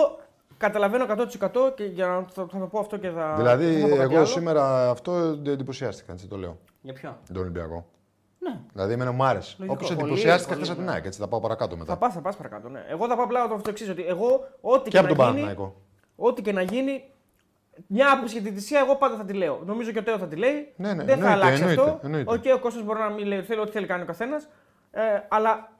C: καταλαβαίνω 100% και για να θα, θα το πω αυτό και θα.
D: δηλαδή,
C: δεν θα πω κάτι
D: εγώ
C: άλλο.
D: σήμερα αυτό εντυπωσιάστηκα, έτσι το λέω.
A: Για ποιο.
D: Τον Ολυμπιακό.
A: Ναι.
D: Δηλαδή, εμένα μου άρεσε.
A: Λογικό.
D: Όπως
A: Πολύ,
D: εντυπωσιάστηκα
A: πολύ,
D: χθε από την
A: ναι.
D: ΑΕΚ, έτσι θα πάω παρακάτω μετά.
C: Θα πας, θα πας παρακάτω. Ναι. Εγώ θα πω απλά το εξής: Ότι εγώ, ό,τι
D: και από τον
C: να γίνει,
D: Παναθηναϊκό.
C: ό,τι και να γίνει, μια άποψη για τη θυσία εγώ πάντα θα τη λέω. Νομίζω και ο Τέο θα τη λέει.
D: Ναι, ναι,
C: δεν θα
D: εννοείται,
C: αλλάξει
D: εννοείται,
C: αυτό.
D: εννοείται.
C: Οκ, ο κόσμο μπορεί να μην λέει ό,τι θέλει, ό,τι θέλει κάνει ο καθένας. Ε, αλλά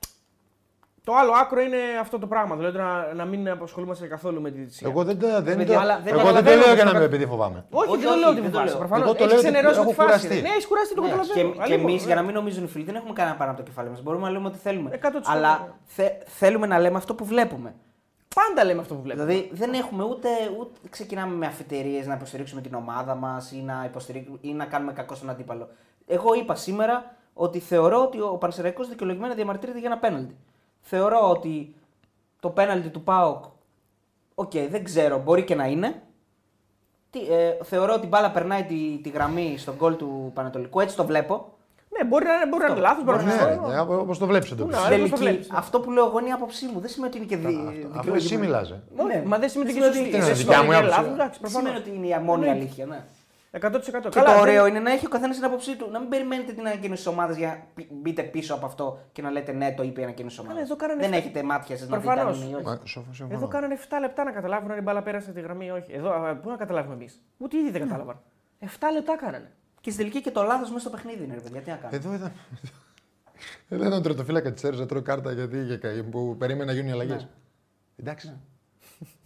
C: το άλλο άκρο είναι αυτό το πράγμα. Δηλαδή να, να μην απασχολούμαστε καθόλου με τη θυσία.
D: Εγώ δεν, τα- δεν,
A: Παιδιά,
D: το-
A: αλλά δεν
D: εγώ δεν το
C: καταλαβαίνω
D: λέω
C: πως
D: για να
C: θα-
D: με επειδή φοβάμαι.
C: Όχι,
A: Όχι,
C: δεν το
A: όχι,
C: λέω ότι
A: δεν το
C: φοβάσαι.
A: λέω.
C: Προφανώς
D: Εγώ το λέω
C: έχει
D: ότι
C: ξενερώσει
D: έχω
C: τη φάση.
D: κουραστεί.
C: ρε. Ναι, έχεις κουραστεί το
A: Ναι,
C: καταλαβαίνω.
A: Και, και
C: Αλλά
A: εμεί,
C: λοιπόν,
A: για να μην νομίζουν οι φίλοι, δεν έχουμε κανένα πάνω από το κεφάλι μας. Μπορούμε να λέμε ό,τι θέλουμε.
C: 100%.
A: Αλλά θε- θέλουμε να λέμε αυτό που βλέπουμε.
C: Πάντα λέμε αυτό που βλέπουμε.
A: Δηλαδή δεν έχουμε ούτε, ούτε ξεκινάμε με αφιτερίες να υποστηρίξουμε την ομάδα μας ή, να υποστηρίξουμε- ή να κάνουμε κακό στον αντίπαλο. Εγώ είπα σήμερα ότι θεωρώ ότι ο Πανσεραϊκός δικαιολογημένα διαμαρτύρεται για ένα πέναλτι. Θεωρώ ότι το πέναλτι του ΠΑΟΚ, οκ, δεν ξέρω, μπορεί και να είναι. Τι, ε, θεωρώ ότι η μπάλα περνάει τη, τη γραμμή στον γκολ του Πανατολικού, έτσι το βλέπω.
C: Ναι, μπορεί να είναι, μπορεί να είναι λάθος, μπορεί να είναι
D: Ναι,
C: σωστό.
D: ναι, όπως το βλέπεις το
C: Πού να
D: πίσω.
C: είναι. πώς
A: Τελική,
C: το βλέπεις, ναι.
A: αυτό που λέω εγώ είναι η άποψή μου. Δεν σημαίνει ότι είναι και δι-
D: Αφού εσύ
A: δικαιολογημένη.
D: μιλάς, ε.
C: Όχι,
A: Ναι.
C: Μα δεν σημαίνει ότι
A: Δεν
C: είναι
A: σημαίνει
C: σωστή.
A: ότι είναι
C: Είναι
D: δικιά μου
C: σωστό, είναι
D: άποψη.
C: λάθος. Εντάξει,
A: Δεν σημαίνει
C: προφανώς.
A: ότι είναι η μόνη
C: Εννοείται.
A: αλήθεια. Ναι.
C: 100%.
A: Και το
C: Καλά, δεν-
A: ωραίο είναι να έχει ο καθένας την άποψή του. Να μην περιμένετε την ανακοίνωση της ομάδας για να πη- μπείτε πίσω από αυτό και να λέτε ναι, το είπε η ανακοίνωση της
C: Καλά, εδώ
A: ομάδα.
C: κάνανε
A: Δεν
C: αυτά.
A: έχετε μάτια σας να δείτε αν
C: Προφανώς.
A: είναι ή όχι.
D: Μα, σοφ- συμφωνώ.
C: Εδώ κάνανε 7 λεπτά να καταλάβουν αν η μπάλα πέρασε τη γραμμή ή όχι. Εδώ, α, πού να καταλάβουμε εμείς. Ούτε ήδη δεν κατάλαβαν. 7 λεπτά κάνανε.
A: Και στην τελική και το λάθος μέσα στο παιχνίδι είναι, ρε παιδιά. Τι να κάνουμε.
D: Εδώ ήταν. Εδώ ήταν τροτοφύλακα της Έρζα, τρώει κάρτα γιατί είχε κα- που περίμενε να γίνουν οι αλλαγές.
A: Ναι.
D: Εντάξει.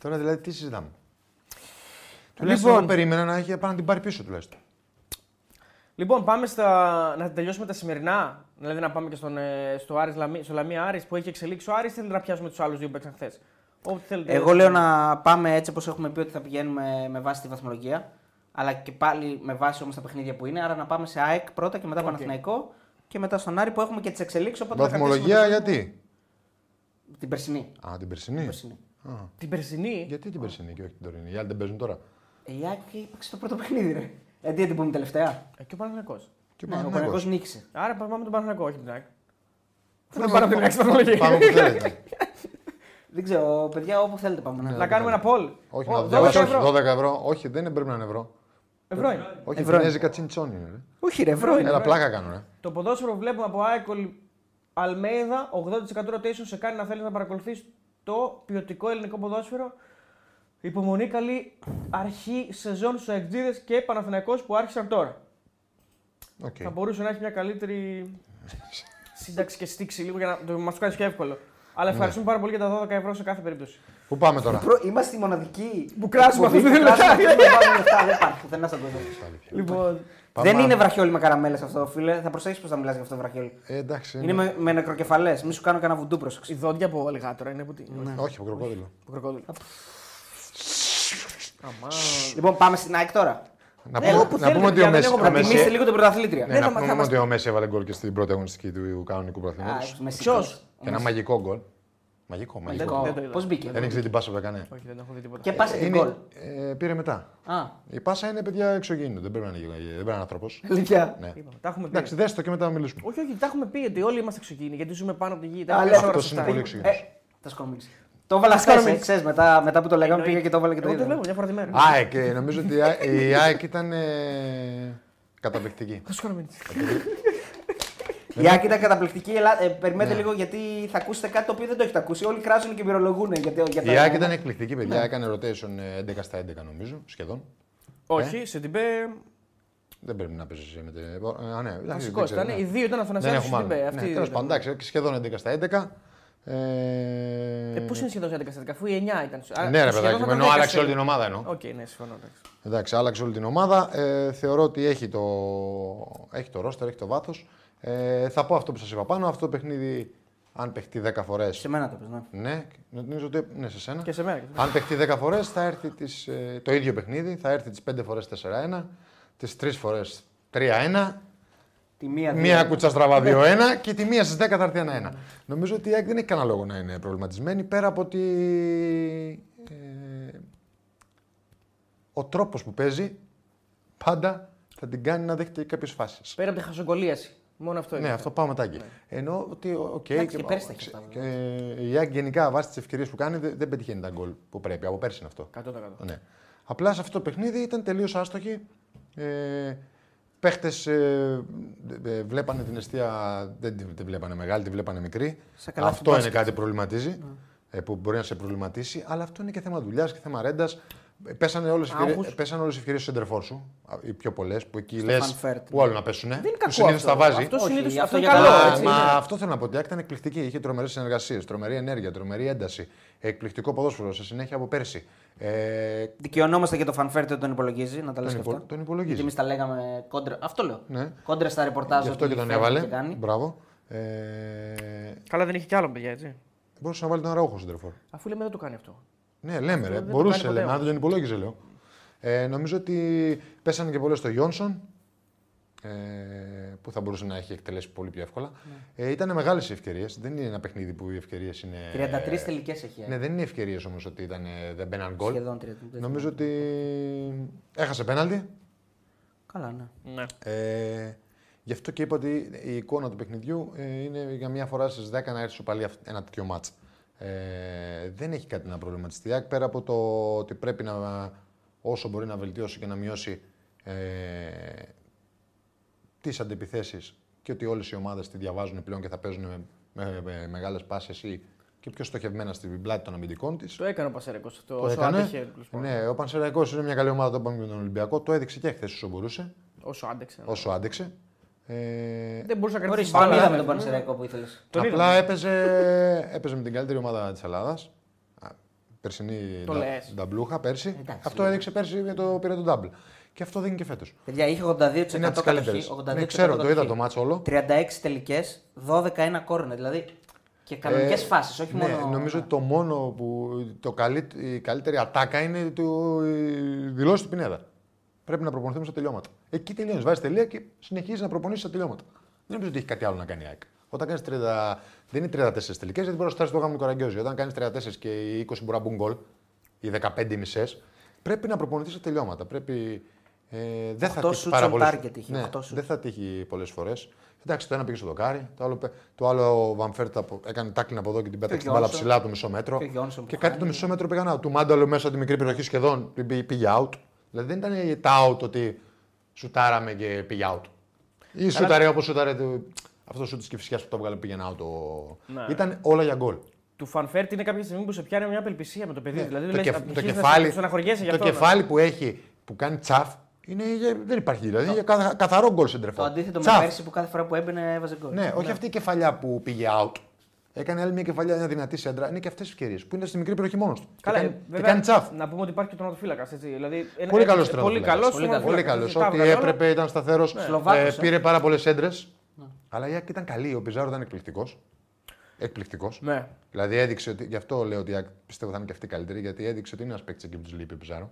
D: Τώρα δηλαδή τι συζητάμε.
A: Λοιπόν.
D: Τουλάχιστον
C: Λοιπόν.
D: εγώ περίμενα να έχει πάνω να την πάρει πίσω τουλάχιστον.
C: Λοιπόν, πάμε στα... να τελειώσουμε τα σημερινά. Δηλαδή να πάμε και στον, ε, στο, Άρης, Λαμί- στο Λαμία Άρης που έχει εξελίξει ο Άρης. Θέλετε να πιάσουμε τους άλλους δύο που παίξαν χθε. Ε,
A: Εγώ λέω να πάμε έτσι όπως έχουμε πει ότι θα πηγαίνουμε με βάση τη βαθμολογία. Αλλά και πάλι με βάση όμως τα παιχνίδια που είναι. Άρα να πάμε σε ΑΕΚ πρώτα και μετά Παναθηναϊκό και μετά στον Άρη που έχουμε και τις εξελίξεις. Οπότε να
D: Βαθμολογία
A: κρατήσουμε
D: γιατί.
A: το- την περσινή.
D: Α, την περσινή.
A: περσινή.
D: Α,
C: Την περσινή.
D: γιατί την περσινή και όχι την τωρινή. Οι άλλοι δεν παίζουν τώρα.
A: Ε, Η ΑΕΚ έπαιξε το πρώτο παιχνίδι, ρε. Ε, τι να την πούμε τελευταία.
C: ε, Και ο Παναγενικό.
D: Και ο
A: Ναι, ο
D: Παναθηναϊκός.
A: Παναγιώ νίκησε.
C: Άρα πάμε τον Παναγενικό, όχι την ΑΕΚ. Αφού
D: Ναι,
C: είναι πάνω από την
D: πάμε-
C: ΑΕΚ στην βαθμολογία.
D: Πάμε που θέλετε.
A: Δεν ξέρω, παιδιά, όπου θέλετε πάμε. να-
D: Ναι.
C: Να κάνουμε ένα poll.
D: Όχι,
C: Ο-
D: να
C: 12
D: διαβάσω. Όχι,
C: ευρώ.
D: 12 ευρώ. Όχι, δεν είναι- πρέπει να είναι ευρώ.
C: Ευρώ είναι.
D: Όχι,
A: Ευρώ είναι.
D: κινέζικα τσιντσόν είναι. ρε.
A: Όχι, ρε, ευρώ είναι.
D: Έλα, πλάκα κάνω, ρε.
C: Το ποδόσφαιρο που βλέπουμε από ΑΕΚ Αλμέιδα, 80% rotation σε κάνει να θέλει να παρακολουθείς το ποιοτικό ελληνικό ποδόσφαιρο. Υπομονή καλή αρχή σεζόν στους Αιγτζίδε και Παναθηναϊκός που άρχισαν τώρα.
D: Οκ.
C: Θα μπορούσε να έχει μια καλύτερη σύνταξη και στήξη λίγο για να το μας το κάνεις πιο εύκολο. Αλλά ευχαριστούμε πάρα πολύ για τα 12 ευρώ σε κάθε περίπτωση.
D: Πού πάμε τώρα.
A: Προ- Είμαστε οι μοναδικοί
C: Που κράζουμε
A: εκπομπή που
C: αυτούς που δεν
A: κράζουμε αυτούς που
C: λεφτά.
A: δεν βάζουν λεφτά. Δεν υπάρχει πουθενά στον κόσμο.
C: Λοιπόν,
D: Πάμε.
A: Δεν είναι βραχιόλι με καραμέλες αυτό, φίλε. Θα προσέχει πώς θα μιλάς για αυτό το βραχιόλι.
D: Ε, εντάξει.
A: Είναι με, με νεκροκεφαλές. Μη σου κάνω κανένα βουντού
C: η
A: πρόσεξε.
C: δόντια από αλιγάτορα είναι που τι.
D: Όχι, από κροκόδιλο.
C: Που κροκόδιλο. Αμάς.
A: Λοιπόν, πάμε στην ΑΕΚ τώρα.
D: Να
A: Ναι,
D: πούμε,
A: όπου
D: να
C: θέλετε,
D: πούμε ότι ο
C: για να
D: Μέση.
C: έχω
D: ο
A: Να
D: Μέση-
A: τιμήσετε λίγο την πρωταθλήτρια.
D: Ναι,
C: θα
D: να
C: μας-
D: πούμε
C: θα
D: ότι ο Μέση έβαλε γκολ και στην πρώτη αγωνιστική του κανονικού
A: Α,
D: πρωταθλήματο.
A: με
C: Ποιος?
D: Και ένα μαγικό γκολ. Μαγικό, μαγικό.
C: δεν το είδα.
A: Πώς
D: Δεν
A: μπήκε.
D: ήξερε την πάσα που έκανε.
C: Όχι, δεν έχω δει τίποτα.
A: Και πάσε την γκολ.
D: Είναι, ε, πήρε μετά.
A: Α,
D: Η πάσα είναι παιδιά εξωγήινου. Δεν πρέπει να είναι, γυναίκα, δεν πρέπει να είναι άνθρωπος.
A: αλήθεια.
D: Ναι.
C: Είπαμε, Τα έχουμε πει.
D: Εντάξει, δες το και μετά μιλήσουμε.
C: Όχι, όχι, τα έχουμε πει ότι όλοι είμαστε εξωγήινοι, γιατί ζούμε πάνω από τη γη. Τα
A: Α,
C: έχουμε
A: λέω.
C: πει
D: Αυτός
C: σε
D: είναι
C: αυτά.
D: πολύ
A: Ε,
D: εξωγήινος.
A: Τα σκόμιλησε. Το έβαλα χθε, ξέρεις μετά, μετά που το λέγαμε πήγα και το έβαλα και το
C: Εγώ το
A: είδα.
C: λέω μια φορά τη μέρα.
D: ΑΕΚ, ε, νομίζω ότι η ΑΕΚ- η ΑΕΚ ήταν ε, καταπληκτική.
C: Θα σου κάνω μήνυση.
A: Η
D: Ε.
A: Άκη ήταν καταπληκτική. Ελά... Ε, περιμένετε
D: Ναι.
A: λίγο γιατί θα ακούσετε κάτι το οποίο δεν το έχετε ακούσει. Όλοι κράζουν και πυρολογούν. Γιατί, για ναι. τα-
D: Η ΑΕΚ ήταν εκπληκτική, παιδιά. Έκανε rotation ε, 11 στα 11 νομίζω, σχεδόν. Ε?
C: Όχι, σε την πέ.
D: Δεν πρέπει να παίζει εσύ με την. ε, Α, ναι, εντάξει,
C: Βασικός
D: δεν ξέρω,
C: ήταν.
D: ναι.
C: Οι δύο ήταν
D: Δεν
C: Αθανασιάδη και
D: έχουμε
C: την πέ.
D: άλλο. Ναι,
C: Αυτή
D: τέλος
C: ήταν.
D: πάντων, εντάξει, σχεδόν 11 στα 11. Ε,
C: Ε, Πώ είναι σχεδόν σε 11 στατικά, αφού η 9 ήταν. σου-
D: Ναι, ρε
C: σχεδόν
D: παιδάκι,
C: θα
D: μου,
C: τα
D: ενώ
C: δέκα
D: άλλαξε
C: σε-
D: όλη την ομάδα εννοώ.
C: Οκ, ναι, συμφωνώ. εντάξει.
D: Εντάξει, άλλαξε όλη την ομάδα. Ε, θεωρώ ότι έχει το, έχει το ρόστερ, έχει το βάθος. Ε, θα πω αυτό που σας είπα πάνω. Αυτό το παιχνίδι, αν παιχτεί 10 φορές.
A: Σε μένα το πες, ναι.
D: Ναι, νομίζω ότι. Ναι, σε σένα.
C: Και σε μένα. και σε μένα.
D: Αν παιχτεί 10 φορές, θα έρθει τις, ε, το ίδιο παιχνίδι. Θα έρθει τις 5 φορέ 4-1, τι 3 φορέ 3-1,
A: Τη μία,
D: μία
A: δύο.
D: κουτσά στραβά 2-1 και τη μία στις 10 θα έρθει 1-1. Νομίζω ότι η ΑΕΚ δεν έχει κανένα λόγο να είναι προβληματισμένη πέρα από ότι. ε, ο τρόπος που παίζει πάντα θα την κάνει να δέχεται κάποιες φάσεις.
C: Πέρα από τη χασογκολίαση. Μόνο αυτό
D: Ναι,
C: είναι.
D: αυτό πάω μετά. Ενώ ότι. οκ,
A: Ναι. Εντάξει, και πέρσι τα είχε
D: ξε-
A: αυτά, ναι.
D: και, ε, η ΑΕΚ γενικά βάσει τις ευκαιρίες που κάνει δεν, δεν πετυχαίνει τα γκολ που πρέπει. Από πέρσι είναι αυτό.
C: 100%.
D: Ναι. Απλά σε αυτό το παιχνίδι ήταν τελείως άστοχοι. Ε, Παίχτες ε, βλέπανε την αιστεία, δεν τη τη βλέπανε μεγάλη, τη βλέπανε μικρή.
A: Σαν καλά
D: Αυτό είναι
A: μπάσκετ.
D: κάτι που
C: Ναι.
D: προβληματίζει, ε, που μπορεί να σε προβληματίσει, αλλά αυτό είναι και θέμα δουλειάς και θέμα ρέντας. Πέσανε όλες
C: Άγχος.
D: οι ευκαιρίες στο σεντερφόρ σου, α, οι πιο πολλές, που εκεί λε
A: Φανφέρτ.
D: που άλλο να πέσουνε.
C: ναι. Δεν είναι
D: που
C: κακό.
D: συνήθως
C: αυτό.
D: τα βάζει.
C: Αυτό
A: Όχι,
C: συνήθως
A: αυτό
C: αυτό είναι
A: για
C: καλό.
A: τα-
D: Μα,
C: έτσι,
D: μα
C: ναι.
D: αυτό θέλω να πω. ότι Η ΑΕΚ ήταν εκπληκτική. Είχε τρομερές συνεργασίες, τρομερή ενέργεια, τρομερή ένταση. Εκπληκτικό ποδόσφαιρο σε συνέχεια από πέρσι. Ε,
A: Δικαιωνόμαστε και το φανφέρτη ότι τον υπολογίζει, να τα λες
D: τον,
A: και
D: υπο-
A: αυτά.
D: τον
A: Γιατί
D: υπολογίζει.
A: εμείς τα λέγαμε κόντρα. Αυτό λέω.
D: Ναι.
A: Κόντρα στα ρεπορτάζ.
D: Γι' αυτό
A: ότι
D: και τον
A: φέρνει
D: έβαλε.
A: και κάνει.
D: Μπράβο. Ε,
C: Καλά, δεν είχε κι άλλο παιδιά, έτσι.
D: μπορούσε να βάλει τον Αραούχο στον τρεφόρ.
C: Αφού λέμε δεν το κάνει αυτό.
D: Ναι, λέμε ρε.
C: δεν το
D: Μπορούσε,
C: κάνει ποτέ
D: λέμε. Αν
C: όμως.
D: δεν τον υπολόγιζε, λέω. Ε, νομίζω ότι πέσανε και πολλές στο Γιόνσον. Ε, που θα μπορούσε να έχει εκτελέσει πολύ πιο εύκολα.
C: Ναι.
D: Ε, ήταν μεγάλες οι ευκαιρίες. Δεν είναι ένα παιχνίδι που οι ευκαιρίες είναι.
A: 33 τελικές έχει. ε.
D: Ναι, δεν είναι ευκαιρίες όμως ότι ήταν, ε, δεν μπαίναν γκολ.
A: Σχεδόν 33.
D: Νομίζω ότι έχασε πέναλτι.
A: Καλά, ναι.
C: Ναι.
D: Ε, Γι' αυτό και είπα ότι η εικόνα του παιχνιδιού ε, είναι για μια φορά στις 10 να έρθει πάλι αυ- ένα τέτοιο μάτς. Ε, δεν έχει κάτι να προβληματιστεί. Η ΑΕΚ, Πέρα από το ότι πρέπει να όσο μπορεί να βελτιώσει και να μειώσει ε, τις αντιπιθέσεις και ότι όλες οι ομάδες τη διαβάζουν πλέον και θα παίζουν με, με, με μεγάλες πάσες ή και πιο στοχευμένα στην πλάτη των αμυντικών της.
C: Το έκανε ο Πασαρικό αυτό.
D: Το
C: όσο
D: έκανε.
C: άντεχε. λοιπόν. τέλος πάντων.
D: Ναι, ο Πανσεραϊκός είναι μια καλή ομάδα, το είπαμε και με τον Ολυμπιακό. Το έδειξε και χθες όσο μπορούσε,
C: Όσο άντεξε. ναι.
D: όσο άντεξε. Ε,
C: Δεν μπορούσε να κρατήσει
A: Χωρί τον
C: την μπάλα.
A: είδαμε τον
C: Ναι.
A: Πανεσαιριακό που ήθελες.
C: Τον
D: απλά
C: είδαμε.
D: ε- έπαιζε, έπαιζε με την καλύτερη ομάδα της Ελλάδας. Περσινή
C: Το
D: ντα-
C: λες.
D: νταμπλούχα, πέρσι.
A: Εντάξει,
D: αυτό
A: λέω.
D: έδειξε πέρσι με το πήρε τον νταμπλ. Και αυτό δίνει και φέτος.
A: Παιδιά, είχε
D: Είναι
A: 82%
D: από τις καλύτερε.
A: κατοχή.
D: Ναι, ξέρω, το είδα το μάτσο όλο.
A: 36 τελικέ, 12-1 κόρνε. Δηλαδή και κανονικές
D: Ε,
A: φάσεις, όχι
D: ναι,
A: μόνο.
D: Νομίζω ότι το μόνο που. Το καλύ, η καλύτερη ατάκα είναι το, η δηλώση του Πινέδα. Πρέπει να προπονηθούμε στα τελειώματα. Εκεί τελειώνεις. Βάζεις τελεία και συνεχίζεις να προπονεί στα τελειώματα. Δεν νομίζω ότι έχει κάτι άλλο να κάνει η ΑΕΚ. Όταν κάνεις 30. Δεν είναι 34 τελικές, γιατί μπορείς να στάσει το γάμο του Καραγκιόζη. Όταν κάνεις 34 και οι 20 μπορεί να μπουν γκολ, οι 15 μισές, πρέπει να προπονηθείς στα τελειώματα. Πρέπει. Ε, δεν θα
A: Οκτώ
D: τύχει
A: shoots
D: πάρα
A: on
D: πολλές-
A: target είχε,
D: Ναι,
A: οκτώ shoots.
D: δεν θα τύχει πολλές φορές. Εντάξει, το ένα πήγε στο δοκάρι, το άλλο, πε- το άλλο ο Βανφέρτα που έκανε τάκλιν από εδώ και την πέταξε την μπάλα
A: Γιόνσον.
D: ψηλά το μισό μέτρο.
A: Και ο Γιόνσον που
D: κάτι
A: χάνει.
D: το μισό μέτρο πήγαν out. Του Μάνταλο μέσα από τη μικρή περιοχή σχεδόν του πή- πήγε out. Δηλαδή δεν ήταν τα out ότι σουτάραμε και πήγε out. Ή σουτάρε όπως σουτάρε το- αυτό σου τη κυφσιά που το έβγαλε πήγαινε out. ο-
C: Ναι.
D: Ήταν όλα για γκολ.
C: Του φανφέρτη είναι κάποια στιγμή που σε πιάνει μια απελπισία με το παιδί. Δηλαδή,
D: Ναι, το,
C: λες,
D: κεφ-
C: α,
D: το
C: αρχίζεις να
D: κεφάλι,
C: στεναχωριέσαι γι'
D: το
C: αυτό, ναι.
D: κεφάλι που έχει, που κάνει τσαφ, είναι, για- δεν υπάρχει δηλαδή. Είναι για καθα- καθαρό γκολ σε
A: Το αντίθετο με
D: Τσαφ.
A: πέρσι που κάθε φορά που έμπαινε έβαζε γκολ.
D: Ναι, όχι αυτή η κεφαλιά που πήγε out. Έκανε άλλη μια κεφαλιά, μια δυνατή σέντρα. Είναι και αυτές τι ευκαιρίες που είναι στη μικρή περιοχή μόνος του.
C: Καλά,
D: και
C: ε,
D: κάνει, και
C: βέβαια,
D: κάνει τσαφ.
C: Να πούμε ότι υπάρχει και ο τερματοφύλακας. Δηλαδή, ένα-
D: Πολύ
C: ένα-
D: καλό
C: Πολύ καλός.
D: Πολύ καλός. Ό,τι έπρεπε, ήταν σταθερός.
C: Ναι,
A: Σλοβάκος, ε.
D: πήρε πάρα πολλές έντρε. Αλλά η Άκη ήταν καλή. Ο Πιζάρο ήταν εκπληκτικός. Εκπληκτικός.
C: Ναι.
D: Δηλαδή έδειξε ότι. Γι' αυτό λέω ότι η Άκη πιστεύω θα είναι και αυτή καλύτερη. Γιατί έδειξε ότι είναι ένας παίκτης εκεί που τους λείπει ο Πιζάρο.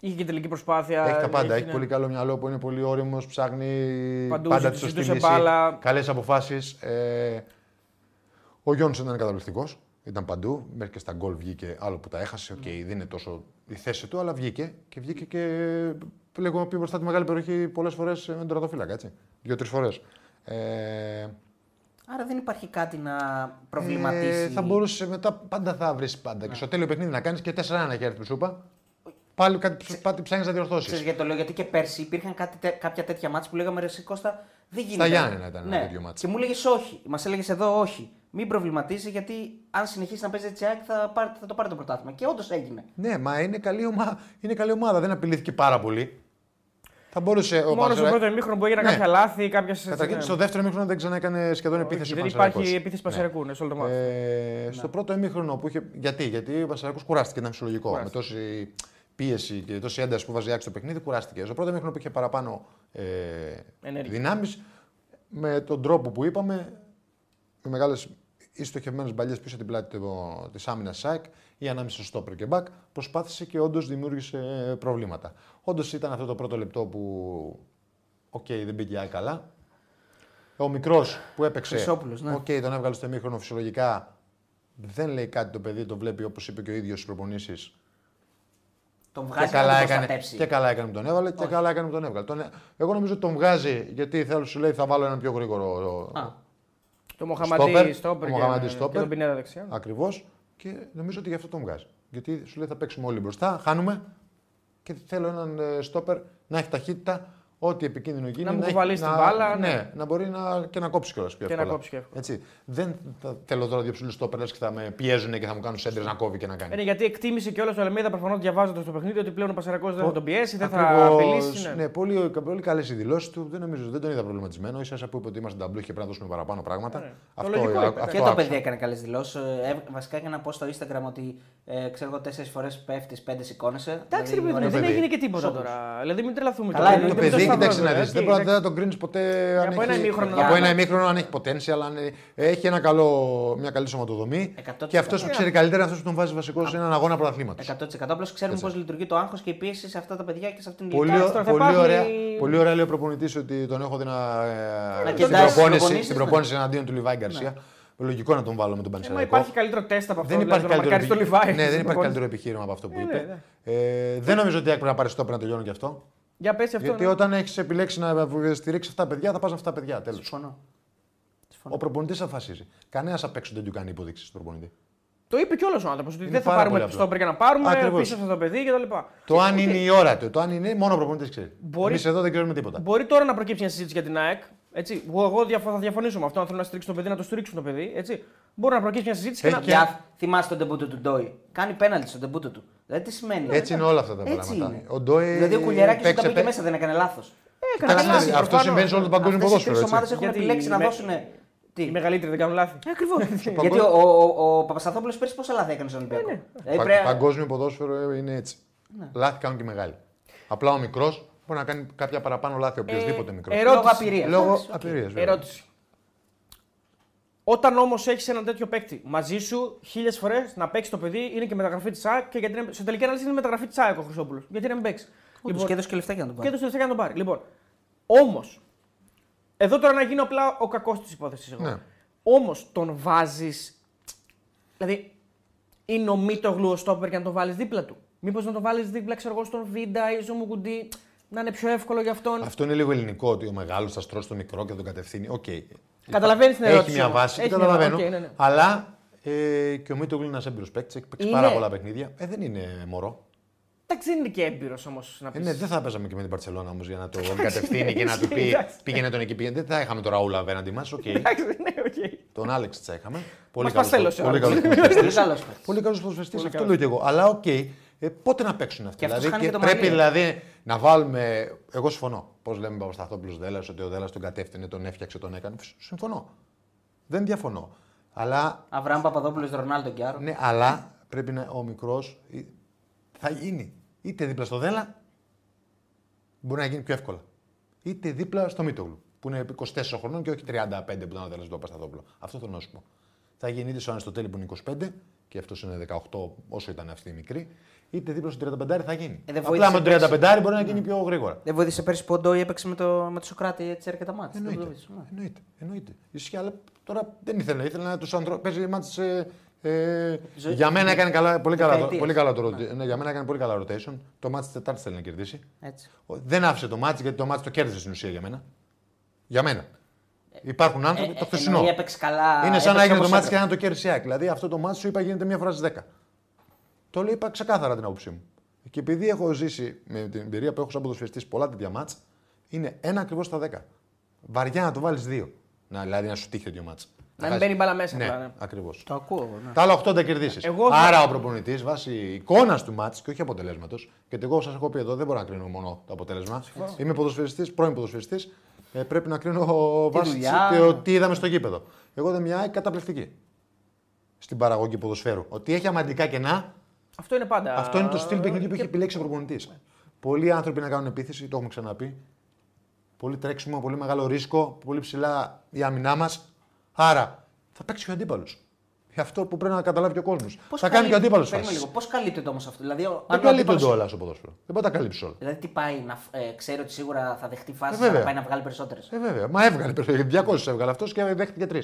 C: Είχε και τελική προσπάθεια.
D: Έχει τα πάντα. Έχει
C: ναι.
D: πολύ καλό μυαλό που είναι πολύ όριμος, ψάχνει
C: Παντού,
D: πάντα τη
C: ζητούσε
D: σωστή λύση.
C: μπάλα.
D: Καλές αποφάσεις. Ε, ο Γιόνσον ήταν καταπληκτικός. Ήταν παντού. Μέχρι και στα γκολ βγήκε άλλο που τα έχασε.
C: Ναι.
D: Οκ, δεν είναι τόσο η θέση του, αλλά βγήκε και βγήκε και λίγο πιο μπροστά τη μεγάλη περιοχή πολλές φορές με τον τερματοφύλακα. έτσι. Δύο-τρει φορές. Ε,
A: Άρα δεν υπάρχει κάτι να προβληματίσει.
D: ε, θα μπορούσε μετά, πάντα θα βρεις πάντα.
C: Ναι.
D: Και στο τέλειο παιχνίδι να κάνεις και 4-1 να έχει έρθει η σούπα. Πάλι κάτι, κάτι ψάχνεις να διορθώσεις.
A: Ξέρεις γιατί το λέω, γιατί και πέρσι υπήρχαν κάτι, τε- κάποια τέτοια μάτια που λέγαμε ρε εσύ, Κώστα, δεν γίνεται. Ναι.
D: Γιάννενα ήταν ένα τέτοιο μάτς.
A: Και μου έλεγε όχι. Μας έλεγες εδώ όχι. Μην προβληματίζει γιατί αν συνεχίσει να παίζει έτσι ΑΕΚ θα, πάρει- θα το πάρει το πρωτάθλημα. Και όντως έγινε.
D: Ναι, μα είναι καλή, ομάδα. είναι καλή ομάδα. Δεν απειλήθηκε πάρα πολύ. Θα μπορούσε ο
C: Μόνος στο
D: Πανσεραϊκός-
C: πρώτο ημίχρονο που έγιναν
D: Ναι.
C: κάποια λάθη, κάποια.
D: Καταρχήν, στο δεύτερο ημίχρονο δεν ξανά έκανε σχεδόν επίθεση. ο
C: Δεν
D: Πανσεραϊκός.
C: υπάρχει επίθεση Ναι. Πασαρικού, ναι, σε όλο το μάτι.
D: Ε, στο πρώτο ημίχρονο που είχε. Γιατί, γιατί ο Πανσεραϊκός κουράστηκε, ήταν φυσιολογικό.
C: Κουράστηκε.
D: Με τόση πίεση και τόση ένταση που βάζει άξιο το παιχνίδι, κουράστηκε. Στο πρώτο ημίχρονο που είχε παραπάνω ε,
C: Ενέργεια.
D: δυνάμεις, με τον τρόπο που είπαμε, με μεγάλες ή στοχευμένες μπαλιές πίσω την πλάτη της άμυνας ΣΑΕΚ ή ανάμεσα στο στόπερ και μπακ, προσπάθησε και όντως δημιούργησε ε, προβλήματα. Όντως ήταν αυτό το πρώτο λεπτό που. Οκ, δεν πήγε η ΑΕΚ καλά. Ο μικρός που έπαιξε.
A: Χρυσόπουλος, ναι.
D: Οκ, τον έβγαλε στο εμίχρονο φυσιολογικά. Δεν λέει κάτι το παιδί, το βλέπει όπως είπε και ο ίδιος στις προπονήσεις.
A: Τον
D: Και
A: βγάζει και
D: καλά,
A: τον
D: έκανε,
A: προστατεύσει.
D: και καλά έκανε που τον έβαλε και καλά έκανε που τον έβγαλε. Τον, ε- εγώ νομίζω ότι τον βγάζει γιατί θέλω σου λέει θα βάλω έναν πιο γρήγορο.
A: Α,
C: Το Μοχαμαντή
D: στόπερ,
C: Στόπερ
D: ο
C: και-
D: Μοχαμαντή
C: και
D: στόπερ.
C: τον Πινέδα δεξιά.
D: Ακριβώς. Και νομίζω ότι γι' αυτό τον βγάζει. Γιατί σου λέει θα παίξουμε όλοι μπροστά, χάνουμε και θέλω έναν ε, στόπερ να έχει ταχύτητα, ό,τι επικίνδυνο γίνει.
C: Να μου
D: έχει-
C: κουβαλήσει
D: να-
C: την μπάλα,
D: Ναι,
C: ναι.
D: να μπορεί να, και να κόψεις κιόλας πιο
C: Και να
D: εύκολα.
C: κόψεις πιο εύκολα.
D: Έτσι. Δεν θα θέλω τώρα δύο ψηλούς στόπερ λες, και θα με πιέζουν και θα μου κάνουν σέντρες να κόβει και να κάνει.
C: Ε, ναι, γιατί εκτίμησε και όλος ο Αλμίδα προφανώς διαβάζοντας το παιχνίδι ότι πλέον ο Πασαρικό δεν θα τον πιέσει, δεν θα
D: Ακριβώς.
C: απειλήσει. ναι.
D: Ναι, πολύ, πολύ καλές οι δηλώσεις του. Δεν, νομίζω, δεν τον είδα προβληματισμένο. σα που είπε ότι είμαστε ταμπλού και πρέπει να δώσουμε παραπάνω πράγματα.
C: Ναι. Το
D: Αυτό,
C: λογικό είπε.
D: α- αυτό
A: και το
D: άκουσα.
A: παιδί έκανε καλές δηλώσεις. Βασικά έκανα πώ στο Instagram ότι ε, ξέρω εγώ τέσσερις φορές πέφτεις, πέντε σηκώνεσαι.
C: Εντάξει, ρε
A: Δηλαδή,
C: παιδί μου,
A: ωραία.
C: δεν
D: παιδί.
C: έγινε και τίποτα
A: Σώπος.
C: τώρα. Δηλαδή, μην τρελαθούμε
A: Καλά,
C: τώρα.
A: είναι
D: Το
A: το
D: παιδί,
A: σταυρό,
D: κοίταξε να
C: ε,
D: δει. Δεν μπορεί
C: να
D: να τον κρίνεις ποτέ. αν
C: από ένα
D: έχει-
C: ημίχρονο,
D: από
A: ναι.
D: ένα ημίχρονο, αν έχει potential, αλλά έχει ένα καλό, μια καλή σωματοδομή.
A: 100%.
D: Και αυτός που
A: Ναι.
D: ξέρει καλύτερα, αυτός που τον βάζει βασικός σε έναν αγώνα πρωταθλήματος.
A: 100%. Απλώς ξέρουμε πώς λειτουργεί το άγχος και η πίεση σε αυτά τα παιδιά και σε αυτήν την
D: Πολύ,
A: ηλικία.
C: Εντάξει, τώρα θα
D: πολύ,
C: υπάρχουν
D: ωραία,
C: οι-
D: πολύ ωραία λέει ο προπονητής ότι τον έχω δει να. ε,
A: Να
D: στην
A: κοιτάζει τις
D: προπόνηση,
A: προπονήσεις,
D: στην
A: ναι.
D: προπόνηση εναντίον του Λιβάη Γκαρσία. Λογικό να τον βάλω με τον
C: Ναι. Ε, Μα
D: Πανεσαιραϊκό.
C: υπάρχει καλύτερο τεστ από αυτό.
D: Δεν υπάρχει,
C: δηλαδή,
D: καλύτερο,
C: καλύτερο. Το
D: επιχει-
C: Λιβάη,
D: ναι, δεν υπάρχει
C: προπονητή.
D: καλύτερο επιχείρημα από αυτό που
C: Ε, ναι,
D: είπε. Ε, δεν νομίζω ότι η ΑΕΚ πρέπει να πάρει στόπερ να τελειώνει και αυτό.
C: Για πέσει αυτό.
D: Γιατί
C: ναι.
D: όταν έχεις επιλέξει να στηρίξει αυτά τα παιδιά, θα πας αυτά τα παιδιά. Τέλος.
A: Συμφωνώ.
D: Ο προπονητής αποφασίζει. Κανένας απ' έξω δεν του κάνει υποδείξεις στον προπονητή.
C: Το είπε κιόλας ο άνθρωπος. Ότι
D: Είναι
C: δεν θα
D: πάρα
C: πάρουμε
D: πολύ
C: τι
D: απλό.
C: το έπρεπε να πάρουμε,
D: Ακριβώς.
C: πίσω αυτό το παιδί κτλ.
D: Το αν είναι η ώρα του, το αν είναι, μόνο ο προπονητής ξέρει.
C: Μπορεί-
D: Εμείς εδώ δεν ξέρουμε τίποτα.
C: Μπορεί τώρα να προκύψει μια συζήτηση για την ΑΕΚ. Έτσι. Εγώ, εγώ διαφο- θα διαφωνήσω με αυτό. Αν θέλουν να στηρίξουν το παιδί, να το στηρίξουν το παιδί. Έτσι. Μπορεί να προκύψει μια συζήτηση και
D: Έχει
C: να.
D: Ε,
C: Ε,
D: και-
A: Για, θυμάσαι τον τεμπούτο του Ντόι. Κάνει πέναλτι στον τεμπούτο του. Δηλαδή τι σημαίνει.
D: Έτσι είναι όλα αυτά τα
A: Έτσι
D: πράγματα.
A: είναι.
D: Ο Ντόι
A: Δηλαδή ο Κουλιεράκη
D: παίξε
A: όταν μπήκε
D: πέ-
A: μέσα δεν έκανε λάθος.
C: Έκανε
D: Καλά,
C: λάθη,
D: αυτό
C: προφανώς.
D: συμβαίνει σε όλο τον
A: Αυτές
D: παγκόσμιο
A: οι τρεις
D: ποδόσφαιρο. έτσι.
A: ομάδες έχουν
C: Γιατί
A: επιλέξει να
C: με-
A: δώσουν. Τι.
C: Οι μεγαλύτεροι δεν κάνουν
D: Ε,
C: λάθη.
A: Ακριβώ. Γιατί
D: παγκόσμιο-
A: ο, ο, ο Παπασταθόπουλος πέρσι πόσα λάθη έκανε στον Ολυμπιακό. Δηλαδή,
D: Πα-
A: πρέπει-
D: Παγκόσμιο ποδόσφαιρο είναι έτσι.
C: Ναι.
D: Λάθη κάνουν και οι μεγάλοι. Απλά ο μικρός μπορεί να κάνει κάποια παραπάνω λάθη, οποιοδήποτε μικρό.
C: ερώ-
A: Λόγω
C: Ε, ερώτηση.
A: απειρία.
D: Λόγω απειρία.
C: Ερώτηση. Όταν όμως έχεις έναν τέτοιο παίκτη μαζί σου, χίλιες φορές να παίξεις το παιδί είναι και μεταγραφή της ΑΕΚ και γιατί είναι... στο τελική ανάλυση είναι μεταγραφή της ΑΕΚ ο Χρυσόπουλος. Γιατί να μην παίξεις.
A: Λοιπόν, και έδωσε και λεφτά για να τον
C: Και
A: πάρει.
C: το τελευταίο να τον πάρει. Λοιπόν, όμως. Εδώ τώρα να γίνω απλά ο κακός της υπόθεσης.
D: Ναι.
C: εγώ. Όμως τον βάζεις. Δηλαδή, είναι ο Μίτογλου ο στόπερ και να τον βάλεις δίπλα του. Μήπως να τον βάλεις δίπλα, ξέρω εγώ, στον Βίντα ή στον Μουγκουντή, να είναι πιο εύκολο για αυτόν.
D: Αυτό είναι λίγο ελληνικό ότι ο μεγάλος θα στρώσει τον μικρό και θα τον κατευθύνει. Οκ.
C: Καταλαβαίνεις την ερώτηση
D: Έχει μια
C: όμως.
D: βάση,
C: Έχει
D: Έχει
C: μια
D: καταλαβαίνω.
C: βάση, οκ, ναι, ναι.
D: Αλλά ε, και ο Μίτογκλου είναι ένας έμπειρος παίκτης, έχει παίξει
C: Είναι.
D: πάρα πολλά παιχνίδια. Ε, δεν είναι μωρό.
C: Εντάξει, δεν είναι και έμπειρος όμως να πει.
D: Ε, ναι, δεν θα παίζαμε και με την Παρσελόνα όμως για να το κατευθύνει και να του
C: ισχύει,
D: πει
C: εντάξει.
D: πήγαινε τον εκεί. Πήγαινε. Δεν θα είχαμε τον Ραούλα απέναντι μας. οκ.
C: Εντάξει, ναι, οκ.
D: Τον Άλεξ θα είχαμε.
C: Μας
D: καλός
C: παστέλωσε ο
D: πολύ
C: Άλεξ.
D: καλός ποδοσφαιριστής.
A: Πολύ καλό
D: Πολύ καλός ποδοσφαιριστής, αυτό
C: καλός.
D: λέω και εγώ. Αλλά οκ, ε, πότε να παίξουν αυτοί.
A: Και αυτός χάνει και το
D: πρέπει
A: μαλλί.
D: δηλαδή να βάλουμε. Εγώ συμφωνώ. Πώς λέμε Παπασταθόπουλος Δέλλα, ότι ο Δέλλα τον κατεύθυνε, τον έφτιαξε, τον έκανε. Συμφωνώ. Δεν διαφωνώ. Αλλά,
A: Αβραάμ Παπαδόπουλος, Ρονάλντο Γκιάρο.
D: ναι, αλλά πρέπει να ο μικρός θα γίνει είτε δίπλα στο Δέλλα, μπορεί να γίνει πιο εύκολα. Είτε δίπλα στο Μίτογλου, που είναι 24 χρονών και όχι 35 που ήταν ο Δέλλα του Παπασταθόπουλου. Αυτό το νόσημο. Θα γίνει είτε στο Ανιστοτέλη που είναι 25 και αυτός είναι 18 όσο ήταν αυτή η μικρή, είτε δίπλα στο 35 θα γίνει.
A: Ε, δεν βοήθησε
D: Απλά
A: Ναι.
D: με τον 35 μπορεί να γίνει πιο γρήγορα.
A: Δεν βοήθησε πέρσι που ο Ντόι έπαιξε με το, με το Σοκράτη έτσι αρκετά μάτια.
D: Εννοείται.
A: ναι.
D: Εννοείται. Εννοείται. Ισχύει, αλλά τώρα δεν ήθελε. Ήθελε να τους ανθρώπου. Παίζει μάτς, ε, ε,
A: Ζωή-
D: για μένα έκανε καλά, πολύ, καλά, το-
A: Δεκαετίες.
D: πολύ καλά το rotation. Ναι, για μένα έκανε πολύ καλά rotation. Το μάτς της Τετάρτης θέλει να κερδίσει.
A: Έτσι.
D: Ο- Δεν άφησε το μάτς γιατί το μάτς το κέρδισε στην ουσία για μένα. Για μένα. Υπάρχουν άνθρωποι. το χθεσινό.
A: Ε, εννοεί, έπαιξε καλά.
D: είναι σαν
A: έπαιξε
D: να έγινε το
A: όπως
D: μάτς και
A: έπρεπε.
D: να το κέρδισε η ΑΕΚ. Δηλαδή αυτό το μάτς σου είπα γίνεται μία φορά στι 10. Το λέω, είπα ξεκάθαρα την άποψή μου. Και επειδή έχω ζήσει με την εμπειρία που έχω σαν ποδοσφαιριστής πολλά τέτοια μάτς, είναι ένα ακριβώς στα 10. Βαριά να το βάλεις δύο. Να, δηλαδή να σου τύχει το δύο μάτς.
C: μην
D: χάσεις.
C: μπαίνει μπάλα μέσα,
D: Ναι,
C: απλά, ναι.
D: ακριβώς.
A: Το ακούω. εγώ, ναι.
D: Τα άλλα 8 τα κερδίσεις.
C: Εγώ-
D: Άρα ο προπονητής βάσει εικόνας του μάτς και όχι αποτελέσματος. Γιατί εγώ σας έχω πει εδώ δεν μπορώ να κρίνω μόνο το αποτέλεσμα. Είμαι ποδοσφαιριστής, πρώην ποδοσφαιριστής. Ε, πρέπει να κρίνω βάσει
A: δουλειά.
D: της- το τι είδαμε στο γήπεδο. Εγώ είδα μια ΑΕΚ καταπληκτική στην παραγωγή ποδοσφαίρου. Ότι έχει αμαντικά κενά,
C: Αυτό είναι πάντα.
D: αυτό είναι το
A: Ε,
D: στυλ παιχνιδιού που έχει επιλέξει ο προπονητής. Πολλοί άνθρωποι να κάνουν επίθεση, το έχουμε ξαναπεί. Πολύ τρέξιμο, πολύ μεγάλο ρίσκο, πολύ ψηλά η άμυνά μας. Άρα θα παίξει και ο αντίπαλος. Αυτό που πρέπει να καταλάβει και ο κόσμος.
A: Πώς
D: Θα κάνει
A: καλύπτει-
D: και ο αντίπαλος
A: Περίμενε
D: φάση.
A: λίγο. Πώς καλύπτεται όμως αυτό. Δηλαδή, ο- αν
D: Δεν
A: ο
D: καλύπτονται
A: αντίπαλος-
D: όλα στο ποδόσφαιρο. Δεν μπορεί να τα καλύψει όλα.
A: Δηλαδή, τι πάει, να, φ- ε, ξέρει ότι σίγουρα θα δεχτεί φάσεις
D: Ε,
A: να
D: βέβαια.
A: πάει να βγάλει περισσότερες.
D: Ε, βέβαια. Μα έβγαλε περισσότερο. 200 έβγαλε αυτός και δέχτηκε τρεις.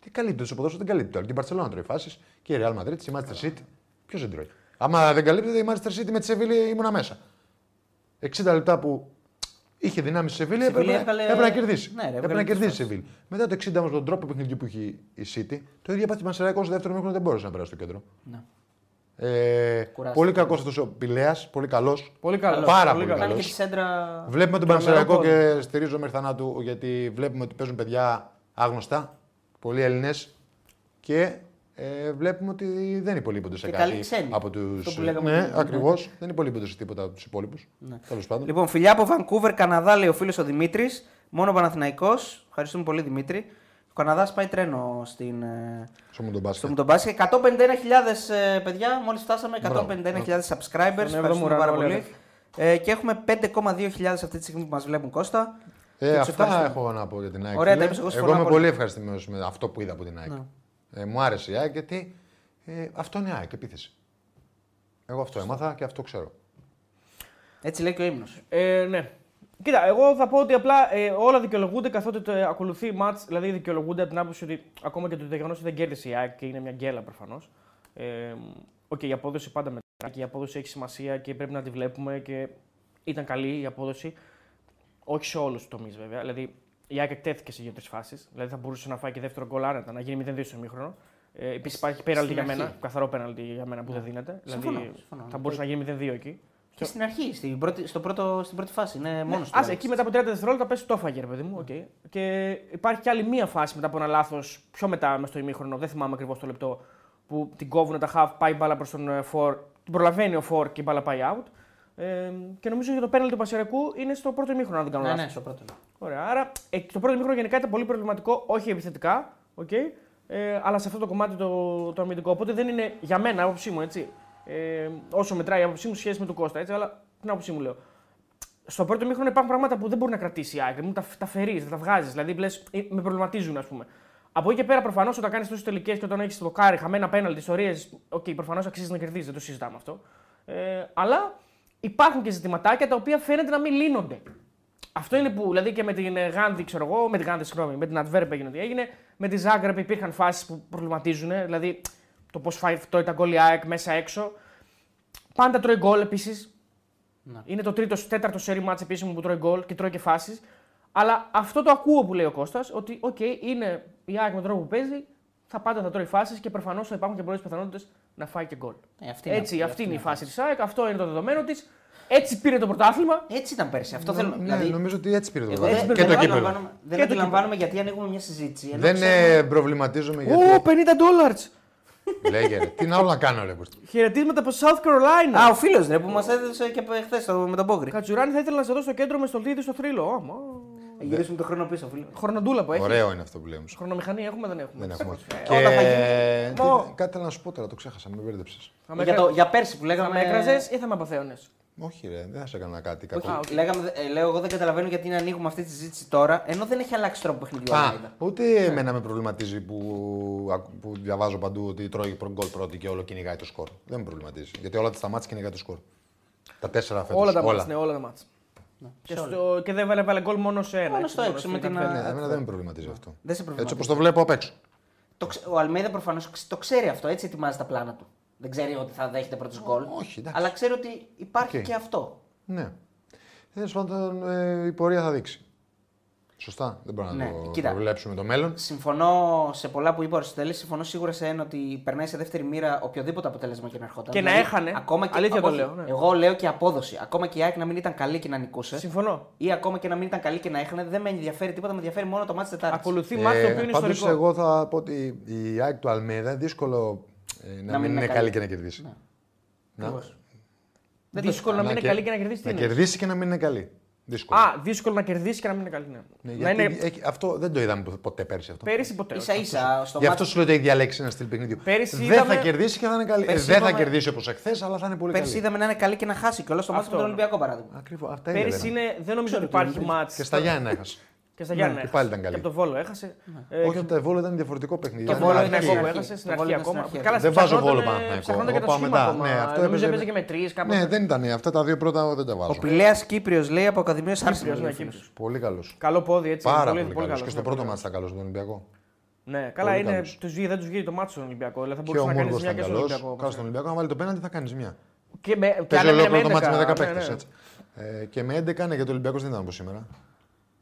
D: Τι καλύπτεται στο ποδόσφαιρο, δεν καλύπτεται. Και η Barcelona τρώει φάσεις και η Real Madrid, η Manchester City. Ποιος δεν τρώει. Άμα δεν καλύπτεται, η Manchester City με τη Σεβίλη ήμουνα μέσα. 60 λεπτά που είχε δυνάμεις στη Σεβίλη,
A: Σεβίλη
D: έπρεπε,
A: έβγαλε-
D: έπρεπε να κερδίσει.
A: Ναι, ρε,
D: έπρεπε να
A: έβγαλε τις
D: κερδίσει η
A: φάσεις.
D: Σεβίλη. Μετά το 60 όμως τον τρόπο παιχνιδιού που είχε η City, το ίδιο πάθη Μασεραϊκό στο δεύτερο μήχρονο δεν μπόρεσε να περάσει στο κέντρο.
A: Ναι.
D: Ε,
A: Κουράστηκε.
D: πολύ κακός αυτός ο Πηλέας, πολύ καλός.
C: Πολύ καλός.
D: Πάρα
C: πολύ
D: πολύ
A: Κάνει και
C: καλός.
D: καλό.
A: τη σέντρα.
D: Βλέπουμε τον
C: Τρομερό
D: Πανεπιστημιακό
C: πόδι.
D: και στηρίζω μέχρι θανάτου γιατί βλέπουμε ότι παίζουν παιδιά άγνωστα, πολλοί Έλληνες και ε, βλέπουμε ότι δεν υπολείπονται σε
A: Και
D: κάτι
A: καλοί ξένοι.
D: από τους.
A: Αυτό που λέγαμε
D: Ναι,
A: πριν.
D: ακριβώς. Δεν υπολείπονται σε τίποτα από τους υπόλοιπους. Τέλος πάντων.
A: Λοιπόν, φιλιά από Vancouver, Καναδά, λέει ο φίλος ο Δημήτρης. Μόνο Παναθηναϊκός. Ευχαριστούμε πολύ, Δημήτρη. Ο Καναδάς πάει τρένο στην, ε,
D: Στο μου τον μπάσκετ.
A: στο Μουντομπάσκετ. 151.000 ε, παιδιά, μόλις φτάσαμε. 151.000 subscribers.
C: Στον έβδομο
A: Ευχαριστούμε
C: ουρανό,
A: πάρα
C: λέει,
A: πολύ.
C: αδερφέ.
A: Ε, και έχουμε 5,2.000 αυτή τη στιγμή που μας βλέπουν Κώστα. Και
D: Ε,
A: τους
D: αυτά
A: ευχαριστούμε.
D: έχω να πω για την ΑΕΚ.
A: Ωραία,
D: φίλε.
A: τα είπες, εγώ συμφωνώ
D: εγώ είμαι πολύ
A: απόλυτα. Ναι.
D: ευχαριστημένος με αυτό που είδα από την ΑΕΚ. Ε, μου άρεσε η ΑΕΚ γιατί ε, αυτό είναι ΑΕΚ, επίθεση. Εγώ αυτό έμαθα και αυτό ξέρω.
A: Έτσι λέει και ο ύμνος.
C: Ε, ναι. Κοίτα, εγώ θα πω ότι απλά ε, όλα δικαιολογούνται καθότι το, ε, ακολουθεί μάτς, δηλαδή δικαιολογούνται από την άποψη ότι ακόμα και το γεγονός ότι δεν κέρδισε η ΑΕΚ και είναι μια γκέλα προφανώς. Ε, Οκ, η απόδοση πάντα μετράει και η απόδοση έχει σημασία και πρέπει να τη βλέπουμε και ήταν καλή η απόδοση. Όχι σε όλους τους τομείς βέβαια. Δηλαδή η ΑΕΚ εκτέθηκε σε δύο-τρει φάσεις. Δηλαδή θα μπορούσε να φάει και δεύτερο γκολ άνετα, να γίνει 0-2 στο μήχρονο. Ε, Επίσης υπάρχει πέναλτι για
A: αρχή.
C: μένα, καθαρό πέναλτι για μένα που δεν δίνεται.
A: Συμφωνώ,
C: δηλαδή
A: συμφωνώ.
C: θα μπορούσε να γίνει 0-2 εκεί.
A: Και στην αρχή, στην πρώτη, στο πρώτο, στην πρώτη φάση. ναι, Είναι μόνο
C: Ας, Ναι, εκεί μετά από 30 δευτερόλεπτα πέσει το έφαγε, ρε παιδί μου. οκ. Και υπάρχει και άλλη μία φάση μετά από ένα λάθος, πιο μετά μες στο ημίχρονο, δεν θυμάμαι ακριβώς το λεπτό, που την κόβουν τα half, πάει η μπάλα προς τον ε, φορ, την προλαβαίνει ο φορ και η μπάλα πάει out. Ε, και νομίζω για το πέναλ του Πασιαρικού είναι στο πρώτο ημίχρονο, αν δεν κάνω
A: Ναι,
C: λάθος.
A: ναι, στο πρώτο.
C: Ωραία. Άρα ε, το πρώτο ημίχρονο γενικά ήταν πολύ προβληματικό, όχι επιθετικά, οκ, ε, αλλά σε αυτό το κομμάτι το, το αμυντικό. Οπότε δεν είναι για μένα, άποψή μου έτσι. Ε, όσο μετράει η άποψή μου σε σχέση με τον Κώστα, έτσι, αλλά την άποψή μου λέω. Στο πρώτο μήχρονο υπάρχουν πράγματα που δεν μπορεί να κρατήσει η άκρη μου, τα, τα φερείς, τα βγάζεις. Δηλαδή λες, «Ε, με προβληματίζουν, ας πούμε. Από εκεί και πέρα, προφανώς, όταν κάνεις τόσες τελικές και όταν έχεις το κάρι, χαμένα πέναλτι, ιστορίες. Οκ, προφανώς αξίζει να κερδίζεις, δεν το συζητάμε αυτό. Ε, αλλά υπάρχουν και ζητηματάκια τα οποία φαίνεται να μην λύνονται. Αυτό είναι που, δηλαδή και με την ε, Γάνδη, ξέρω εγώ, με την Γάνδη, συγγνώμη, με την Αντβέρπ έγινε ό,τι έγινε. Με τη Ζάγκρεπ υπήρχαν φάσεις που προβληματίζουν, δηλαδή το πώς φάει αυτό ήταν γκολ η ΑΕΚ μέσα έξω. Πάντα τρώει γκολ επίσης.
A: Ναι.
C: Είναι το τρίτος, τέταρτο σερι μάτς επίσημο που τρώει γκολ και τρώει και φάσεις. Αλλά αυτό το ακούω που λέει ο Κώστας, ότι οκ, είναι η ΑΕΚ με τον τρόπο που παίζει, θα πάντα θα τρώει φάσεις και προφανώς θα υπάρχουν και πολλές πιθανότητες να φάει και γκολ.
A: Ε, αυτή είναι-
C: Έτσι, αυτή, είναι η
A: φάση.
C: φάση της ΑΕΚ, αυτό είναι το δεδομένο της. Έτσι πήρε το πρωτάθλημα.
A: Έτσι ήταν πέρσι. Αυτό θέλω.
D: Ναι,
A: δηλαδή,
D: νομίζω ότι έτσι πήρε το
A: εγώ
D: βράδυ.
A: δεν-
D: Και
A: δεν
D: το κύπελο.
A: αντιλαμβάνομαι- Δεν
C: το
A: αντιλαμβάνομαι γιατί ανοίγουμε μια συζήτηση. ενώ
D: Δεν
A: ξέρουμε-
D: ε, προβληματίζομαι
C: Ω,
D: γιατί.
C: 50 δόλαρ!
D: Λέγε. ρε. Τι να άλλο να κάνω, ρε. Κωστή.
C: Χαιρετίσματα από South Carolina.
A: Α, ο φίλος ρε που μας έδωσε και χθες με τον Πόγκρι.
C: Κατσουράνη θα ήθελα να σε δω στο κέντρο με στολίδι στο θρύλο. Ω, μα.
A: Ε, Γυρίσουμε το χρόνο πίσω, φίλε.
C: Χρονοτούλαπο έχεις.
D: Ωραίο είναι αυτό που λέμε. σου.
C: Χρονομηχανία έχουμε, δεν έχουμε. Ε,
D: Δεν έχουμε.
A: όταν θα
D: Και... τι-
A: Μω.
D: Κάτι θέλω να σου πω τώρα, το ξέχασα, με μπέρδεψες.
C: Θα με,
A: Για, το,
C: έκρα...
A: για πέρσι που
C: θα
A: λέγαμε.
C: με έκραζες ή θα με απαθέωνε.
D: Όχι, ρε, δεν θα σε έκανα κάτι
A: Όχι,
D: κακό.
A: λέγαμε, ε, λέω, εγώ δεν καταλαβαίνω γιατί να ανοίγουμε αυτή τη συζήτηση τώρα, ενώ δεν έχει αλλάξει τρόπο παιχνιδιού.
D: Α,
A: Αλμέιδα.
D: ούτε εμένα με προβληματίζει που, ακου- που διαβάζω παντού ότι τρώει προ- γκολ πρώτη και όλο κυνηγάει το σκορ. Δεν με προβληματίζει. Γιατί όλα τα μάτια κυνηγάει το σκορ. Τα τέσσερα φέτος.
C: Όλα τα μάτς, ναι, όλα τα μάτς. Και,
A: Σε όλα.
C: στο... και δεν βάλε, βάλε γκολ μόνο σε ένα.
A: Μόνο
C: έτσι,
A: στο έξω, με
C: στην
A: την,
C: Αντβέρπ.
D: Ναι, εμένα δεν με προβληματίζει αυτό.
A: Δεν σε
D: Έτσι
A: προβληματίζει.
D: όπως το βλέπω απ' έξω.
A: Το ξε- Ο Αλμέιδα προφανώς το ξέρει αυτό, έτσι ετοιμάζει τα πλάνα του. Δεν ξέρει ότι θα δέχεται πρώτος γκολ.
D: όχι, εντάξει.
A: αλλά ξέρει ότι υπάρχει
D: Οκ.
A: και αυτό.
D: Ναι. Τέλος πάντων, ε, η πορεία θα δείξει. Σωστά. Δεν μπορούμε
A: Ναι,
D: να το
A: κοίτα.
D: προβλέψουμε το μέλλον.
A: Συμφωνώ σε πολλά που είπε ο Αριστοτέλης. Συμφωνώ σίγουρα σε ένα ότι περνάει σε δεύτερη μοίρα οποιοδήποτε αποτέλεσμα και να ερχόταν. Δηλαδή,
C: Και να έχανε.
A: Ακόμα και...
C: Αλήθεια το
A: όχι,
C: λέω, ναι.
A: Εγώ λέω και απόδοση. Ακόμα και η ΑΕΚ να μην ήταν καλή και να νικούσε.
C: Συμφωνώ.
A: Ή ακόμα και να μην ήταν καλή και να έχανε. Δεν με ενδιαφέρει τίποτα. Με ενδιαφέρει μόνο το μάτι Τετάρτης.
C: Ακολουθεί μάτς το οποίο είναι
D: Ε, πάντως
C: ιστορικό.
D: εγώ θα πω ότι η ΑΕΚ του Αλμέδα δύσκολο ε, να, μην είναι καλή και να κερδίσει.
A: Ναι.
D: Να,
A: Δεν το
C: δύσκολο να μην είναι
D: κε-
C: καλή και να κερδίσει. τι
D: Να
C: είναι.
D: κερδίσει και να μην είναι καλή. Δύσκολο.
C: Α, δύσκολο να κερδίσει και να μην είναι καλή. Ναι.
D: Ναι,
C: να
D: γιατί
C: είναι
D: έχει- αυτό δεν το είδαμε ποτέ πέρσι αυτό.
C: πέρυσι ποτέ.
A: σα ίσα στο
D: Γι'
A: μάτι.
D: αυτό σου λέω τα ίδια λέξη ένα στυλ παιχνιδιού.
C: Πέρυσι
D: δεν
C: είδαμε-
D: θα κερδίσει και θα είναι καλή. Ε,
A: Πέρυσι
D: δεν θα
A: είδαμε-
D: κερδίσει όπως εχθές, αλλά θα είναι πολύ
A: Πέρσι
D: καλή.
A: είδαμε να είναι καλή και να χάσει και όλο το μάτι με
C: Αυτό,
A: τον
C: ναι.
A: Ολυμπιακό παράδειγμα.
D: Ακριβώς. Αυτά είναι.
C: Πέρυσι είναι, δεν νομίζω
A: Ξέρω
C: ότι
A: τι
C: υπάρχει
A: είναι.
C: μάτς.
D: Και στα Γιάννενα έχασε.
C: Και στα Γιάννενα
D: και
C: έχασε.
D: πάλι ήταν καλή.
C: Και από το Βόλο έχασε. Ε,
D: Όχι, το Βόλο ήταν διαφορετικό παιχνίδι.
C: Το
D: Ήταν
C: Βόλο
A: Βόλο
D: αρχή.
C: είναι
A: στην
C: ακόμα,
A: αρχή.
C: έχασες στην
A: Το Βόλο
C: αρχή
A: ήταν στην
C: ακόμα.
A: αρχή.
C: Καλά,
D: Δεν βάζω
C: ψαχνότανε-
D: Βόλο Παναθηναϊκό.
C: Ψαχνόταν και
D: Εγώ
C: το
D: πάω
C: σχήμα
D: μετά.
C: ακόμα.
D: Ναι, αυτό
C: Νομίζω
D: έπαιζε-
C: έπαιζε και με τρεις κάπως.
D: Ναι, δεν ήταν. Αυτά τα δύο πρώτα δεν τα
A: Ο
D: βάζω.
A: Πηλέα Κύπριος λέει από Ακαδημίας
C: Ε, Κύπριος, ναι,
A: Άρσεν.
C: Κύπριος.
D: Πολύ καλός.
C: Καλό πόδι έτσι.
D: Πάρα πολύ καλός.
C: καλός,
D: Και στο
C: ναι,
D: πρώτο
C: πολύ
D: μάτι ήταν καλός τον Ολυμπιακό.
C: καλός. Ναι, καλά
D: Πολύ
C: είναι.
D: καλός.
C: Τους βγει, δεν τους βγει το μάτι στον Ολυμπιακό. Δηλαδή θα
D: Και ο
C: μπορούσε να κάνει
D: Μούργο
C: μια
D: ήταν
C: και στον
D: καλός.
C: Ολυμπιακό.
D: Κάτσε στον Ολυμπιακό, αν βάλει το πέναντι θα κάνεις μια.
C: Και με- και
D: Παίζει
C: αν έμενε
D: ολόκληρο το μάτι με 10
C: ναι, ναι.
D: παίχτε. Και με 11 ναι, γιατί ο Ολυμπιακό δεν ήταν όπω σήμερα.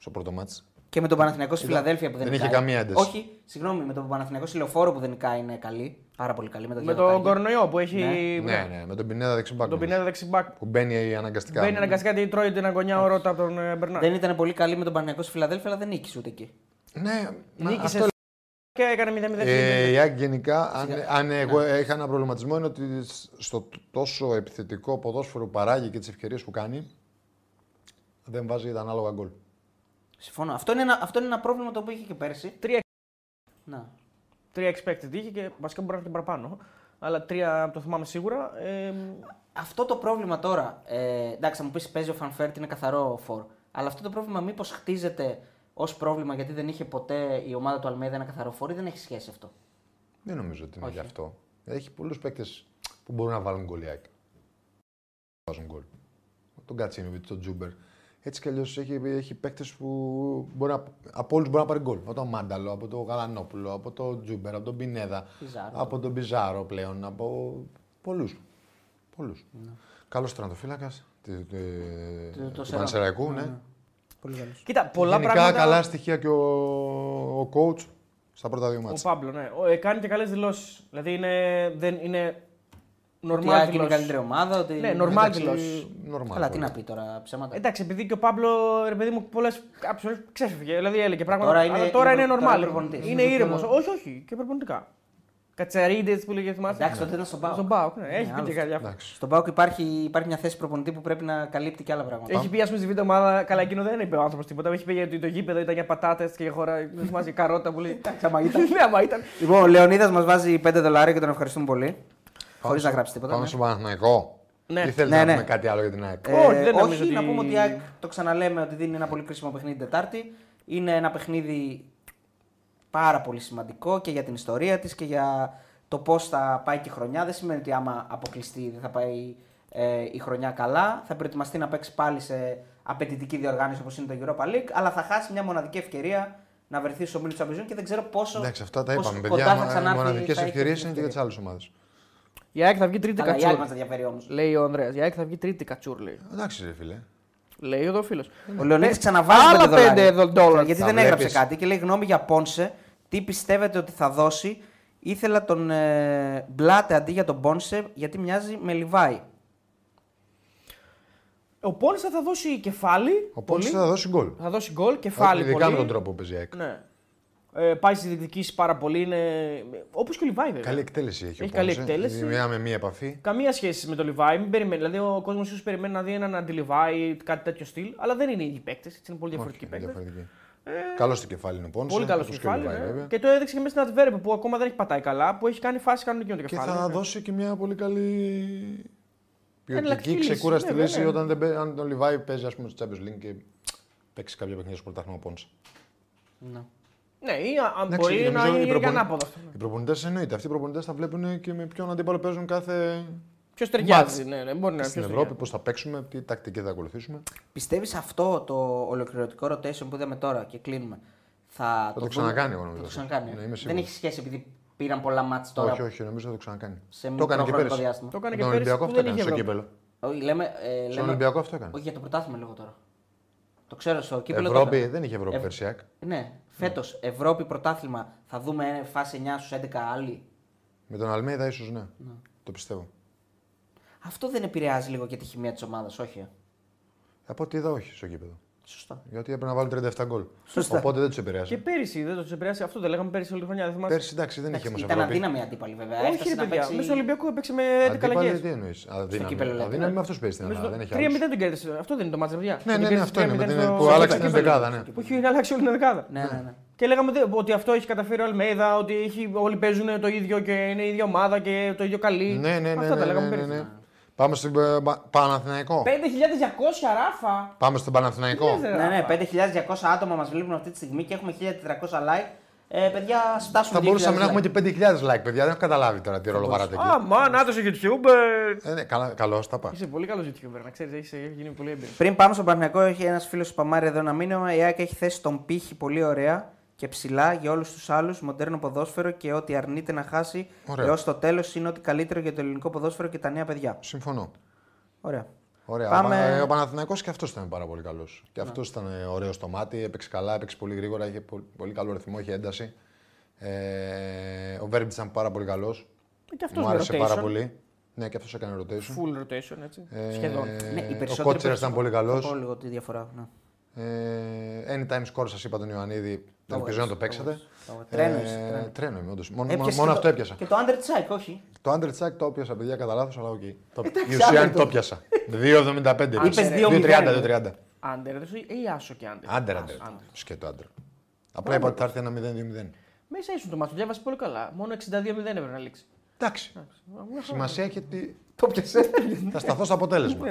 D: Στο πρώτο μάτι.
A: Και με τον Παναθηναϊκός στη Φιλαδέλφια που δεν,
D: δεν είχε
A: νικάει.
D: καμία ένταση.
A: Όχι, συγγνώμη, με τον Παναθηναϊκό στη Λεωφόρο που δεν νικάει είναι καλή. Πάρα πολύ καλή. Με, τα
C: Με
A: δύο
C: τον
A: δοκάρια.
C: Κορνοϊό που έχει.
D: Ναι, ναι, με τον Πινέδα δεξιμπάκ.
C: Τον
D: νομίζω.
C: Πινέδα δεξιμπάκ.
D: Που μπαίνει αναγκαστικά.
C: Μπαίνει αναγκαστικά γιατί τρώει την αγωνιά ο Ρότα από τον ε, Μπερνάρ.
A: Δεν ήταν πολύ καλή με τον Παναθηναϊκό στη Φιλαδέλφια, αλλά δεν νίκησε ούτε εκεί.
D: Ναι, μα
C: Νίκησε
D: αυτό
C: Και έκανε 0-0.
D: Ε, η ΑΕΚ γενικά, αν, αν εγώ είχα ένα προβληματισμό, είναι ότι σ- στο τ- τόσο επιθετικό ποδόσφαιρο που παράγει και τις ευκαιρίες που κάνει, δεν βάζει τα ανάλογα γκολ.
A: Συμφωνώ. Αυτό είναι, ένα, αυτό είναι ένα πρόβλημα το οποίο είχε και πέρσι.
C: Τρία-
A: Να.
C: Τρία expected είχε και βασικά μπορεί να έρθει και παραπάνω. Αλλά τρία το θυμάμαι σίγουρα. Ε,
A: Αυτό το πρόβλημα τώρα. Ε, εντάξει, θα μου πεις παίζει ο Φανφέρτ, είναι καθαρό φορ. Αλλά αυτό το πρόβλημα μήπως χτίζεται ως πρόβλημα γιατί δεν είχε ποτέ η ομάδα του Αλμέδα ένα καθαρό φορ ή δεν έχει σχέση αυτό.
D: Δεν νομίζω ότι είναι
A: Όχι.
D: γι' αυτό. Έχει πολλούς παίκτες που μπορούν να βάλουν γκολ η ΑΕΚ. Βάζουν γκολ. Τον Κατσίνοβιτ, τον Τζούμπερ. Έτσι κι αλλιώς έχει, έχει παίκτες που μπορεί να, από όλους μπορεί να πάρει γκολ. Από τον Μάνταλο, από τον Γαλανόπουλο, από τον Τζούμπερ, από τον Πινέδα,
A: Πιζάρο.
D: από τον Πιζάρο πλέον, από πολλούς. Πολλούς. Καλό τερματοφύλακα
A: Ναι. Του- το
D: του
A: Σερά.
D: Πανσεραϊκού.
A: Ναι,
D: Ναι.
A: ναι. Πολύ καλός.
C: Κοίτα, πολλά
D: Γενικά
C: πράγματα.
D: καλά στοιχεία και ο, ο coach στα πρώτα δύο
C: Ο
D: μάτια.
C: Παύλο, ναι. Ο, ε, κάνει και καλές δηλώσεις. Δηλαδή είναι. Δεν, είναι
A: Ότι η
C: normal
A: ΑΕΚ είναι η
C: δηλώσεις.
A: καλύτερη ομάδα. Ότι...
C: Ναι, νορμάλ. Μάγκλος.
A: Καλά, τι να πει τώρα ψέματα.
C: Εντάξει, επειδή και ο Παύλο, ρε παιδί μου, πολλές φορέ ξέφευγε. Δηλαδή έλεγε πράγματα.
A: Τώρα
C: Τώρα
A: είναι-
C: είναι, αλλά τώρα
A: είναι-
C: είναι,
A: τώρα είναι
C: normal.
A: προπονητής.
C: είναι ήρεμο. όχι, όχι, και προπονητικά. Κατσαρίδες που λέγε θυμάσαι.
A: Εντάξει, τότε ήταν στον Πάοκ.
C: Στον Πάοκ, ναι, έχει πει
A: άλλο
C: και
A: αυτό.
C: κάτι άλλο.
D: Εντάξει.
A: Στον Πάοκ υπάρχει, υπάρχει μια θέση προπονητή που πρέπει να καλύπτει και άλλα πράγματα.
C: Έχει πει, ας πούμε, στη βίντεο ομάδα, καλά, εκείνο δεν είπε ο άνθρωπος τίποτα. Έχει πει γιατί το γήπεδο ήταν για πατάτες και για χώρα. Δεν θυμάσαι, καρότα που λέει.
A: Εντάξει, άμα ήταν.
C: Ναι, άμα ήταν.
A: Λοιπόν, ο Λεωνίδας μας βάζει 5 δολάρια και τον ευχαριστούμε πολύ. Χωρίς να γράψεις τίποτα.
D: Πάμε
A: ναι.
D: στον Παναθηναϊκό.
C: Ναι.
D: Ή θέλεις
A: Ναι,
D: να
A: ναι.
D: πούμε κάτι άλλο για την ΑΕΚ.
A: Ε,
C: Όχι, δεν νομίζω
A: όχι, να
C: ότι-
A: πούμε ότι η ΑΕΚ, το ξαναλέμε ότι δίνει ένα πολύ κρίσιμο παιχνίδι την Τετάρτη. Είναι ένα παιχνίδι πάρα πολύ σημαντικό και για την ιστορία της και για το πώς θα πάει και η χρονιά. Δεν σημαίνει ότι άμα αποκλειστεί δεν θα πάει ε, η χρονιά καλά. Θα προετοιμαστεί να παίξει πάλι σε απαιτητική διοργάνωση όπως είναι το Europa League, αλλά θα χάσει μια μοναδική ευκαιρία να βρεθεί στο μίλιο Champions League και δεν ξέρω πόσο.
D: Εντάξει, αυτά τα
A: πόσο
D: είπαμε,
A: κοντά θα
D: παιδιά. μα- Οι
A: ξανάρθει-
D: μοναδικέ
A: θα έχει
D: ευκαιρίε
A: αυτή η
D: είναι και για τις
A: ευκαιρία.
D: άλλες ομάδες.
C: Η ΑΕΚ θα βγει τρίτη
A: Καλά, η άλλη
C: κατσούρ.
A: μα τα διαφέρει όμως.
C: Λέει ο Ανδρέας. Η ΑΕΚ θα βγει τρίτη κατσούρ, λέει.
D: Εντάξει, ρε φίλε.
C: Λέει εδώ ο φίλο.
A: Ο Λεωνίδης ξαναβάζει
C: Άλλα
A: 5 δολάρια.
C: πέντε δο- ντόλαρ.
A: Γιατί
D: Τα
A: δεν
D: βλέπεις.
A: έγραψε κάτι και λέει γνώμη για Πόνσε. Τι πιστεύετε ότι θα δώσει. Ήθελα τον ε, Μπλάτε αντί για τον Πόνσε γιατί μοιάζει με Λιβάη.
C: Ο Πόνσα θα δώσει κεφάλι.
D: Ο
C: πολύ.
D: Πόνσε θα δώσει γκολ. Ε,
C: Θα δώσει γκολ, κεφάλι.
D: Ειδικά
C: πολύ.
D: με τον τρόπο που παίζει η ΑΕΚ.
C: Ναι. Ε, πάει στι διεκδικήσει πάρα πολύ. Είναι... Όπως και ο Λιβάη, βέβαια.
D: Καλή εκτέλεση έχει,
C: Έχει
D: ο Πόνσε.
C: καλή εκτέλεση.
D: Μια με μία επαφή.
C: Καμία σχέση με τον Λιβάη. Μην περιμένει. Δηλαδή, ο κόσμος ίσως περιμένει να δει έναν αντιλιβάη, κάτι τέτοιο στυλ. Αλλά δεν είναι οι ίδιοι παίκτες. Είναι πολύ διαφορετικοί παίκτε.
D: Καλό στο κεφάλι είναι ο Πόνσε.
C: Ε, Πολύ καλός
D: όπως
C: στο
D: και ο
C: κεφάλι.
D: Λιβάη,
C: ναι.
D: βέβαια.
C: Και το έδειξε και μέσα στην Adverb που ακόμα δεν έχει πατάει καλά, που έχει κάνει φάση κανονική με το
D: Και
C: κεφάλι.
D: θα
C: ναι.
D: δώσει και μια πολύ καλή
C: Εναλλακτική
D: ποιοτική
C: λύση,
D: ξεκούραστη
C: βέβαια,
D: λύση
C: ναι.
D: όταν δεν παί- αν τον Λιβάη παίζει ας πούμε, στο Champions League και παίξει κάποια παιχνίδια στο πρωτάθλημα ο Πόνσε.
C: Ναι, ή αν
D: Εντάξει,
C: μπορεί να
D: νομίζω οι
C: είναι και
D: προπονη-
C: ανάποδα. αυτό.
D: Οι προπονητές εννοείται. Αυτοί οι προπονητές θα βλέπουν και με ποιον αντίπαλο παίζουν κάθε.
C: Ποιος ταιριάζει, ναι, ναι, μπορεί να
D: στην
C: ποιος
D: Ευρώπη, πώς θα παίξουμε, τι τακτική θα ακολουθήσουμε.
A: Πιστεύεις αυτό το ολοκληρωτικό rotation που είδαμε τώρα και κλείνουμε. Θα,
D: το
A: δουν-
D: ξανακάνει, εγώ
A: Θα
D: νομίζω.
A: το ξανακάνει.
D: Ναι, είμαι σίγουρος.
A: δεν έχει σχέση επειδή πήραν πολλά μάτς τώρα.
D: Όχι, όχι, νομίζω θα το ξανακάνει.
A: Σε
D: το έκανε
A: μικρό
D: και
A: χρονικό
D: πέρυσι.
A: διάστημα.
C: Το έκανε
D: Με
C: και
D: τον
C: πέρυσι
D: Ολυμπιακό
C: που
D: αυτό
C: δεν
D: έκανε
C: είχε
D: στο
C: Ευρώπη.
D: κύπελο.
A: Όχι, λέμε, ε,
D: Στον
A: λέμε,
D: Ολυμπιακό αυτό έκανε.
A: όχι για το πρωτάθλημα λέγω τώρα. Το ξέρω, στο κύπελο. το
D: Ευρώπη,
A: έκανε.
D: δεν είχε Ευρώπη
A: Ευ-
D: πέρσι. η ΑΕΚ.
A: Ναι, φέτος Ευρώπη πρωτάθλημα θα δούμε ε, φάση 9 στου 11 άλλοι.
D: Με τον Αλμέιδα, ίσως ναι. Το πιστεύω.
A: Αυτό δεν επηρεάζει λίγο και τη χημεία της ομάδας, όχι. ε.
D: Από ό,τι είδα, όχι στο κήπεδο.
A: Σωστά.
D: Γιατί έπρεπε να βάλουν 37 γκολ.
A: Σωστά.
D: Οπότε δεν τους
C: Και
D: επηρέασε.
C: πέρυσι δεν το επηρεάσει αυτό, το λέγαμε πέρυσι όλη τη χρονιά. Δεν θυμάσαι.
D: Πέρσι εντάξει, δεν είχε
A: Εντάξει,
D: όμω
A: ήταν
D: Ευρώπη.
A: αδύναμη η αντίπαλη βέβαια.
C: Όχι,
A: Έφτασε
C: ρε
A: να
C: παιδιά.
A: παίξει-
C: Μέσα στο Ολυμπιακό έπαιξε με 11
D: Αντίπαλοι
C: αλλαγές.
D: τι εννοείς.
A: κύπελλο,
D: Αδύναμη.
A: λέτε,
D: Αδύναμη με αυτό παίζει στην
C: Νομίζω
D: Ελλάδα.
C: το
D: Δεν
C: 3-0
D: έχει άλλους.
C: τον κέρδισε. Αυτό δεν είναι το μάτς, παιδιά. Τον
D: Ναι, ναι, ναι,
C: κέρδισε
D: αυτό είναι.
C: 3-0
D: με την-
C: στο-
D: Που
C: στο
D: άλλαξε την
C: κύπελλο.
D: δεκάδα, ναι.
C: Που είχε αλλάξει όλη την δεκάδα.
A: Ναι, ναι, ναι.
C: Και λέγαμε δε- ότι αυτό έχει καταφέρει ο Αλμέιδα, ότι έχει, όλοι παίζουν το ίδιο και είναι η ίδια ομάδα και το ίδιο καλή.
D: Ναι, ναι, ναι,
C: Αυτά τα
D: ναι,
C: λέγαμε
D: ναι, ναι,
C: πέρυσι.
D: ναι. Πάμε στον ε, Πα- Παναθηναϊκό.
C: 5.200 ράφα.
D: Πάμε στον Παναθηναϊκό.
C: Λες, ρε.
A: Ναι, ναι, 5.200 άτομα μας βλέπουν αυτή τη στιγμή και έχουμε 1.400 like. Ε, παιδιά, φτάσουμε
D: Θα μπορούσαμε να έχουμε και
A: και.
D: 5.000 like, παιδιά. Δεν έχω καταλάβει τώρα τι ρόλο βαράτε εκεί.
C: Α, μα, να το σε YouTube. ε.
D: Ε, ναι, καλά- Καλώς τα πας.
C: Είσαι πολύ καλός YouTuber, να ξέρεις, έχει γίνει πολύ έμπειρος.
A: Πριν πάμε στον Παναγιακό, έχει ένας φίλος του Παμάρη εδώ ένα μήνυμα. Η ΑΕΚ έχει θέσει τον πύχη πολύ ωραία και ψηλά για όλους τους άλλους, μοντέρνο ποδόσφαιρο και ό,τι αρνείται να χάσει
D: Ωραία.
A: έως το τέλος είναι ό,τι καλύτερο για το ελληνικό ποδόσφαιρο και τα νέα παιδιά.
D: Συμφωνώ.
A: Ωραία.
D: Ωραία.
A: Πάμε-
D: Ο Πα- ε, Ο Παναθηναϊκός και αυτός ήταν πάρα πολύ καλός. Και αυτός ήταν ωραίο στο μάτι, έπαιξε καλά, έπαιξε πολύ γρήγορα, είχε πο- πολύ καλό ρυθμό, είχε ένταση. Ε, ο Βέρμπιτ ήταν πάρα πολύ καλός.
C: Ε, Και αυτός
D: Μου
C: με
D: άρεσε
C: rotation.
D: πάρα πολύ. Ναι, και αυτός έκανε rotation.
C: Full rotation, έτσι.
D: Ε,
C: Σχεδόν.
A: Ναι, οι περισσότεροι
D: ο Κότσερα
A: παίξαν.
D: ήταν πολύ
A: Θα πω
D: καλός.
A: λίγο τη διαφορά. Ναι.
D: Ε, anytime score, σας είπα τον Ιωαννίδη. Δεν ελπίζω να το παίξατε.
A: Τρένος.
D: Ε,
A: είσαι, τρένος.
D: Τρένο είμαι, όντως. Μόνο,
A: Έπιασε
D: μόνο
A: και
D: αυτό
A: Ε, το-
D: έπιασα.
A: Και το under check, όχι.
D: Το Undercheck το έπιασα, παιδιά, κατά λάθος, αλλά οκ. Το...
A: Εντάξει,
D: Η ουσία είναι
A: άντε το.
D: το πιασα. 2,75.
A: Είπες 2,0.
D: 2,30.
C: Άντερ, δεν σου ή άσο και άντερ.
D: Άντερ,
C: Άσο,
D: άντερ. Σκέτο άντερ. Απλά είπα ότι θα έρθει ένα 0-2-0.
C: Μέσα ήσουν το μάτι, διάβασε πολύ καλά. Μόνο 62-0 έπρεπε να λήξει.
D: Εντάξει. Σημασία έχει ότι
A: Το πιασε.
D: θα σταθώ στο αποτέλεσμα.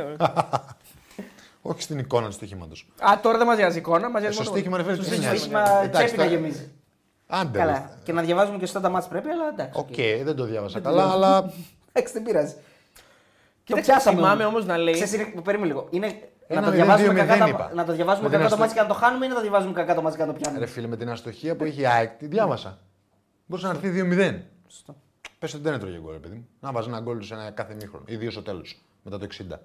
D: Όχι στην εικόνα του στοιχήματος.
C: Α, τώρα δεν μας νοιάζει η εικόνα, μας νοιάζει
D: Στο
C: Ναι, μόνο.
D: στοίχημα, ρε φίλε,
C: Στο
D: τι
C: στοίχημα,
D: νοιάζει.
C: μα-
A: Μα
D: Ε, Εντάξει,
A: τσέπη να
D: τώρα-
A: γεμίζει.
D: Άντερ.
A: Καλά. Και να διαβάζουμε και σωστά τα μάτς πρέπει, αλλά εντάξει.
D: Οκ,
A: οκ.
D: δεν το διάβασα καλά, αλλά
A: Εντάξει, δεν πειράζει.
C: Κοίταξε,
A: πιάσαμε
C: Θυμάμαι
A: όμως.
C: όμως να λέει.
A: Ξέρεις, είναι- περίμενε λίγο. Είναι να
D: Ένα
A: το
D: μηδέν,
A: διαβάζουμε
D: δύο
A: κακά,
D: μηδέν
A: τα,
D: είπα.
A: να το διαβάζουμε
D: Με
A: κακά
D: την
A: το
D: αστο-
A: μάτς και να το χάνουμε ή να το διαβάζουμε κακά το μάτς και να το
D: ρε
A: πιάνουμε.
D: φίλε με την αστοχία που είχε η ΑΕΚ, τη διάβασα. Μπορούσε να έρθει 2-0.
A: Σωστό.
D: Πες ότι δεν έτρωγε γκολ, ρε παιδί μου. Να βάζεις ένα γκολ σε ένα κάθε μήχρονο, ιδίως στο τέλος. μετά το 60.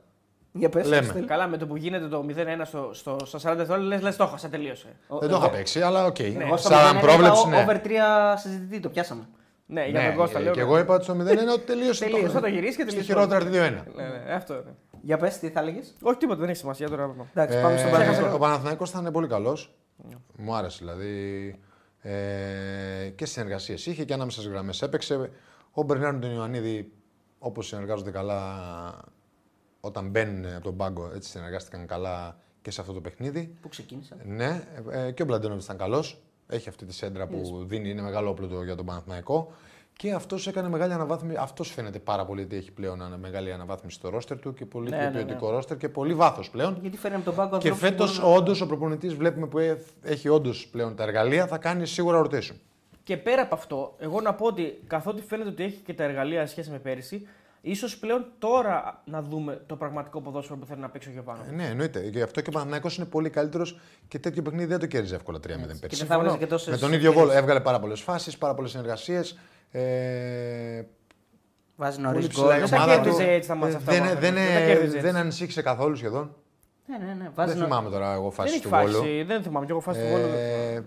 A: Για πες,
D: Λέμε.
A: Στέλ.
C: Καλά, με το που γίνεται το 0-1 στο, στο, στα 40 δευτερόλεπτα, λες, λες, το έχασα, τελείωσε.
D: Δεν το είχα παίξει, αλλά οκ.
A: Ε, ναι. Εγώ στο
D: Σαν
A: 0-1
D: πρόβλεψη,
A: είπα,
D: ναι.
A: Over 3 συζητητή, το πιάσαμε.
C: Ναι, για
D: Ναι,
C: τον Κώστα
D: ε,
C: λέω.
D: και εγώ είπα ότι στο 0-1 ότι τελείωσε.
C: Τελείωσε,
D: χρόνο.
C: θα το γυρίσεις και
D: Στο
C: τελείωσε.
D: χειρότερα τη 2-1.
C: Ναι, ναι, αυτό είναι.
A: Για πες, τι θα έλεγες.
C: Όχι τίποτα, δεν έχει σημασία τώρα.
A: Εντάξει, πάμε στον
D: Ε,
A: Παναγιώτο.
D: Ο Παναθηναϊκός θα είναι πολύ καλός. Μου άρεσε δηλαδή. Ε, και συνεργασίες είχε και ανάμεσα στις γραμμές. Έπαιξε. Ο Μπερνάρντ τον Ιωαννίδη, όπως συνεργάζονται καλά όταν μπαίνουν από τον πάγκο, έτσι συνεργάστηκαν καλά και σε αυτό το παιχνίδι.
A: Πού ξεκίνησα.
D: Ναι, ε, και ο Μπλαντένοβιτ ήταν καλός. Έχει αυτή τη σέντρα που δίνει, είναι μεγάλο όπλο το- για τον Παναθηναϊκό. Και αυτός έκανε μεγάλη αναβάθμιση. Αυτός φαίνεται πάρα πολύ ότι έχει πλέον ανα- μεγάλη αναβάθμιση στο ρόστερ του και πολύ
C: Ναι,
D: πιο
C: ναι, ναι.
D: ποιοτικό ρόστερ και πολύ βάθος πλέον.
A: Γιατί φέρνει τον πάγκο
D: Και
A: ανθρώπους
D: φέτος,
A: που μπορούν να-
D: όντως, ο προπονητής βλέπουμε που ε- έχει όντως πλέον τα εργαλεία, θα κάνει σίγουρα rotation.
C: Και πέρα από αυτό, εγώ να πω ότι καθότι φαίνεται ότι έχει και τα εργαλεία σε σχέση με πέρυσι, ίσως πλέον τώρα να δούμε το πραγματικό ποδόσφαιρο που θέλει να παίξει ο Γιωβάνο.
D: Ε, ναι, εννοείται. Γι' αυτό και ο Παναθυναϊκό είναι πολύ καλύτερος και τέτοιο παιχνίδι δεν το κέρδιζε εύκολα 3-0
A: Και
D: πέρσι.
A: δεν θα έβγαζε και τόσες
D: Με τον ίδιο γκολ έβγαλε πάρα πολλές φάσεις, πάρα πολλές συνεργασίες. Ε,
A: Βάζει
D: πολύ
A: νωρίς
D: ψηλά
A: γκολ. Ναι,
C: Δεν
D: η
C: τα
D: ομάδα
C: κέρδιζε
D: του.
C: έτσι τα μάτσα
D: Ε,
C: αυτά,
D: δεν-
C: ο
D: Δεν,
C: Παναθηναϊκός. Δεν τα κέρδιζε
D: δεν
C: έτσι.
D: ανησύχησε καθόλου σχεδόν.
A: Ναι, ναι, ναι. Βάζει
D: Δεν
A: νωρίς.
D: θυμάμαι τώρα εγώ
C: Δεν
D: φάσει
C: έχει
D: του Βόλου.
C: φάση, δεν θυμάμαι. Και εγώ φάση του Βόλου. δεν θυμάμαι.
D: Ε,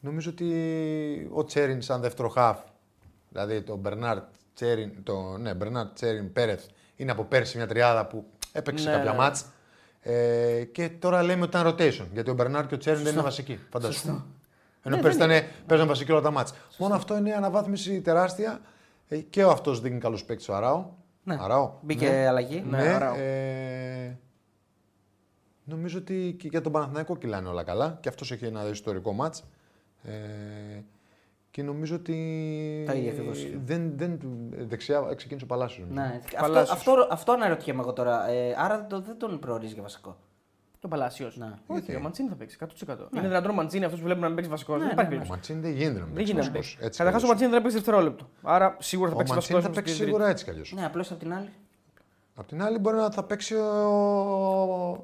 D: νομίζω ότι ο Τσέριν σαν δεύτερο χαφ, δηλαδή τον Μπερνάρτ Τσέριν, το, ναι, Μπερνάρτ Τσέριν Πέρεθ, είναι από πέρσι μια τριάδα που έπαιξε
C: Ναι,
D: κάποια
C: ναι.
D: μάτς. Ε, και τώρα λέμε ότι ήταν rotation, γιατί ο Μπερνάρτ και ο Τσέριν δεν είναι βασικοί. Φαντάσου.
C: Ναι,
D: Ενώ πέρσι ήταν, παίζαν βασικοί όλα τα μάτς. Μόνο αυτό είναι αναβάθμιση τεράστια ε, και ο αυτός δίνει καλός παίκτης ο Αράο.
A: Ναι.
D: Αράο.
A: Μπήκε
D: ναι.
A: αλλαγή.
D: Ναι,
A: Ναι, ωραίο.
D: ε, νομίζω ότι και για τον Παναθηναϊκό κυλάνε όλα καλά και αυτός έχει ένα ιστορικό μάτς. Ε, και νομίζω ότι
A: Τα ίδια ακριβώς.
D: δεν, δεν, του- δεξιά ε, ξεκίνησε ο Παλάσιος. νομίζω.
A: Ναι, αυτό,
C: Παλάσιος.
A: αυτό, αυτό αναρωτιέμαι εγώ τώρα. Ε, άρα δεν το- δεν τον προορίζει για βασικό.
C: Το Παλάσιος.
A: Ναι.
C: Όχι, ο Μαντσίνη θα παίξει 100%. Είναι δυνατόν ο Μαντσίνη αυτός που βλέπουμε να παίξει βασικός.
A: Ναι,
C: Δεν
A: ναι,
C: υπάρχει
A: ναι.
D: Ο
C: περίπτωση.
D: Μαντσίνη δεν γίνεται να μην
C: Δεν
D: παίξει
C: γίνεται να
D: βασικός.
C: παίξει.
D: Έτσι
C: Καταρχά ο
D: κι αλλιώς.
C: Μαντσίνη δεν παίξει δευτερόλεπτο. Άρα σίγουρα θα
D: Ο
C: παίξει βασικό.
D: Μαντσίνη θα παίξει σίγουρα έτσι κι αλλιώς.
A: Ναι, απλώς απ' την άλλη.
D: Απ' την άλλη μπορεί να, θα παίξει ο...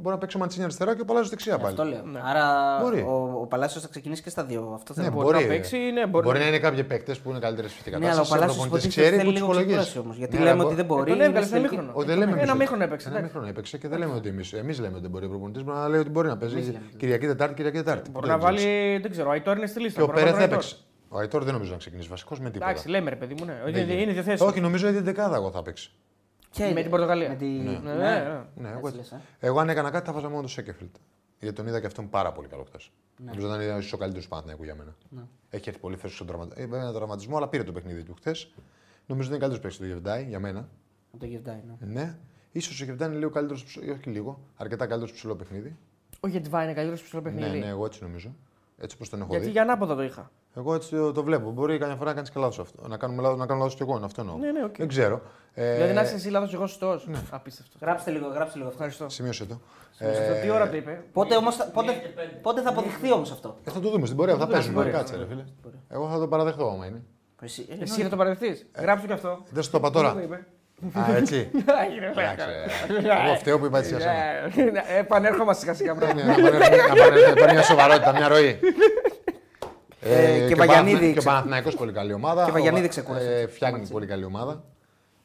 D: μπορεί να παίξει ο Μαντσίνη αριστερά και ο Παλάσιος δεξιά πάλι.
A: Αυτό λέω.
C: Ναι.
A: Άρα
D: Μπορεί.
A: ο, ο Παλάσιος θα ξεκινήσει και στα δύο. Αυτό θέλω
D: Ναι,
A: να πω.
C: μπορεί να παίξει, ναι, μπορεί
D: μπορεί,
C: να-
D: να είναι κάποιοι παίκτες που είναι καλύτεροι σε φυσική
A: Ναι, αλλά ο
D: κατάσταση.
A: Παλάσιο
D: προπονητής
A: υποτίθεται ότι
D: ξέρει
A: θέλει
D: που
A: λίγο
D: τους
A: ξεκούραση
D: υπολογίζει.
A: όμως. Γιατί
D: Ναι,
A: λέμε
D: αλλά
A: ότι δεν
D: μπο-
A: μπορεί.
C: Ε, τον έβγαλε
A: είναι
C: σε ένα
A: στην
C: μήχρονο.
D: Ο, δεν λέμε
C: Ένα
D: εμείς ότι-
C: μήχρονο έπαιξε,
D: Ένα
C: εντάξει.
D: μήχρονο έπαιξε και δεν λέμε ότι εμείς. Εμείς λέμε ότι μπορεί ο προπονητής να λέει ότι μπορεί να παίζει Κυριακή Τετάρτη, Κυριακή Τετάρτη.
C: Μπορεί
D: Ποτέ
C: να
D: δεν ξέρεις.
C: βάλει, δεν ξέρω, ο Αϊτόρ είναι στη λίστα.
D: Και ο
C: μπορεί να βάλει
D: Πέρεθ
C: τον Αϊτόρ.
D: έπαιξε. Ο Αϊτόρ δεν νομίζω να ξεκινήσει βασικός με τίποτα.
C: Εντάξει, λέμε ρε παιδί μου, ναι.
D: Δεν
C: Είναι,
D: γίνεται.
C: είναι διαθέσιμος.
D: Όχι, νομίζω ότι δεκάδα εγώ θα παίξει.
A: Και-
C: Με την Πορτογαλία.
A: με τη-
C: Ναι,
A: ναι.
C: ναι, ναι.
D: Ναι,
A: Έτσι
D: εγώ,
A: λες, ε.
D: εγώ αν έκανα κάτι θα βάζα μόνο το Σέκεφιλτ. Γιατί τον είδα και αυτόν πάρα πολύ καλό χθες.
C: Ναι.
D: Νομίζω ήταν ίσως ο καλύτερος Παναθηναϊκού για μένα. Έχει έρθει πολύ θέση στον τραυματισμό. Βέβαια ένα τραυματισμό, αλλά πήρε το παιχνίδι του χθες. Νομίζω ότι είναι καλύτερος παίκτης του Γεβδάη για μένα.
A: Από το Γιουρντάι, ναι.
D: Ναι. σω ο Γεβδάη είναι λίγο καλύτερος, όχι λίγο, αρκετά καλύτερος ψηλό παιχνίδι.
C: Ο Γετβά είναι καλύτερος ψηλό
D: Ναι,
C: παιχνίδι.
D: ναι, εγώ έτσι νομίζω. Έτσι όπως τον έχω
C: Γιατί
D: δει.
C: για ανάποδα το είχα.
D: Εγώ έτσι το, το βλέπω. Μπορεί καμιά φορά να κάνεις και λάθος αυτό. Να, κάνουμε λάθος, να κάνω λάθος κι εγώ. Αυτό εννοώ.
C: Ναι, ναι, οκ.
D: Δεν ξέρω. Ναι. Ε,
C: Δηλαδή να είσαι εσύ λάθος, εγώ σωστός. Απίστευτο.
A: Γράψτε λίγο, γράψτε λίγο αυτό.
C: Ευχαριστώ.
D: Σημείωσε το. Ε,
C: Σωστό, Τι ώρα το είπε.
A: Πότε, όμως, θα- πότε, πότε θα αποδειχθεί όμω αυτό.
D: Ε, θα το δούμε στην πορεία. Θα παίζουμε.
C: πορεία.
D: Κάτσε, ρε φίλε. Εγώ θα το παραδεχτώ άμα είναι.
A: Εσύ, ε,
C: Εσύ θα το παραδεχτείς. Γράψτε και αυτό.
D: Δεν σου το είπα ναι. τώρα.
C: Δεν το είπε.
D: Α, έτσι.
C: Άγιρε,
D: Εντάξει.
C: βλάκα.
D: ε, Εγώ φταίω που είπα έτσι για σένα.
C: Ε, ναι, Επανέρχομαστε σιγά σιγά.
D: Ναι, ναι, Να πάρει- να πάρει- να πάρει μια σοβαρότητα, μια ροή.
A: Ε, και Βαγιανίδη
D: Παναθη- Και ο
A: ξε-
D: Παναθηναϊκός πολύ καλή ομάδα.
A: Και Βαγιανίδη
D: Ο Βα-
A: ξεκούρασε.
D: ε, Φτιάχνει πολύ καλή ομάδα.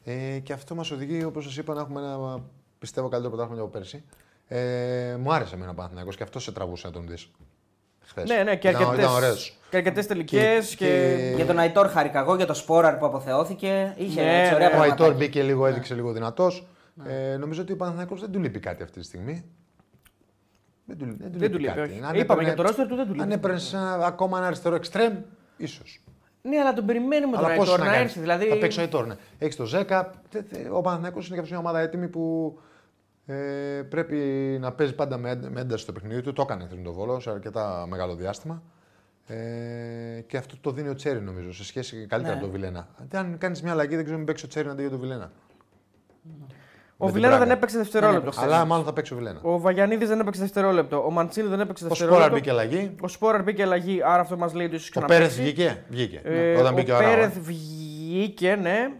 D: Ε, και αυτό μας οδηγεί, όπως σας είπα, να έχουμε ένα πιστεύω καλύτερο πρωτάθλημα από πέρσι. Ε, μου άρεσε εμένα ο Παναθηναϊκός και αυτό σε τραβούσε να τον δεις.
C: Ναι, ναι, και
D: Ήταν ωραίο.
C: αρκετές τελικές
D: Και-
C: και.
A: Για τον Αϊτόρ χάρηκα εγώ, για τον Σπόραρ που αποθεώθηκε. Είχε
C: Ναι,
A: έτσι,
C: ναι.
A: ωραία
D: Ε, Ο
A: πράγματα.
D: Αϊτόρ μπήκε λίγο, έδειξε λίγο δυνατός. Ε, νομίζω ότι ο Παναθηναϊκός δεν του λείπει κάτι αυτή τη στιγμή. Δεν του, λείπει- δεν του
C: Δεν του
D: λείπει
C: λείπει,
D: κάτι.
C: όχι. Είπαμε
D: Αν έπαιρνε-
C: για το roster του, δεν του λείπει.
D: Αν έπαιρνε ακόμα ένα αριστερό εξτρέμ, ίσως.
C: Ναι, αλλά τον περιμένουμε τον
D: Αλλά πόσο
C: Αϊτόρ
D: να,
C: να
D: κάνεις.
C: έρθει. Δηλαδή.
D: Θα παίξει ο Αϊτόρ, ναι. Έχεις το Ζέκα. τε- τε- Ο Παναθηναϊκός είναι και αυτός μια ομάδα έτοιμη που ε, πρέπει να παίζει πάντα με, ένταση- με ένταση στο παιχνίδι του. Το έκανε χθες με τον Βόλο σε αρκετά μεγάλο διάστημα. Ε, και αυτό το δίνει ο Τσέρι νομίζω σε σχέση καλύτερα
A: Ναι.
D: με τον Βιλένα. Αν κάνεις μια αλλαγή, δεν ξέρω αν παίξεις ο Τσέρι αντί για τον Βιλένα.
C: Ο
D: την
C: Βιλέρα δεν
D: Πράγα. Ναι,
C: έπαιξε δευτερόλεπτο. χθες.
D: Αλλά μάλλον θα παίξει ο Βιλένα.
C: Ο Βαγιανίδης δεν έπαιξε δευτερόλεπτο. Ο Μαντσίνη δεν έπαιξε
D: Ο Σπόρα μπήκε
C: δευτερόλεπτο.
D: αλλαγή.
C: Ο Σπόραρ μπήκε αλλαγή, άρα αυτό μας λέει ότι ίσως
D: Ο Πέρεθ βγήκε. βγήκε.
C: Ε,
D: Όταν μπήκε ο
C: ο
D: Αράο, ε.
C: Πέρεθ βγήκε, ναι.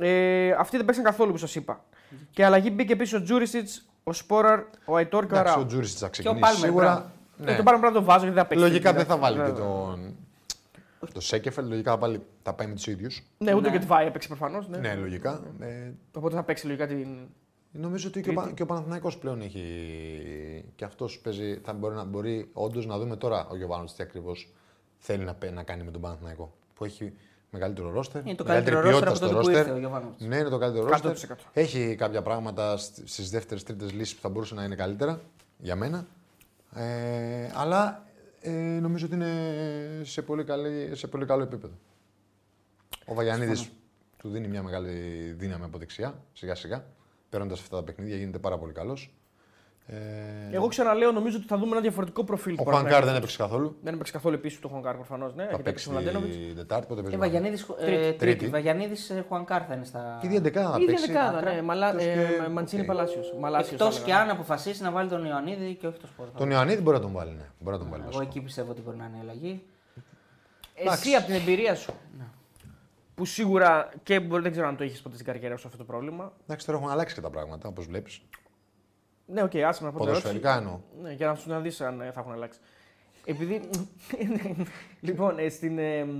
C: Ε, αυτοί δεν παίξαν καθόλου που σας είπα. Και αλλαγή μπήκε πίσω ο Τζούρισιτ, ο Σπόραρ, ο Αϊτόρ και ο
D: Εντάξει, ο
C: Αράου.
D: Τζούρισιτ θα
A: ο
D: ξεκινήσει
A: Πάλμερ,
D: σίγουρα.
A: μπράβο.
D: Ναι.
C: Ε, τον πάρουμε να το βάζω γιατί δεν θα παίξει. Ναι.
D: Λογικά δεν θα βάλει και
C: Βέβαια.
D: τον. Το Σέκεφελ, λογικά θα, βάλει, θα πάει με τους ίδιους.
C: Ναι, ούτε
A: Ναι.
C: και ο Τβάη έπαιξε προφανώς. Ναι.
D: Ναι, λογικά. Ε,
C: Οπότε θα παίξει λογικά την.
D: Νομίζω ότι και ο, Πα- και ο Παναθηναϊκός πλέον έχει. και αυτός παίζει. Θα μπορεί, να, μπορεί όντως να δούμε τώρα ο Γιωβάνο τι ακριβώς θέλει να, πέ- να κάνει με τον Παναθηναϊκό. Που έχει μεγαλύτερο ρόστερ.
A: Είναι το
D: μεγαλύτερη
A: καλύτερο ρόστερ
D: ποιότητα
A: από
D: στο
A: τότε που
D: ρόστερ.
A: ήρθε ο Γιωβάνοβιτς.
D: Ναι, είναι το καλύτερο
C: 100%.
D: ρόστερ. Έχει κάποια πράγματα στι δεύτερες, τρίτες λύσεις που θα μπορούσαν να είναι καλύτερα για μένα. Ε, αλλά ε, νομίζω ότι είναι σε πολύ, καλή, σε πολύ καλό επίπεδο. Ο Βαγιανίδης του δίνει μια μεγάλη δύναμη από δεξιά, σιγά σιγά. Παίρνοντας αυτά τα παιχνίδια, γίνεται πάρα πολύ καλός. Ε,
C: Εγώ ξαναλέω, νομίζω ότι θα δούμε ένα διαφορετικό προφίλ.
D: ο
C: του Παναθηναϊκού.
D: Χουανκάρ δεν έπαιξε καθόλου.
C: Δεν έπαιξε καθόλου επίσης του Χονκάρ προφανώς. Ναι,
D: Θα
C: γιατί έπαιξε
D: παίξει
C: ο Μλαντένοβιτ.
D: την Τετάρτη, πότε παίζει.
A: Και
D: ο Βαγιανίδης.
A: Βαγιανίδη. Ε,
C: Τρίτη.
A: τρίτη.
D: Τρίτη.
A: Βαγιανίδης ε, Χουανκάρ θα είναι στα.
D: Και η διαδεκάδα θα
C: Η
D: παίξει.
C: δεκάδα, ναι. Μαλα...
D: Εκτός
C: ε,
D: και-
C: Μαντσίνη
D: οκ.
C: Παλάσιος.
A: Εκτό και αν αποφασίσει να βάλει τον Ιωαννίδη και όχι το Σπόρ.
D: Τον Ιωαννίδη μπορεί να τον βάλει. Ναι. Μπορεί να τον βάλει.
A: Εγώ
D: βασικό.
A: εκεί πιστεύω ότι μπορεί να είναι η αλλαγή.
C: Εσύ από την εμπειρία σου.
D: Ναι.
C: Που σίγουρα και μπορεί, δεν ξέρω αν το είχες ποτέ στην καριέρα σου αυτό το πρόβλημα.
D: Εντάξει, τώρα έχουν αλλάξει και τα πράγματα, όπως βλέπεις.
C: Ναι, οκ, okay, άσε με να πω την ερώτηση.
D: Ποδοσφαιρικά εννοώ.
C: Ναι, για να σου να δεις αν ε, θα έχουν αλλάξει. Επειδή. λοιπόν, ε, στην. ε, μ,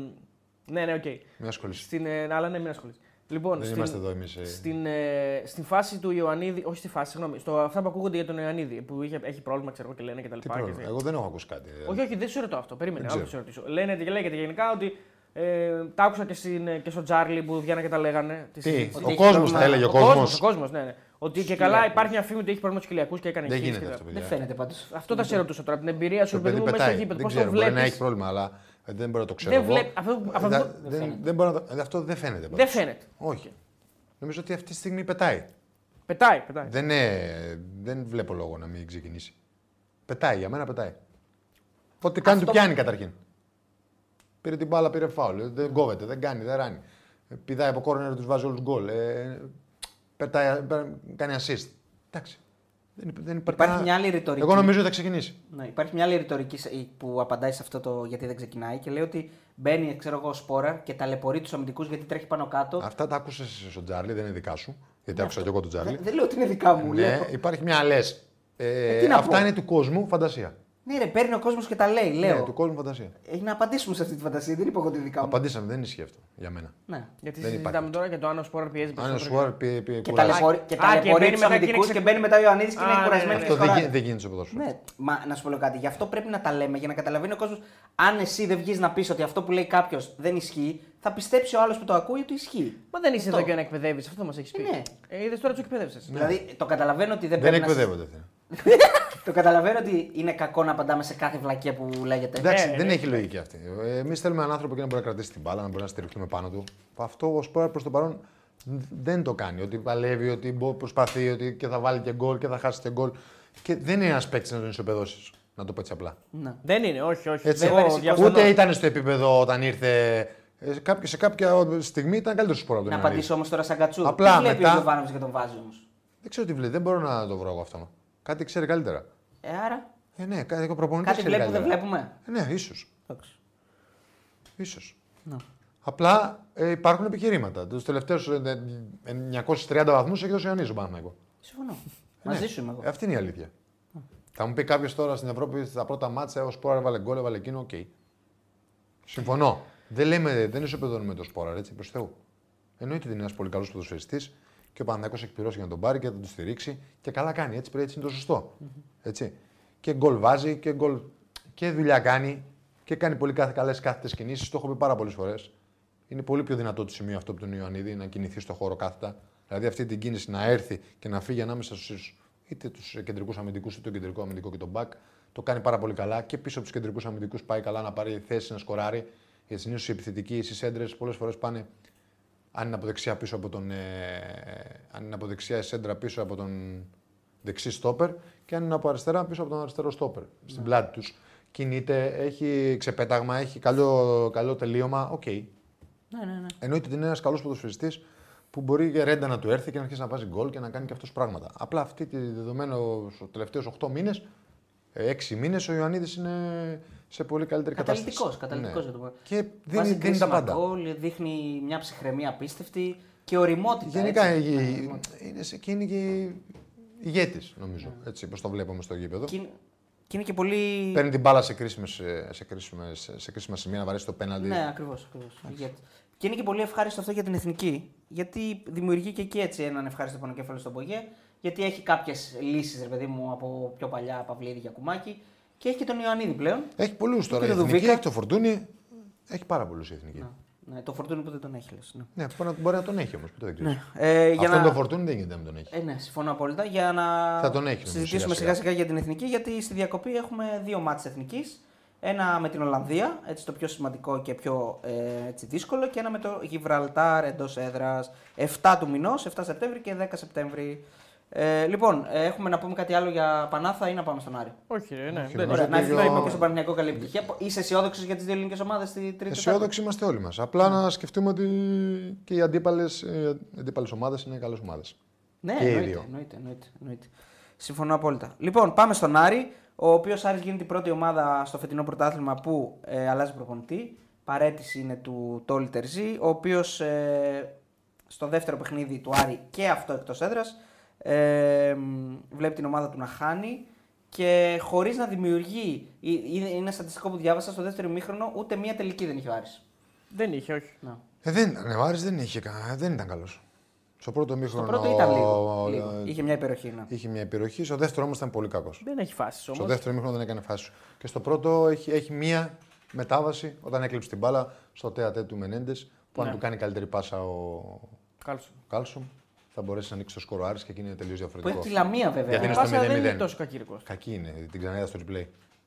C: ναι, ναι, οκ.
D: Μια ασχολήση.
C: Στην. ε, αλλά ναι, μην ασχολείσαι. Λοιπόν,
D: Δεν
C: στην,
D: είμαστε εδώ εμείς.
C: Στην, ε, στην φάση του Ιωαννίδη. Όχι στη φάση, συγγνώμη. Στο, αυτά που ακούγονται για τον Ιωαννίδη. Που είχε, έχει πρόβλημα, ξέρω εγώ και λένε κτλ.
D: Τι πρόβλημα. Εγώ δεν έχω ακούσει κάτι.
C: Όχι, όχι, δεν σου ρωτώ αυτό. Περίμενε,
D: Δεν
C: άλλο
D: ξέρω.
C: σου ρωτήσω. Λένε, λέγεται γενικά ότι. Ε, τα άκουσα και, στην, και στο Τζάρλι που βγαίνανε και τα λέγανε. τη
D: Τι,
C: συζήτηση.
A: Ότι
D: ο
A: έχει
D: κόσμος
A: πρόβλημα.
D: θα έλεγε, ο
C: κόσμος, Ο
D: κόσμος.
C: κόσμο, ναι, ναι. Ότι και καλά
A: Κυλιακούς.
C: υπάρχει μια φήμη ότι έχει πρόβλημα του Κυλιακούς και έκανε
D: Δεν
C: χείρις
D: γίνεται
C: και τα-
D: αυτό,
A: Δεν
D: παιδιά.
A: φαίνεται πάντως.
C: Αυτό θα σε ρωτούσα τώρα. Από την εμπειρία σου,
D: Το
C: ρε παιδί
D: παιδί
C: μου, μέσα στο γήπεδο.
D: πετάει. Δεν
C: Πώς το
D: ξέρω, μπορεί να έχει
C: βλέπει.
D: πρόβλημα, αλλά ε, δεν μπορώ να το ξέρω.
C: Δεν
D: εγώ.
C: βλέπ- αυτό-
D: Ε,
C: αυτό-
D: δα-
C: αυτό-
D: δεν- δεν μπορώ να το- ε, Αυτό δεν φαίνεται.
C: Δεν
D: πάντως.
C: φαίνεται.
D: Όχι. Νομίζω ότι αυτή τη στιγμή πετάει.
C: Πετάει, πετάει.
D: Δεν, ε, δεν βλέπω λόγο να μην ξεκινήσει. Πετάει, για μένα πετάει. Ό,τι κάνει, του πιάνει καταρχήν. Πήρε την μπάλα, πήρε φάουλ. ε, Δεν κόβεται, δεν κάνει, δεν ράνει. Ε, Πηδάει από κόρνερ, τους βάζει όλους γκολ. Ε, πετάει, ε, πε- κάνει assist. Εντάξει. Δεν, υπ- δεν υπάρχει,
A: Υπάρχει
D: κανένα-
A: μια άλλη ρητορική.
D: Εγώ νομίζω ότι θα ξεκινήσει.
A: Ναι, υπάρχει μια άλλη ρητορική σε- που απαντάει σε αυτό το γιατί δεν ξεκινάει και λέει ότι μπαίνει, ξέρω εγώ, ο Σπόρα και ταλαιπωρεί τους αμυντικούς γιατί τρέχει πάνω κάτω.
D: Αυτά τα άκουσες στον Τζάρλι, δεν είναι δικά σου. Γιατί άκουσα και εγώ τον Τζάρλι.
A: Ναι, Δεν, δεν λέω ότι είναι δικά μου.
D: Ναι,
A: Λέω.
D: υπάρχει μια λες.
A: Ε, τι να
D: αυτά
A: πω.
D: είναι του κόσμου φαντασία.
A: Ναι, ρε, παίρνει ο κόσμος και τα λέει. Λέω.
D: Ναι, του κόσμου φαντασία.
A: Ε, να απαντήσουμε σε αυτή τη φαντασία. Δεν είπα εγώ ότι είναι δικά μου.
D: Απαντήσαμε, δεν ισχύει αυτό για μένα.
A: Ναι.
C: Γιατί
D: Δεν
C: συζητάμε
D: υπάρχει.
C: τώρα για το αν ο Σπόρα πιέζει
D: Αν ο
C: περισσότερο.
D: Σουάρ πει, πει,
A: Και
D: κουράζει.
A: ταλαιπωρεί, και
C: Α, και
A: ταλαιπωρεί
C: μπαίνει
A: του
C: μετά και είναι
A: αμυντικού
C: ξε-
A: και μπαίνει μετά ο Ιωαννίδη και
C: Α, ναι,
A: είναι
C: ναι,
A: κουρασμένο.
C: ναι.
A: και
D: Αυτό δεν,
A: χωράει.
D: γι- δεν γίνεται στο ποδόσφαιρο.
A: Ναι, μα να σου πω λέω κάτι. Γι' αυτό πρέπει να τα λέμε για να καταλαβαίνει ο κόσμο. Αν εσύ δεν βγει να πει ότι αυτό που λέει κάποιο δεν ισχύει, θα πιστέψει ο άλλο που το ακούει ότι ισχύει.
C: Μα δεν είσαι
A: Αυτό.
C: εδώ και να εκπαιδεύει, αυτό μα έχει πει.
A: Ναι.
C: Ε, είδε τώρα του εκπαίδευσε.
D: Ναι.
A: Δηλαδή το καταλαβαίνω ότι δεν,
D: Δεν
A: πρέπει να.
D: εκπαιδεύονται. αυτοί.
A: Το καταλαβαίνω ότι είναι κακό να απαντάμε σε κάθε βλακία που λέγεται.
D: Εντάξει,
C: ναι,
D: δεν
C: ναι.
D: έχει λογική αυτή. Εμείς θέλουμε έναν άνθρωπο και να μπορεί να κρατήσει την μπάλα, να μπορεί να στηριχτούμε πάνω του. Αυτό ο Σπόρα προς το παρόν δεν το κάνει. Ότι παλεύει, ότι μπο- προσπαθεί, ότι και θα βάλει και γκολ και θα χάσει και γκολ. Και δεν είναι ένας παίκτης να τον ισοπεδώσεις. Να το πω έτσι απλά.
A: Ναι.
C: Δεν είναι, όχι, όχι.
D: Έτσι,
C: Εγώ διαφωνώ.
D: ούτε ήταν στο επίπεδο όταν ήρθε. ε, κάποιο- Σε κάποια στιγμή ήταν καλύτερος Σπόρα από τον
A: Ε, Να
D: Ιωαννίδη.
A: απαντήσω όμως τώρα σαν κατσού.
D: Απλά
A: Τι βλέπει
D: μετά-
A: ο Γιωβάνοβιτ και τον βάζει όμως.
D: Δεν ξέρω τι βλέπει, δεν μπορώ να το βρω εγώ αυτό. Κάτι ξέρει καλύτερα.
A: Ε, άρα
D: Ε, ναι, κάτι ο προπονητής
A: κάτι
D: ξέρει
A: βλέπει που δεν
D: καλύτερα.
A: βλέπουμε.
D: Ε, ναι, ίσως.
A: Εντάξει.
D: Ίσως.
A: Ναι.
D: Απλά ε, υπάρχουν επιχειρήματα. ε, Του τελευταίου 930 βαθμούς έχει δώσει ο Ιωαννίδης ο Παναθηναϊκός.
A: Συμφωνώ.
D: Ε,
A: Μαζί
D: ναι.
A: σου είμαι εγώ.
D: Ε, Αυτή είναι η αλήθεια. Θα μου πει κάποιος τώρα στην Ευρώπη στα πρώτα μάτσα ο Σπόρα έβαλε γκολ, έβαλε εκείνο. Οκ. Συμφωνώ. Δεν, λέμε, δεν ισοπεδώνουμε το Σπόρα, έτσι προς Θεού. Εννοείται ότι είναι ένας πολύ καλός ποδοσφαιριστής και ο Παναθηναϊκός έχει πληρώσει για να τον πάρει και θα τον στηρίξει και καλά κάνει. Έτσι, πρέπει, έτσι είναι το σωστο Έτσι. Και γκολ βάζει και, γκολ... και δουλειά κάνει και κάνει πολύ καλές κάθετες κινήσεις. Το έχω πει πάρα πολλές φορές. Είναι πολύ πιο δυνατό το σημείο αυτό από τον Ιωαννίδη να κινηθεί στο χώρο κάθετα. Δηλαδή αυτή την κίνηση να έρθει και να φύγει ανάμεσα στους είτε τους κεντρικούς αμυντικούς είτε τον κεντρικό αμυντικό και τον μπακ. Το κάνει πάρα πολύ καλά και πίσω από τους κεντρικούς αμυντικούς πάει καλά να πάρει θέση να σκοράρει. Γιατί συνήθως οι επιθετικοί, οι έντρε πολλές φορές πάνε αν είναι από δεξιά πίσω από τον. Ε, αν είναι από δεξιά η σέντρα πίσω από τον δεξί στόπερ και αν είναι από αριστερά πίσω από τον αριστερό στόπερ. Στην πλάτη τους. Κινείται, έχει ξεπέταγμα, έχει καλό, καλό τελείωμα. Οκ.
A: Ναι, ναι, ναι.
D: Εννοείται ότι είναι ένας καλός ποδοσφαιριστής που μπορεί και ρέντα να του έρθει και να αρχίσει να βάζει γκολ και να κάνει και αυτό πράγματα. Απλά αυτή τη δεδομένο στους τελευταίους 8 μήνε, 6 μήνε, ε, ο Ιωαννίδης είναι σε πολύ καλύτερη
A: Καταλητικό,
D: κατάσταση.
A: καταλητικός
D: Ναι.
A: για το πω.
D: Και
A: Βάζει
D: δίνει, δίνει τα
A: κρίσιμα
D: πάντα.
A: γκολ, δείχνει μια ψυχραιμία απίστευτη και οριμότητα.
D: Γενικά
A: έτσι. Ναι,
D: η- είναι, σε- και είναι και ηγέτης, νομίζω. Έτσι, όπω το βλέπουμε στο γήπεδο.
A: Ναι. Και είναι- και είναι και πολύ.
D: Παίρνει την μπάλα σε κρίσιμες σε κρίσιμες, σε κρίσιμα σημεία να βαρέσει το πέναλτι.
A: Ναι, ακριβώς. Και είναι και πολύ ευχάριστο αυτό για την εθνική. Γιατί δημιουργεί και εκεί έτσι έναν ευχάριστο πονοκέφαλο στον Πογέ γιατί έχει κάποιες λύσεις, ρε παιδί μου, από πιο παλιά Παυλίδη για κουμάκι. Και έχει και τον Ιωαννίδη πλέον.
D: Έχει πολλούς τώρα.
A: και
D: Η
A: το
D: εθνική,
A: Δουβίκα.
D: έχει το φορτούνι. Έχει πάρα πολλούς η εθνική.
A: Ναι, το φορτούνι που δεν τον έχει, λες, ναι.
D: Ναι, μπορεί να, μπορεί να τον έχει όμως. Το δεν ξέρει.
A: Ε,
D: Αυτόν τον φορτούνι δεν γίνεται να μην τον έχει.
A: Ε, ναι, συμφωνώ απόλυτα. Για να
D: Θα τον έχει, νομίζω,
A: συζητήσουμε
D: σιγά-σιγά.
A: σιγά σιγά για την εθνική, γιατί στη διακοπή έχουμε δύο μάτς εθνικής. Ένα με την Ολλανδία, έτσι το πιο σημαντικό και πιο ε, έτσι, δύσκολο, και ένα με το Γιβραλτάρ εντός έδρας 7 του μηνός, 7 Σεπτέμβρη και 10 Σεπτέμβρη. Ε, λοιπόν, ε, έχουμε να πούμε κάτι άλλο για Πανάθα ή να πάμε στον Άρη.
C: Όχι, ρε, ναι.
D: νομίζω
C: Δεν
A: Ωραία,
D: ότι
A: να
D: δύο-
A: ευχηθώ και στον Παναγιακό καλή επιτυχία. Είσαι αισιόδοξος για τις δύο ελληνικές ομάδες στη τρίτη
D: Αισιόδοξοι είμαστε όλοι μας. Απλά
A: Ναι.
D: να σκεφτούμε ότι και οι αντίπαλες ομάδες είναι καλές ομάδες.
A: Ναι,
D: Και οι
A: εννοείται,
D: δύο.
A: εννοείται, εννοείται, εννοείται. Συμφωνώ απόλυτα. Λοιπόν, πάμε στον Άρη, ο οποίος Άρης γίνεται η πρώτη ομάδα στο φετινό πρωτάθλημα που ε, αλλάζει προπονητή. Παρέτηση είναι του Τόλι Τερζή, ο οποίος στο δεύτερο παιχνίδι του Άρη και αυτό εκτός έδρας ε, μ, βλέπει την ομάδα του να χάνει και χωρίς να δημιουργεί. ε, Είναι είναι ένα στατιστικό που διάβασα στο δεύτερο μήχρονο, ούτε μία τελική δεν είχε ο Άρης.
C: Δεν είχε, όχι.
A: Να.
D: Ε, δεν, ναι, ο Άρης δεν, είχε, κα- δεν ήταν καλός. Στο πρώτο
A: Το
D: μήχρονο.
A: πρώτο ήταν λίγο.
D: ε,
A: λίγο. Είχε μια υπεροχή. ναι.
D: είχε μια υπεροχή, στο δεύτερο όμως ήταν πολύ κακός.
C: Δεν έχει φάσεις
D: Στο
C: όμως.
D: δεύτερο μήχρονο δεν έκανε φάση. Και στο πρώτο έχει, έχει μία μετάβαση όταν έκλειψε την μπάλα στο τέατε του Μενέντες που αν
C: Ναι.
D: του κάνει καλύτερη πάσα ο
C: Κάλσο.
D: Κάλσον θα μπορέσεις να ανοίξεις το σκορ ο Άρης και εκεί είναι τελείως
A: Που έχει
D: διαφορετικό.
A: τη λαμία βέβαια.
D: Γιατί
C: Η
D: είναι στο
C: πάσα δεν
D: 0-0.
C: είναι τόσο κακή ρεκόρ.
D: Κακή είναι, την ξαναείδα στο replay.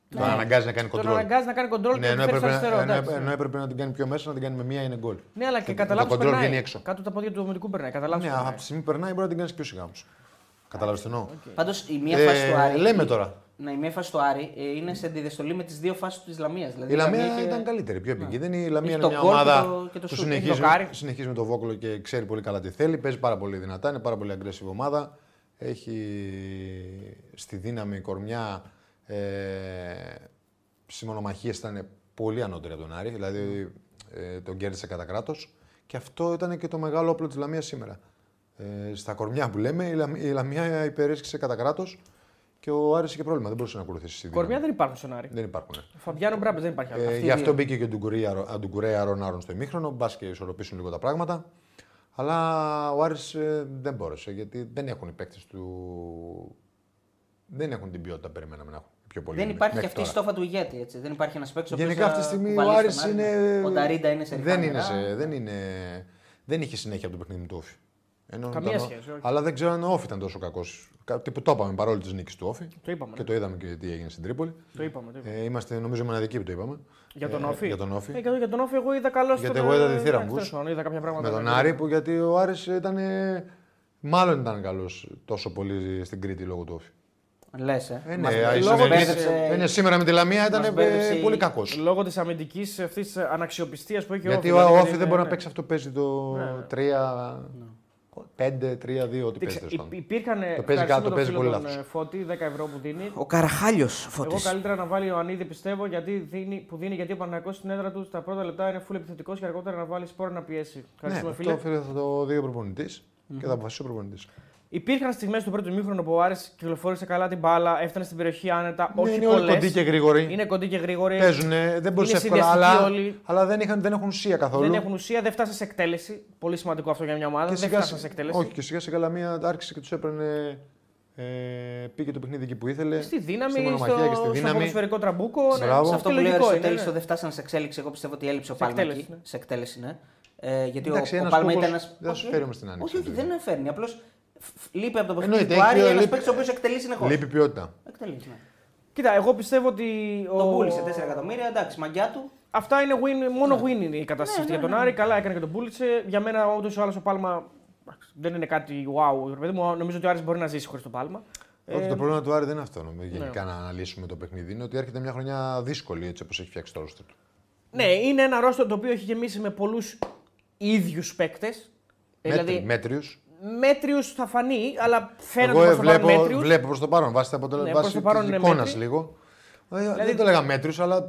D: Τον αναγκάζει να κάνει
C: Ναι. Τον
D: κοντρόλ.
C: αναγκάζει να κάνει κοντρόλ
D: Ναι,
C: και
D: ενώ
C: να φέρει στο
D: έπρεπε,
C: αριστερό.
D: ενώ,
C: εντάξει,
D: ενώ
C: ναι.
D: έπρεπε να την κάνει πιο μέσα, να την κάνει με μία είναι γκολ.
C: Ναι, αλλά και
D: το-
C: κατά
D: το
C: λάθο
D: control βγαίνει
C: περνάει.
D: έξω.
C: Κάτω από τα πόδια του δομητικού περνάει. Κατά λάθος
D: Ναι,
C: περνάει.
D: από τη στιγμή που περνάει μπορεί να την κάνεις πιο σιγά όμως. Κατάλαβε τι εννοώ.
A: Πάντως η μία
D: Ε,
A: φάση του Άρη.
D: λέμε τώρα.
A: Ναι, η μία φάση του Άρη ε, είναι σε αντιδεστολή με τις δύο φάσεις της Λαμίας. Δηλαδή,
D: Η Λαμία
A: είχε-
D: ήταν καλύτερη, πιο επικίνδυνη. Η Λαμία
A: Έχει
D: είναι
A: το
D: μια
A: γκολ και
D: ομάδα
A: το- και το
D: που
A: σουτ. Έχει
D: συνεχίζει,
C: δοκάρι.
D: συνεχίζει με το βόκολο και ξέρει πολύ καλά τι θέλει. Παίζει πάρα πολύ δυνατά, είναι πάρα πολύ aggressive ομάδα. Έχει στη δύναμη κορμιά. Ε, στις μονομαχίες ήταν πολύ ανώτερη από τον Άρη, δηλαδή ε, τον κέρδισε κατά κράτος. Και αυτό ήταν και το μεγάλο όπλο της Λαμίας σήμερα. Ε, στα κορμιά που λέμε, η Λαμ- η Λαμία υπερέσχισε κατά κράτος και ο Άρης είχε πρόβλημα. Δεν μπορούσε να ακολουθήσει. στη
C: Κορμιά
D: δύναμη.
C: δεν υπάρχουν στον Άρη.
D: δεν υπάρχουν. ναι.
C: Φαμπιάνο Μπράμπες δεν υπάρχει άλλο.
D: Ε,
A: Αυτοί
D: γι'
A: οι
D: αυτό
A: δύο.
D: μπήκε και ο Ντουγκουρέα Ρο- α, Ντουγκουρέα Ρον Άρον στο ημίχρονο. Μπας και ισορροπήσουν λίγο τα πράγματα. Αλλά ο Άρης ε, δεν μπόρεσε γιατί δεν έχουν οι παίκτες του. Δεν έχουν την ποιότητα που περιμέναμε να έχουν. οι Πιο πολύ
A: Δεν υπάρχει και αυτή η
D: στο.
A: στόφα του ηγέτη. Έτσι. Δεν υπάρχει ένας παίξο
D: Γενικά αυτή τη στιγμή ο Άρης είναι.
A: Ο Νταρίντα είναι σε ρηχά
D: δεν είναι,
A: νερά.
D: σε, δεν είναι. Δεν είχε συνέχεια από το παιχνίδι με του Όφη. Ενώ
C: Καμία
D: ήταν ο-
C: σχέση, όχι.
D: Αλλά δεν ξέρω αν ο Όφη ήταν τόσο κακός. Κάτι που το είπαμε παρόλο τη νίκη του Όφη.
C: Το είπαμε,
D: Και
C: ναι.
D: το είδαμε και τι έγινε στην Τρίπολη.
C: Το είπαμε. το είπαμε.
D: Ε, είμαστε νομίζω οι μοναδικοί που το είπαμε.
C: Για τον
D: Ε,
C: Όφη.
D: Για τον Όφη.
C: Ε, για τον Όφη εγώ είδα καλός
D: Γιατί εγώ είδα τη θύρα μου.
C: Είδα κάποια πράγματα.
D: με τον
C: ναι.
D: Άρη, που γιατί ο Άρης ήταν. ε, Μάλλον ήταν καλός τόσο πολύ στην Κρήτη λόγω του Όφη.
A: Λες. Ε.
D: Ε,
A: Μας
D: ναι, α,
A: λόγω
D: ίσως-
A: μπέρδεψε-
D: ε, ναι, σήμερα με τη Λαμία ήταν
A: μας
D: ε,
A: μπέρδεψε
D: πολύ
A: η-
D: κακός.
C: Λόγω της αμυντικής αυτή αναξιοπιστίας που έχει ο
D: Γιατί
C: Όφη.
D: ο
C: δηλαδή,
D: Όφη
C: είναι-
D: δεν μπορεί να
C: ναι.
D: παίξει αυτό που παίζει το 3. 5, 3, 2, ό,τι παίζει.
C: Κοίταξε,
D: τέλος
C: υ-
D: πάντων.
C: Υπήρχαν.
D: Το παίζει
C: ευχαριστούμε
D: κάτω,
C: τον
D: παίζει
C: φίλο
D: πολύ
C: τον,
D: λάθος.
C: ε, Φώτη, 10 ευρώ που δίνει.
A: Ο Καραχάλιος
C: Εγώ
A: φώτη.
C: καλύτερα να βάλει ο Ανίδη πιστεύω γιατί δίνει, που δίνει γιατί ο Παναγιώ στην έδρα του στα πρώτα λεπτά είναι full επιθετικός και αργότερα να βάλει σπόρο να πιέσει. Ευχαριστούμε
D: Ναι,
C: φίλε.
D: αυτό φίλε θα το δει ο προπονητη και θα αποφασίσει ο προπονητής.
C: Υπήρχαν στιγμές του πρώτου μήχρονου που ο Άρης κυκλοφόρησε καλά την μπάλα, έφτανε στην περιοχή άνετα. όχι
D: Ναι, είναι όλοι
C: πολλές.
D: κοντοί και γρήγοροι.
C: Είναι κοντοί και γρήγοροι.
D: Παίζουν, δεν μπορεί
C: είναι
D: εύκολα,
C: συνδυαστικοί
D: αλλά,
C: όλοι.
D: αλλά δεν, είχαν, δεν έχουν ουσία καθόλου.
C: Δεν έχουν ουσία, δεν φτάσαν σε εκτέλεση. Πολύ σημαντικό αυτό για μια ομάδα. δεν φτάσαν σε εκτέλεση.
D: Όχι, και σιγά σιγά Λαμία άρχισε και τους έπαιρνε. Ε, πήγε το παιχνίδι εκεί που ήθελε.
C: Στη δύναμη,
D: στη
C: στο,
D: μονομαχία και στη
C: στο
D: δύναμη.
C: ποδοσφαιρικό τραμπούκο. Ναι,
D: Μπράβο.
C: σε
A: Σε αυτό που λέει
C: λογικό
A: ο
C: είναι,
A: Αριστοτέλη,
C: ναι.
A: το δεν φτάσανε σε εξέλιξη. Εγώ πιστεύω ότι έλειψε ο
C: Σε
A: Πάλμα
C: εκτέλεση,
A: εκεί.
C: ναι.
A: Σε εκτέλεση, ναι. Ε, γιατί
D: Εντάξει,
A: ο, ο
D: ένας
A: Πάλμα
D: κόκκος
A: ήταν ένας.
D: δεν θα σου φέρει όμως την άνοιξη,
A: Όχι, όχι,
D: βέβαια.
A: δεν φέρνει. Απλώς λείπει από το παιχνίδι
D: Εννοείται,
A: του
D: έχει
A: Άρη
D: και ο-
A: ένας
D: λείπει-
A: παίξο ο οποίος εκτελεί συνεχώς.
D: Λείπει ποιότητα.
A: Εκτελεί, ναι.
C: Κοίτα, εγώ πιστεύω ότι. ο-
A: Τον πούλησε 4 εκατομμύρια, εντάξει, μαγιά του.
C: Αυτά είναι win, μόνο win είναι η κατάσταση
A: Ναι,
C: αυτή
A: ναι,
C: για τον
A: ναι,
C: Άρη. Καλά έκανε και τον πούλησε. Για μένα όντως ο άλλος ο Πάλμα εντάξει, δεν είναι κάτι wow. ρε παιδί μου. νομίζω ότι ο Άρης μπορεί να ζήσει χωρίς τον Πάλμα.
D: Όχι, το πρόβλημα του Άρη δεν είναι αυτό. Νομίζω,
C: ναι.
D: γενικά να αναλύσουμε το παιχνίδι. Είναι ότι έρχεται μια χρονιά δύσκολη έτσι όπως έχει φτιάξει το ρόστερ του.
C: Ναι, είναι ένα ρόστο το οποίο έχει γεμίσει με πολλούς ίδιους παίκτες.
D: Δηλαδή...
C: Δηλαδή,
D: Μέτριους.
C: μέτριους θα φανεί, αλλά φαίνεται
D: Εγώ ε,
C: ότι θα
D: βλέπω,
C: μέτριους.
D: βλέπω προς το παρόν. Βάσει τα
C: Ναι,
D: αποτελέσματα.
C: προς το παρόν
D: βάσει
C: είναι
D: τη
C: Δηλαδή-
D: εικόνα
C: μέτριοι.
D: λίγο. Ε, Δεν το λέγα μέτριου, αλλά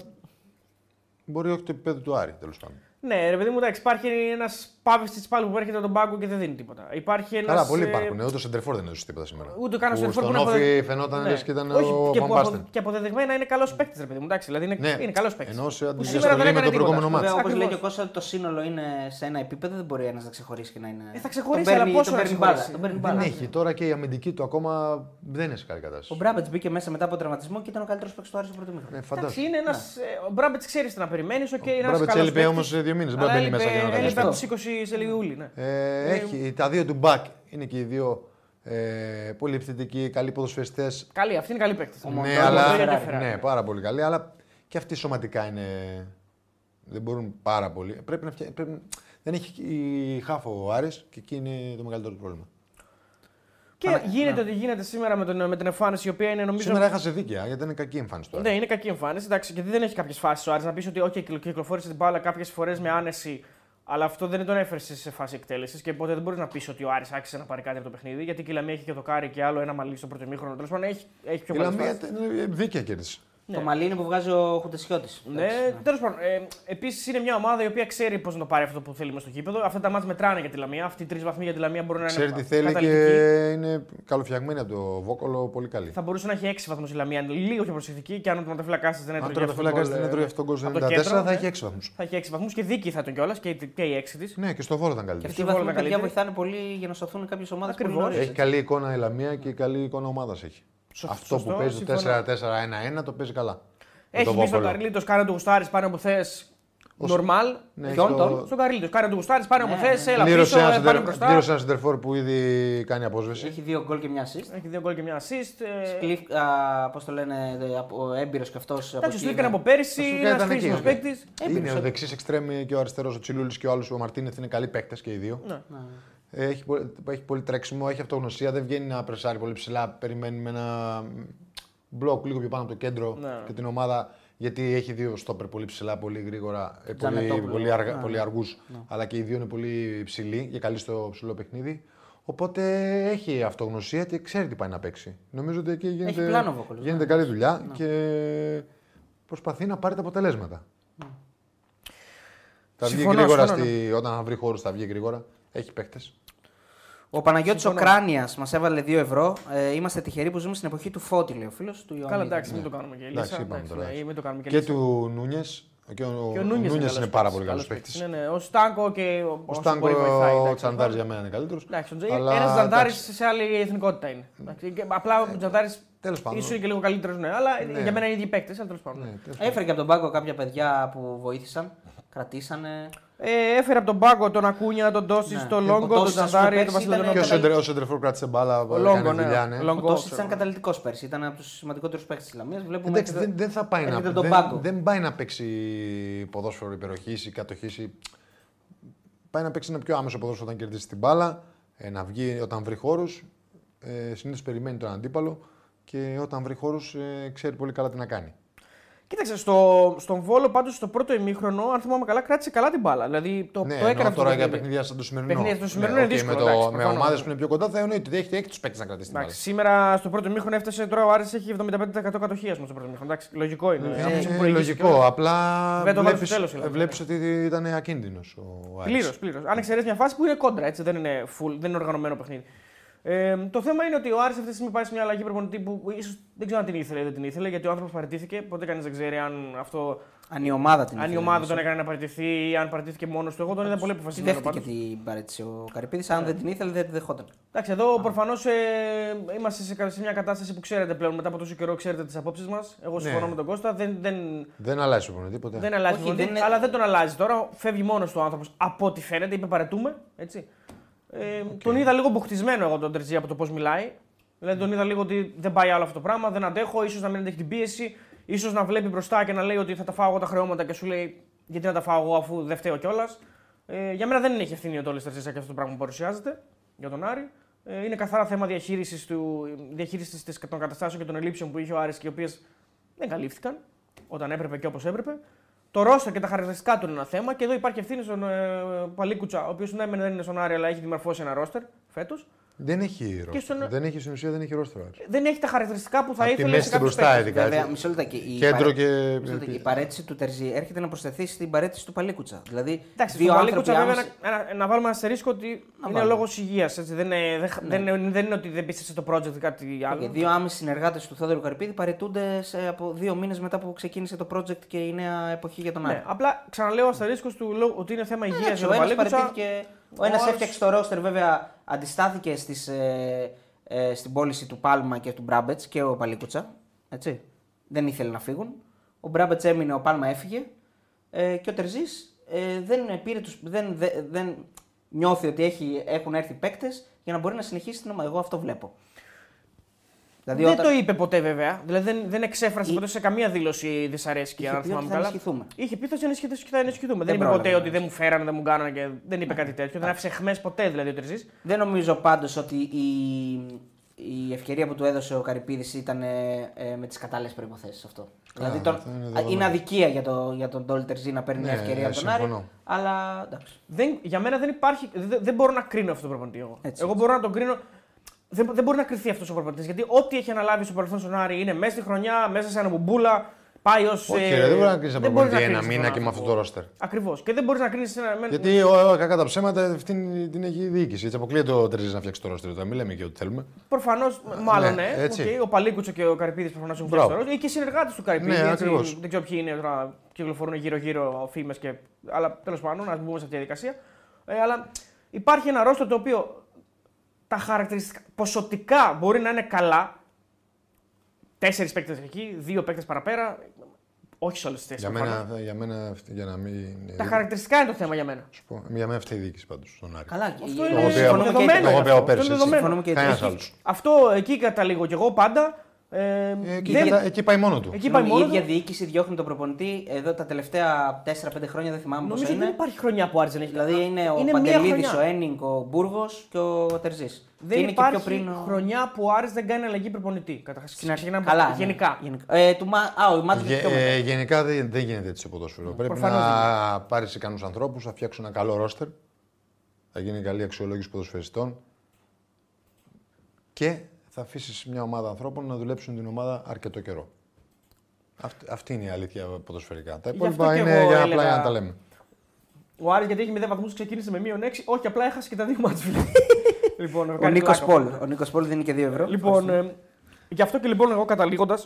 D: μπορεί όχι το επίπεδο του Άρη τέλος πάντων.
C: Ναι, ρε παιδί μου, εντάξει, υπάρχει ένας Πάβηση τη πάλι που έρχεται από τον πάγκο και δεν δίνει τίποτα. Υπάρχει ε, ένα.
D: Καλά, πολλοί υπάρχουν. Ούτε ο Σεντερφόρ δεν έδωσε τίποτα σήμερα.
C: Ούτε καν ο
D: Που
C: Σεντερφόρ
D: Στον
C: που είναι
D: Όφη
C: αποδε-
D: φαινόταν
C: Ναι.
D: λες και ήταν
C: Όχι,
D: ο
C: και, που απο-
D: Βαμπάστεν.
C: και αποδεδειγμένα είναι καλός παίκτης, ρε παιδί μου. Εντάξει, δηλαδή είναι,
D: Ναι.
C: είναι καλός παίκτης.
D: Ενώ σε αντιδιαστολή με το προηγούμενο μάτς.
A: Βέβαια, όπω
C: Ακριβώς.
A: λέει και ο Κώστα, το σύνολο είναι σε ένα επίπεδο, δεν μπορεί ένας να ξεχωρίσει και να είναι.
C: Ε, θα ξεχωρίσει,
A: Τον
C: αλλά
A: παίρνει-
C: πόσο
A: τον
C: να
A: παίρνει μπάλα,
C: ξεχωρίσει.
A: τον παίρνει
D: Δεν
A: μπάλα.
D: έχει. Τώρα και η αμυντική του ακόμα δεν είναι σε καλή
A: Ο
D: κατάσταση.
A: Μπράμπετ μπήκε μέσα μετά από τραυματισμό και ήταν ο καλύτερος παίκτης του Άρη στο πρώτο μήχρονο.
D: Ναι,
C: Εντάξει,
D: φαντάζομαι.
C: είναι ένας, ε, Ο Μπράμπετ ξέρεις τι να περιμένεις. Okay, ο
D: Μπράμπετς έλειπε όμως, ε, δύο μήνες, δεν μπορεί να μπαίνει μέσα για να τα
C: Έλειπε από
A: λες.
C: του 20 σε Ιούλη. Ναι.
D: Ε, έχει τα δύο του μπακ. Είναι και οι δύο ε, πολύ επιθετικοί, καλοί ποδοσφαιριστές.
C: Καλή, αυτή είναι καλή παίκτη.
A: Ο Μοντόγια
D: Ναι, αλλά,
A: και
D: ναι,
A: Φεράρι.
D: πάρα πολύ καλή, αλλά και αυτοί σωματικά είναι. Δεν μπορούν πάρα πολύ. Πρέπει να φτια- πρέπει... Δεν έχει η χάφο ο Άρης και εκεί είναι το μεγαλύτερο του πρόβλημα.
C: Και γίνεται ότι γίνεται σήμερα με, τον, με την εμφάνιση η οποία είναι νομίζω.
D: ναι. Σήμερα έχασε δίκαια γιατί ήταν κακή εμφάνιση του Άρη.
C: Ναι, είναι κακή εμφάνιση. Εντάξει, γιατί δεν έχει κάποιες φάσεις ο Άρης να πεις ότι όχι, κυκλοφόρησε την μπάλα κάποιες φορές με άνεση, αλλά αυτό δεν τον έφερε σε φάση εκτέλεσης και οπότε δεν μπορείς να πεις ότι ο Άρης άρχισε να πάρει κάτι από το παιχνίδι. Γιατί η Λαμία έχει και το κάρι και άλλο ένα μαλλί στο πρώτο μήχρονο. Τέλος πάντων έχει, έχει πιο
D: Η
C: πολλές
D: Λαμία
C: φάσεις.
D: ήταν ε, δίκαια κέρδισε.
A: Το μαλλί είναι που βγάζει ο Χουντεσιώτη.
C: Ναι, τέλος πάντων. Ε, Επίσης είναι μια ομάδα η οποία ξέρει πώς να το πάρει αυτό που θέλει μες στο γήπεδο. Αυτά τα μάτς μετράνε για τη Λαμία. Αυτοί οι τρεις βαθμοί για τη Λαμία μπορούν να είναι.
D: Ξέρει τι θέλει και
C: καταλητικοί.
D: είναι καλοφτιαγμένη από το Βόκολο, πολύ καλή.
C: Θα μπορούσε να έχει 6 βαθμούς η Λαμία, είναι λίγο πιο προσεκτική και αν ο τερματοφύλακα τη δεν
D: Αν
C: έτρωγε.
D: τώρα το
C: αυτόν
D: φυλακά
C: τον
D: στην
C: γκολ,
D: έτρωγε
C: ε,
D: αυτόν τον
C: από
D: κόσμο
C: το κέντρο,
D: 94 θα
C: ναι.
D: έχει 6 βαθμούς.
C: Θα έχει 6 βαθμούς και δίκη θα τον κιόλας και, και η 6 της.
D: Ναι, και στο Βόλο ήταν καλύτερη.
A: Αυτοί οι
C: Αυτή η
A: βαθμοί
C: βόλτα
A: παιδιά
C: καλύτερη.
A: βοηθάνε πολύ για να σωθούν κάποιες ομάδες που
C: Ακριβώς.
D: Έχει καλή εικόνα η Λαμία και καλή εικόνα ομάδας έχει.
C: Σωστό,
D: Αυτό που
C: σωστό,
D: παίζει το
C: συμφωνώ.
D: 4-4-1-1 το παίζει καλά. Με
C: Έχει
D: τον
C: μπει στον
D: Βόκολο.
C: Καρλίτος, κάνε του γουστάρι πάνω από θε. Νορμάλ.
D: Ναι,
A: Ποιον
D: έχει
A: τον?
D: το...
C: Στον Καρλίτος, κάνε του γουστάρι πάνω από
A: Ναι,
C: θες.
A: ναι.
C: Έλα
D: Πλήρωσε
C: πίσω,
D: ένα
C: ε, πάνε
D: συντερ-
C: μπροστά.
D: πλήρωσε ένα συντερφόρ που ήδη κάνει απόσβεση.
A: Έχει δύο γκολ και μια assist.
C: Έχει δύο γκολ και μια assist. ε,
A: Σκλίφ, πώς το λένε, δε, απο- ο έμπειρος και αυτός.
C: Εντάξει, ο Σλίκ είναι από πέρυσι,
D: Βασικά
C: ένας
D: ήταν εκεί,
C: χρήσιμο
D: οκ.
A: Ε,
C: παίκτης.
D: Είναι ο δεξής εξτρέμι και ο αριστερός ο Τσιλούλης και ο άλλος ο Μαρτίνεθ είναι καλοί παίκτες και οι δύο.
C: Ναι.
D: Έχει, πολύ, έχει πολύ τρέξιμο, έχει αυτογνωσία, δεν βγαίνει να πρεσάρει πολύ ψηλά. Περιμένει με ένα μπλοκ λίγο πιο πάνω από το κέντρο
C: Ναι.
D: και την ομάδα. Γιατί έχει δύο στόπερ πολύ ψηλά, πολύ γρήγορα, ε, πολύ,
A: Τζανετόπουλο.
D: πολύ, αργα, πολύ αργούς.
A: Ναι.
D: Αλλά και οι δύο είναι πολύ ψηλοί και καλοί στο ψηλό παιχνίδι. Οπότε έχει αυτογνωσία και ξέρει τι πάει να παίξει. Νομίζω ότι εκεί γίνεται,
A: πλάνο ο Βόκολος, ναι.
D: γίνεται καλή δουλειά και προσπαθεί να πάρει τα αποτελέσματα. Θα βγει
C: Συμφωνώ,
D: γρήγορα,
C: συμφωνώ, ναι.
D: στη... όταν βρει χώρους θα βγει γρήγορα. Έχει παίχτες.
A: Ο Παναγιώτης ο Κράνιας μας έβαλε 2 ευρώ. Ε, είμαστε τυχεροί που ζούμε στην εποχή του Φώτη, λέει ο φίλος του Ιωάννη.
C: Καλά, εντάξει, μην το κάνουμε και
D: Εντάξει,
C: λύσα.
D: είπαμε
C: Εντάξει,
D: τώρα,
C: ναι,
D: έτσι.
C: μην το κάνουμε και
D: Και
C: λύσα.
D: του Νούνιες. Και ο,
C: Και
D: ο
C: Νούνιες
D: Νούνιες είναι,
C: καλός
D: πάρα
C: παίκτης,
D: πολύ καλός
C: καλός
D: παίκτης.
C: Ναι, ναι, ο Στάνκο και ο,
D: Ο
C: όσο
D: Στάνκο,
C: μπορεί βοηθάει,
D: ο
C: εντάξει,
D: Τσαντάρη για μένα είναι καλύτερος.
C: Εντάξει, ο Τζα- ένας Τζαντάρης σε άλλη εθνικότητα είναι. Εντάξει, και απλά ο Τζαντάρης
D: τέλος πάντων.
C: ίσως είναι και λίγο καλύτερος, ναι, αλλά
D: Ναι.
C: για μένα είναι οι ίδιοι παίκτες, αλλά τέλος πάντων.
A: Έφερε και από τον πάγκο κάποια παιδιά που βοήθησαν, κρατήσανε.
C: Ε, έφερε από τον πάγκο τον Ακούνια, τον Τόση,
A: Ναι.
C: τον
A: Ο
C: Λόγκο, τον
A: Τόσης, ας πούμε,
C: Τζαντάρη, τον
A: πέρσι ήταν
D: Και ο
C: Βασιλιάδη.
A: καλά.
D: Σεντερ- ο Σεντερφόρ κράτησε μπάλα,
C: Λόγκο,
D: έκανε
C: ναι.
D: δουλειά. ναι.
C: Ο Λόγκο.
A: Ο Τόση
C: ξέρω.
A: ήταν καταλητικό πέρσι, ήταν από τους σημαντικότερους παίκτες της Λαμίας. Βλέπουμε
D: Εντάξει, δεν, δεν θα πάει να,
A: έρχεται τον
D: δεν,
A: πάγκο.
D: δεν πάει να παίξει ποδόσφαιρο υπεροχής ή κατοχής. Ή... Πάει να παίξει ένα πιο άμεσο ποδόσφαιρο όταν κερδίσει την μπάλα, ε, να βγει όταν βρει χώρους. Ε, Συνήθως περιμένει τον αντίπαλο και όταν βρει χώρους ε, ξέρει πολύ καλά τι να κάνει.
C: Κοίταξε, στο, στον Βόλο πάντως στο πρώτο ημίχρονο, αν θυμάμαι καλά, κράτησε καλά την μπάλα. Δηλαδή το,
D: Ναι,
C: το έκανε
D: ενώ
C: αυτό.
D: τώρα
C: το
D: για
C: παιχνίδι.
D: παιχνίδια σαν το σημερινό. Ναι,
C: Παιχνίδια σαν το σημερινό είναι
D: οκ,
C: δύσκολο,
D: Με, το-
C: εντάξει,
D: με
C: προφανώς.
D: ομάδες που είναι πιο κοντά θα εννοείται ότι έχει, έχεις τους παίκτες να κρατήσεις την μπάλα.
C: Εντάξει, σήμερα στο πρώτο μήχρονο έφτασε τώρα ο Άρης έχει 75% κατοχή ας πούμε, στο πρώτο μήχρονο. Εντάξει, λογικό είναι.
D: Ε,
C: Αφού έχει
D: Είναι
C: προηγήσει
D: λογικό. Απλά
C: Δεν το βάλει στο
D: βλέπεις-
C: τέλος, δηλαδή.
D: βλέπεις ότι ήταν ακίνδυνος ο Άρης.
C: Πλήρως, πλήρως. Αν εξαιρέσεις μια φάση που είναι κόντρα, έτσι, δεν είναι full, δεν είναι οργανωμένο παιχνίδι. Ε, το θέμα είναι ότι ο Άρης αυτή τη στιγμή πάει σε μια αλλαγή προπονητή που ίσως δεν ξέρω αν την ήθελε ή δεν την ήθελε, γιατί ο άνθρωπος παραιτήθηκε. Ποτέ κανείς δεν ξέρει αν, αυτό,
A: Αν η ομάδα την
C: αν η
A: ήθελε,
C: ομάδα
A: ίσως.
C: τον έκανε να παραιτηθεί ή αν παραιτήθηκε μόνος του. Εγώ τον είδα πολύ
A: Τη
C: αποφασισμένο.
A: δέχτηκε
C: πάντως.
A: την παρέτηση ο Καρυπίδης. Αν δεν την ήθελε, δεν τη δεχόταν.
C: Εντάξει, εδώ προφανώς ε, είμαστε σε, κα- σε μια κατάσταση που ξέρετε πλέον μετά από τόσο καιρό, ξέρετε τις απόψεις μας.
A: Ναι.
C: Εγώ συμφωνώ με τον Κώστα. Δεν, δεν,
D: Δεν αλλάζει ο προπονητής ποτέ.
C: δεν αλλάζει
A: Όχι,
C: πολύ,
A: δεν είναι-
C: αλλά δεν τον αλλάζει τώρα. Φεύγει μόνος του ο άνθρωπος από ό,τι φαίνεται. Είπε παρετούμε. Έτσι. Ε, Τον είδα λίγο μπουχτισμένο εγώ τον Τερζή από το πώς μιλάει. Δηλαδή τον είδα λίγο ότι δεν πάει άλλο αυτό το πράγμα, δεν αντέχω, ίσως να μην αντέχει την πίεση, ίσως να βλέπει μπροστά και να λέει ότι θα τα φάω εγώ τα χρεώματα και σου λέει γιατί να τα φάω εγώ αφού δεν φταίω κιόλας. Ε, για μένα δεν έχει ευθύνη ο Τόλης Τερζής για αυτό το πράγμα που παρουσιάζεται για τον Άρη. Ε, είναι καθαρά θέμα διαχείρισης διαχείρισης της- των καταστάσεων και των ελλείψεων που είχε ο Άρης και οι οποίες δεν καλύφθηκαν όταν έπρεπε και όπως έπρεπε. Το ρόστερ και τα χαρακτηριστικά του είναι ένα θέμα και εδώ υπάρχει ευθύνη στον ε, Παλίκουτσα, ο οποίος ναι, μεν δεν είναι στον Άρη, αλλά έχει δημορφώσει ένα ρόστερ φέτος.
D: Δεν έχει ρόστερ.
C: στον-
D: Δεν έχει στην ουσία δεν έχει ρόστερ.
C: Δεν έχει τα χαρακτηριστικά που θα
D: Απ' τη
C: ήθελε
D: μέση
C: σε
D: και
C: κάποιους
D: μπροστά,
C: παίκτες.
D: ειδικά.
A: Βέβαια,
D: έτσι.
A: μισό λεπτό εκεί. Η
D: Κέντρο
A: παρέ-
D: και.
A: μισό λεπτό, Η παρέτηση του Τερζή έρχεται να προσθεθεί στην παρέτηση του Παλίκουτσα. Δηλαδή,
C: Εντάξει,
A: δύο
C: στον Παλίκουτσα
A: άνθρωποι
C: βέβαια
A: άμεσα-
C: να, να, να βάλουμε αστερίσκο ότι είναι
A: βάλουμε.
C: λόγος υγείας. Δεν, είναι- δεν, χ- δεν, είναι- δεν είναι ότι δεν πίστευε το project ή κάτι άλλο.
A: Και δύο άμεση συνεργάτες του Θόδωρου Καρπίδη παρετούνται σε, από δύο μήνες μετά που ξεκίνησε το project και η νέα εποχή για τον
C: Ναι,
A: Άρη.
C: απλά ξαναλέω αστερίσκος του λόγου ότι είναι θέμα υγείας
A: Ναι, Εντάξει,
C: για
A: ο
C: τον
A: ένας
C: Παλίκουτσα.
A: παραιτήθηκε. Ο
C: ο
A: ένα
C: άλλος-
A: έφτιαξε το ρόστερ, βέβαια, αντιστάθηκε στις, ε, ε, στην πώληση του Πάλμα και του Μπράμπετ και ο Παλίκουτσα. Έτσι. Δεν ήθελε να φύγουν. Ο Μπράμπετ έμεινε, ο Πάλμα έφυγε. Ε, και ο Τερζής ε, δεν, πήρε τους, δεν, δε- δεν νιώθει ότι έχει, έχουν έρθει παίκτες για να μπορεί να συνεχίσει την ομάδα. Εγώ αυτό βλέπω. Δηλαδή,
C: δεν
A: όταν-
C: το είπε ποτέ βέβαια. Δηλαδή δεν, δεν εξέφρασε
A: Ή-
C: ποτέ σε καμία δήλωση δυσαρέσκεια,
A: Είχε
C: αν
A: πει ότι
C: θυμάμαι
A: θα
C: καλά.
A: ενισχυθούμε.
C: Είχε πει θα ενισχυθούμε και θα ενισχυθούμε. Δεν, είπε
A: πρόλαβε
C: ποτέ
A: να
C: ότι δεν μου φέρανε, δεν μου κάνανε και δεν είπε κάτι τέτοιο. Δεν άφησε χμές ποτέ δηλαδή ο Τερζή.
A: Δεν νομίζω πάντως ότι η, η ευκαιρία που του έδωσε ο Καρυπίδης ήταν ε, ε, με τις κατάλληλες προϋποθέσεις αυτό. δηλαδή τον,
D: αυτό είναι
A: είναι,
D: δεδομένο.
A: αδικία για, το, για τον Ντόλ Τερζή να παίρνει μια
D: Ναι,
A: ευκαιρία από τον
D: συμφωνώ.
A: Άρη, αλλά εντάξει.
C: Δεν, για μένα δεν υπάρχει. Δεν, δεν μπορώ να κρίνω αυτόν τον προπονητή. Εγώ,
A: Έτσι,
C: εγώ
A: έτσι.
C: μπορώ να τον κρίνω. Δεν, δεν μπορεί να κρυθεί αυτός ο προπονητής. Γιατί ό,τι έχει αναλάβει στο παρελθόν στον Άρη είναι μέσα στη χρονιά, μέσα σε ένα μπουμπούλα. Πάει ε, ως.
D: Όχι, ρε, δεν μπορεί να κρίνει ένα προπονητή ένα μήνα και με αυτό το ρόστερ.
C: Ακριβώς. Και δεν μπορείς να κρίνεις ένα.
D: Γιατί ο- ο- κακά τα ψέματα αυτή την έχει η διοίκηση. Έτσι αποκλείεται ο Τερζή να φτιάξει το ρόστερ. Τώρα μην λέμε και ότι θέλουμε.
C: Προφανώς, μάλλον
D: ναι,
C: ναι.
D: έτσι.
C: οκ, ο Παλίκουτσο και ο Καρυπίδης προφανώς έχουν
D: Μπράβο.
C: φτιάξει το ρόλο. Ή και συνεργάτες του Καρυπίδη.
D: Ναι,
C: έτσι,
D: ακριβώς.
C: Δεν ξέρω ποιοι είναι τώρα, κυκλοφορούν γύρω-γύρω φήμες και. Αλλά τέλος πάντων, να μπούμε σε αυτή τη διαδικασία. Ε, αλλά υπάρχει ένα ρόστο το οποίο τα χαρακτηριστικά ποσοτικά μπορεί να είναι καλά. Τέσσερις παίκτες εκεί, δύο παίκτες παραπέρα. Όχι σε όλες τις θέσεις.
D: Για μένα, για μένα, αυτή- για να μην.
C: Τα χαρακτηριστικά είναι το θέμα για μένα.
D: σου πω, για μένα αυτή η διοίκηση πάντως στον Άρη.
A: Καλά,
C: Αυτό
A: ε,
C: είναι
D: εγώ
A: συμφωνούμε και
C: δεδομένο.
A: οι δύο.
D: Το έχω πει εγώ
C: αυτό,
D: πέρσι.
C: είναι
D: έτσι.
A: δεδομένο και
D: Κανένας
A: έτσι.
D: άλλος.
C: Αυτό εκεί καταλήγω κι εγώ πάντα. Ε,
D: Ε, Εκεί,
C: δεν-
D: κατα- εκεί πάει μόνο του.
C: εκεί πάει
A: Συγγνώμη,
C: μόνο.
A: Η
C: του.
A: ίδια διοίκηση διώχνει τον προπονητή εδώ τα τελευταία 4-5 χρόνια, δεν θυμάμαι πόσο
D: ε,
C: Νομίζω ότι
A: είναι.
C: δεν υπάρχει χρονιά που ο Άρης δεν έχει.
A: Δηλαδή είναι ο
C: μία
A: Παντελίδης, ο
C: χρονιά.
A: Ένιγκ, ο Μπούργος και ο Τερζής. Και
C: Δεν
A: είναι και
C: υπάρχει
A: πιο πριν ο-
C: χρονιά που ο Άρης δεν κάνει αλλαγή προπονητή. Καταρχάς,
A: Στην αρχή
C: ξεκινάμε
A: Καλά, ναι.
C: γενικά.
A: Ε, του Μα- Α, ο Μάτζος
D: Γε-
A: πιο μετά.
D: ε, γενικά δεν, δεν γίνεται έτσι στο ποδόσφαιρο. Πρέπει
C: προφανώς
D: να πάρεις ικανούς ανθρώπους, θα φτιάξει ένα καλό ρόστερ, θα γίνει καλή αξιολόγηση ποδοσφαιριστών και θα αφήσεις μια ομάδα ανθρώπων να δουλέψουν την ομάδα αρκετό καιρό. Αυτή, αυτή είναι η αλήθεια ποδοσφαιρικά. Τα
C: Γι' αυτό
D: υπόλοιπα
C: και
D: είναι
C: εγώ
D: για απλά
C: έλεγα-
D: για να τα λέμε.
C: Ο Άρης γιατί έχει 0 βαθμούς ξεκίνησε με μείον 6. Όχι, απλά έχασε και τα δύο μάτς. φίλε. λοιπόν,
A: Ο
C: κάνει
A: Νίκος
C: πλάκα.
A: Πολ. Ο Νίκος Πολ δίνει και 2 ευρώ.
C: Λοιπόν, ε, γι' αυτό και λοιπόν εγώ καταλήγοντας,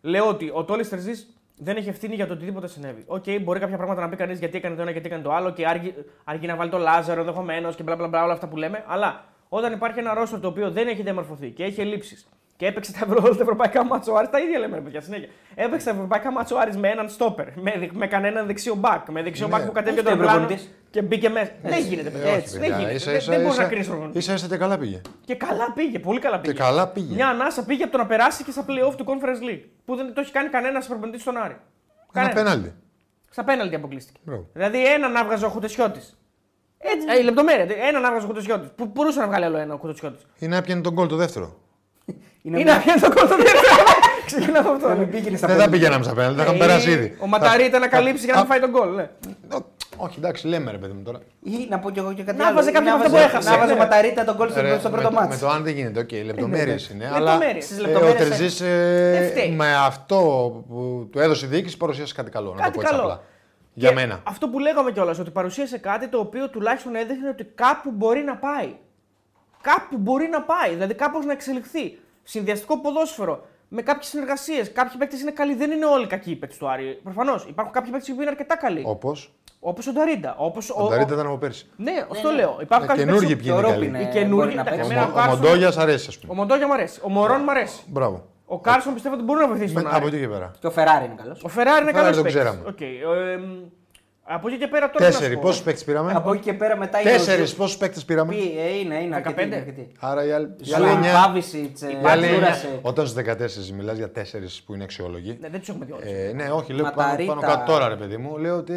C: λέω ότι ο Τόλι Τερζής δεν έχει ευθύνη για το οτιδήποτε συνέβη. Οκ, μπορεί κάποια πράγματα να πει κανείς γιατί έκανε το ένα, γιατί έκανε το άλλο και άργη, άργη να βάλει το Λάζαρο ενδεχομένως και μπλα μπλα μπλα όλα αυτά που λέμε. Αλλά όταν υπάρχει ένα ρόστρο το οποίο δεν έχει διαμορφωθεί και έχει ελλείψεις και έπαιξε τα, ευρω- όλα τα ευρωπαϊκά μάτσο Άρης, τα ίδια λέμε ρε παιδιά συνέχεια. Έπαιξε τα ευρωπαϊκά μάτσο Άρης με έναν στόπερ, με, δι- με κανέναν δεξιό μπακ, με δεξιό
D: Ναι.
C: μπακ που κατέβηκε
A: Ούτε
C: το πλάνο
A: προπονητής.
C: και μπήκε μέσα. Δεν γίνεται, παιδιά,
D: Ε, όχι,
C: έτσι.
D: παιδιά,
C: Δεν γίνεται.
D: ίσα-
C: Δεν-
D: ίσα-
C: Δεν μπορεί
D: ίσα-
C: να κρίνεις τον
D: Ίσα ίσα και καλά πήγε.
C: και καλά πήγε, πολύ καλά πήγε.
D: καλά πήγε.
C: Μια ανάσα πήγε από το να περάσει και στα playoff του Conference League. Που δεν το έχει κάνει κανένας προπονητής στον Άρη.
D: Ένα πέναλτι.
C: Στα πέναλτι αποκλείστηκε.
D: Μπράβο.
C: Δηλαδή έναν άβγαζε ο Χουτεσιώτης. Έτσι, ε, η λεπτομέρεια. Έναν άβγαζε ο Χουτεσιώτη. Που μπορούσε να βγάλει άλλο ένα ο Χουτεσιώτη.
D: Ή να πιάνει τον κόλ το δεύτερο.
A: είναι
C: Ή να πιάνει το κόλτο δεύτερο. Ξεκινάω από αυτό.
A: μην πήγαινε στα
D: Δεν θα πήγαιναμε στα πέναλτι, θα είχαμε
C: Ε,
D: περάσει ήδη.
C: Ο Ματαρί ήταν να
D: θα-
C: καλύψει για να
D: α,
C: μην φάει τον κόλ. ναι.
D: Ό, Όχι, εντάξει, λέμε ρε παιδί μου τώρα.
A: Ή να πω κι εγώ και κάτι
C: Να
A: άλλο.
C: βάζε κάποια
A: Να
C: από αυτά
A: βάζε-
C: που έχασε.
A: Να βάζε
C: Ναι.
A: ματαρίτα τον κόλ
D: Ε, Ρε,
A: στο- στο
D: με
A: πρώτο
D: το- Με
A: μάτς.
D: το αν δεν γίνεται, οκ, λεπτομέρειες είναι. Αλλά
C: Ε, Λεπτομέρειες.
A: Στις
D: ε, ο
A: λεπτομέρειες,
D: Τερζής ε,
C: φταίει.
D: με αυτό που του έδωσε η διοίκηση παρουσίασε κάτι καλό. να το
C: Κάτι
D: πω έτσι
C: καλό.
D: απλά. Για
C: Και
D: μένα.
C: Αυτό που λέγαμε κιόλας, ότι παρουσίασε κάτι το οποίο τουλάχιστον έδειχνε ότι κάπου μπορεί να πάει. Κάπου μπορεί να πάει, δηλαδή κάπως να εξελιχθεί. Συνδυαστικό ποδόσφαιρο, με κάποιες συνεργασίες. Κάποιοι παίκτες είναι καλοί, δεν είναι όλοι κακοί οι παίκτες του Άρη. Προφανώς υπάρχουν κάποιοι παίκτες που είναι αρκετά καλοί.
D: Όπως.
C: Όπως ο Νταρίντα. Όπως ο...
D: Ο Νταρίντα ήταν από πέρσι.
C: Ναι, αυτό λέω. Υπάρχουν
D: Ε,
C: κάποιοι
D: καινούργοι
C: παίκτες
D: ποιοι είναι
A: ο
D: καλοί.
A: Ρόπιν,
C: που- Οι
A: Ε,
C: καινούργοι.
A: μπορεί να
C: εντάξει,
A: παίξει.
C: εμένα
D: Ο
C: Ο
D: Μο- Ο
C: Κάρσον-
D: Μοντόγια αρέσει, ας
C: ο
D: πούμε.
C: Μοντόγια μου αρέσει. Ο Μωρόν μου αρέσει.
D: Μπράβο.
C: Ο Κάρσον πιστεύω ότι μπορεί να βοηθήσει
D: Με-
C: τον Άρη.
D: Από εκεί και πέρα.
A: Και ο Φεράρι είναι καλός.
C: Ο Φεράρι είναι
D: Φεράρι
C: καλός.
D: τον ξέραμε.
C: ε, από εκεί και πέρα τώρα. τι να σου
D: Τέσσερι,
C: πω.
D: πόσους παίκτες πήραμε.
A: Από εκεί και πέρα μετά είναι. ο
D: Τέσσερις,
A: Ζου-
D: πόσους παίκτες πήραμε.
A: Πι- ε, Είναι, είναι. αρκετοί,
C: 15.
A: αρκετοί.
D: Άρα οι άλλοι. οι
A: Ζου,
D: άλλοι εννιά-
A: Πάβησιτς,
D: οι
A: ε,
D: άλλοι εννιά-
A: Ματσούρασε.
D: Όταν στους 14 μιλάς για τέσσερις που είναι αξιόλογοι.
C: Ναι, δεν τους έχουμε δει όλους.
D: Ε, ναι, όχι, λέω πάνω,
A: Ματαρίτα.
D: πάνω κάτω τώρα, ρε παιδί μου. Λέω ότι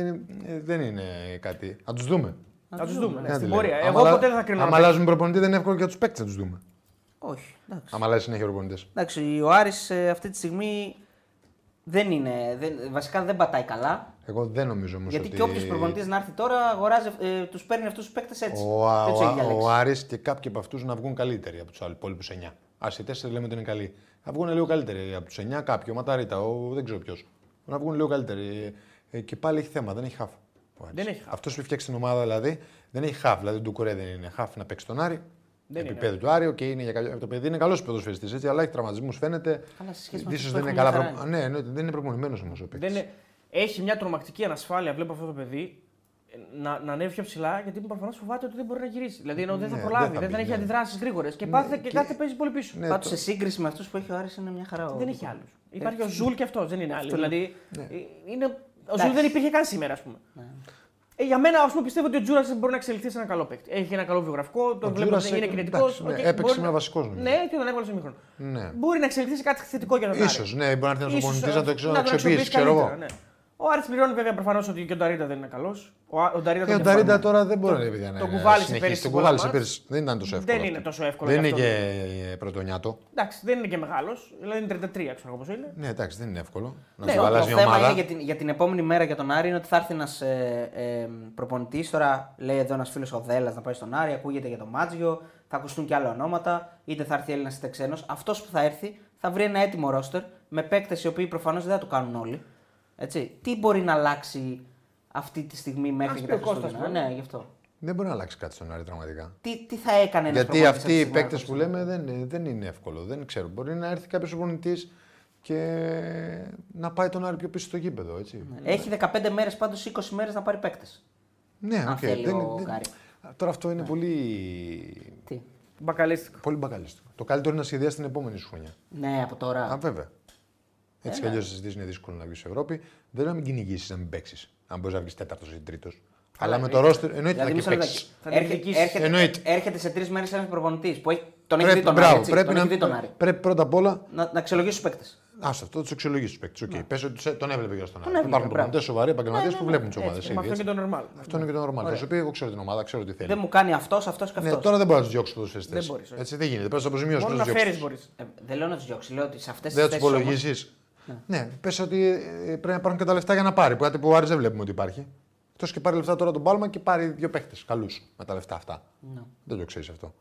D: ε, δεν είναι κάτι. Να τους δούμε.
C: Θα τους δούμε. Ναι,
D: Ναι,
C: στην
D: τη λέω.
C: πορεία.
D: Άμα
C: Εγώ
D: αλλα-
C: ποτέ δεν θα κρίνω.
D: Άμα
C: ένα
D: αλλάζουν προπονητή, δεν είναι εύκολο και για τους παίκτες να τους δούμε.
A: Όχι. εντάξει.
D: Άμα αλλάζει συνέχεια προπονητέ.
A: Εντάξει, ο Άρης ε, αυτή τη στιγμή δεν είναι. δεν- Βασικά δεν πατάει καλά.
D: Εγώ δεν νομίζω όμως.
A: Γιατί
D: ότι...
A: και όποιος προπονητής να έρθει τώρα, αγοράζει, ε, τους παίρνει αυτούς τους παίκτες έτσι.
D: Ο, Α-
A: έτσι
D: ο,
A: έχει
D: Α-
A: διαλέξει.
D: ο Άρης και κάποιοι από αυτούς να βγουν καλύτεροι από τους υπόλοιπου 9. Ας, οι 4 λέμε ότι είναι καλοί. Να βγουν λίγο καλύτεροι από τους 9, κάποιοι. Ο Ματαρίτα, ο, δεν ξέρω ποιος. Να βγουν λίγο καλύτεροι. Ε, και πάλι έχει θέμα, δεν έχει χάφ.
C: Δεν έχει χαφ.
D: Αυτός που έχει φτιάξει την ομάδα δηλαδή δεν έχει χάφ. Δηλαδή του Κουρέ δεν είναι χάφ να παίξει τον Άρη.
C: Δεν
D: Δεν
C: είναι.
D: επίπεδο του Άρη, και είναι για καλό. Το παιδί είναι καλός ποδοσφαιριστής, έτσι, αλλά έχει τραυματισμού φαίνεται.
A: Καλά, σε σχέση με
D: Ίσως
A: αυτούς που
D: δεν είναι
A: έχουμε
D: καλά.
A: μια
D: Προ... Ναι, ναι, δεν είναι προπονημένος όμω ο
C: Δεν
D: παίκτης.
C: είναι- Έχει μια τρομακτική ανασφάλεια, βλέπω αυτό το παιδί, ε, να, να ανέβει πιο ψηλά γιατί προφανώς φοβάται ότι δεν μπορεί να γυρίσει. Δηλαδή ενώ δεν θα
D: Ναι,
C: προλάβει,
D: δεν
C: δεν,
D: θα μπει,
C: έχει
D: ναι.
C: αντιδράσεις γρήγορες και, κάθε και...
D: και-
C: κάθε παίζει πολύ πίσω.
D: Ναι,
A: Πάντως
D: το-
A: σε σύγκριση με αυτούς που έχει ο Άρης είναι μια χαρά. ο
C: Δεν έχει
A: Ντουκουρέ.
C: άλλου. Υπάρχει ο Ζουλ και αυτός, δεν είναι άλλο. Δηλαδή,
D: ναι.
C: ε, είναι... Ο
A: Εντάξει.
C: Ζουλ δεν υπήρχε καν σήμερα, ας πούμε. Ε, για μένα, ας πούμε, πιστεύω ότι ο Τζούρας μπορεί να εξελιχθεί σε ένα καλό παίκτη. Έχει ένα καλό βιογραφικό, το
D: Ο
C: βλέπω
D: Τζούρας
C: ότι είναι
D: έχει-
C: κριτικό.
D: εντάξει, ναι, έπαιξε ένα βασικός, νομίζω.
C: Ναι, και τον έβαλε στο μικρό.
D: Ναι.
C: Μπορεί να εξελιχθεί σε κάτι θετικό για τον Άρη.
D: σω, ναι, μπορεί να έρθει ένα
C: Ίσως,
D: προπονητή
C: ε,
D: να το εξ- να αξιοποιήσει, ξέρω
C: καλύτερα,
D: εγώ.
C: ναι. Ο Άρης πληρώνει βέβαια προφανώς ότι και ο Νταρίντα δεν είναι καλός. Ο, Α- ο Νταρίντα
D: Ε, ο
C: τον
D: Νταρίντα
C: κεφάλαιο.
D: τώρα δεν μπορεί να ε, πει.
C: τον κουβάλισε πέρυσι
D: Τον
C: πολλά
D: κουβάλισε
C: μάτς.
D: πέρυσι. Δεν ήταν τόσο εύκολο.
C: Δεν είναι
D: αυτό.
C: τόσο εύκολο
D: Δεν
C: γι'
D: είναι
C: αυτό.
D: και πρωτονιάτο.
C: Εντάξει, δεν είναι και μεγάλος. Δηλαδή είναι 33, ξέρω εγώ πώς είναι.
D: Ναι, εντάξει, δεν είναι εύκολο. Να
A: Ναι,
D: σου
A: το
D: αλλάζει μια
A: θέμα είναι για
D: ομάδα.
A: την, για την επόμενη μέρα για τον Άρη είναι ότι θα έρθει ένας ε, ε, προπονητής. Τώρα λέει εδώ ένας φίλος ο Δέλλας να πάει στον Άρη, ακούγεται για τον Μάτζιο, θα ακουστούν και άλλα ονόματα, είτε θα έρθει Έλληνας είτε ξένος. Αυτός που θα έρθει θα βρει ένα έτοιμο ρόστερ με παίκτες οι οποίοι προφανώς δεν θα το κάνουν όλοι. Έτσι. Τι μπορεί να αλλάξει αυτή τη στιγμή μέχρι
C: Ας
A: και
C: πει
A: τα
C: ο Κώστας,
A: Χριστούγεννα.
C: βέβαια.
A: Ναι, γι' αυτό.
D: Δεν μπορεί να αλλάξει κάτι στον Άρη πραγματικά.
A: Τι, τι θα έκανε ένα
D: Γιατί
A: προπονητής
D: αυτοί οι
A: αυτή τη μέρα,
D: παίκτε που
A: Κώστα?
D: λέμε δεν, δεν είναι εύκολο. Δεν ξέρω. Μπορεί να έρθει κάποιος προπονητής και να πάει τον Άρη πιο πίσω στο γήπεδο. Έτσι.
A: Έχει 15 μέρες, πάντως 20 μέρες να πάρει παίκτες.
D: Ναι,
A: Αν
D: οκ.
A: θέλει
D: δεν-
A: ο
D: δεν-
A: Γκάρη.
D: Τώρα αυτό είναι πολύ.
A: Τι.
C: Μπακαλίστικο.
D: Πολύ μπακαλιστικό. Το καλύτερο είναι να σχεδιάσει την επόμενη σου χρονιά.
A: Ναι, από τώρα.
D: Α, βέβαια. Έτσι κι αλλιώς οι συζητήσει είναι δύσκολο να βγεις στην Ευρώπη. Δεν είναι να μην κυνηγήσεις, να μην παίξεις. Αν μπορείς να βγεις τέταρτος ή τρίτος. Αλλά με το ρόστερ εννοείται
A: Δηλαδή,
D: να
A: μισό
D: παίξει.
A: λεπτάκι.
C: Θα την
A: Έρχεται,
C: διεκδικήσεις.
A: έρχεται-
D: Εννοείται.
A: έρχεται σε τρεις μέρες ένας προπονητής που έχει, τον έχει δει
D: Πρέπει,
A: τον
D: μπράβο,
A: Άρη. έτσι,
D: πρέπει
A: τον
D: να,
A: έχει δει τον Άρη.
D: πρέπει πρώτα απ' όλα.
A: Να, να αξιολογήσεις τους παίκτες.
D: Άστα, αυτό τους αξιολογήσεις τους παίκτες. Okay. Πες ότι σε- τον έβλεπε και στον Άρη.
A: Ναι. έβλεπε,
D: Υπάρχουν
A: μπράβο. Ναι,
D: προπονητές σοβαροί επαγγελματίες που βλέπουν τι ομάδε.
C: Με αυτό και το normal.
D: Αυτό είναι και το normal. Θα σου πει: Εγώ ξέρω την ομάδα, ξέρω τι
A: Δεν
D: θέλει.
A: μου κάνει αυτός, αυτός και
D: Ε. Ναι,
A: αυτός.
D: τώρα δεν μπορείς να τους διώξεις του φεστέ.
C: Δεν μπορείς, όχι.
D: Έτσι δεν γίνεται. Πρέπει να του αποζημιώσει.
C: Μόνο να φέρει μπορείς.
A: Ε, δεν λέω να τους διώξεις, λέω ότι σε αυτές τι
D: Δεν θα
A: θέσει.
D: του υπολογίσεις. Ναι, πες πε ότι ε, πρέπει να υπάρχουν και τα λεφτά για να πάρει. Κάτι που ο Άρης δεν βλέπουμε ότι υπάρχει. Εκτό και πάρει λεφτά τώρα τον Πάλμα και πάρει δύο παίχτε καλούς με τα λεφτά αυτά. Δεν το ξέρεις αυτό.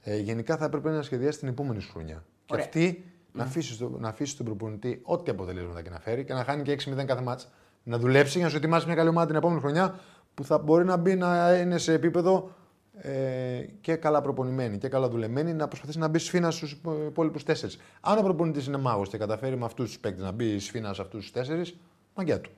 D: Ε, γενικά θα έπρεπε να σχεδιάσει την επόμενη σου χρονιά.
A: Ωραία.
D: Και αυτή να αφήσει το, να αφήσεις τον προπονητή ό,τι αποτελέσματα και να φέρει και να χάνει και 6-0 κάθε μάτσα. Να δουλέψει για να σου ετοιμάσει μια καλή ομάδα την επόμενη χρονιά που θα μπορεί να μπει να είναι σε επίπεδο ε, και καλά προπονημένη και καλά δουλεμένη να προσπαθήσει να μπει σφίνα στους υπόλοιπους τέσσερις. Αν ο προπονητής είναι μάγος και καταφέρει με αυτούς τους παίκτες να μπει σφίνα σε αυτούς τους τέσσερις, μαγκιά του.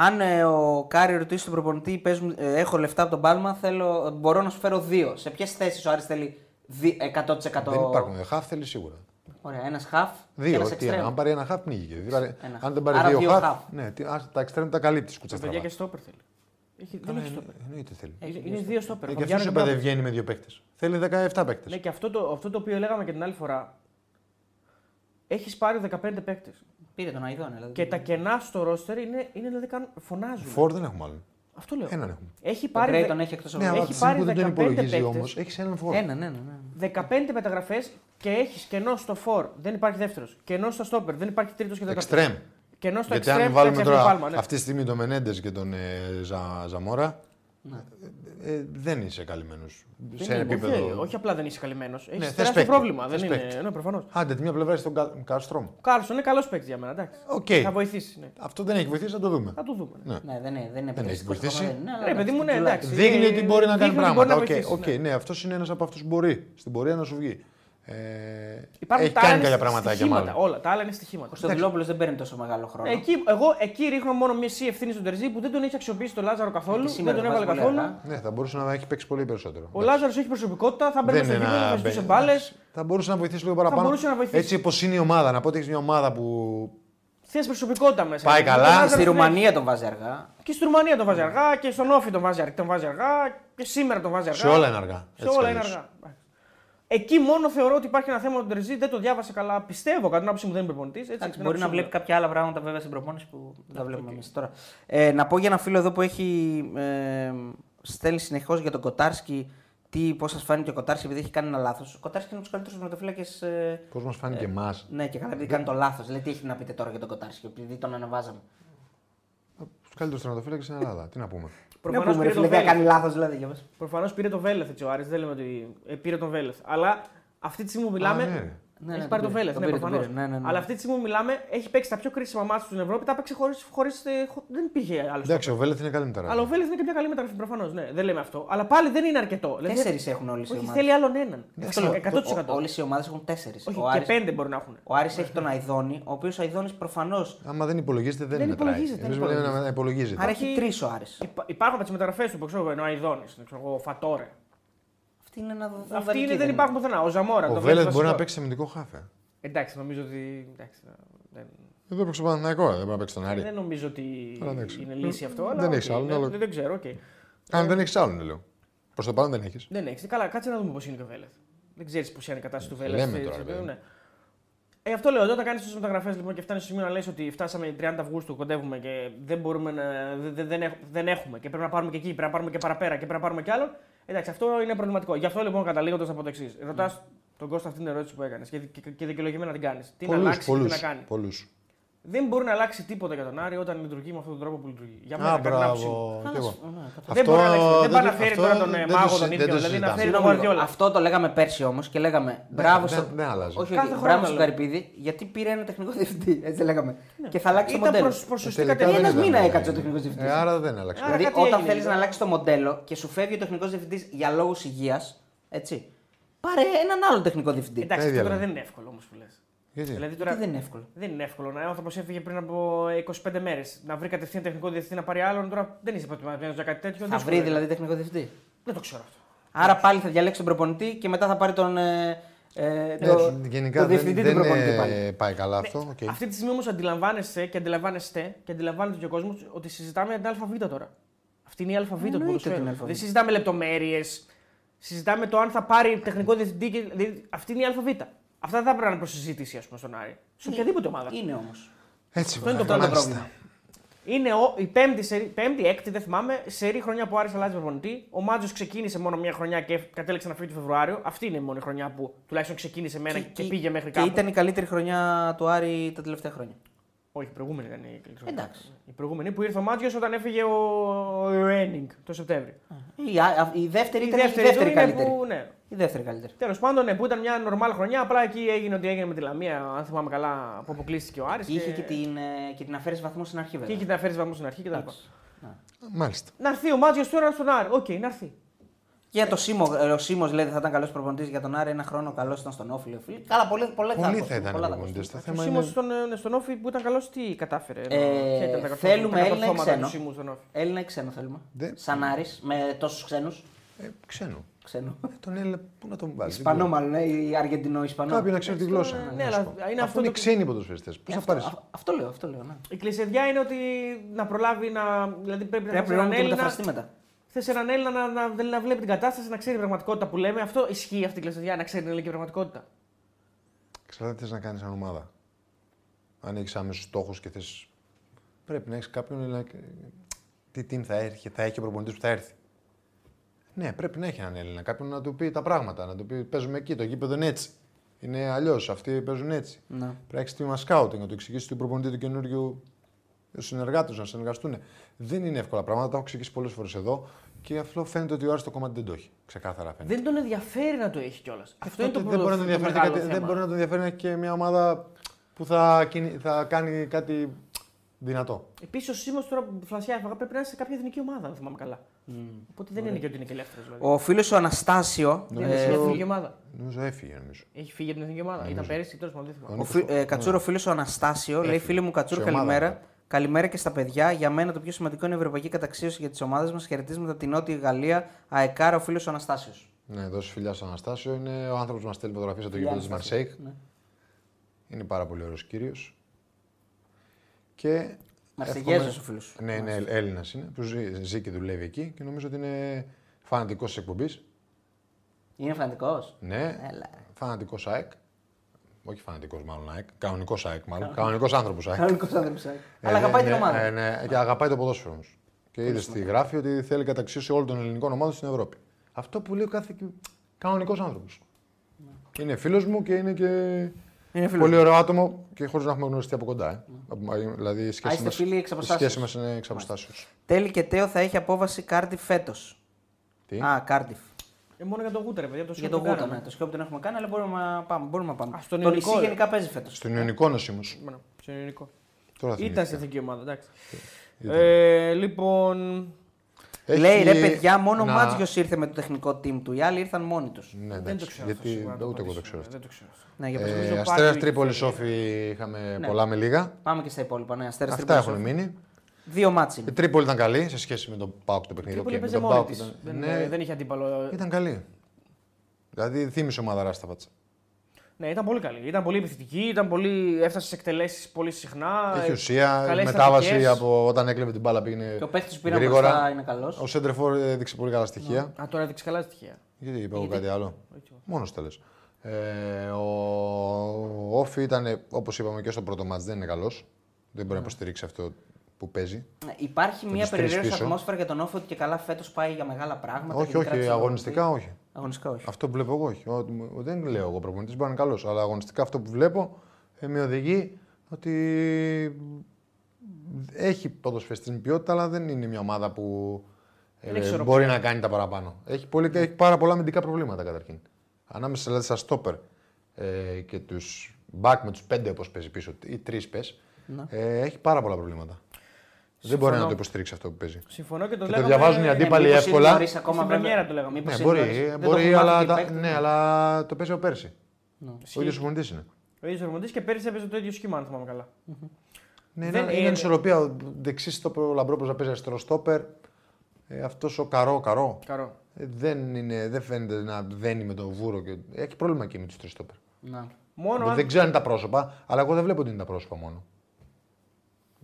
A: Αν ε, ο Κάρι ρωτήσει τον προπονητή, πες, μου, ε, έχω λεφτά από τον Πάλμα, θέλω, μπορώ να σου φέρω δύο. Σε ποιες θέσεις ο Άρης θέλει δι- 100%.
D: Δεν υπάρχουν. Χαφ θέλει σίγουρα.
A: Ωραία, ένας χαφ. και
D: Δύο.
A: ένας
D: Τι, ένα,
A: εξτρέμ.
D: αν πάρει ένα χαφ, πνίγηκε. Δεν πάρει-
A: Ένας.
D: Αν δεν πάρει
A: Άρα
D: δύο,
A: δύο
D: χαφ.
A: χαφ.
D: Ναι, τι- ας- τα εξτρέμ τα καλύπτεις τη
C: Τα
D: κουτσά.
C: παιδιά και στόπερ θέλει. Έχει, δεν έχει στόπερ.
D: Εννοείται θέλει.
C: Είναι- Είναι δύο στόπερ.
D: Ε,
C: Ο
D: και αυτός
C: Γιάννης
D: σου
C: Μπράβο.
D: δεν βγαίνει με δύο παίκτες. Θέλει 17 παίκτες.
C: Ναι, και αυτό το, αυτό το οποίο λέγαμε και την άλλη φορά. Έχεις πάρει 15 παίκτες.
A: Πήρε τον Αϊδόν. Δηλαδή.
C: Και τα κενά στο ρόστερ είναι, είναι δηλαδή καν φωνάζουν.
D: Φορ δεν έχουμε άλλον.
C: Αυτό λέω.
D: Έναν έχουμε.
C: Έχει
A: τον
C: πάρει.
A: Gray
C: δε-
A: τον έχει εκτός
D: Ναι, αλλά
C: Έχει
D: από τη στιγμή
C: πάρει
D: που δεν τον
C: 15
D: υπολογίζει
C: παίκτες.
D: όμως, έχεις έναν φορ.
A: Ένα, ναι, ναι. ναι.
C: 15 μεταγραφές και έχεις κενό στο φορ. Δεν υπάρχει δεύτερος. Κενό στο στόπερ. Δεν υπάρχει τρίτος και τέταρτο.
D: Εξτρέμ.
C: Κενό στο
D: Γιατί
C: εξτρέμ.
D: αν βάλουμε
C: εντάξει, έχουμε
D: τώρα
C: Πάλμα, ναι.
D: αυτή τη στιγμή τον Μενέντε και τον ε, Ζα- Ζαμόρα, ε, ε, δεν είσαι καλυμμένος.
C: Ναι. Δεν
D: Σε
C: είναι, όχι,
D: επίπεδο.
C: Ναι,
D: Ναι,
C: όχι απλά δεν είσαι καλυμμένος. Έχεις
D: θες
C: τεράστιο
D: παίκτη.
C: πρόβλημα.
D: Θες
C: Δεν είναι.
D: παίκτη.
C: Ναι, προφανώς.
D: Άντε, τη μία πλευρά είσαι τον Κα- Κάρστρομ.
C: Ο Κάρλσον είναι καλός παίκτης για μένα. Εντάξει.
D: Οκ.
C: Θα βοηθήσει. Ναι.
D: Αυτό δεν έχει βοηθήσει, θα το δούμε.
C: Θα το δούμε. Ναι.
D: Ναι.
A: Ναι, δεν είναι, δεν είναι
D: Δεν έχει
A: επιτυχιστικό,
D: βοηθήσει.
A: δεν είναι, αλλά
C: Ρε, παιδί μου, ναι,
A: εντάξει.
C: εντάξει.
D: Δείχνει ότι μπορεί να κάνει
C: ε, δείχνει ότι μπορεί
D: πράγματα.
C: να
D: Οκ,
C: βοηθήσει,
D: οκ,
C: ναι.
D: ναι, αυτός είναι ένας από αυτούς που μπορεί. Στην πορεία να σου βγει. Ε,
C: Υπάρχουν
D: έχει
C: τα
D: κάνει
C: άλλα
D: κάποια
C: είναι
D: πραγματάκια
C: στοιχήματα,
D: μάλλον.
C: Όλα τα άλλα είναι στοιχήματα.
A: Ο Κωνσταντινόπουλος δεν παίρνει τόσο μεγάλο χρόνο.
C: Εκεί, εγώ εκεί ρίχνω μόνο μισή ευθύνη στον Τερζή που δεν τον έχει αξιοποιήσει τον Λάζαρο καθόλου.
A: Και σήμερα
C: Δεν τον
A: το
C: έβαλε
A: βάζει πολύ
C: καθόλου.
A: αργά.
D: Ναι, θα μπορούσε να έχει παίξει πολύ περισσότερο.
C: Ο Λάζαρος έχει προσωπικότητα, θα μπαίνει στο γήπεδο, θα ζητούσε μπάλες.
D: Θα μπορούσε να βοηθήσει λίγο παραπάνω.
C: μπορούσε να βοηθήσει.
D: Έτσι, όπως είναι η ομάδα, να πω ότι έχεις μια ομάδα που.
C: Θες προσωπικότητα μέσα.
D: Πάει
C: Ο
D: καλά.
C: Λάζαρος
A: Στη
C: είναι-
A: Ρουμανία τον βάζει αργά.
C: Και στη Ρουμανία τον βάζει αργά και στον Όφη τον βάζει, τον βάζει αργά και σήμερα τον βάζει αργά.
D: Σε όλα είναι αργά.
C: Σε
D: Έτσι
C: όλα
D: κι
C: είναι
D: αλλιώς.
C: αργά. Εκεί μόνο θεωρώ ότι υπάρχει ένα θέμα με τον Τερζή, δεν το διάβασε καλά. Πιστεύω κατά την άποψή μου δεν είναι προπονητής.
A: Εντάξει, μπορεί να
C: ναι.
A: βλέπει κάποια άλλα πράγματα βέβαια στην προπόνηση που δεν τα βλέπουμε εμείς τώρα. Ε, να πω για ένα φίλο εδώ που έχει ε, στέλνει συνεχώς για τον Κοτάρσκι τι, πώς σας φάνηκε ο Κοτάρσκι επειδή έχει κάνει ένα λάθος. Ο Κοτάρσκι είναι από τους καλύτερους μετοφύλακε. Ε,
D: Πώς μας φάνηκε εμάς.
A: ναι, και καλά, επειδή κάνει το λάθος. Δηλαδή, τι έχετε να πείτε τώρα για τον Κοτάρσκι, επειδή τον ανεβάζαμε.
D: Τους καλύτερους τερματοφύλακε στην Ελλάδα. Τι να πούμε.
A: Να
C: Προφανώς
A: πούμε, ρε
C: πήρε το
A: φίλε, δεν
C: Βέλεθ.
A: κάνει λάθος, δηλαδή. Για μας.
C: Προφανώς πήρε το Βέλεθ έτσι ο Άρης, δεν λέμε ότι. Ε, πήρε τον Βέλεθ. Αλλά αυτή τη στιγμή που μιλάμε.
D: Α, ναι, ρε.
A: Ναι,
C: έχει
A: ναι,
C: πάρει
A: τον
C: το
A: πήρε, τον
C: Βέλεθ, ναι,
A: πήρε, τον
C: προφανώς.
A: πήρε, ναι, ναι, ναι.
C: Αλλά αυτή τη στιγμή που μιλάμε έχει παίξει τα πιο κρίσιμα μάτια στην Ευρώπη. Τα παίξει χωρίς. Χωρίς, ε, χω- δεν πήγε άλλο.
D: Εντάξει, ο Βέλεθ είναι καλύτερα.
C: Αλλά ο Βέλεθ είναι και μια καλή μεταγραφή προφανώς. Ναι, δεν λέμε αυτό. Αλλά πάλι δεν είναι αρκετό. Δηλαδή,
A: Τέσσερις έχουν όλε οι
C: Όχι,
A: ομάδες.
C: θέλει άλλον έναν.
A: Αυτό λέω.
C: 100%.
A: Όλες οι ομάδες έχουν τέσσερις.
C: Όχι,
A: Ο
C: και
A: Άρης,
C: πέντε μπορεί να έχουν.
A: ο Άρης έχει τον Αϊδόνη, ο οποίος Αϊδόνης προφανώς.
D: Άμα δεν υπολογίζεται, δεν,
C: Δεν
D: μετράει.
C: υπολογίζεται, δεν
D: Εμείς λέμε
C: υπολογίζεται.
D: να να υπολογίζεται.
A: Άρα
C: Υπάρχει-
A: έχει τρεις ο Άρης.
C: Υπά- Υπάρχουν τις μεταγραφές του που ξέρω εγώ, ενώ Αιδόνη, ο Φατόρε.
A: Αυτή είναι ένα δανεική,
C: Αυτοί είναι, δεν
A: είναι.
C: υπάρχουν πουθενά. Ο Ζαμόρα.
D: Ο
C: το
D: Βέλεθ
C: βασικό.
D: μπορεί να παίξει αμυντικό χάφε.
C: Εντάξει, νομίζω ότι. Εντάξει, δεν,
D: Εδώ παίξει ο Παναθηναϊκό, δεν μπορεί να παίξει τον Άρη.
C: δεν νομίζω ότι
D: Αλλά εντάξει.
C: είναι λύση αυτό. Αλλά
D: Δεν
C: οκ,
D: έχεις άλλο,
C: ναι,
D: άλλο.
C: Δεν, δεν ξέρω, οκ.
D: Αν δεν έχεις άλλον, λέω. Προς το παρόν δεν έχεις.
C: Δεν έχεις. Καλά, κάτσε να δούμε πώς είναι και ο Βέλεθ. Δεν ξέρεις πώς είναι η κατάσταση του Βέλεθ.
D: Λέμε
C: στη-
D: τώρα,
C: στη-
D: βέβαια.
C: ναι. Ε, αυτό λέω. Όταν κάνεις τις μεταγραφέ λοιπόν, και φτάνεις στο σημείο να λες ότι φτάσαμε 30 Αυγούστου, κοντεύουμε και δεν, μπορούμε να, δε- δε- δεν, έχ- δεν, έχουμε και πρέπει να πάρουμε και εκεί, πρέπει να πάρουμε και παραπέρα και πρέπει να πάρουμε και άλλον. Εντάξει, αυτό είναι προβληματικό. Γι' αυτό λοιπόν καταλήγοντας από το
D: Ναι.
C: εξής. Ρωτάς τον Κώστα αυτή την ερώτηση που έκανες και, και, και δικαιολογημένα να την κάνεις. Τι να αλλάξει, τι να κάνει.
D: Πολλούς.
C: Δεν μπορεί να αλλάξει τίποτα για τον Άρη όταν λειτουργεί με αυτόν τον τρόπο που λειτουργεί. Για μένα,
D: Α,
C: κατά την άποψή μου.
D: μπράβο. κι
A: Καλά, ναι,
D: εγώ.
C: Δεν μπορεί να αλλάξει. Δεν πάει να
D: Αυτό το-
C: φέρει
D: αυτό
C: τώρα τον, ε,
D: δεν το
C: μάγο
D: συ-
C: τον
D: δεν
C: ίδιο,
D: το
C: δηλαδή να
D: συζητάμε.
C: φέρει-
A: Συγγνώμη,
C: Guardiola.
A: αυτό το λέγαμε πέρσι όμως και λέγαμε μπράβο
D: δεν-
A: στο.
D: δεν αλλάζει.
A: Όχι,
C: Κάθε
A: όχι,
C: χρόνο
A: μπράβο
C: το
A: στον
C: λέμε.
A: Καρυπίδη, γιατί πήρε ένα τεχνικό διευθυντή. Έτσι λέγαμε. Και θα αλλάξει το
C: Ναι. Ήταν
A: μοντέλο.
C: προς, προς σωστή
D: Τελικά
C: κατεύθυνση.
A: Ένα
D: δεν
A: μήνα
D: αλλάζει.
A: έκατσε ο τεχνικός διευθυντής.
D: Ε, άρα δεν άλλαξε.
C: Άρα-
D: Άρα...
A: Δηλαδή,
C: κάτι
A: όταν
C: έγινε,
A: θέλεις να
C: δηλαδή.
A: αλλάξει το μοντέλο και σου φεύγει ο τεχνικός διευθυντής για λόγους υγείας, έτσι. Πάρε έναν άλλο τεχνικό διευθυντή.
C: Εντάξει,
D: Τα ίδια
C: αυτό τώρα
D: λέμε.
C: δεν είναι εύκολο όμως που λες.
D: Γιατί.
C: Δηλαδή τώρα
A: Γιατί δεν είναι εύκολο.
C: δεν είναι εύκολο. Να, ο άνθρωπος έφυγε πριν από 25 μέρες. Να βρει κατευθείαν τεχνικό διευθυντή να πάρει άλλον. Τώρα δεν είσαι προετοιμασμένος για κάτι τέτοιο.
A: Θα
C: δύσκολο
A: βρει
C: είναι.
A: δηλαδή τεχνικό διευθυντή.
C: Δεν το ξέρω αυτό.
A: Άρα πάλι θα διαλέξει τον προπονητή και μετά θα πάρει τον. ε, ε,
D: Ε,
A: το,
D: γενικά
A: τον
D: δεν,
A: διευθυντή
D: δεν
A: του προπονητή
D: ε,
A: πάλι.
D: πάει καλά αυτό. οκ.
C: Αυτή τη στιγμή όμως αντιλαμβάνεσαι και αντιλαμβάνεστε και αντιλαμβάνεται και ο κόσμος ότι συζητάμε την ΑΒ τώρα. Αυτή είναι η ΑΒ του
A: Εννοείται
C: ποδοσφαίρου.
A: την ΑΒ.
C: Δεν συζητάμε λεπτομέρειες. Συζητάμε το αν θα πάρει τεχνικό διευθυντή. Και... δηλαδή, Αυτή είναι η ΑΒ. Αυτά δεν θα πρέπει να είναι προσυζήτηση, ας πούμε, στον Άρη.
A: Ναι.
C: Σε οποιαδήποτε ομάδα.
A: Είναι όμως.
D: Έτσι
C: Αυτό είναι το
D: βέβαια,
C: πρώτο
D: μάλιστα.
C: πρόβλημα. Είναι ο, η πέμπτη, σερί, πέμπτη, έκτη, δεν θυμάμαι, σερή χρονιά που Άρης αλλάζει προπονητή. Ο Μάτζος ξεκίνησε μόνο μια χρονιά και κατέληξε να φύγει το Φεβρουάριο. Αυτή είναι η μόνη χρονιά που τουλάχιστον ξεκίνησε με ένα και, πήγε μέχρι κάπου.
A: Και ήταν η καλύτερη χρονιά του Άρη τα τελευταία χρόνια.
C: Όχι, η προηγούμενη ήταν η καλύτερη.
A: Εντάξει.
C: Η προηγούμενη που ήρθε ο Μάτζιο όταν έφυγε ο, ο Ένιγκ το Σεπτέμβριο.
A: Η, α- η δεύτερη
C: Η
A: ήταν η δεύτερη,
C: δεύτερη, του είναι
A: καλύτερη.
C: που. Ναι.
A: Η δεύτερη καλύτερη.
C: Τέλος πάντων, ναι, που ήταν μια νορμάλ χρονιά, απλά εκεί έγινε ό,τι έγινε με τη Λαμία, αν θυμάμαι καλά, που αποκλείστηκε ο Άρης.
A: Και είχε και την, ε, και την αφαίρεση βαθμού στην αρχή,
C: και
A: βέβαια.
C: είχε την αφαίρεση βαθμού στην αρχή κτλ.
A: Εντάξει.
D: Μάλιστα.
C: Να έρθει ο Μάτζιο τώρα στον Άρη. Οκ, να έρθει.
A: Για το Σίμο, ε, ο Σίμο λέει θα ήταν καλός προπονητής για τον Άρη ένα χρόνο, καλός ήταν στον Όφιλο. Φίλοι. Καλά, πολλέ πολλά θα
D: Πολλοί
A: ακούσουμε,
D: θα ήταν
A: πολλά
D: προπονητέ.
A: ακούσουμε.
D: Το
C: Ο
D: θέμα
C: Σίμως
D: είναι.
C: στον, ε, στον Όφη που ήταν καλός, τι κατάφερε. ενώ
A: Ε,
C: ποια ήταν τα καθόλου-
A: θέλουμε
C: τα
A: Έλληνα ή
C: καθόλματα του
A: ξένο.
C: Σίμου στον Όφη.
A: Έλληνα ή ξένο θέλουμε.
D: Δεν-
A: Σαν Άρης, με τόσους ξένους.
D: Ε, Ξένο.
A: Ξένο.
D: Ε, Τον Έλληνα, πού να τον βάλεις.
A: Ισπανό, μάλλον, ε, ή Αργεντινό Ισπανό.
D: Κάποιοι να ξέρει τη
C: Ε,
D: γλώσσα.
C: ναι,
D: να
C: αλλά
D: σου πω.
C: είναι αυτό
D: Αφού είναι
C: το-
D: ξένοι ποδοσφαιριστές. Πώ
A: Ε,
D: θα
A: αυτό,
D: πάρεις.
A: α- αυτό λέω, αυτό λέω. Ναι.
C: Η κλεισεδιά είναι ότι να προλάβει να. Δηλαδή πρέπει
A: Πρέπει
C: να
A: να
C: θες έναν
A: πληρώνουμε και
C: Έλληνα.
A: μεταφραστή μετά.
C: Θες έναν Έλληνα να, να, να, βλέπει την κατάσταση, να ξέρει την πραγματικότητα που λέμε. Αυτό ισχύει αυτή η κλεισεδιά, να ξέρει την ελληνική πραγματικότητα.
D: Ξέρετε τι θες να κάνεις σαν ομάδα. Αν έχεις άμεσους στόχους και θες. Πρέπει να έχεις κάποιον. αλλά και- Τι team θα, έρχε, θα έχει ο προπονητής που θα έρθει. Ναι, πρέπει να έχει έναν Έλληνα. Κάποιον να του πει τα πράγματα. Να του πει παίζουμε εκεί, το γήπεδο είναι έτσι. Είναι αλλιώς. Αυτοί παίζουν έτσι.
A: Ναι.
D: Πρέπει να έχεις τμήμα σκάουτινγκ, να του εξηγήσεις του προπονητή του καινούριου συνεργάτε να συνεργαστούν. Δεν είναι εύκολα πράγματα. Τα έχω εξηγήσει πολλές φορές εδώ και αυτό φαίνεται ότι ο Άρης το κομμάτι δεν το έχει. Ξεκάθαρα
A: Ναι.
D: φαίνεται.
C: Δεν τον ενδιαφέρει να το έχει κιόλας. Αυτό είναι το
D: δεν μπορεί, να
C: πρώτο.
D: τον
C: Δεν
D: ενδιαφέρει κάτι- δεν μπορεί να τον ενδιαφέρει να έχει και μια ομάδα που θα, κινη- θα κάνει κάτι δυνατό.
C: Επίσης ο Σίμω τώρα που φλασιά έφαγα πρέπει να είσαι σε κάποια εθνική ομάδα, αν θυμάμαι καλά. Οπότε δεν είναι και ότι είναι και ελεύθερος. Δηλαδή.
A: Ναι. Ο φίλος ο Αναστάσιο.
D: Ναι,
C: Είναι
A: ε, Ναι,
C: στην εθνική ομάδα.
D: Νομίζω έφυγε νομίζω.
C: Έχει φύγει από την εθνική ομάδα. Ήταν πέρυσι, τέλο πάντων δεν θυμάμαι.
A: Ο φι- ε, Κατσούρο, φίλος ο Αναστάσιο, λέει: Φίλοι μου, Κατσούρο,
D: Ναι. Σε ομάδα, ναι».
A: καλημέρα.
D: βέβαια.
A: Καλημέρα και στα παιδιά. Για μένα το πιο σημαντικό είναι η ευρωπαϊκή καταξίωση για τις ομάδες μας. Χαιρετίζουμε από την Νότια Γαλλία. Αεκάρα, ο φίλος ο Αναστάσιος.
D: Ναι, δώσει φιλιά στον Αναστάσιο. Είναι ο άνθρωπος που μας στέλνει φωτογραφίες από το γήπεδο τη Μαρσέικ. Είναι πάρα πολύ ωραίος κύριος. Και.
A: Μαρσεγγέζος
D: εύχομαι-
A: ο φίλος σου.
D: Ναι, ναι, Έλληνας είναι που ζει, ζει και δουλεύει εκεί και νομίζω ότι είναι φανατικός της εκπομπής.
A: Είναι φανατικός.
D: Ναι,
A: Έλα.
D: φανατικός ΑΕΚ. Όχι φανατικός μάλλον ΑΕΚ. Κανονικός ΑΕΚ μάλλον. Κανονικός άνθρωπος ΑΕΚ.
A: Κανονικός άνθρωπος. Αλλά αγαπάει την ομάδα.
D: Ναι, ναι, και αγαπάει το ποδόσφαιρο όμως. Και είδε στη γράφει ότι θέλει καταξίωση όλων των ελληνικών ομάδων στην Ευρώπη.
A: Ναι.
D: Αυτό που λέει ο κάθε κανονικός άνθρωπος. Είναι φίλος μου και είναι και.
C: Είναι φίλος.
D: Πολύ ωραίο άτομο και χωρίς να έχουμε γνωριστεί από κοντά. Ε. Από- Δηλαδή η σχέση
A: Ναι. είστε
D: μας-
A: φίλοι εξ
D: η
A: αποστάσεως.
D: σχέση μας είναι εξ αποστάσεως.
A: Τέλει και τέο θα έχει απόβαση Κάρντιφ φέτος.
D: Τι?
A: Α, Κάρντιφ.
C: Ε, μόνο για τον Γούτερ, παιδιά. Το
A: Για
C: σκέτο
A: τον
C: κάναμε.
A: Γούτα, ναι. Το σκόπι τον έχουμε κάνει, αλλά μπορούμε να πάμε. Μπορούμε να πάμε.
C: Α, στον
A: το νησί
C: Ιωνικό, ρε.
A: γενικά παίζει φέτος.
D: Στον Ιωνικό νοσήμος.
C: Μόνο, στον ελληνικό.
D: Τώρα
C: Ήταν
D: θυμήθηκα.
C: στην εθνική ομάδα, εντάξει.
D: Ήταν.
C: Ε, λοιπόν.
D: Έχει
A: Λέει ρε παιδιά, μόνο ο
D: να-
A: Μάτζιος ήρθε με το τεχνικό team του. Οι άλλοι ήρθαν μόνοι τους.
D: Ναι,
C: δεν
D: εντάξει,
C: το ξέρω. αυτό,
D: Γιατί
C: σίγουρα, να το
D: ούτε εγώ το
C: απαντήσω.
D: ξέρω.
C: Ε, Δεν το ξέρω. αυτό.
A: Ναι, για πες.
D: Ε,
C: Νομίζω
D: Αστέρα
C: πάλι-
D: Τρίπολη, Όφη είχαμε πολλά με λίγα.
A: Πάμε και στα υπόλοιπα. Ναι, αστέρας
D: Αυτά Ε, έχουν μείνει.
A: Δύο μάτσι.
D: Η Τρίπολη ήταν καλή σε σχέση με τον Πάουκ το παιχνίδι.
C: Τρίπολη
D: Οκ, με
C: παίζει
D: τον
C: μόνη
D: ΠΑΟΚ
C: της.
D: ήταν-
C: Δεν,
D: Ναι,
C: δεν είχε αντίπαλο.
D: ήταν καλή. Δηλαδή θύμισε ομάδα στα πατσα.
C: Ναι, ήταν πολύ καλή. Ήταν πολύ επιθετική, ήταν πολύ... έφτασε σε εκτελέσεις πολύ συχνά.
D: Έχει ουσία. Η
C: ε, καλές
D: μετάβαση
C: τακτικές.
D: από όταν έκλεβε την μπάλα πήγαινε.
A: Και ο παίχτη που πήραμε
D: γρήγορα.
A: μπροστά είναι καλός.
D: Ο Σέντρεφόρ έδειξε πολύ καλά στοιχεία.
C: Α, τώρα έδειξε καλά στοιχεία.
D: Γιατί είπα εγώ κάτι άλλο.
C: Όχι.
D: Μόνο τα λες. Ε, ο ο Όφη ήταν, όπως είπαμε και στο πρώτο μάτς, δεν είναι καλός. Δεν μπορεί να υποστηρίξει αυτό που παίζει.
A: Ναι, Υπάρχει μια
D: τους στείλεις
A: περιραίωση
D: πίσω.
A: ατμόσφαιρα για τον Όφη ότι και καλά φέτος πάει για μεγάλα πράγματα.
D: όχι,
A: γιατί
D: όχι,
A: κράτησε
D: αγωνιστικά όχι.
A: Αγωνιστικά όχι.
D: Αυτό που βλέπω εγώ όχι. Ότι μου- δεν λέω εγώ προπονητής, μπορεί να είναι καλός. Αλλά αγωνιστικά αυτό που βλέπω ε, με οδηγεί ότι έχει ποδοσφαιριστή με ποιότητα, αλλά δεν είναι μια ομάδα που ε,
C: Δεν έχει ισορροπία.
D: μπορεί να κάνει τα παραπάνω. Έχει, πολύ,
A: Ναι.
D: έχει πάρα πολλά αμυντικά προβλήματα καταρχήν. Ανάμεσα δηλαδή στα στόπερ ε, και τους back με τους πέντε όπως παίζει πίσω, ή τρεις πες,
A: Ναι.
D: ε, έχει πάρα πολλά προβλήματα. Δεν μπορεί να το υποστηριξει αυτό που παίζει.
C: Συμφωνώ και το
D: Και το
C: λέγαμε... Ναι,
D: διαβάζουν οι αντίπαλοι
A: Ναι, μήπως είναι
D: εύκολα.
A: νωρίς ακόμα,
C: Στην
A: βέβαια.
C: πρεμιέρα το λέγαμε.
A: Μήπως
D: Ναι,
A: είναι νωρίς.
D: μπορεί,
A: Δεν το
D: μπορεί
A: έχουν μάθει
D: αλλά,
A: και οι
D: τα-
A: παίκτες.
D: ναι, αλλά το παίζει ο Πέρση. Ο
C: Ισχύει.
D: ίδιο προπονητή είναι.
C: Ο ίδιος ορμοντή και πέρυσι έπαιζε το ίδιο σχήμα, αν θυμάμαι καλά.
D: Ναι,
C: Δεν
D: είναι,
C: είναι-
D: είναι ισορροπία. Ο δεξί στόπερ, ο Λαμπρόπουλος να παίζει αριστερό στόπερ. Ε, Αυτός ο καρό, καρό.
C: Καρό.
D: Ε, δεν, είναι, δεν φαίνεται να δένει με το βούρο. Και... Έχει πρόβλημα και με τους τρεις στόπερ.
A: Να.
C: Μόνο αν.
D: Δεν ξέρω αν είναι τα πρόσωπα, αλλά εγώ δεν βλέπω ότι είναι τα πρόσωπα μόνο.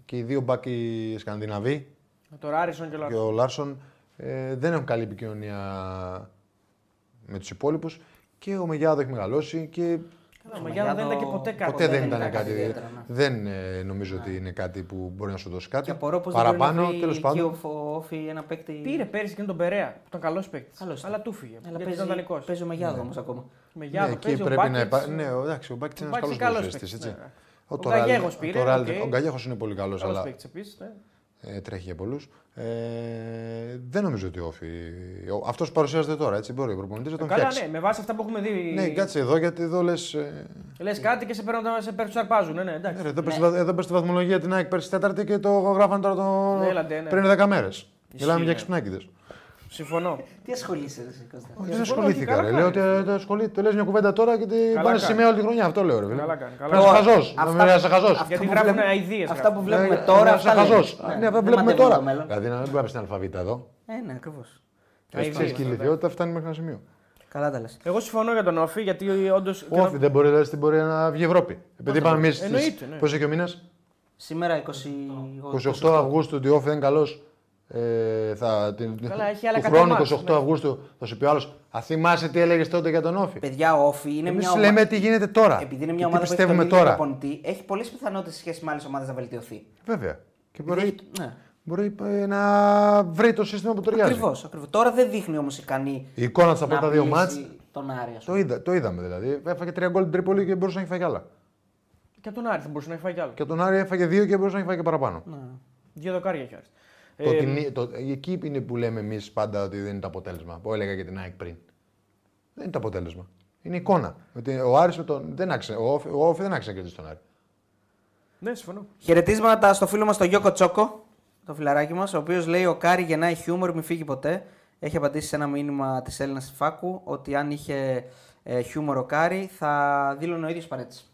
D: Και οι δύο μπακ οι Σκανδιναβοί
C: Το Ράρισον και όλα.
D: και ο Λάρσον ε, δεν έχουν καλή επικοινωνία με τους υπόλοιπους. Και ο Μεγιάδο έχει μεγαλώσει και
C: Καλά, ο Μαγιάννα δεν ήταν και ποτέ κάτι.
D: ποτέ δεν
A: ήταν
D: ήταν
A: κάτι
D: κάτι.
A: ιδιαίτερο, ναι.
D: Δεν ε, νομίζω ότι είναι κάτι που μπορεί να σου δώσει
A: Και
D: κάτι.
A: απορώ πω δεν μπορεί να
D: Παραπάνω,
A: βρει
D: τέλος
A: εκεί
D: πάντων.
A: ο Φο- ο Όφη ένα παίκτη.
C: Πήρε πέρυσι και τον Περέα, που ήταν καλός παίκτης.
A: Καλός ήταν.
C: Αλλά του φύγε.
A: Αλλά
C: Γιατί ήταν
A: παίζει,
C: δανεικός.
A: παίζει ο Μεγιάδο όμως ακόμα.
C: Με
D: Ναι,
C: Γιάδο,
D: εκεί
C: παίζει ο
D: πρέπει να υπά...
C: Μπάκετς.
D: Ναι, ο- εντάξει, ο Μπάκετ είναι
C: Ο
D: ένα καλό
C: Μπάκετς είναι καλός
D: ποδοσφαιριστής.
C: παίκτης,
D: έτσι.
C: ναι.
D: Ο
C: Ο
D: Τωράλ-
C: Γκαγιέχος
D: ο
C: πήρε,
D: Τωράλ-
C: οκ.
D: Ο Γκαγιέχος είναι πολύ καλός,
C: Καλός
D: αλλά
C: παίκτης επίσης, ναι.
D: ε, τρέχει για πολλούς. Ε, δεν νομίζω ότι όφη. Αυτός που παρουσιάζεται τώρα, έτσι μπορεί ο προπονητής να τον
C: Καλά,
D: φτιάξει.
C: ναι, με βάση αυτά που έχουμε δει.
D: Ναι, κάτσε εδώ γιατί εδώ λες. Ε,
C: Λες κάτι και σε παίρνουν τα- σε παίρνουν αρπάζουν. Ναι, ναι, εντάξει.
D: ρε, εδώ πες τη βα- εδώ πες τη βαθμολογία την ΑΕΚ πέρσι τέταρτη και το γράφανε τώρα το...
C: Ναι, έλατε, ναι.
D: πριν 10 μέρε. Μιλάμε
C: ναι.
D: για ξυπνάκιδε.
C: Συμφωνώ.
A: Τι ασχολείσαι, εσύ, Κώστα.
C: συμφωνώ,
D: Όχι, Ε, δεν ασχολήθηκα.
C: όχι,
D: Ρε.
C: καλά
D: Λέω ότι
C: κάνεις.
D: ε, το ασχολεί, το λες μια κουβέντα τώρα και την
C: Καλά
D: πάνε
C: κάνεις.
D: σημαία όλη τη χρονιά. Αυτό λέω. Ρε, φίλε.
C: Καλά κάνεις, καλά
D: Να σε
C: κάνεις.
D: χαζός. Να σε χαζό.
C: Γιατί
A: που
C: γράφουν
A: βλέπουμε-
C: αηδίες.
A: Αυτά που βλέπουμε
D: Ναι,
A: τώρα.
D: ναι,
A: αυτά
D: σε
A: λέμε.
D: χαζός. Ναι,
A: δεν
D: δεν βλέπουμε
A: μαντεύουμε
D: τώρα.
A: το μέλλον.
D: Δηλαδή να μην πάμε στην αλφαβήτα εδώ.
A: Ε, ναι, ακριβώς.
D: Ε, Ξέρεις και η ηλικιότητα φτάνει μέχρι ένα σημείο.
A: Καλά τα λες.
C: Εγώ συμφωνώ για τον Όφη γιατί όντως.
D: Όχι, δεν μπορεί δηλαδή, στην πορεία να βγει η Ευρώπη. Επειδή είπαμε εμείς.
C: Εννοείται, ναι.
D: Πώς έχει ο μήνας,
A: Σήμερα 28.
D: 28 Αυγούστου, ότι όφη δεν καλός. Ε, θα, την,
C: Καλά, έχει άλλα
D: του
C: κάτι
D: χρόνου
C: μάτς,
D: 28
C: ναι.
D: Αυγούστου θα σου πει ο άλλος. Α θυμάσαι τι έλεγες τότε για τον Όφη.
A: Παιδιά, ο Όφη είναι
D: Εμείς
A: μια ομάδα.
D: λέμε τι γίνεται τώρα.
A: Επειδή είναι
D: και
A: μια
D: τι
A: ομάδα που έχει τον
D: πιστεύουμε
A: ίδιο
D: τώρα.
A: προπονητή, έχει πολλές πιθανότητες σε σχέση με άλλες ομάδες να βελτιωθεί.
D: Βέβαια. Και μπορεί,
A: Ναι.
D: μπορεί ε, να βρει το σύστημα που ταιριάζει.
A: Ακριβώς. Ακριβώς. Τώρα δεν δείχνει όμως ικανή
D: Η εικόνα στα
A: να
D: πρώτα δύο
A: απειλήσει
D: μάτς
A: τον Άρη. ας
D: Το,
A: πούμε.
D: είδα, το είδαμε δηλαδή. Έφαγε τρία γκολ την Τρίπολη και μπορούσε να έχει φάει κι άλλα.
C: Και από τον Άρη θα μπορούσε να έχει φάει κι άλλο.
D: Και τον Άρη έφαγε δύο και μπορούσε να έχει φάει και παραπάνω.
C: Δύο δοκάρια έχει ο Άρης.
D: Το
C: Ε,
D: ότι νι- το, εκεί είναι που λέμε εμείς πάντα ότι δεν είναι το αποτέλεσμα. Που έλεγα για την ΑΕΚ πριν. Δεν είναι το αποτέλεσμα. Είναι η εικόνα. Ότι ο Άρης με τον. Δεν άξιζε- ο, Όφη- ο Όφη δεν άξιζε να κερδίσει τον Άρη.
C: Ναι, συμφωνώ.
A: Χαιρετίσματα στο φίλο μας τον Γιώκο Τσόκο, το φιλαράκι μας, ο οποίος λέει: Ο Κάρι γεννάει χιούμορ, μην φύγει ποτέ. Έχει απαντήσει σε ένα μήνυμα της Έλληνας Φάκου ότι αν είχε ε, χιούμορ ο Κάρι θα δήλωνε ο ίδιος παρέτηση.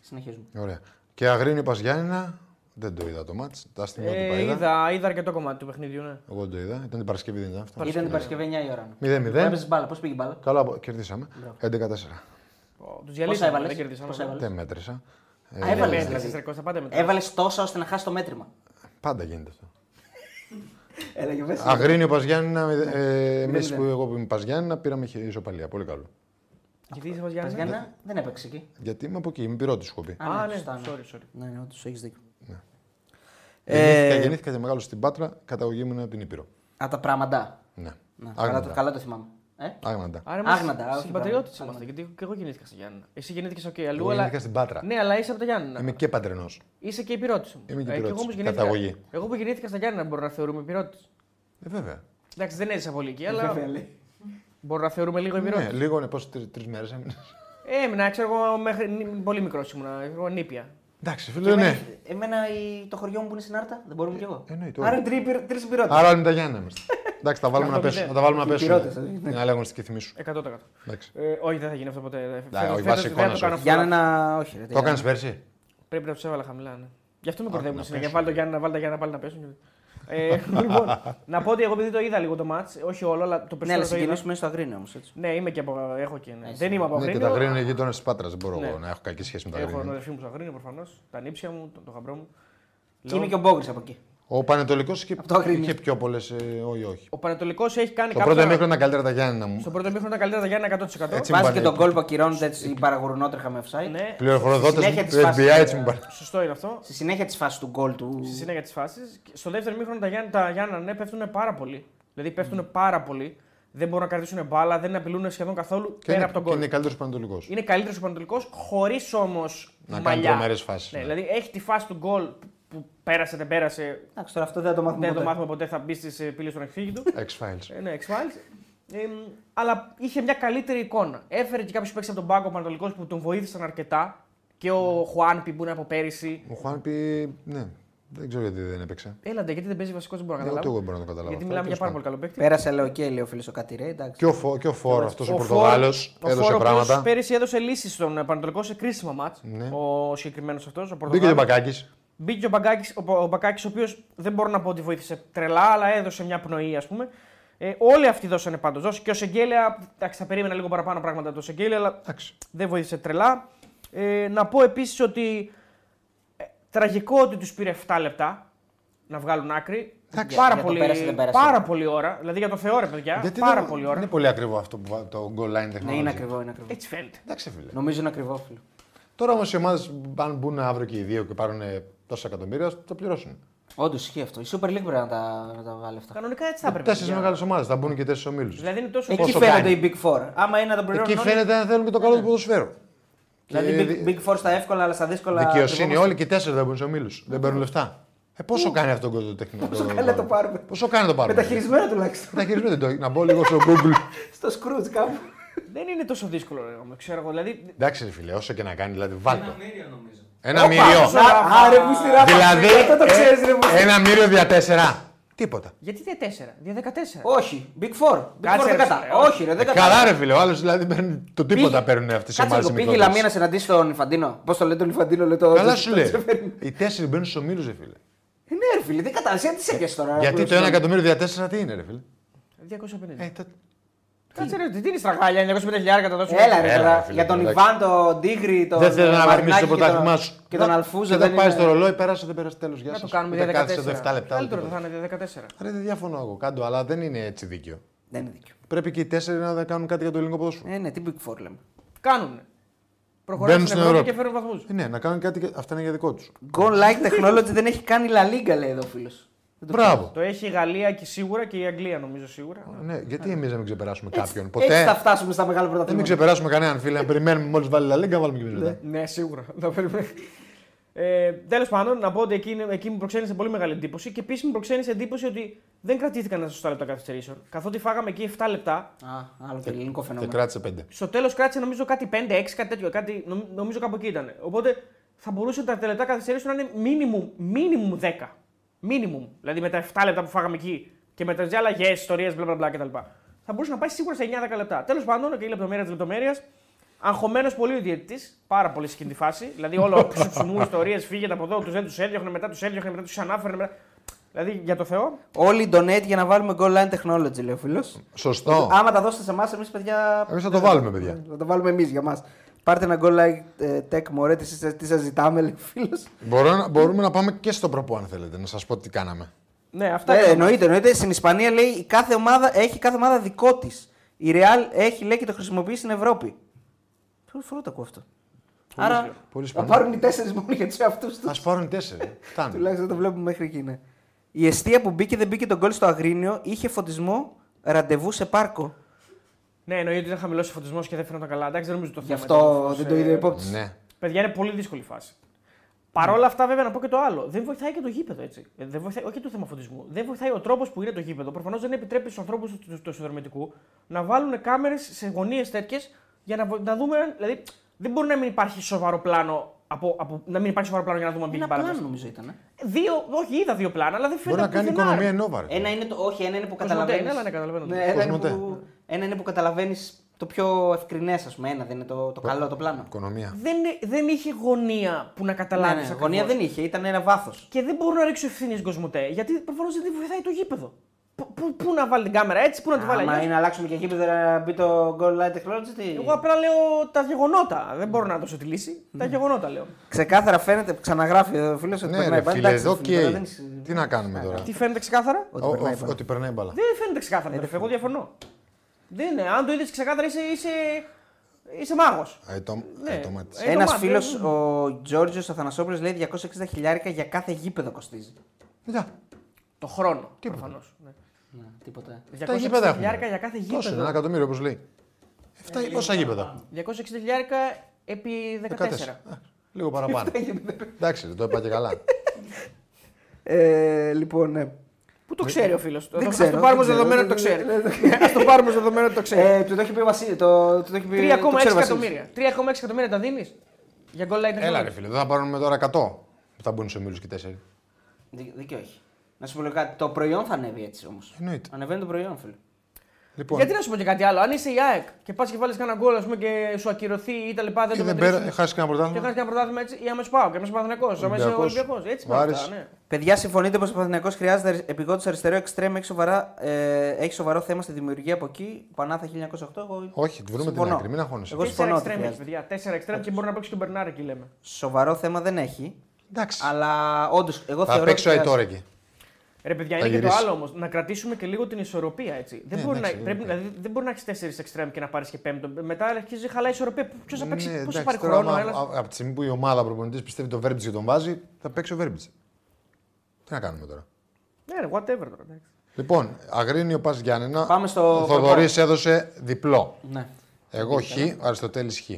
A: Συνεχίζουμε.
D: Ωραία. Και Αγρίνιο Παζιάννηνα. Δεν το είδα το μάτς. Τα στιγμή
C: Ε,
D: ε, είδα.
C: είδα, είδα αρκετό κομμάτι του παιχνιδιού, ναι.
D: Εγώ δεν το είδα. Ήταν την Παρασκευή, Ναι. δεν ήταν αυτό.
A: Ήταν την Παρασκευή 9 η ώρα.
D: Μηδέν, μηδέν.
A: Έπαιζες μπάλα, πώς πήγε η μπάλα.
D: Καλά, απο- κερδίσαμε. 11-4.
C: Του
A: Πόσα
C: διαλύσαμε,
A: έβαλε.
C: δεν κερδίσαμε.
D: Δεν μέτρησα. Ε,
A: Α, έβαλες,
C: Έβαλε.
A: δηλαδή.
C: πάντα μετά.
A: Έβαλε τόσα ώστε να χάσει το μέτρημα.
D: πάντα γίνεται αυτό.
A: Έλεγε
D: Αγρίνιο Παζιάννηνα. Ε, εμείς που εγώ που είμαι Παζιάννηνα πήραμε χι- ισοπαλία. Πολύ καλό.
C: Γιατί είσαι Παζιάννη.
A: Παζιάννα δεν έπαιξε εκεί.
D: Γιατί είμαι από εκεί, είμαι πυρό τη Σκοπή.
A: Α,
C: Α,
A: ναι,
C: ναι,
A: σωστά, ναι.
C: sorry, sorry.
A: Ναι, ναι, όντως έχεις δίκιο. Ε,
D: Γεννήθηκα, γεννήθηκα και μεγάλο στην Πάτρα, καταγωγή μου είναι από την Ήπειρο.
A: Α, τα πράγματα.
D: Ναι.
A: Να,
D: Άγνοντα.
A: καλά, το, καλά το θυμάμαι. Ε?
D: Άγναντα.
C: Άρα είμαστε
A: Άγνατα, όχι,
C: συμπατριώτες
A: πράγμα.
C: είμαστε. Γιατί και εγώ γεννήθηκα στη Γιάννη. Εσύ γεννήθηκες οκ, αλλού.
D: Εγώ
C: αλλά...
D: γεννήθηκα στην Πάτρα.
C: Ναι, αλλά είσαι από τα Γιάννενα.
D: Είμαι και παντρενός.
C: Είσαι και υπηρώτης μου.
D: Είμαι και
C: Ε,
D: υπηρώτης.
C: εγώ, όμως γεννήθηκα-
D: Καταγωγή.
C: εγώ που γεννήθηκα στα Γιάννενα μπορώ να θεωρούμε υπηρώτης.
D: Ε, βέβαια.
C: Εντάξει, δεν έζησα πολύ εκεί, αλλά
A: Βέβαια, λέει.
C: μπορώ να θεωρούμε λίγο υπηρώτη.
D: Ναι, λίγο είναι πόσο τρεις μέρες έμεινες.
C: Έμεινα, ξέρω εγώ, μέχρι νι- πολύ μικρός ήμουνα. Εγώ νύπια.
D: Εντάξει,
A: Και
D: φίλε,
A: εμένα-
D: ναι.
A: Εμένα η- το χωριό μου που είναι στην Άρτα δεν μπορούμε κι εγώ.
D: εννοείται,
A: Άρα
D: όλοι.
A: είναι τρεις πυρότες.
D: Άρα όλοι με τα Γιάννενα είμαστε. Εντάξει, θα βάλουμε να
C: Αυτό
D: πέσουν.
C: μηδέν.
D: Θα τα βάλουμε να
A: Οι πυρώτες,
D: πέσουν.
A: ε,
D: Να λέγουμε στη θύμη σου.
C: 100%.
D: Εντάξει.
C: Ε, όχι, δεν θα γίνει αυτό ποτέ. Φέτος-
D: όχι,
C: φέτος
D: βάσει
C: δεν θα
D: εικόνας
C: το κάνω
D: όχι.
C: αυτό.
A: Γιάννενα, όχι. Ρε,
D: Το έκανε πέρσι.
C: Πρέπει να τους έβαλα χαμηλά. Ναι. Γι' αυτό με
D: Α,
C: κορδεύουν.
D: να
C: συνέχεια.
D: πέσουν.
C: Βάλτε το Γιάννη, βάλτε Γιάννη πάλι να πέσουν. Ε, λοιπόν, να πω ότι εγώ επειδή το είδα λίγο το μάτ, όχι όλο, αλλά το
A: Ναι, αλλά
C: περισσότερο. το είδα.
A: συγκινήσουμε στο Αγρίνιο όμω.
C: Ναι, είμαι και από. Έχω και. Ναι.
A: Εσύ.
C: Δεν είμαι από
D: Ναι, και
C: Αγρίνιο.
D: τα γρήγορα είναι γείτονες της Πάτρας. Δεν μπορώ
C: Ναι.
D: εγώ να έχω κακή σχέση με τα
C: Έχω ναι. τον
D: γρήγορα.
C: αδερφή μου στο Αγρίνιο προφανώς, τα νύψια μου, τον, τον γαμπρό μου.
A: Και είναι
C: Λέω-
A: και ο Μπόγκρι από εκεί.
D: Ο Πανετολικός είχε,
A: Από το Αγρίνιο.
D: είχε πιο πολλές. Όχι, όχι.
C: Ο Πανατολικό έχει κάνει
D: Το
C: κάποια.
D: πρώτο μήκρο ήταν καλύτερα τα Γιάννενα μου.
C: Στον πρώτο μήχρονο ήταν καλύτερα τα Γιάννη 100%.
D: Έτσι. Τι μου
A: Βάζει και
D: πάνε,
A: τον
D: ε,
A: κόλ που ακυρώνεται έτσι παραγουρνότρεχα με offside.
C: Ναι,
D: Πληροφοροδότες
A: Συνέχεια
D: του
A: της φάσης,
D: FBI έτσι
A: ε,
D: μου πάνε.
C: σωστό είναι αυτό.
A: Στη συνέχεια της φάσης του γκολ του.
C: Στη συνέχεια της φάσης. Στο δεύτερο μήχρονο τα Γιάννη, τα Γιάννα ναι, πέφτουν πάρα πολύ. Δηλαδή πέφτουν
A: Mm.
C: πάρα πολύ. Δεν μπορούν να κρατήσουν μπάλα, δεν απειλούν σχεδόν καθόλου
D: Και
C: πέρα
D: είναι-
C: από τον
D: και
C: κόλ.
D: είναι καλύτερος Πανετολικός.
C: Είναι καλύτερος ο Πανατολικό, χωρίς όμως.
D: Να κάνει τρομερές φάσεις,
C: Ναι,
D: ναι.
C: δηλαδή έχει τη φάση του γκολ που πέρασε, δεν πέρασε.
A: Εντάξει, τώρα αυτό δεν θα το μάθουμε.
C: Δεν το
A: ποτέ.
C: μάθουμε ποτέ, θα μπει στις πύλες των του.
D: X-Files.
C: Ε, ναι, X-Files. Ε, μ, αλλά είχε μια καλύτερη εικόνα. Έφερε και κάποιους παίξει από τον πάγκο Πανατολικός που τον βοήθησαν αρκετά. Και
D: Ναι.
C: ο Χουάνπι που είναι από πέρυσι.
D: Ο Χουάνπι, ναι, δεν ξέρω γιατί δεν έπαιξε.
C: Έλαντε, γιατί δεν παίζει βασικό, δεν μπορώ να
D: Ναι, ούτε
C: καταλάβω.
D: εγώ μπορώ να το καταλάβω.
C: γιατί
D: αυτό,
C: μιλάμε για
D: τέλος
C: πάρα πολύ καλό
D: πάντων.
C: παίκτη.
A: Πέρασε, λέω και λέει ο φίλος ο Κατηρέ. Εντάξει.
D: Και ο, Φο- και ο Φόρο αυτός ο,
C: Φόρο-
D: Πορτογάλος
C: ο
D: έδωσε
C: Φόρο ο οποίος
D: πράγματα.
C: Πέρυσι έδωσε λύσεις στον Πανατολικό σε κρίσιμα μάτ.
D: Ναι.
C: Ο συγκεκριμένος αυτός, ο Πορτογάλο.
D: Μπήκε και ο Μπακάκης.
C: Μπήκε ο Μπακάκης, ο, ο Μπακάκης, ο οποίος δεν μπορώ να πω ότι βοήθησε τρελά, αλλά έδωσε μια πνοή, ας πούμε. Ε, όλοι αυτοί δώσανε πάντως. Δώσε και ο Σεγγέλια. Εντάξει, θα περίμενα λίγο παραπάνω πράγματα από τον Σεγγέλια, αλλά
D: Εντάξει.
C: δεν βοήθησε τρελά. Ε, να πω επίσης ότι ε, τραγικό ότι τους πήρε 7 λεπτά να βγάλουν άκρη.
A: Εντάξει,
C: πάρα,
A: για το
C: πολύ,
A: πέρασε, δεν πέρασε.
C: πάρα πολύ ώρα. Δηλαδή για το Θεό, ρε παιδιά.
D: Γιατί
C: πάρα
D: δεν-
C: πολύ ώρα.
D: Είναι πολύ ακριβό αυτό που βα- το goal line technology.
A: Ναι, είναι ακριβό, είναι ακριβό.
C: Έτσι φαίνεται.
D: Εντάξει, φίλε.
A: Νομίζω είναι ακριβό, φίλο.
D: Τώρα όμως οι ομάδες, αν μπουν αύριο και οι δύο και πάρουν τόσα εκατομμύρια, θα το πληρώσουν.
A: Όντως ισχύει αυτό. Η Super League πρέπει να τα, να τα βγάλει αυτά.
C: Κανονικά έτσι θα έπρεπε.
D: Τέσσερις
C: παιδιά.
D: μεγάλες ομάδες θα μπουν και τέσσερις ομίλους.
C: Δηλαδή είναι τόσο
A: Εκεί
D: πόσο
A: φαίνονται
D: κάνει.
A: οι Big Four. Άμα είναι Ναι. να τον πληρώνουν.
D: Εκεί
A: όλοι,
D: φαίνεται να θέλουν και το καλό του ποδοσφαίρου.
A: Δηλαδή
D: Και
A: Big, Big Four στα εύκολα αλλά στα δύσκολα.
D: Δικαιοσύνη
A: κρυβόμαστε.
D: όλοι και οι τέσσερις δεν μπουν σε ομίλους. Δεν παίρνουν λεφτά. Ε, πόσο κάνει αυτό το τεχνικό.
A: Πόσο κάνει να το πάρουμε.
D: Πόσο κάνει να το πάρουμε.
A: Μεταχειρισμένα τουλάχιστον.
D: Μεταχειρισμένα δεν το έχει. Να μπω λίγο στο Google.
A: Στο Scrooge κάπου.
C: Δεν είναι τόσο δύσκολο, ρε, όμως, ξέρω εγώ. Δηλαδή
D: Εντάξει, ρε φίλε, όσο και να κάνει, δηλαδή βάλτο.
B: μύριο νομίζω.
D: Ένα μύριο.
C: όσο- Ράφα.
A: Άρε μου στη ράφα.
D: Δηλαδή,
A: Αυτό το
D: ε,
A: ξέρεις, ρε μου.
D: ένα μύριο δια τέσσερα. Τίποτα.
C: Γιατί δια 4, δια 14.
A: ε, Όχι, Big Four. Big
C: Κάτσε,
A: Four
C: ρε,
A: δεν
C: φίλε,
A: κατά.
C: όχι.
A: Όχι, ρε,
D: Ε,
A: δεν κατά.
D: καλά, ρε φίλε, ο άλλος δηλαδή παίρνει. Το τίποτα
A: Πήγε-
D: παίρνουν αυτέ οι
A: Κάτσε
D: ομάδε.
A: λίγο, πήγε η Λαμία να συναντήσει τον Ιφαντίνο. Πώς το λέει τον Ιφαντίνο, λέει το.
D: Καλά
A: το-
D: σου
A: το
D: λέει.
A: Τζεφέρι.
D: Οι τέσσερις μπαίνουν στους ομίλους, ρε φίλε.
A: Ε, Ναι, ρε φίλε, δεν καταλαβαίνει. Τι σε έπιασε τώρα. ρε,
D: Γιατί
A: που
D: το ένα
A: λέω,
D: εκατομμύριο δια τέσσερα τι είναι, ρε φίλε.
C: 250.
D: Ε, το-
C: Κάτσε ρε, τι είναι στραγάλια, 250.000 θα δώσουμε.
A: Έλα ρε
D: Έλα,
A: τώρα,
D: ρε, φίλε,
A: για τον
D: εντάξει.
A: Ιβάν, τον Τίγρη, τον
D: Δεν θέλει να
A: Μαρινάκη
D: βαθμίσει το
A: και τον-
D: πρωτάθλημά σου.
A: Και τον
D: Να-
A: Αλφούζο
D: Και δεν πάει
A: είναι-
D: στο ρολόι, πέρασε, δεν πέρασε τέλος. Γεια
C: Να το
D: σας.
C: κάνουμε
D: Ούτε
C: δια 14.
D: κάθισε εδώ 7 λεπτά. ούτε
C: Καλύτερο θα
D: τίποτα.
C: είναι δια 14.
D: Ρε, δεν διαφωνώ εγώ. Κάντο, αλλά δεν είναι έτσι δίκαιο.
A: Δεν είναι δίκιο.
D: Πρέπει και οι τέσσερις να κάνουν κάτι για το ελληνικό ποδόσφαιρο.
A: Ε, ναι, τι Big Four λέμε.
C: Κάνουν. Προχωράνε
D: Μπαίνουν
C: στην
D: στην
C: Ευρώπη
D: Ευρώπη.
C: και φέρουν βαθμούς.
D: Ε, Ναι, να κάνουν κάτι. και- Αυτά είναι για δικό τους.
A: Goal like technology δεν έχει κάνει La Liga, λέει εδώ ο φίλος.
D: Μπράβο.
C: Το έχει η Γαλλία και σίγουρα και η Αγγλία νομίζω σίγουρα.
D: Ναι, γιατί εμείς να μην ξεπεράσουμε κάποιον.
A: Έτσι θα
D: Ποτέ.
A: φτάσουμε στα μεγάλα
D: Να μην
A: πρωταθλήματα.
D: ξεπεράσουμε κανέναν φίλε. Να περιμένουμε μόλις βάλει λαλίγκα, να βάλουμε και εμείς μετά.
C: Ναι, σίγουρα. Θα περιμένω. Ε, Τέλος πάντων, να πω ότι εκεί, είναι- εκεί μου προξένησε πολύ μεγάλη εντύπωση και επίσης μου προξένησε εντύπωση ότι δεν κρατήθηκαν τα σωστά λεπτά καθυστερήσεων. Καθότι φάγαμε εκεί 7 λεπτά,
A: Α, άλλο το ελληνικό
D: Και
A: φαινόμενο.
D: κράτησε πέντε.
C: στο τέλος κράτησε νομίζω κάτι 5-6, κάτι τέτοιο. Κάτι, νομ- νομίζω κάπου εκεί ήταν. Οπότε θα μπορούσε τα τελευταία καθυστερήσεων να είναι minimum, minimum 10. Minimum. Δηλαδή με τα 7 λεπτά που φάγαμε εκεί και με τι αλλαγές, ιστορίες, μπλα μπλα μπλα κτλ. Θα μπορούσε να πάει σίγουρα σε 9-10 λεπτά. Τέλος πάντων, και η λεπτομέρεια τη λεπτομέρειας. Αγχωμένος πολύ ο διαιτητής, πάρα πολύ σε εκείνη τη φάση. Δηλαδή, όλο ψουψουμού, ιστορίε, φύγετε από εδώ, τους δεν τους έδιωχνε, μετά τους έδιωχνε, μετά τους ανάφερνε. Μετά... Δηλαδή, για το Θεό,
A: Όλοι donate για να βάλουμε goal line technology, λέει ο φίλος.
D: Σωστό.
A: Άμα τα δώσετε σε εμάς, εμείς παιδιά.
D: Εμείς θα το βάλουμε, παιδιά.
A: Θα το βάλουμε εμείς για μας. Πάρτε ένα goal like ε, tech, μωρέ, τι, σας- τι σας ζητάμε, λέει ο φίλος.
D: Μπορώ να- μπορούμε να πάμε και στο προπό, αν θέλετε, να σας πω τι κάναμε.
C: ναι, αυτά.
A: Ε,
C: έκανα.
A: εννοείται, εννοείται. Στην Ισπανία λέει η κάθε ομάδα, έχει κάθε ομάδα δικό της. Η Real έχει λέει και το χρησιμοποιεί στην Ευρώπη. Πρώτη φορά το ακούω αυτό. Άρα
C: ζήλιο.
D: Πολύ
A: θα
D: σπανίο.
A: πάρουν οι τέσσερις μόνο για τους εαυτούς τους.
D: Ας πάρουν τέσσερι. Φτάνει.
A: Τουλάχιστον το βλέπουμε μέχρι εκεί. ναι. Η αιστεία που μπήκε δεν μπήκε τον γκολ στο Αγρίνιο είχε φωτισμό ραντεβού σε πάρκο.
C: Ναι, εννοεί ότι ήταν χαμηλός ο φωτισμός και δεν φαίνονταν καλά. Εντάξει, δεν νομίζω το
A: Γι'
C: θέμα.
A: αυτό
C: ήταν ε,
A: δεν
C: σε-
A: το είδε υπόψη.
D: Ναι.
C: Παιδιά, είναι πολύ δύσκολη φάση. Παρ' όλα αυτά, βέβαια, να πω και το άλλο. Δεν βοηθάει και το γήπεδο έτσι. Ε, Δεν βοηθάει, όχι και το θέμα φωτισμού. Δεν βοηθάει ο τρόπος που είναι το γήπεδο. Προφανώς δεν επιτρέπει στους ανθρώπους του, του, του συνδρομητικού να βάλουν κάμερες σε γωνίες τέτοιες για να, βο- να δούμε. αν- Δηλαδή, δεν μπορεί να μην υπάρχει σοβαρό πλάνο. Από, από, να μην υπάρχει σοβαρό πλάνο για να δούμε αν πήγε
A: Ένα
C: η μπάλα
A: πλάνο
C: μέσα.
A: νομίζω ήταν. ε.
C: Δύο, όχι, είδα δύο πλάνα, αλλά δεν
D: Μπορεί
C: φαίνεται
D: να κάνει
C: πουθενά,
D: οικονομία
C: ρε.
D: ενόβαρα.
A: Ένα είναι το, όχι, ένα είναι που
C: Κοσμοτέ,
A: καταλαβαίνεις.
C: ναι, αλλά ναι, καταλαβαίνω το
A: ένα, είναι
D: Κοσμοτέ.
A: που, ένα είναι που καταλαβαίνεις το πιο ευκρινές, ας πούμε. Ένα δεν είναι το, το καλό το πλάνο.
D: Οικονομία.
C: Δεν, δεν είχε γωνία που να
A: Ναι,
C: καταλάβει.
A: ναι, γωνία δεν είχε, ήταν ένα βάθος.
C: Και δεν μπορούν να ρίξω ευθύνη στον Κοσμοτέ, γιατί προφανώς δεν τη βοηθάει το γήπεδο. Πού- Πού, πού να βάλει την κάμερα έτσι, πού να τη βάλει
A: Άμα
C: αλλιώς.
A: είναι να αλλάξουμε και εκεί που δεν μπει το goal line technology. τι-
C: Εγώ απλά λέω τα γεγονότα. Δεν μπορώ να δώσω τη λύση.
A: Ναι.
C: Τα γεγονότα λέω.
A: Ξεκάθαρα φαίνεται, ξαναγράφει ο φίλος ότι
D: Ναι,
A: περνάει
D: ρε
A: μπάλα.
D: φίλε,
A: Εντάξει,
D: οκ.
A: φίλε, τώρα δεν είσαι-
D: Τι να κάνουμε τώρα.
C: Τι φαίνεται ξεκάθαρα.
A: Ότι
D: Ο-
A: περνάει
D: ο-
A: μπάλα.
D: Ότι περνάει μπάλα.
C: Δεν φαίνεται ξεκάθαρα. τρέφε, Εγώ διαφωνώ. Δεν είναι. Αν το είδες ξεκάθαρα, είσαι, είσαι, είσαι μάγος. Ναι.
D: Αιτόματι.
C: Ε,
A: Ένα
C: το μάτι,
A: φίλος, ο Γιώργος Αθανασόπουλος, λέει 260 χιλιάρικα για κάθε γήπεδο κοστίζει.
C: Το χρόνο. Προφανώς. Ναι.
A: Ναι, τίποτα.
C: 260
D: γήπεδα έχουμε.
C: χιλιάρικα για κάθε
D: Τόσο, ένα
C: γήπεδο.
D: εκατομμύριο όπως λέει. Εφτά- Πόσα γήπεδα.
C: 260 χιλιάρικα επί 14.
D: 14. Α, Λίγο παραπάνω. Εντάξει, δεν το είπα και καλά.
A: Ε, λοιπόν, ναι.
C: Πού το ξέρει ο φίλος.
A: Δεν
C: Ας
A: ξέρω,
C: το πάρουμε
A: δεν ξέρω.
C: ως δεδομένο ότι το ξέρει. Ας το πάρουμε ως δεδομένο ότι το ξέρει.
A: Ε, του το έχει πει ο Βασίλη. Το, του το έχει πει-
C: 3,6
A: το ξέρει ο Βασίλης.
C: εκατομμύρια. 3,6 εκατομμύρια τα δίνεις. Για γκολ line
D: Έλα,
C: technology.
D: ρε φίλε, δεν θα πάρουμε τώρα 100 που θα μπουν σε ομίλου και 4.
A: Δι- Δίκιο έχει. Να σου πω λίγο κάτι. Το προϊόν θα ανέβει έτσι όμως.
D: Εννοείται.
A: Ανεβαίνει το προϊόν, φίλε.
D: Λοιπόν,
C: Γιατί να σου πω και κάτι άλλο. Αν είσαι η ΑΕΚ και πας και βάλεις κανένα γκολ ας πούμε, και σου ακυρωθεί ή τα λοιπά, δεν
D: και
C: το
D: δεν
C: μετρήσεις.
D: πέρα, χάσεις κανένα
C: Και
D: πρωτάθλημα.
C: χάσεις κανένα πρωτάθλημα έτσι, ή άμα σου πάω, και άμα είσαι Παναθηναϊκός, άμα είσαι
D: Ολυμπιακός.
C: Ολυμπιακός. Έτσι
D: Ο
C: πάνε
D: Άρης.
C: αυτά, ναι.
A: Παιδιά, συμφωνείτε πως ο Παναθηναϊκός χρειάζεται επιγόντω αριστερό εξτρέμ. Έχει, σοβαρά, ε, έχει σοβαρό θέμα στη δημιουργία από εκεί. Πανάθα 1908. Εγώ...
D: Όχι, τη βρούμε την
A: Συμφωνώ.
D: άκρη, μην αγχώνεσαι.
A: Εγώ
C: Τέσσερα
A: συμφωνώ. ότι
C: εξτρέμ έχει,
A: χρειάζεται.
C: παιδιά. Τέσσερα εξτρέμ και μπορεί να παίξει και τον Μπερνάρ εκεί λέμε.
A: Σοβαρό θέμα δεν έχει.
D: Εντάξει.
A: Αλλά όντως, εγώ
D: Θα
A: θεωρώ.
D: παίξει ο
A: ότι
D: Αϊτόρ
A: χρειάζεται.
D: εκεί.
C: Ρε παιδιά,
D: Θα
C: είναι και το
D: γυρίσει.
C: άλλο όμως. Να κρατήσουμε και λίγο την ισορροπία έτσι. Δεν,
D: Ναι,
C: μπορεί, να,
D: εντάξει,
C: πρέπει,
D: είναι.
C: δηλαδή, δεν μπορεί να έχεις τέσσερις εξτρέμ και να πάρεις και πέμπτο. Μετά αρχίζει να χαλάει η ισορροπία. Ποιος θα παίξει,
D: Ναι,
C: πώ θα
D: εντάξει,
C: πάρει
D: τώρα,
C: χρόνο.
D: άμα-
C: ένας-
D: α- Από τη στιγμή που η ομάδα προπονητής πιστεύει το Βέρμπιτ και τον βάζει, θα παίξει ο Βέρμπιτ. Τι να κάνουμε τώρα.
C: Ναι, ρε, whatever τώρα. εντάξει.
D: Λοιπόν, Αγρίνιο Πας Γιάννενα.
A: Πάμε στο
D: Ο Θοδωρής έδωσε διπλό.
A: Ναι.
D: Εγώ χ, ο Αριστοτέλης χ.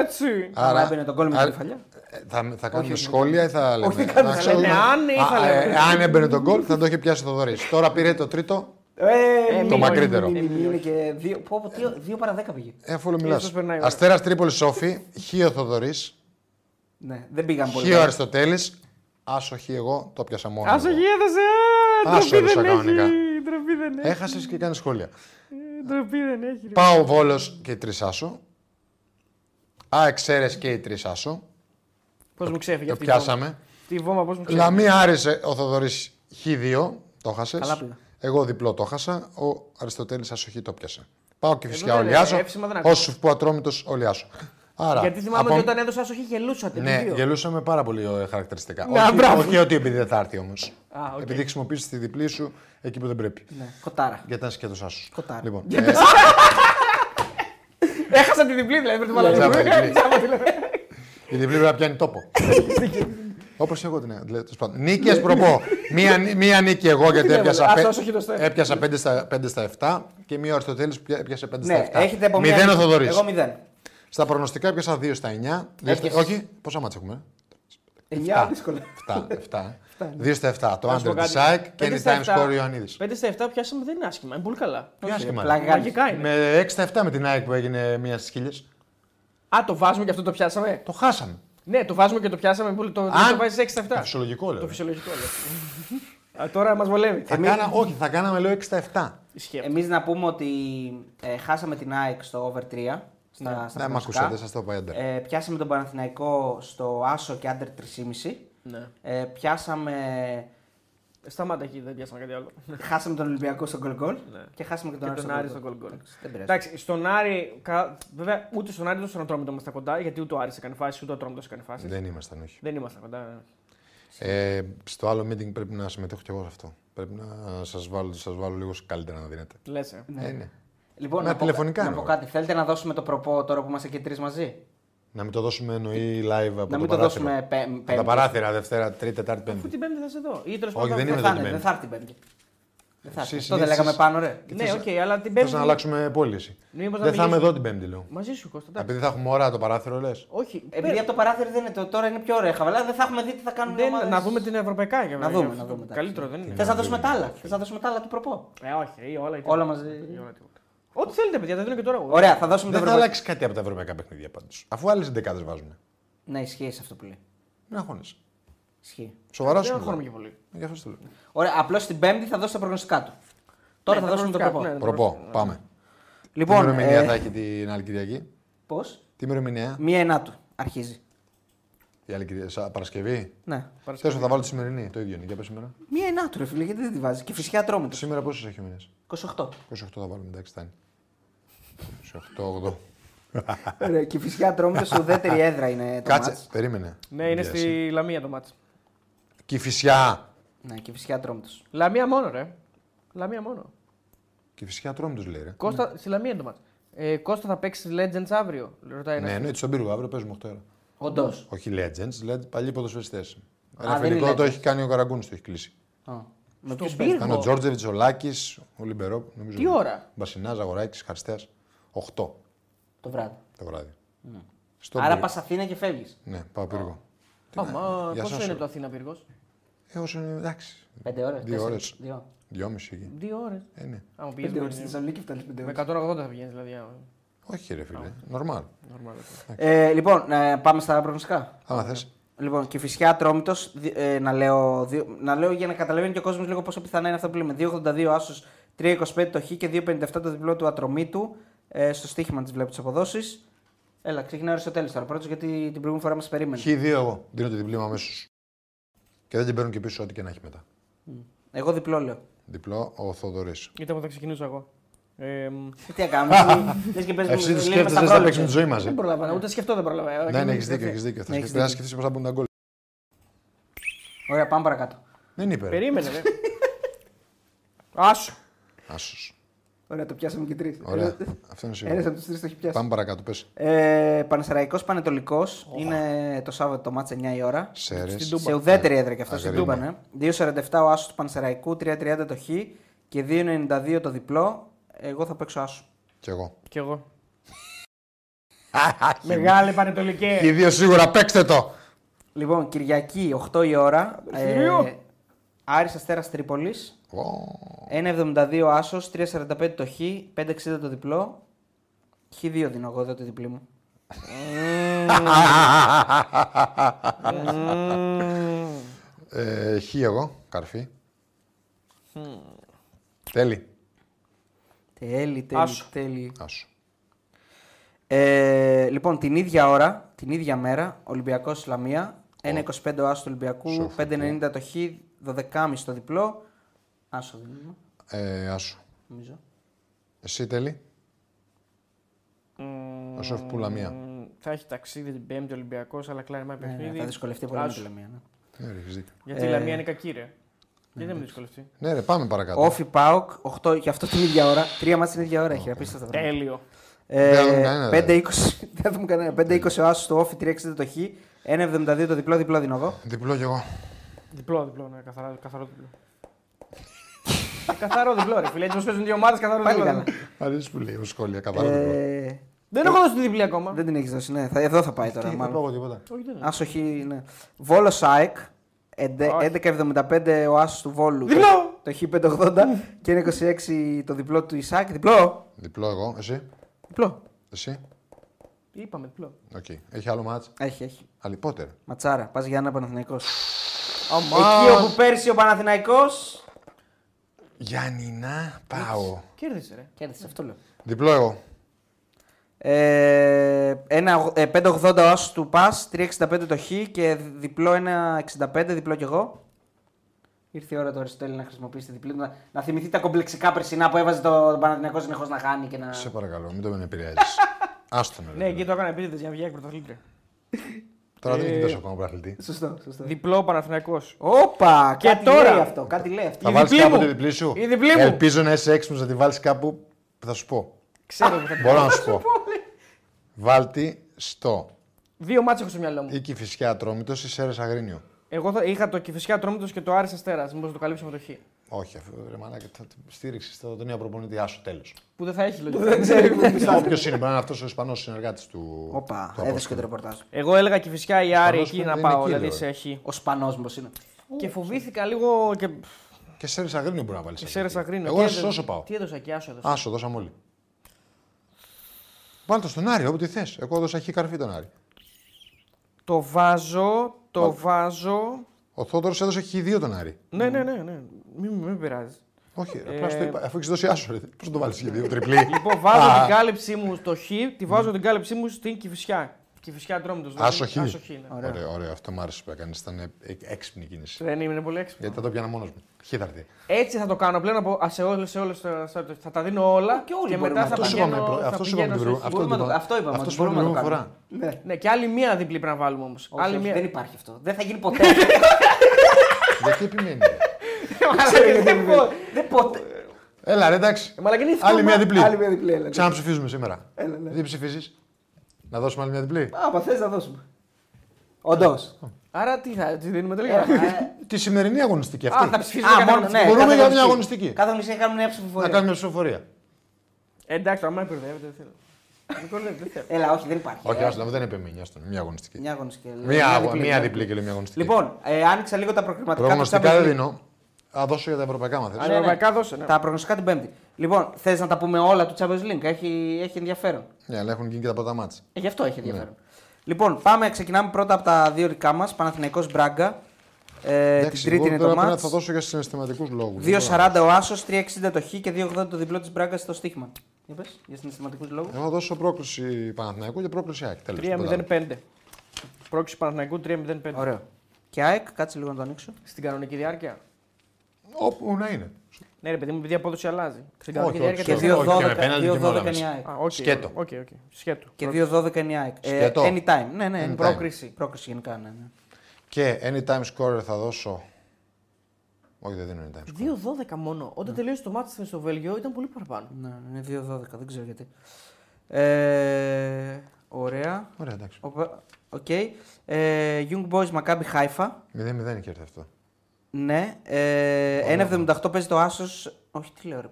C: Έτσι.
A: Άμα έμπαινε τον γκολ με την
D: άρα-
A: κεφαλιά.
D: ε, Θα, θα κάνουμε σχόλια ή θα λέμε.
A: δεν κάνουμε
D: Να
C: σχόλια.
D: ξέρουμε-
C: Ναι, αν ή θα
D: Α, ε,
C: λέμε.
D: αν έμπαινε τον γκολ θα το είχε πιάσει ο Θοδωρής. Τώρα πήρε το τρίτο,
A: Ε,
C: Το
D: μακρύτερο.
A: Είναι και δύο, πω, πω, δύο, δύο παρά δέκα πήγε.
D: εύκολο μιλά.
C: Ίσως περνάει ώρα.
D: Αστέρας Τρίπολης Σόφη, χ ο Θοδωρής,
A: Ναι, δεν πήγαν πολύ.
D: χ ο Αριστοτέλης. Άσο χ εγώ, το πιάσα μόνο.
C: Άσε γίδασε!
D: Άσε
C: Ντροπή
D: όρισα
C: δεν
D: κανονικά.
C: έχει! Ντροπή δεν έχει!
D: Έχασες και κάνεις σχόλια. Ε.
C: Ντροπή δεν έχει. ρε.
D: Πάω Βόλος και τρεις άσο. Α, εξαίρε και οι τρεις άσο.
C: Πώς μου ξέφυγε
D: Το
C: αυτή η βόμβα.
D: πιάσαμε.
C: Τη βόμβα πώς μου ξέφυγε.
D: Λαμία άρεσε ο Θοδωρής Χ2, το χάσες.
A: Καλά πήγα.
D: Εγώ διπλό το χάσα. Ο Αριστοτέλης Ασοχή το πιάσε. Πάω και φυσικά
C: δεν-
D: ολιάσω.
C: εύσημα δεν ακούω.
D: Όσου που ατρόμητος ολιάσω. Άρα.
C: Γιατί θυμάμαι
D: από-
C: ότι όταν έδωσα άσοχη γελούσατε.
D: Ναι,
C: Ναι, γελ...
D: γελούσαμε πάρα πολύ ε, χαρακτηριστικά.
C: Να,
D: όχι,
C: μπράβο.
D: όχι ότι επειδή δεν θα έρθει όμως.
C: Α, οκ.
D: Επειδή χρησιμοποιήσεις τη διπλή σου εκεί που δεν πρέπει.
A: Ναι, κοτάρα.
D: Γιατί ήταν σκέτο άσο.
A: Κοτάρα.
D: Λοιπόν, ε,
C: Έχασα τη διπλή δηλαδή. Πρέπει να
D: Ναι,
C: βάλω
D: τζάμπα,
C: διπλή.
D: διπλή. η διπλή πρέπει να πιάνει τόπο. Όπως εγώ την έλεγα. τέλος πάντων. Νίκη, ας προπώ. Μία, νί- μία νίκη εγώ γιατί
C: έβαλε,
D: έπιασα,
C: ας
D: πέ-
C: όσο χειροστεύει.
D: έπιασα 5 στα, 5 στα 7 και μία ο Αριστοτέλης που έπιασε 5
A: Ναι,
D: στα 7.
A: έχετε από μία
D: Μηδέν ο
A: νίκη.
D: Θοδωρής.
A: Εγώ μηδέν.
D: Στα προγνωστικά έπιασα 2 στα 9.
A: Έπιασες.
D: όχι, πόσα μάτια έχουμε.
A: Εννιά, δύσκολα.
D: 7. 2 στα 7. Το
C: ναι. Να σου πω
D: άντρε τη
C: κάτι.
D: ΑΕΚ και
C: Πέντε στα
D: anytime
C: εφτά-
D: score Ιωαννίδη.
C: Πέντε στα 7 πιάσαμε δεν είναι άσχημα. Είναι πολύ καλά.
D: Τι άσχημα. ρε.
A: Πλάκα.
C: Μαγικά είναι.
D: Με 6 στα 7 με την ΑΕΚ που έγινε μία στις χίλιες.
C: Α, το βάζουμε και αυτό το πιάσαμε.
D: Το χάσαμε.
C: Ναι, το βάζουμε και το πιάσαμε. πολύ- Το,
D: Αν-
C: το βάζει 6 στα 7.
D: Φυσιολογικό λέω.
C: Το φυσιολογικό. λέω. Α, τώρα μας βολεύει.
D: Θα κάνα, όχι, θα κάναμε λέω 6 στα 7.
C: Ισχύει αυτό.
A: Εμείς να πούμε ότι ε, χάσαμε την ΑΕΚ στο over 3. Στα, στα
D: Ναι, μ'
A: προγνωστικά.
D: ακούσατε, σας το είπα, έντε.
A: Ε, πιάσαμε τον Παναθηναϊκό στο Άσο και Άντερ 3,5.
C: Ναι. Ε,
A: Ε, πιάσαμε.
C: Σταμάτα εκεί, δεν πιάσαμε κάτι άλλο.
A: χάσαμε τον Ολυμπιακό στο γκολ γκολ
C: Ναι.
A: και χάσαμε και τον
C: και
A: Άρη
C: τον
A: στο
C: Άρη
A: γκολ
C: στο
A: γκολ.
C: γκολ γκολ.
A: Δεν πειράζει.
C: Εντάξει, στον Άρη, κα- βέβαια ούτε στον Άρη ούτε στον Ατρόμητο είμαστε κοντά, γιατί ούτε ο Άρης έκανε φάση, ούτε ο Ατρόμητος έκανε φάση.
D: Δεν ήμασταν, όχι.
C: Δεν είμαστε κοντά. ναι.
D: Ε, στο άλλο meeting πρέπει να συμμετέχω κι εγώ σε αυτό. Πρέπει να σας βάλω, σας βάλω λίγο καλύτερα να δίνετε.
C: Λες, ε.
D: Ε, ναι.
A: Λοιπόν,
D: Να
A: να, πω,
D: τηλεφωνικά
A: να
D: εννοώ.
A: πω κάτι. Θέλετε να δώσουμε το προπό τώρα που είμαστε και τρεις μαζί.
D: Να μην το δώσουμε εννοεί live από
A: να
D: το
A: μην το
D: παράθυρο.
A: δώσουμε πέ,
D: Από
A: πέμπτη.
D: τα παράθυρα, Δευτέρα, Τρίτη, Τετάρτη,
C: Αφού
D: Πέμπτη.
C: την Πέμπτη θα είσαι εδώ. Ή τέλος
D: Όχι,
C: πάντων,
D: δεν
A: Δεν
D: είμαι
A: θα
D: εδώ
A: είναι,
D: την
A: δεν θα έρθει η πέμπτη. Δεν θα
D: Εσύ
A: έρθει. Αυτό δεν λέγαμε
D: συνήθισες-
A: πάνω, ρε.
C: Ναι, οκ, αλλά την
D: Θες
C: πέμπτη.
D: να αλλάξουμε πώληση.
C: Μήπως να
D: Δεν θα είμαι
C: μιλήσουμε.
D: εδώ την Πέμπτη, λέω.
C: Μαζί σου, Κώστα. εντάξει.
D: Επειδή θα έχουμε ώρα το παράθυρο, λες.
C: Όχι,
A: Επειδή από το παράθυρο δεν είναι το τώρα είναι πιο ωραία χαβαλά, δεν θα έχουμε δει τι θα κάνουν οι
C: Δεν,
A: ομάδες.
C: να δούμε την ευρωπαϊκά για
A: Να
C: βέβαια.
A: δούμε, να δούμε, εντάξει.
C: Καλύτερο δεν είναι.
A: Θες να δώσουμε τα άλλα. Θες να δώσουμε τα άλλα του προπό.
C: Ε, όχι, ή όλα ή
A: Όλα
C: τίποτα.
A: μαζί.
C: Ή όλα τίποτα. Ό,τι θέλετε, παιδιά, τα δίνω και τώρα εγώ.
A: Ωραία, θα δώσουμε το
D: Δεν θα
A: ευρωπαϊκό.
D: αλλάξει κάτι από τα ευρωπαϊκά παιχνίδια πάντως. Αφού άλλες δεκάδες βάζουν.
A: Ναι, ισχύει σε αυτό που λέει.
D: Μην αγχώνεσαι.
A: Ισχύει.
D: Σοβαρά
C: Ε, Δεν
D: σου.
C: αγχώνομαι
D: μιλάω. Ε,
C: και πολύ.
D: Γι' αυτό σου λέω.
A: Ωραία, απλώς την Πέμπτη θα δώσει τα προγνωστικά του. Τώρα
C: Ναι,
A: θα
C: τα
A: δώσουμε το
C: προγνωστικά,
A: προπό.
C: ναι.
D: Προπό, πάμε. Τι
A: Λοιπόν,
D: ημερομηνία θα
A: ε,
D: έχει την άλλη Κυριακή.
A: πώς.
D: Τι ημερομηνία.
A: Μία ενάτου αρχίζει.
D: Η άλλη Κυριακή. Σαν Παρασκευή.
A: Ναι.
D: Θέλω θα βάλω τη σημερινή. Το ίδιο είναι. Για πες σήμερα.
A: Μία ενάτου, ρε φίλε, γιατί δεν τη βάζεις. Και φυσικά τρώμε
D: Σήμερα πόσες έχει ο μήνας.
A: 28.
D: 28 θα βάλουμε. Εντάξει, φτάνει. 28, 8.
A: Ωραία, και φυσικά τρώμε σε ουδέτερη έδρα είναι το
D: Κάτσε,
A: μάτς.
D: περίμενε.
C: Ναι, είναι
D: Yes.
C: στη Λαμία το μάτσο.
D: Κηφισιά.
A: Ναι, και φυσικά τρώμε τους.
C: Λαμία μόνο, ρε. Λαμία μόνο.
D: Κηφισιά τρώμε τους λέει. Ρε.
C: Κώστα, στη Λαμία Ναι, είναι το μάτσο. Ε, Κώστα θα παίξεις Legends αύριο, ρωτάει
D: Ναι,
C: ένα.
D: εννοείται στον πύργο. Αύριο παίζουμε 8 ώρα.
A: Όντως.
D: Όχι Legends, Legends παλιοί ποδοσφαιριστές.
A: Α,
D: Ένα
A: δεν
D: φιλικό
A: είναι
D: το
A: Legends.
D: έχει κάνει ο Καραγκούνης, το έχει κλείσει.
A: Α, Με ποιους
C: πέμπτο.
A: πύργο.
D: Ήταν ο Τζόρτζεβιτ, ο Λάκη, ο Λιμπερό. Νομίζω.
C: Τι ώρα?
D: Μπασινάς, Αγοράκη, Χαριστέα. 8 το
A: Το βράδυ.
D: βράδυ. Στον
A: Ναι. Άρα
D: πύργο.
A: πας Αθήνα και φεύγεις.
D: Ναι, πάω πύργο.
C: Αμά,
D: Γεια
C: πόσο
D: σας.
C: είναι το Αθήνα πύργος.
D: Ε, όσο είναι, εντάξει.
A: Πέντε ώρες.
D: Δύο
A: τέσσερις,
D: ώρες.
A: Δύο.
D: Δυόμιση εκεί.
C: Δύο ώρες.
D: Ε, ναι.
C: Άμα πηγαίνει
A: Πέντε ώρες
C: με,
A: στη Θεσσαλονίκη φτάνεις πέντε
C: με
A: ώρες.
C: 180 θα πηγαίνεις, δηλαδή. άμα-
D: Όχι, ρε φίλε. Νορμάλ.
C: normal.
A: Ε, λοιπόν, ε, πάμε στα προγνωστικά.
D: Άμα θες.
A: Λοιπόν, και φυσικά ατρόμητος, ε, να, λέω, δι- να λέω για να καταλαβαίνει και ο κόσμος λίγο πόσο πιθανά είναι αυτά που λέμε. 2,82 άσο, 3,25 το χ και 2,57 το διπλό του ατρομήτου. Ε, στο στοίχημα της βλέπω τις αποδόσεις. Έλα, ξεκινάει ο Αριστοτέλης τώρα πρώτος γιατί την προηγούμενη φορά μας περίμενε.
D: Χ2 εγώ. Δίνω το διπλή μου αμέσως. Και δεν την παίρνουν και πίσω ό,τι και να έχει μετά.
A: Εγώ διπλό λέω.
D: Διπλό ο Θοδωρής.
C: Ήταν που θα ξεκινούσα εγώ. Ε, μ,
A: Τι να κάνουμε. Λες και παίζουμε
D: Εσύ
A: με
D: το
A: το
D: σκέφτεσαι, δεν θα παίξουμε τη ζωή μας.
C: δεν προλάβανα, ούτε σκεφτό δεν Ε, προλάβανα.
D: Ναι, ναι, έχεις δίκιο. Έχεις δίκιο. Θα
A: Ναι, έχεις
D: σκεφτεί- θα σκεφτεί πώς θα μπουν τα γκολ.
A: Ωραία, πάμε παρακάτω.
D: Δεν είπε. ρε.
C: Περίμενε, ρε. Άσο.
D: Άσος.
A: Ωραία, το πιάσαμε και τρεις.
D: Ωραία. Αυτό είναι
A: Ένα
D: σίγουρο.
A: από τους τρεις το έχει πιάσει.
D: Πάμε παρακάτω. Πες.
A: Ε, Πανεσαιραϊκός Πανετολικός είναι το Σάββατο το μάτς 9 η ώρα.
D: Σέρες.
C: Στην Τούμπα.
A: Σε ουδέτερη έδρα και αυτό στην
D: Αγρίμα.
A: Τούμπα, ναι. 2,47 ο Άσος του Πανσεραϊκού, 3,30 το Χ και 2,92 το διπλό. Εγώ θα παίξω Άσο.
D: Κι εγώ.
C: Κι εγώ. Μεγάλη πανετολική.
D: Οι δύο σίγουρα παίξτε το.
A: Λοιπόν, Κυριακή, 8 η ώρα. ε,
C: Θηρίο.
A: Άρης Αστέρας Τρίπολης,
D: Ω,
A: 1,72 ο Άσος, 3,45 το Χ, 5,60 το διπλό. Χ2 δίνω εγώ εδώ τη διπλή μου.
D: ε, Χ εγώ. Καρφί. Τέλει.
A: Τέλει, τέλει,
C: Άσο.
A: τέλει.
D: Άσου.
A: Ε, λοιπόν, την ίδια ώρα, την ίδια μέρα, Ολυμπιακός Ισλαμία. 1,25 ο Άσος του Ολυμπιακού,
D: Σοφικό.
A: 5,90 το Χ, 12,5 το διπλό. Άσο δίνουμε,
D: Ε, άσου.
A: νομίζω.
D: Εσύ τέλει. Ο Σοφ πουλα μία.
C: Μ, Θα έχει ταξίδι την Πέμπτη Ολυμπιακός, αλλά κλάριμα
A: Ναι, ναι,
C: παιχνίδι.
A: θα δυσκολευτεί πολύ με τη
C: Άσο.
A: Λαμία. Ναι.
D: Ναι, ρε, έχεις δίκιο.
C: Γιατί η Λαμία είναι κακή, ρε. Γιατί δεν με δυσκολευτεί.
D: Ναι, ρε, πάμε παρακάτω.
A: Όφι Πάοκ, 8 και αυτό την ίδια ώρα. Τρία μάτια την ίδια ώρα έχει,
C: Ε,
A: απίστευτα πράγματα.
C: Τέλειο.
D: Δεν θα δούμε κανένα,
A: Ε,
D: δε.
A: 5-20, δεν θα δούμε κανένα. 5-20 ο Άσος του Όφι, 3,60 το Χ, 1,72 το διπλό, διπλό δίνω εγώ.
D: Διπλό κι εγώ.
C: Διπλό, διπλό, ναι, καθαρά, καθαρό διπλό. Ε, καθαρό διπλό, ρε φίλε. Έτσι όπως παίζουν δύο ομάδες, καθαρό
A: Πάλι
C: διπλό.
A: καλά.
D: Αρέσει που λέει ο σχόλια. Καθαρά διπλό.
A: Ε,
C: Δεν έχω δώσει τη διπλή ακόμα.
A: δεν την έχεις δώσει, ναι. Θα, εδώ θα πάει τώρα,
D: Ε, Τι, Δεν
A: μάλλον.
D: πω εγώ τίποτα.
C: Όχι, δεν έχω.
A: Άσοχη είναι. Βόλο ΑΕΚ. εντε-
C: Όχι.
A: 11,75 ο άσος του Βόλου.
C: Διπλό!
A: Το Χ580 και είναι 26 το διπλό του Ισάκ. Διπλό!
D: Διπλό εγώ. Εσύ.
A: Διπλό.
D: Εσύ.
C: Είπαμε διπλό.
D: Οκ. Έχει άλλο μάτς.
A: Έχει, έχει.
D: Άλλη πότε, ρε.
A: Ματσάρα. Πας για ένα Παναθηναϊκός.
C: Αμάν.
A: Εκεί όπου πέρσι ο Παναθηναϊκός...
D: Γιάννηνα, πάω.
C: Κέρδισε, ρε.
A: Κέρδισε, αυτό λέω.
D: Διπλό εγώ.
A: Ε, ένα, ε, 5,80 ο άσος του Πας, 3,65 το Χ και διπλό 1,65, διπλό κι εγώ. Ήρθε η ώρα του Αριστοτέλη να χρησιμοποιήσει τη διπλή του. Να, να θυμηθεί τα κομπλεξικά περσινά που έβαζε το Παναθηναϊκό συνεχώς να χάνει και να.
D: Σε παρακαλώ, μην το με επηρεάζει. Άστο με. ρε.
C: Ναι, εκεί το έκανα επίτηδες για να βγει πρωταθλήτρια.
D: Τώρα
C: ε,
D: δεν κοιτάς ακόμα πραθλητή.
A: Σωστό, σωστό.
C: Διπλό Παναθυνακό.
A: Όπα!
C: Και
A: κάτι
C: τώρα.
A: λέει αυτό, κάτι λέει αυτό.
D: Θα
C: η διπλή
D: βάλει κάπου
C: μου.
D: τη διπλή σου.
C: Η διπλή μου.
D: Ελπίζω να είσαι έξυπνος να τη βάλεις κάπου που θα σου πω.
C: Ξέρω που θα πει.
D: Μπορώ να σου πω. Βάλτη στο
C: Δύο μάτσε έχω στο μυαλό μου.
D: ή κυφισιά ατρόμητος ή σέρες αγρίνιο.
C: Εγώ θα, είχα το Κυφυσιά Τρόμητο και το Άρης Αστέρας. Μήπως το καλύψουμε το Χ.
D: Όχι, αφού ρε μαλάκα, θα τη στήριξε τον νέο προπονητή Άσο τέλος.
C: Που δεν θα έχει λογική. Δεν ξέρει.
D: Όποιος είναι, μπορεί να είναι αυτός ο Ισπανός συνεργάτης του.
A: Όπα,
D: του
A: έδωσε και
D: Απόστολου.
A: το ρεπορτάζ.
C: Εγώ έλεγα και φυσικά η Άρη
D: Προφανώς
C: εκεί να
D: είναι
C: πάω,
D: εκεί,
C: δηλαδή
D: λέω.
C: σε έχει.
A: Ο Σπανός μήπως είναι.
C: Και φοβήθηκα λίγο και
D: Και Σέρις Αγρίνιο μπορεί να βάλεις.
C: ξέρω Αγρίνο.
D: Εγώ
C: Τι
D: να
C: έδωσα-
D: σα όσο πάω.
C: Τι έδωσα και άσο έδωσα.
D: Άσο, δώσαμε όλοι. Βάλτε το στον Άρη, όποτε θες. Εγώ έδωσα χι καρφί τον Άρη.
C: Το βάζω, το
D: Πάμε.
C: βάζω.
D: Ο Θόδωρος έδωσε χι δύο τον Άρη.
C: Ναι, ναι, ναι, ναι. Μην με πειράζει.
D: Όχι, απλά στο
C: Ε,
D: είπα, αφού έχεις δώσει άσο, ρε, πώς το βάλεις για δύο τριπλή.
C: Λοιπόν, βάζω
D: Α,
C: την κάλυψή μου στο χ, τη βάζω την κάλυψή μου στην κυφισιά. Κυφισιά ντρόμητο.
D: Άσο χ.
C: ναι.
A: Ωραία.
D: Ωραίο, ωραίο, αυτό μου άρεσε που έκανες. Ήταν ε, ε, έξυπνη κίνηση.
C: Δεν είναι πολύ έξυπνο.
D: Γιατί θα το πιάνα μόνος μου. Χι θα έρθει.
C: Έτσι θα το κάνω πλέον από α, σε όλες σε όλες, τα- στα- θα τα δίνω όλα
A: Και όλοι μπορούμε
C: μετά
A: να
C: θα
A: το
D: Αυτό
C: πηγαίνω,
D: είπαμε προ-
C: θα
D: αυτός είπαμε
C: πηγαίνω
D: την
C: στο χ.
D: προηγούμενη
A: αυτό μπορούμε να το- αυτό είπαμε, ότι
D: Αυτό
A: μπορούμε
D: είπαμε
A: να
D: την
A: το
D: προηγούμενη
A: κάνουμε.
D: φορά.
A: Ναι.
C: Ναι, και άλλη μία διπλή πρέπει να βάλουμε όμως.
A: Όχι,
C: Άλλη
A: όχι,
C: μία.
A: Δεν υπάρχει αυτό. Δεν θα γίνει ποτέ.
D: Γιατί επιμένει.
C: Μαλάκα, δεν πω.
A: δεν ποτέ.
D: Έλα, ρε, εντάξει.
C: Ε, Μαλάκα είναι
D: Άλλη
C: θαύμα.
D: μια διπλή.
A: Άλλη μια διπλή, έλα.
D: Ξαναψηφίζουμε σήμερα.
A: Έλα, ναι.
D: Δεν ψηφίζεις. Να δώσουμε άλλη μια διπλή.
A: Άμα θες να δώσουμε. Όντως.
C: Άρα τι θα τη δίνουμε τελικά.
A: Ε,
D: Τη σημερινή αγωνιστική
C: Α, θα
D: αυτή.
C: ψηφίσουμε κανένα
A: μόνο, ναι,
C: ψηφί.
D: Μπορούμε
A: κάθε
D: για
A: αγωνιστική.
D: μια αγωνιστική.
A: Κάθε αγωνιστική να κάνουμε μια
D: Να
A: ψηφοφορία.
D: κάνουμε μια ψηφοφορία.
C: Ε, Εντάξει, τώρα με κορδεύετε, δεν θέλω. Με κορδεύετε, δεν θέλω.
A: Έλα, όχι, δεν υπάρχει.
D: Όχι,
A: Ε,
D: άστο, δεν επέμενε. Μια αγωνιστική.
A: Μια αγωνιστική.
D: Μια, αγω- μια
A: ναι.
D: διπλή και λέω μια αγωνιστική.
A: Λοιπόν, ε, άνοιξα λίγο τα προγραμματικά.
D: προγνωστικά
A: της Champions
D: δεν
A: League.
D: δίνω. Θα δώσω για τα ευρωπαϊκά μα
C: Α,
D: θες.
A: ναι.
C: Ευρωπαϊκά δώσε. ναι.
A: Τα προγνωστικά την Πέμπτη. Λοιπόν, θες να τα πούμε όλα του Champions League. Έχει, έχει ενδιαφέρον.
D: Ναι, αλλά έχουν γίνει και τα πρώτα μάτσα.
A: Ε, γι' αυτό έχει ενδιαφέρον.
D: Ναι.
A: Λοιπόν, πάμε, ξεκινάμε πρώτα από τα δύο δικά μας. Παναθηναϊκός Μπράγκα. Ε, την Τρίτη είναι το μάτς.
D: Θα δώσω για συναισθηματικού λόγου.
A: 2,40 ο Άσος, 3,60 το Χ και 2,80 το διπλό της Μπράγκας στο στοίχημα. Για πες, για συναισθηματικούς λόγους.
D: Εγώ θα δώσω πρόκληση Παναθηναϊκού και πρόκληση ΑΕΚ. Τέλος, τίποτα άλλο.
C: 3-0-5. Πρόκληση Παναθηναϊκού 3-0-5.
A: Ωραίο. Και ΑΕΚ, κάτσε λίγο να το ανοίξω.
C: Στην κανονική διάρκεια.
D: Όπου να είναι.
C: Ναι, ρε παιδί μου, επειδή η απόδοση αλλάζει. Στην
D: Όχι,
C: κανονική
D: όχι,
C: διάρκεια.
A: Και
C: το-
D: όχι, όχι,
A: 2,12
D: και με πέναλτι και με όλα
A: 2,12 είναι η
D: μέσα.
A: ΑΕΚ.
C: Α, οκ,
D: Σκέτο.
C: οκ, οκ. Σκέτο.
A: Και 2,12 είναι η ΑΕΚ. Ε,
D: Σκέτο.
A: anytime. Ναι, ναι, είναι
D: Anytime.
A: πρόκριση. Πρόκριση γενικά, ναι. ναι.
D: Και anytime scorer θα dώσω. Όχι, δεν δίνω anytime scorer.
C: 2-12 μόνο. Όταν τελείωσε το μάτι στο Βέλγιο ήταν πολύ παραπάνω.
A: Ναι, είναι 2-12, δεν ξέρω γιατί. Ε, ωραία.
D: Ωραία, εντάξει.
A: Ο- Οκ. Ε, Young Boys Maccabi Haifa.
D: 0-0 είχε έρθει αυτό.
A: Ναι. Ε, 1,78 παίζει το Άσος. Όχι, τι λέω, ρε.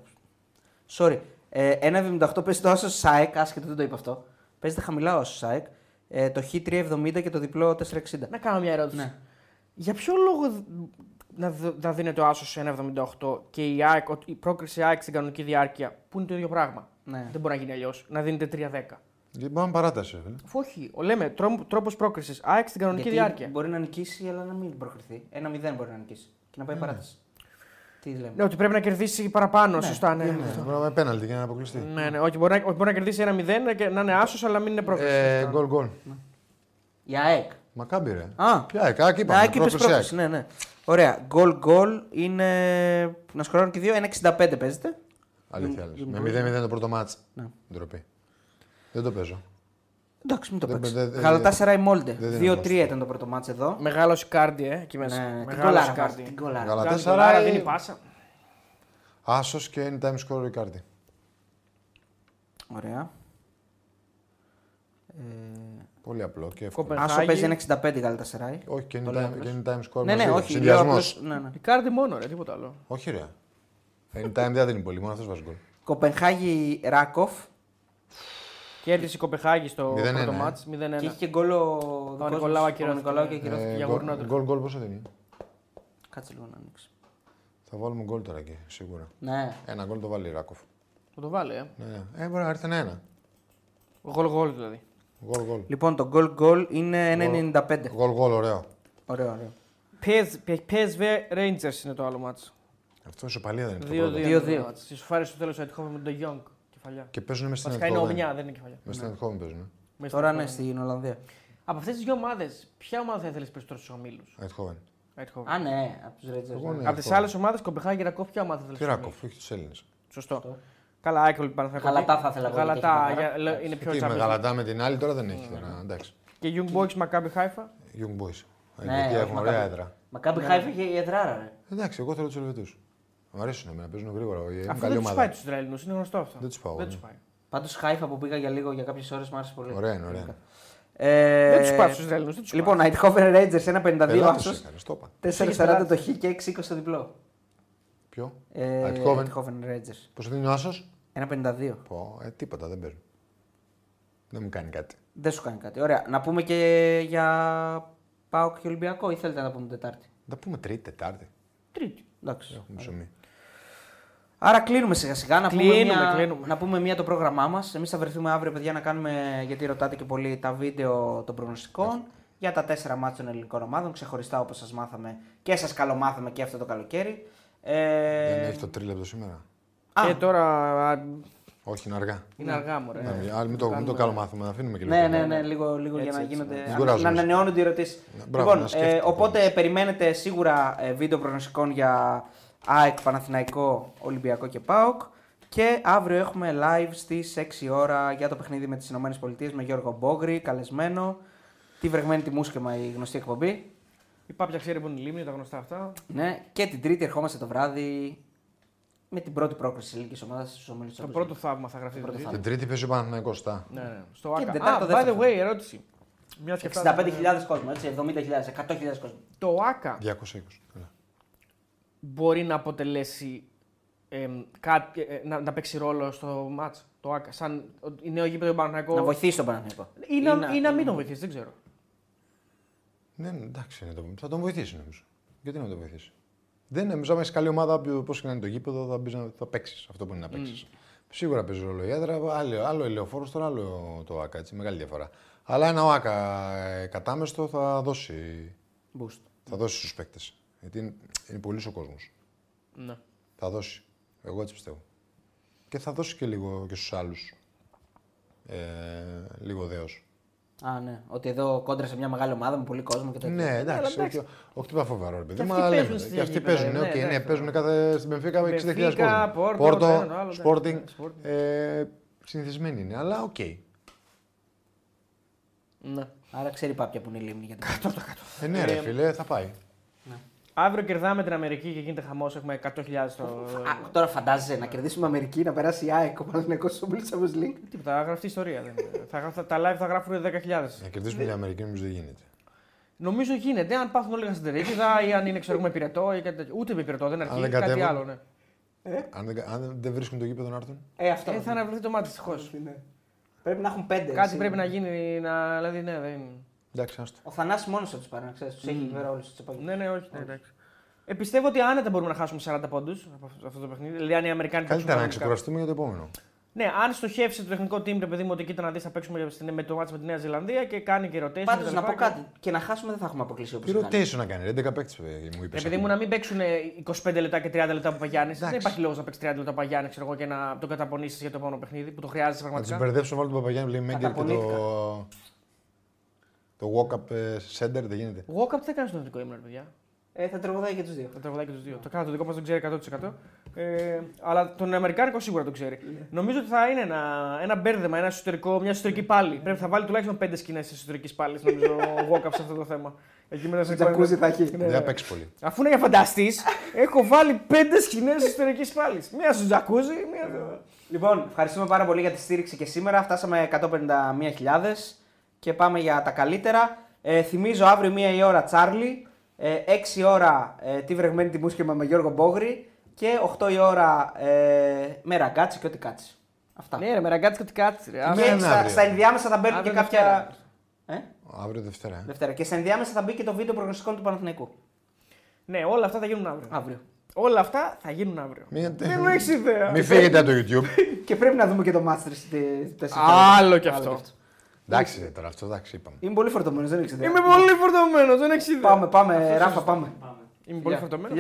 A: Sorry. Ε, 1,78 παίζει το Άσος ΣΑΕΚ. Άσχετο, δεν το είπα αυτό. Παίζεται χαμηλά ο Άσος ΣΑΕΚ. Ε, το Χ370 και το διπλό 460.
C: Να κάνω μια ερώτηση.
A: Ναι.
C: Για ποιο λόγο δ- να, δ- να δίνεται ο Άσο σε 1,78 και η, ΑΕΚ, η πρόκριση ΑΕΚ στην κανονική διάρκεια, που είναι το ίδιο πράγμα.
A: Ναι.
C: Δεν μπορεί να γίνει αλλιώς. Να δίνεται 3,10.
D: Λοιπόν, παράταση. ρε φίλε.
C: Αφού όχι, ο- λέμε τρόπος πρόκρισης ΑΕΚ στην κανονική
A: Γιατί
C: διάρκεια.
A: Μπορεί να νικήσει, αλλά να μην προκριθεί. 1-0 μπορεί να νικήσει. Και να
D: Ναι.
A: πάει παράταση. Τι λέμε.
C: Ναι, ότι πρέπει να κερδίσει παραπάνω, σωστά. Ναι,
D: Ναι, Πρέπει να πάει πέναλτι για να
A: Ε,
D: αποκλειστεί.
C: ναι, ναι, όχι, μπορεί, να, όχι, μπορεί να κερδίσει 1-0 και να είναι άσος, αλλά να μην είναι πρόκριση.
D: Ε, Γκολ γκολ.
A: Η ΑΕΚ.
D: Μακάμπι ρε.
A: Α.
D: Ποια ΑΕΚ, ΑΕΚ
A: Ναι,
D: είπαμε.
A: ΑΕΚ είπες
D: πρόκληση ΑΕΚ.
A: πρόκριση, Ναι, ναι. Ωραία. Γκολ γκολ είναι. Να σκοράρουν και δύο. 1,65 παίζεται.
D: Αλήθεια λες. Με 0-0 το πρώτο μάτς.
A: Ναι.
D: Ντροπή. Δεν το παίζω.
A: Εντάξει, μην το
D: Δεν-
A: παίξεις.
D: δεν- δεν-
A: Γαλατάσαρα η Μόλντε.
D: δεν- δεν
A: 2-3
D: είμαστε.
A: ήταν το πρώτο μάτς εδώ.
C: Μεγάλος Σικάρντι, ε, εκεί μέσα.
A: Ναι, την
C: Μεγάλος
A: κολάρα. βάζει,
C: Σικάρντι.
A: Την κολάρα.
D: Γαλατά-
C: Κάνει
D: Τέσσερα,
C: κολάρα,
D: ε.
C: δίνει πάσα.
D: Άσος και anytime scorer Riccardi.
A: Ωραία. Ε,
D: Πολύ απλό και εύκολο.
C: Κοπεν-
A: Άσο
C: Πεχάγει.
A: παίζει ένα 65 η Γαλατασαράι.
D: Όχι και
A: λέω
D: anytime,
A: απλώς.
D: και anytime scorer.
A: ε. Ναι, ναι,
D: μαζί.
A: όχι. λέω
D: Συνδυασμός.
A: απλώς, Ναι, ναι.
C: Σικάρντι μόνο, ρε, τίποτα άλλο.
D: Όχι ρε. Anytime δεν δίνει πολύ, μόνο αυτός βάζει γκολ.
A: Κοπενχάγη Ράκοφ
C: Κέρδισε η Κοπεχάγη στο
D: 0-1,
C: πρώτο
D: ε.
C: μάτς, 0-1.
A: και είχε και γκολ ναι. ο δικός μας,
C: Νικολάου
A: ο
C: ακυρώθηκε.
A: Νικολάου και
C: Ε,
A: ακυρώθηκε.
D: Ε,
C: για
D: γκολ-
C: γουρνότα.
D: Γκολ γκολ πόσο δίνει.
A: Κάτσε λίγο να ανοίξει.
D: Θα βάλουμε γκολ τώρα εκεί, σίγουρα.
A: Ναι.
D: Ένα γκολ το βάλει η Ράκοφ.
C: Θα το βάλει, ε.
D: Ναι, ναι. Ε, μπορεί να έρθει ένα ένα.
C: Γολ γολ δηλαδή.
D: Γκολ γκολ.
A: Λοιπόν, το γκολ γκολ είναι 1,95.
D: Γκολ γκολ, ωραίο.
A: Ωραίο, ωραίο.
C: PSV Rangers είναι το άλλο μάτς.
D: Αυτό ισοπαλία δεν είναι Ε,
C: 2-2.
D: το πρώτο.
C: είναι το
A: 2-2.
C: μάτς. Συσφάρισε στο τέλος ο Αιτχόβεν με τον Young. Κεφαλιά.
D: Και παίζουν με στην
C: Βασικά είναι
D: Ετχόβεν.
C: ομιά, Ναι. δεν είναι κεφαλιά.
D: Με στην Ετχόβεν παίζουν. ε.
C: Μέσα
A: Τώρα
C: στο
A: ναι,
C: Etchhoven.
A: στην Ολλανδία.
C: Από αυτές τις δύο ομάδες, ποια ομάδα θα ήθελες περισσότερο στους ομίλους.
D: Ετχόβεν.
A: Α, ναι, από τους Ρέτζερ.
D: Εγώ ναι.
C: Από τις
D: Etchhoven.
C: άλλες ομάδες, Κοπεχάγη και Ρακόφ, ποια ομάδα θα ήθελες
D: Τι
C: στους ομίλους.
D: Ράκοφ, όχι τους Έλληνες.
C: Σωστό. Καλά, Άκρο λοιπόν. Θα
A: Γαλατά θα ήθελα εγώ, ναι. γιατί
C: Γαλατά
A: έχει
C: για- λέω, είναι πιο
D: Ε, Τι με
C: Champions League. Ναι,
D: γαλατά με την άλλη τώρα δεν έχει. τώρα, Εντάξει.
C: Και Young Boys Maccabi Haifa.
D: Young Boys.
A: Ναι,
D: Ναι,
A: όχι,
D: έχουν ωραία
A: Μακάμπι.
D: έδρα.
A: Μακάμπι Χάιφ είχε η εδράρα, ρε.
D: Εντάξει, εγώ θέλω τους Ελβετούς. Μ' αρέσουν εμένα, παίζουν γρήγορα. Ε, Είναι
C: Αυτό
D: καλή
C: δεν τους πάει
D: ομάδα.
C: τους Ισραηλινούς, είναι γνωστό αυτό.
D: Δεν τους πάω,
C: Δεν
D: ναι.
C: τους πάει.
A: Πάντως Χάιφα που πήγα για λίγο για κάποιες ώρες μου άρεσε πολύ.
D: Ωραία είναι, ωραία. είναι.
A: Ε,
C: Δεν τους πάει στους Ισραηλινούς, δεν τους πάει.
A: Λοιπόν,
C: Δηλαδή,
A: Αιτχόφεν Ρέτζερ 1,52
D: Πελάτες
A: άσο.
D: έκανε, το είπα.
A: 4,40 το χ και 6,20 το διπλό.
D: Ποιο?
A: Ε,
D: Eindhoven.
A: Eindhoven Rangers.
D: Πόσο δίνει ο Άσος.
A: 1,52.
D: Πω, ε, τίποτα δεν παίζουν. Δεν μου κάνει κάτι.
A: Δεν σου κάνει κάτι. Ωραία. Να πούμε και για Πάοκ και Ολυμπιακό ή θέλετε να τα πούμε Τετάρτη.
D: Να τα πούμε Τρίτη, Τετάρτη.
A: Τρίτη. Εντάξει.
D: Έχουμε ψωμί.
A: Άρα κλείνουμε σιγά σιγά. Να, πούμε
C: Κλείνουμε,
A: μια,
C: κλείνουμε.
A: να πούμε μία το πρόγραμμά μας. Εμείς θα βρεθούμε αύριο, παιδιά, να κάνουμε. Γιατί ρωτάτε και πολύ τα βίντεο των
D: Ναι.
A: προγνωστικών για τα τέσσερα μάτια των ελληνικών ομάδων. Ξεχωριστά όπως σας μάθαμε και σας καλομάθαμε και αυτό το καλοκαίρι. Ε,
D: Δεν έχει το τρίλεπτο σήμερα.
A: α,
C: Και Ε, τώρα α,
D: Όχι, είναι αργά.
C: είναι αργά μου,
D: Να μην- Α, μην το, μην το καλομάθουμε, να αφήνουμε και λίγο.
A: Ε, Ναι,
D: χρόνο.
A: ναι, ναι, λίγο, λίγο για να γίνονται.
D: Μην
A: να-
D: κουράζουμε.
A: να ανανεώνονται οι ερωτήσεις.
D: Ναι, μπράβο,
A: Λοιπόν,
D: να
A: ε,
D: σκέφτεται
A: οπότε περιμένετε σίγουρα ε, βίντεο προγνωστικών για ΑΕΚ, Παναθηναϊκό, Ολυμπιακό και ΠΑΟΚ. Και αύριο έχουμε live στις 6 ώρα για το παιχνίδι με τις ΗΠΑ με Γιώργο Μπόγκρη, καλεσμένο. Τη βρεγμένη τη μουσκεμα η γνωστή εκπομπή.
C: Η πάπια ξέρει που είναι η λίμνη, τα γνωστά αυτά.
A: Ναι. Και την Τρίτη ερχόμαστε το βράδυ με την πρώτη πρόκληση της ελληνικής ομάδας στους ομίλους
C: Το πρώτο θαύμα θα γραφτεί.
A: Το πρώτο
C: το
A: θαύμα.
D: Την Τρίτη παίζει ο Παναθηναϊκός, στα.
C: Ναι, ναι. Στο
A: Και την
C: Άκα.
A: Τετάρτη
C: Α,
A: το
C: by
A: δεύτερο
C: the way, ερώτηση. Μια και φτάσαμε-
A: 65.000 κόσμο, έτσι, 70.000, 100.000 κόσμο.
C: Το Άκα
D: 220. Καλά.
C: μπορεί να αποτελέσει εμ, κάτι, ε, να, να παίξει ρόλο στο μάτς. Το Άκα. Σαν ο- η νέο γήπεδο του Παναθηναϊκού.
A: Να βοηθήσει τον Παναθηναϊκό.
C: Ή να, ή να μην τον βοηθήσει, δεν ξέρω.
D: Ναι, ναι, εντάξει, είναι το... θα τον βοηθήσει νομίζω. Γιατί να τον βοηθήσει. Δεν νομίζω, άμα έχει καλή ομάδα, πώ και να είναι το γήπεδο, θα, μπεις, να- θα παίξεις αυτό που είναι να παίξεις. Σίγουρα παίζει ρόλο η έδρα, άλλο, άλλο η λεωφόρο, τώρα άλλο το ΑΚΑ. Έτσι, μεγάλη διαφορά. Αλλά ένα ΟΑΚΑ ε, κατάμεστο θα δώσει,
A: Boost.
D: θα δώσει στους παίκτες. Γιατί είναι, είναι πολύς ο κόσμος.
C: Ναι.
D: Θα δώσει. Εγώ έτσι πιστεύω. Και θα δώσει και λίγο και στους άλλους. Ε, λίγο δέος.
A: Α, ναι. Ότι εδώ κόντρα σε μια μεγάλη ομάδα με πολύ κόσμο και τέτοια.
D: Ναι, εντάξει.
C: εντάξει.
D: Όχι, όχι τίποτα φοβερό, ρε παιδί
C: Και
D: μου.
C: αυτοί
D: αλλά λέμε,
C: παίζουν στη
D: Και αυτοί
C: Γαλλική,
D: παίζουν, ναι,
C: βέβαια,
D: οκ,
C: ναι,
D: ναι,
C: εντάξει.
D: παίζουν κάθε, στην Πενφύκα με 60.000
C: Μπενφίκα,
D: κόσμο.
C: Πόρτο, το ένα, το άλλο, εντάξει,
D: Sporting.
C: ναι, Sporting.
D: ε, συνηθισμένοι είναι, αλλά οκ. Ε,
C: ναι.
A: Άρα ξέρει η πάπια που είναι η λίμνη για την Κάτω, κάτω.
D: Ε, ναι, ρε φίλε, θα πάει.
C: Αύριο κερδάμε την Αμερική και γίνεται χαμός. Έχουμε 100.000 στο. Ε,
A: Α, τώρα φαντάζεσαι να κερδίσουμε Αμερική, να περάσει η ΑΕΚ, ο Παναθηναϊκός στο Bullet Champions League.
C: Τίποτα, θα γραφτεί ιστορία. δεν είναι. θα, γράφ- τα live θα γράφουν 10.000.
D: Να
C: ε,
D: κερδίσουμε την Αμερική, νομίζω δεν γίνεται.
C: Νομίζω γίνεται, αν πάθουν όλοι καστερίτιδα ή αν είναι ξέρω, εγώ, με πυρετό ή κάτι τέτοιο. Ούτε με πυρετό, δεν
D: Αν
C: αρκεί.
D: δεν
C: κάτι
D: κατέβουν.
C: άλλο, ναι.
D: Αν δεν, αν δεν βρίσκουν το γήπεδο να έρθουν.
A: Ε, αυτό.
C: Ε, θα αναβληθεί το μάτι, δυστυχώς.
A: Ναι. Πρέπει να έχουν πέντε.
C: Κάτι
A: έτσι.
C: πρέπει να γίνει, να... δηλαδή ναι, δεν...
D: Εντάξει, άστο.
A: Ο Θανάσης μόνος θα τους πάρει, να ξέρεις. Τους έχει βέβαια όλους τους επαγγελματίες.
C: Ναι, ναι, όχι, ναι, εντάξει. Ε, πιστεύω ότι άνετα μπορούμε να χάσουμε 40 πόντους από αυτό- αυτό το παιχνίδι. Δηλαδή, αν οι Αμερικάνοι
D: Καλύτερα να
C: παίξουν κανονικά.
D: ξεκουραστούμε για το επόμενο.
C: Ναι, αν στοχεύσει το τεχνικό team, ρε παιδί μου, ότι κοίτα να δεις, θα παίξουμε στην- με το μάτι με τη Νέα Ζηλανδία και κάνει και rotation.
A: Πάντως
C: κτλ.
A: να πω κάτι. Και να χάσουμε δεν θα έχουμε αποκλείσει όπως
D: Τι
A: είχαμε.
D: rotation να κάνει, ρε, 11 παίκτες, ε, μου είπες.
C: Ρε παιδί μου, να μην παίξουν 25 λεπτά και 30 λεπτά από Παγιάννη. Δεν
D: Εντάξει.
C: υπάρχει λόγος να παίξεις 30 λεπτά από Παγιάννη ξέρω εγώ, και να τον καταπονήσεις για το επόμενο παιχνίδι που το χρειάζεσαι
D: Να του
C: πραγματικά.
D: μπερδέψω, βάλω τον Παπαγιάννη, λέει Μέντερ και
A: Καταπονήθηκα.
D: το. Το walk-up ε, center δεν γίνεται.
C: Walk-up δεν κάνει στον εθνικό ήμουν, ρε παιδιά.
A: Ε, θα τραγουδάει και τους δύο.
C: Τα τραγουδάκια τους δύο. Το κάνω, το δικό μας τον ξέρει 100%. Ε, αλλά τον Αμερικάνικο σίγουρα τον ξέρει. Νομίζω ότι θα είναι ένα, ένα μπέρδεμα, ένα εσωτερικό, μια εσωτερική πάλι. Πρέπει να βάλει τουλάχιστον πέντε σκηνές εσωτερική πάλι, νομίζω, ο walk-up σε αυτό το θέμα. Εκεί μετά σε Ναι,
A: Τζακούζι θα έχει.
D: Δεν θα παίξει πολύ.
C: Αφού είναι για φανταστής, έχω βάλει πέντε σκηνές εσωτερική πάλι. Μία στο τζακούζι, μία. στο-
A: Λοιπόν, ευχαριστούμε πάρα πολύ για τη στήριξη και σήμερα. Φτάσαμε 151.000 και πάμε για τα καλύτερα. Ε, θυμίζω αύριο μία η ώρα Τσάρλι, ε, 6 η ώρα ε, τη βρεγμένη τη μουσκεμα με Γιώργο Μπόγρη και 8 η ώρα ε, με ραγκάτσι και ό,τι κάτσει. Αυτά.
C: Ναι, ρε, με ραγκάτσι και τι κάτσε. ρε.
D: Ναι,
A: και
D: είναι
A: στα,
D: αύριο.
A: στα ενδιάμεσα θα μπαίνουν και
C: Αύριο
A: κάποια. Ε,
D: Αύριο Δευτέρα. ε.
A: Δευτέρα. Και στα ενδιάμεσα θα μπει και το βίντεο προγνωστικών του Παναθηναϊκού.
C: Ναι, όλα αυτά θα γίνουν αύριο.
A: Αύριο.
C: Όλα αυτά θα γίνουν αύριο.
D: Μην-
C: Δεν μου έχεις ιδέα.
D: Μη φύγετε από το YouTube.
A: και πρέπει να δούμε και το Μάστερ στη 4.
C: Άλλο κι αυτό.
D: εντάξει, ρε, τώρα αυτό εντάξει, είπαμε.
A: Είμαι πολύ φορτωμένος, δεν έχεις ιδέα.
C: Είμαι πολύ φορτωμένος, δεν έχεις ιδέα.
A: Πάμε, πάμε, Ράφα, πάμε.
C: Είμαι πολύ
A: Γεια.
C: φορτωμένος.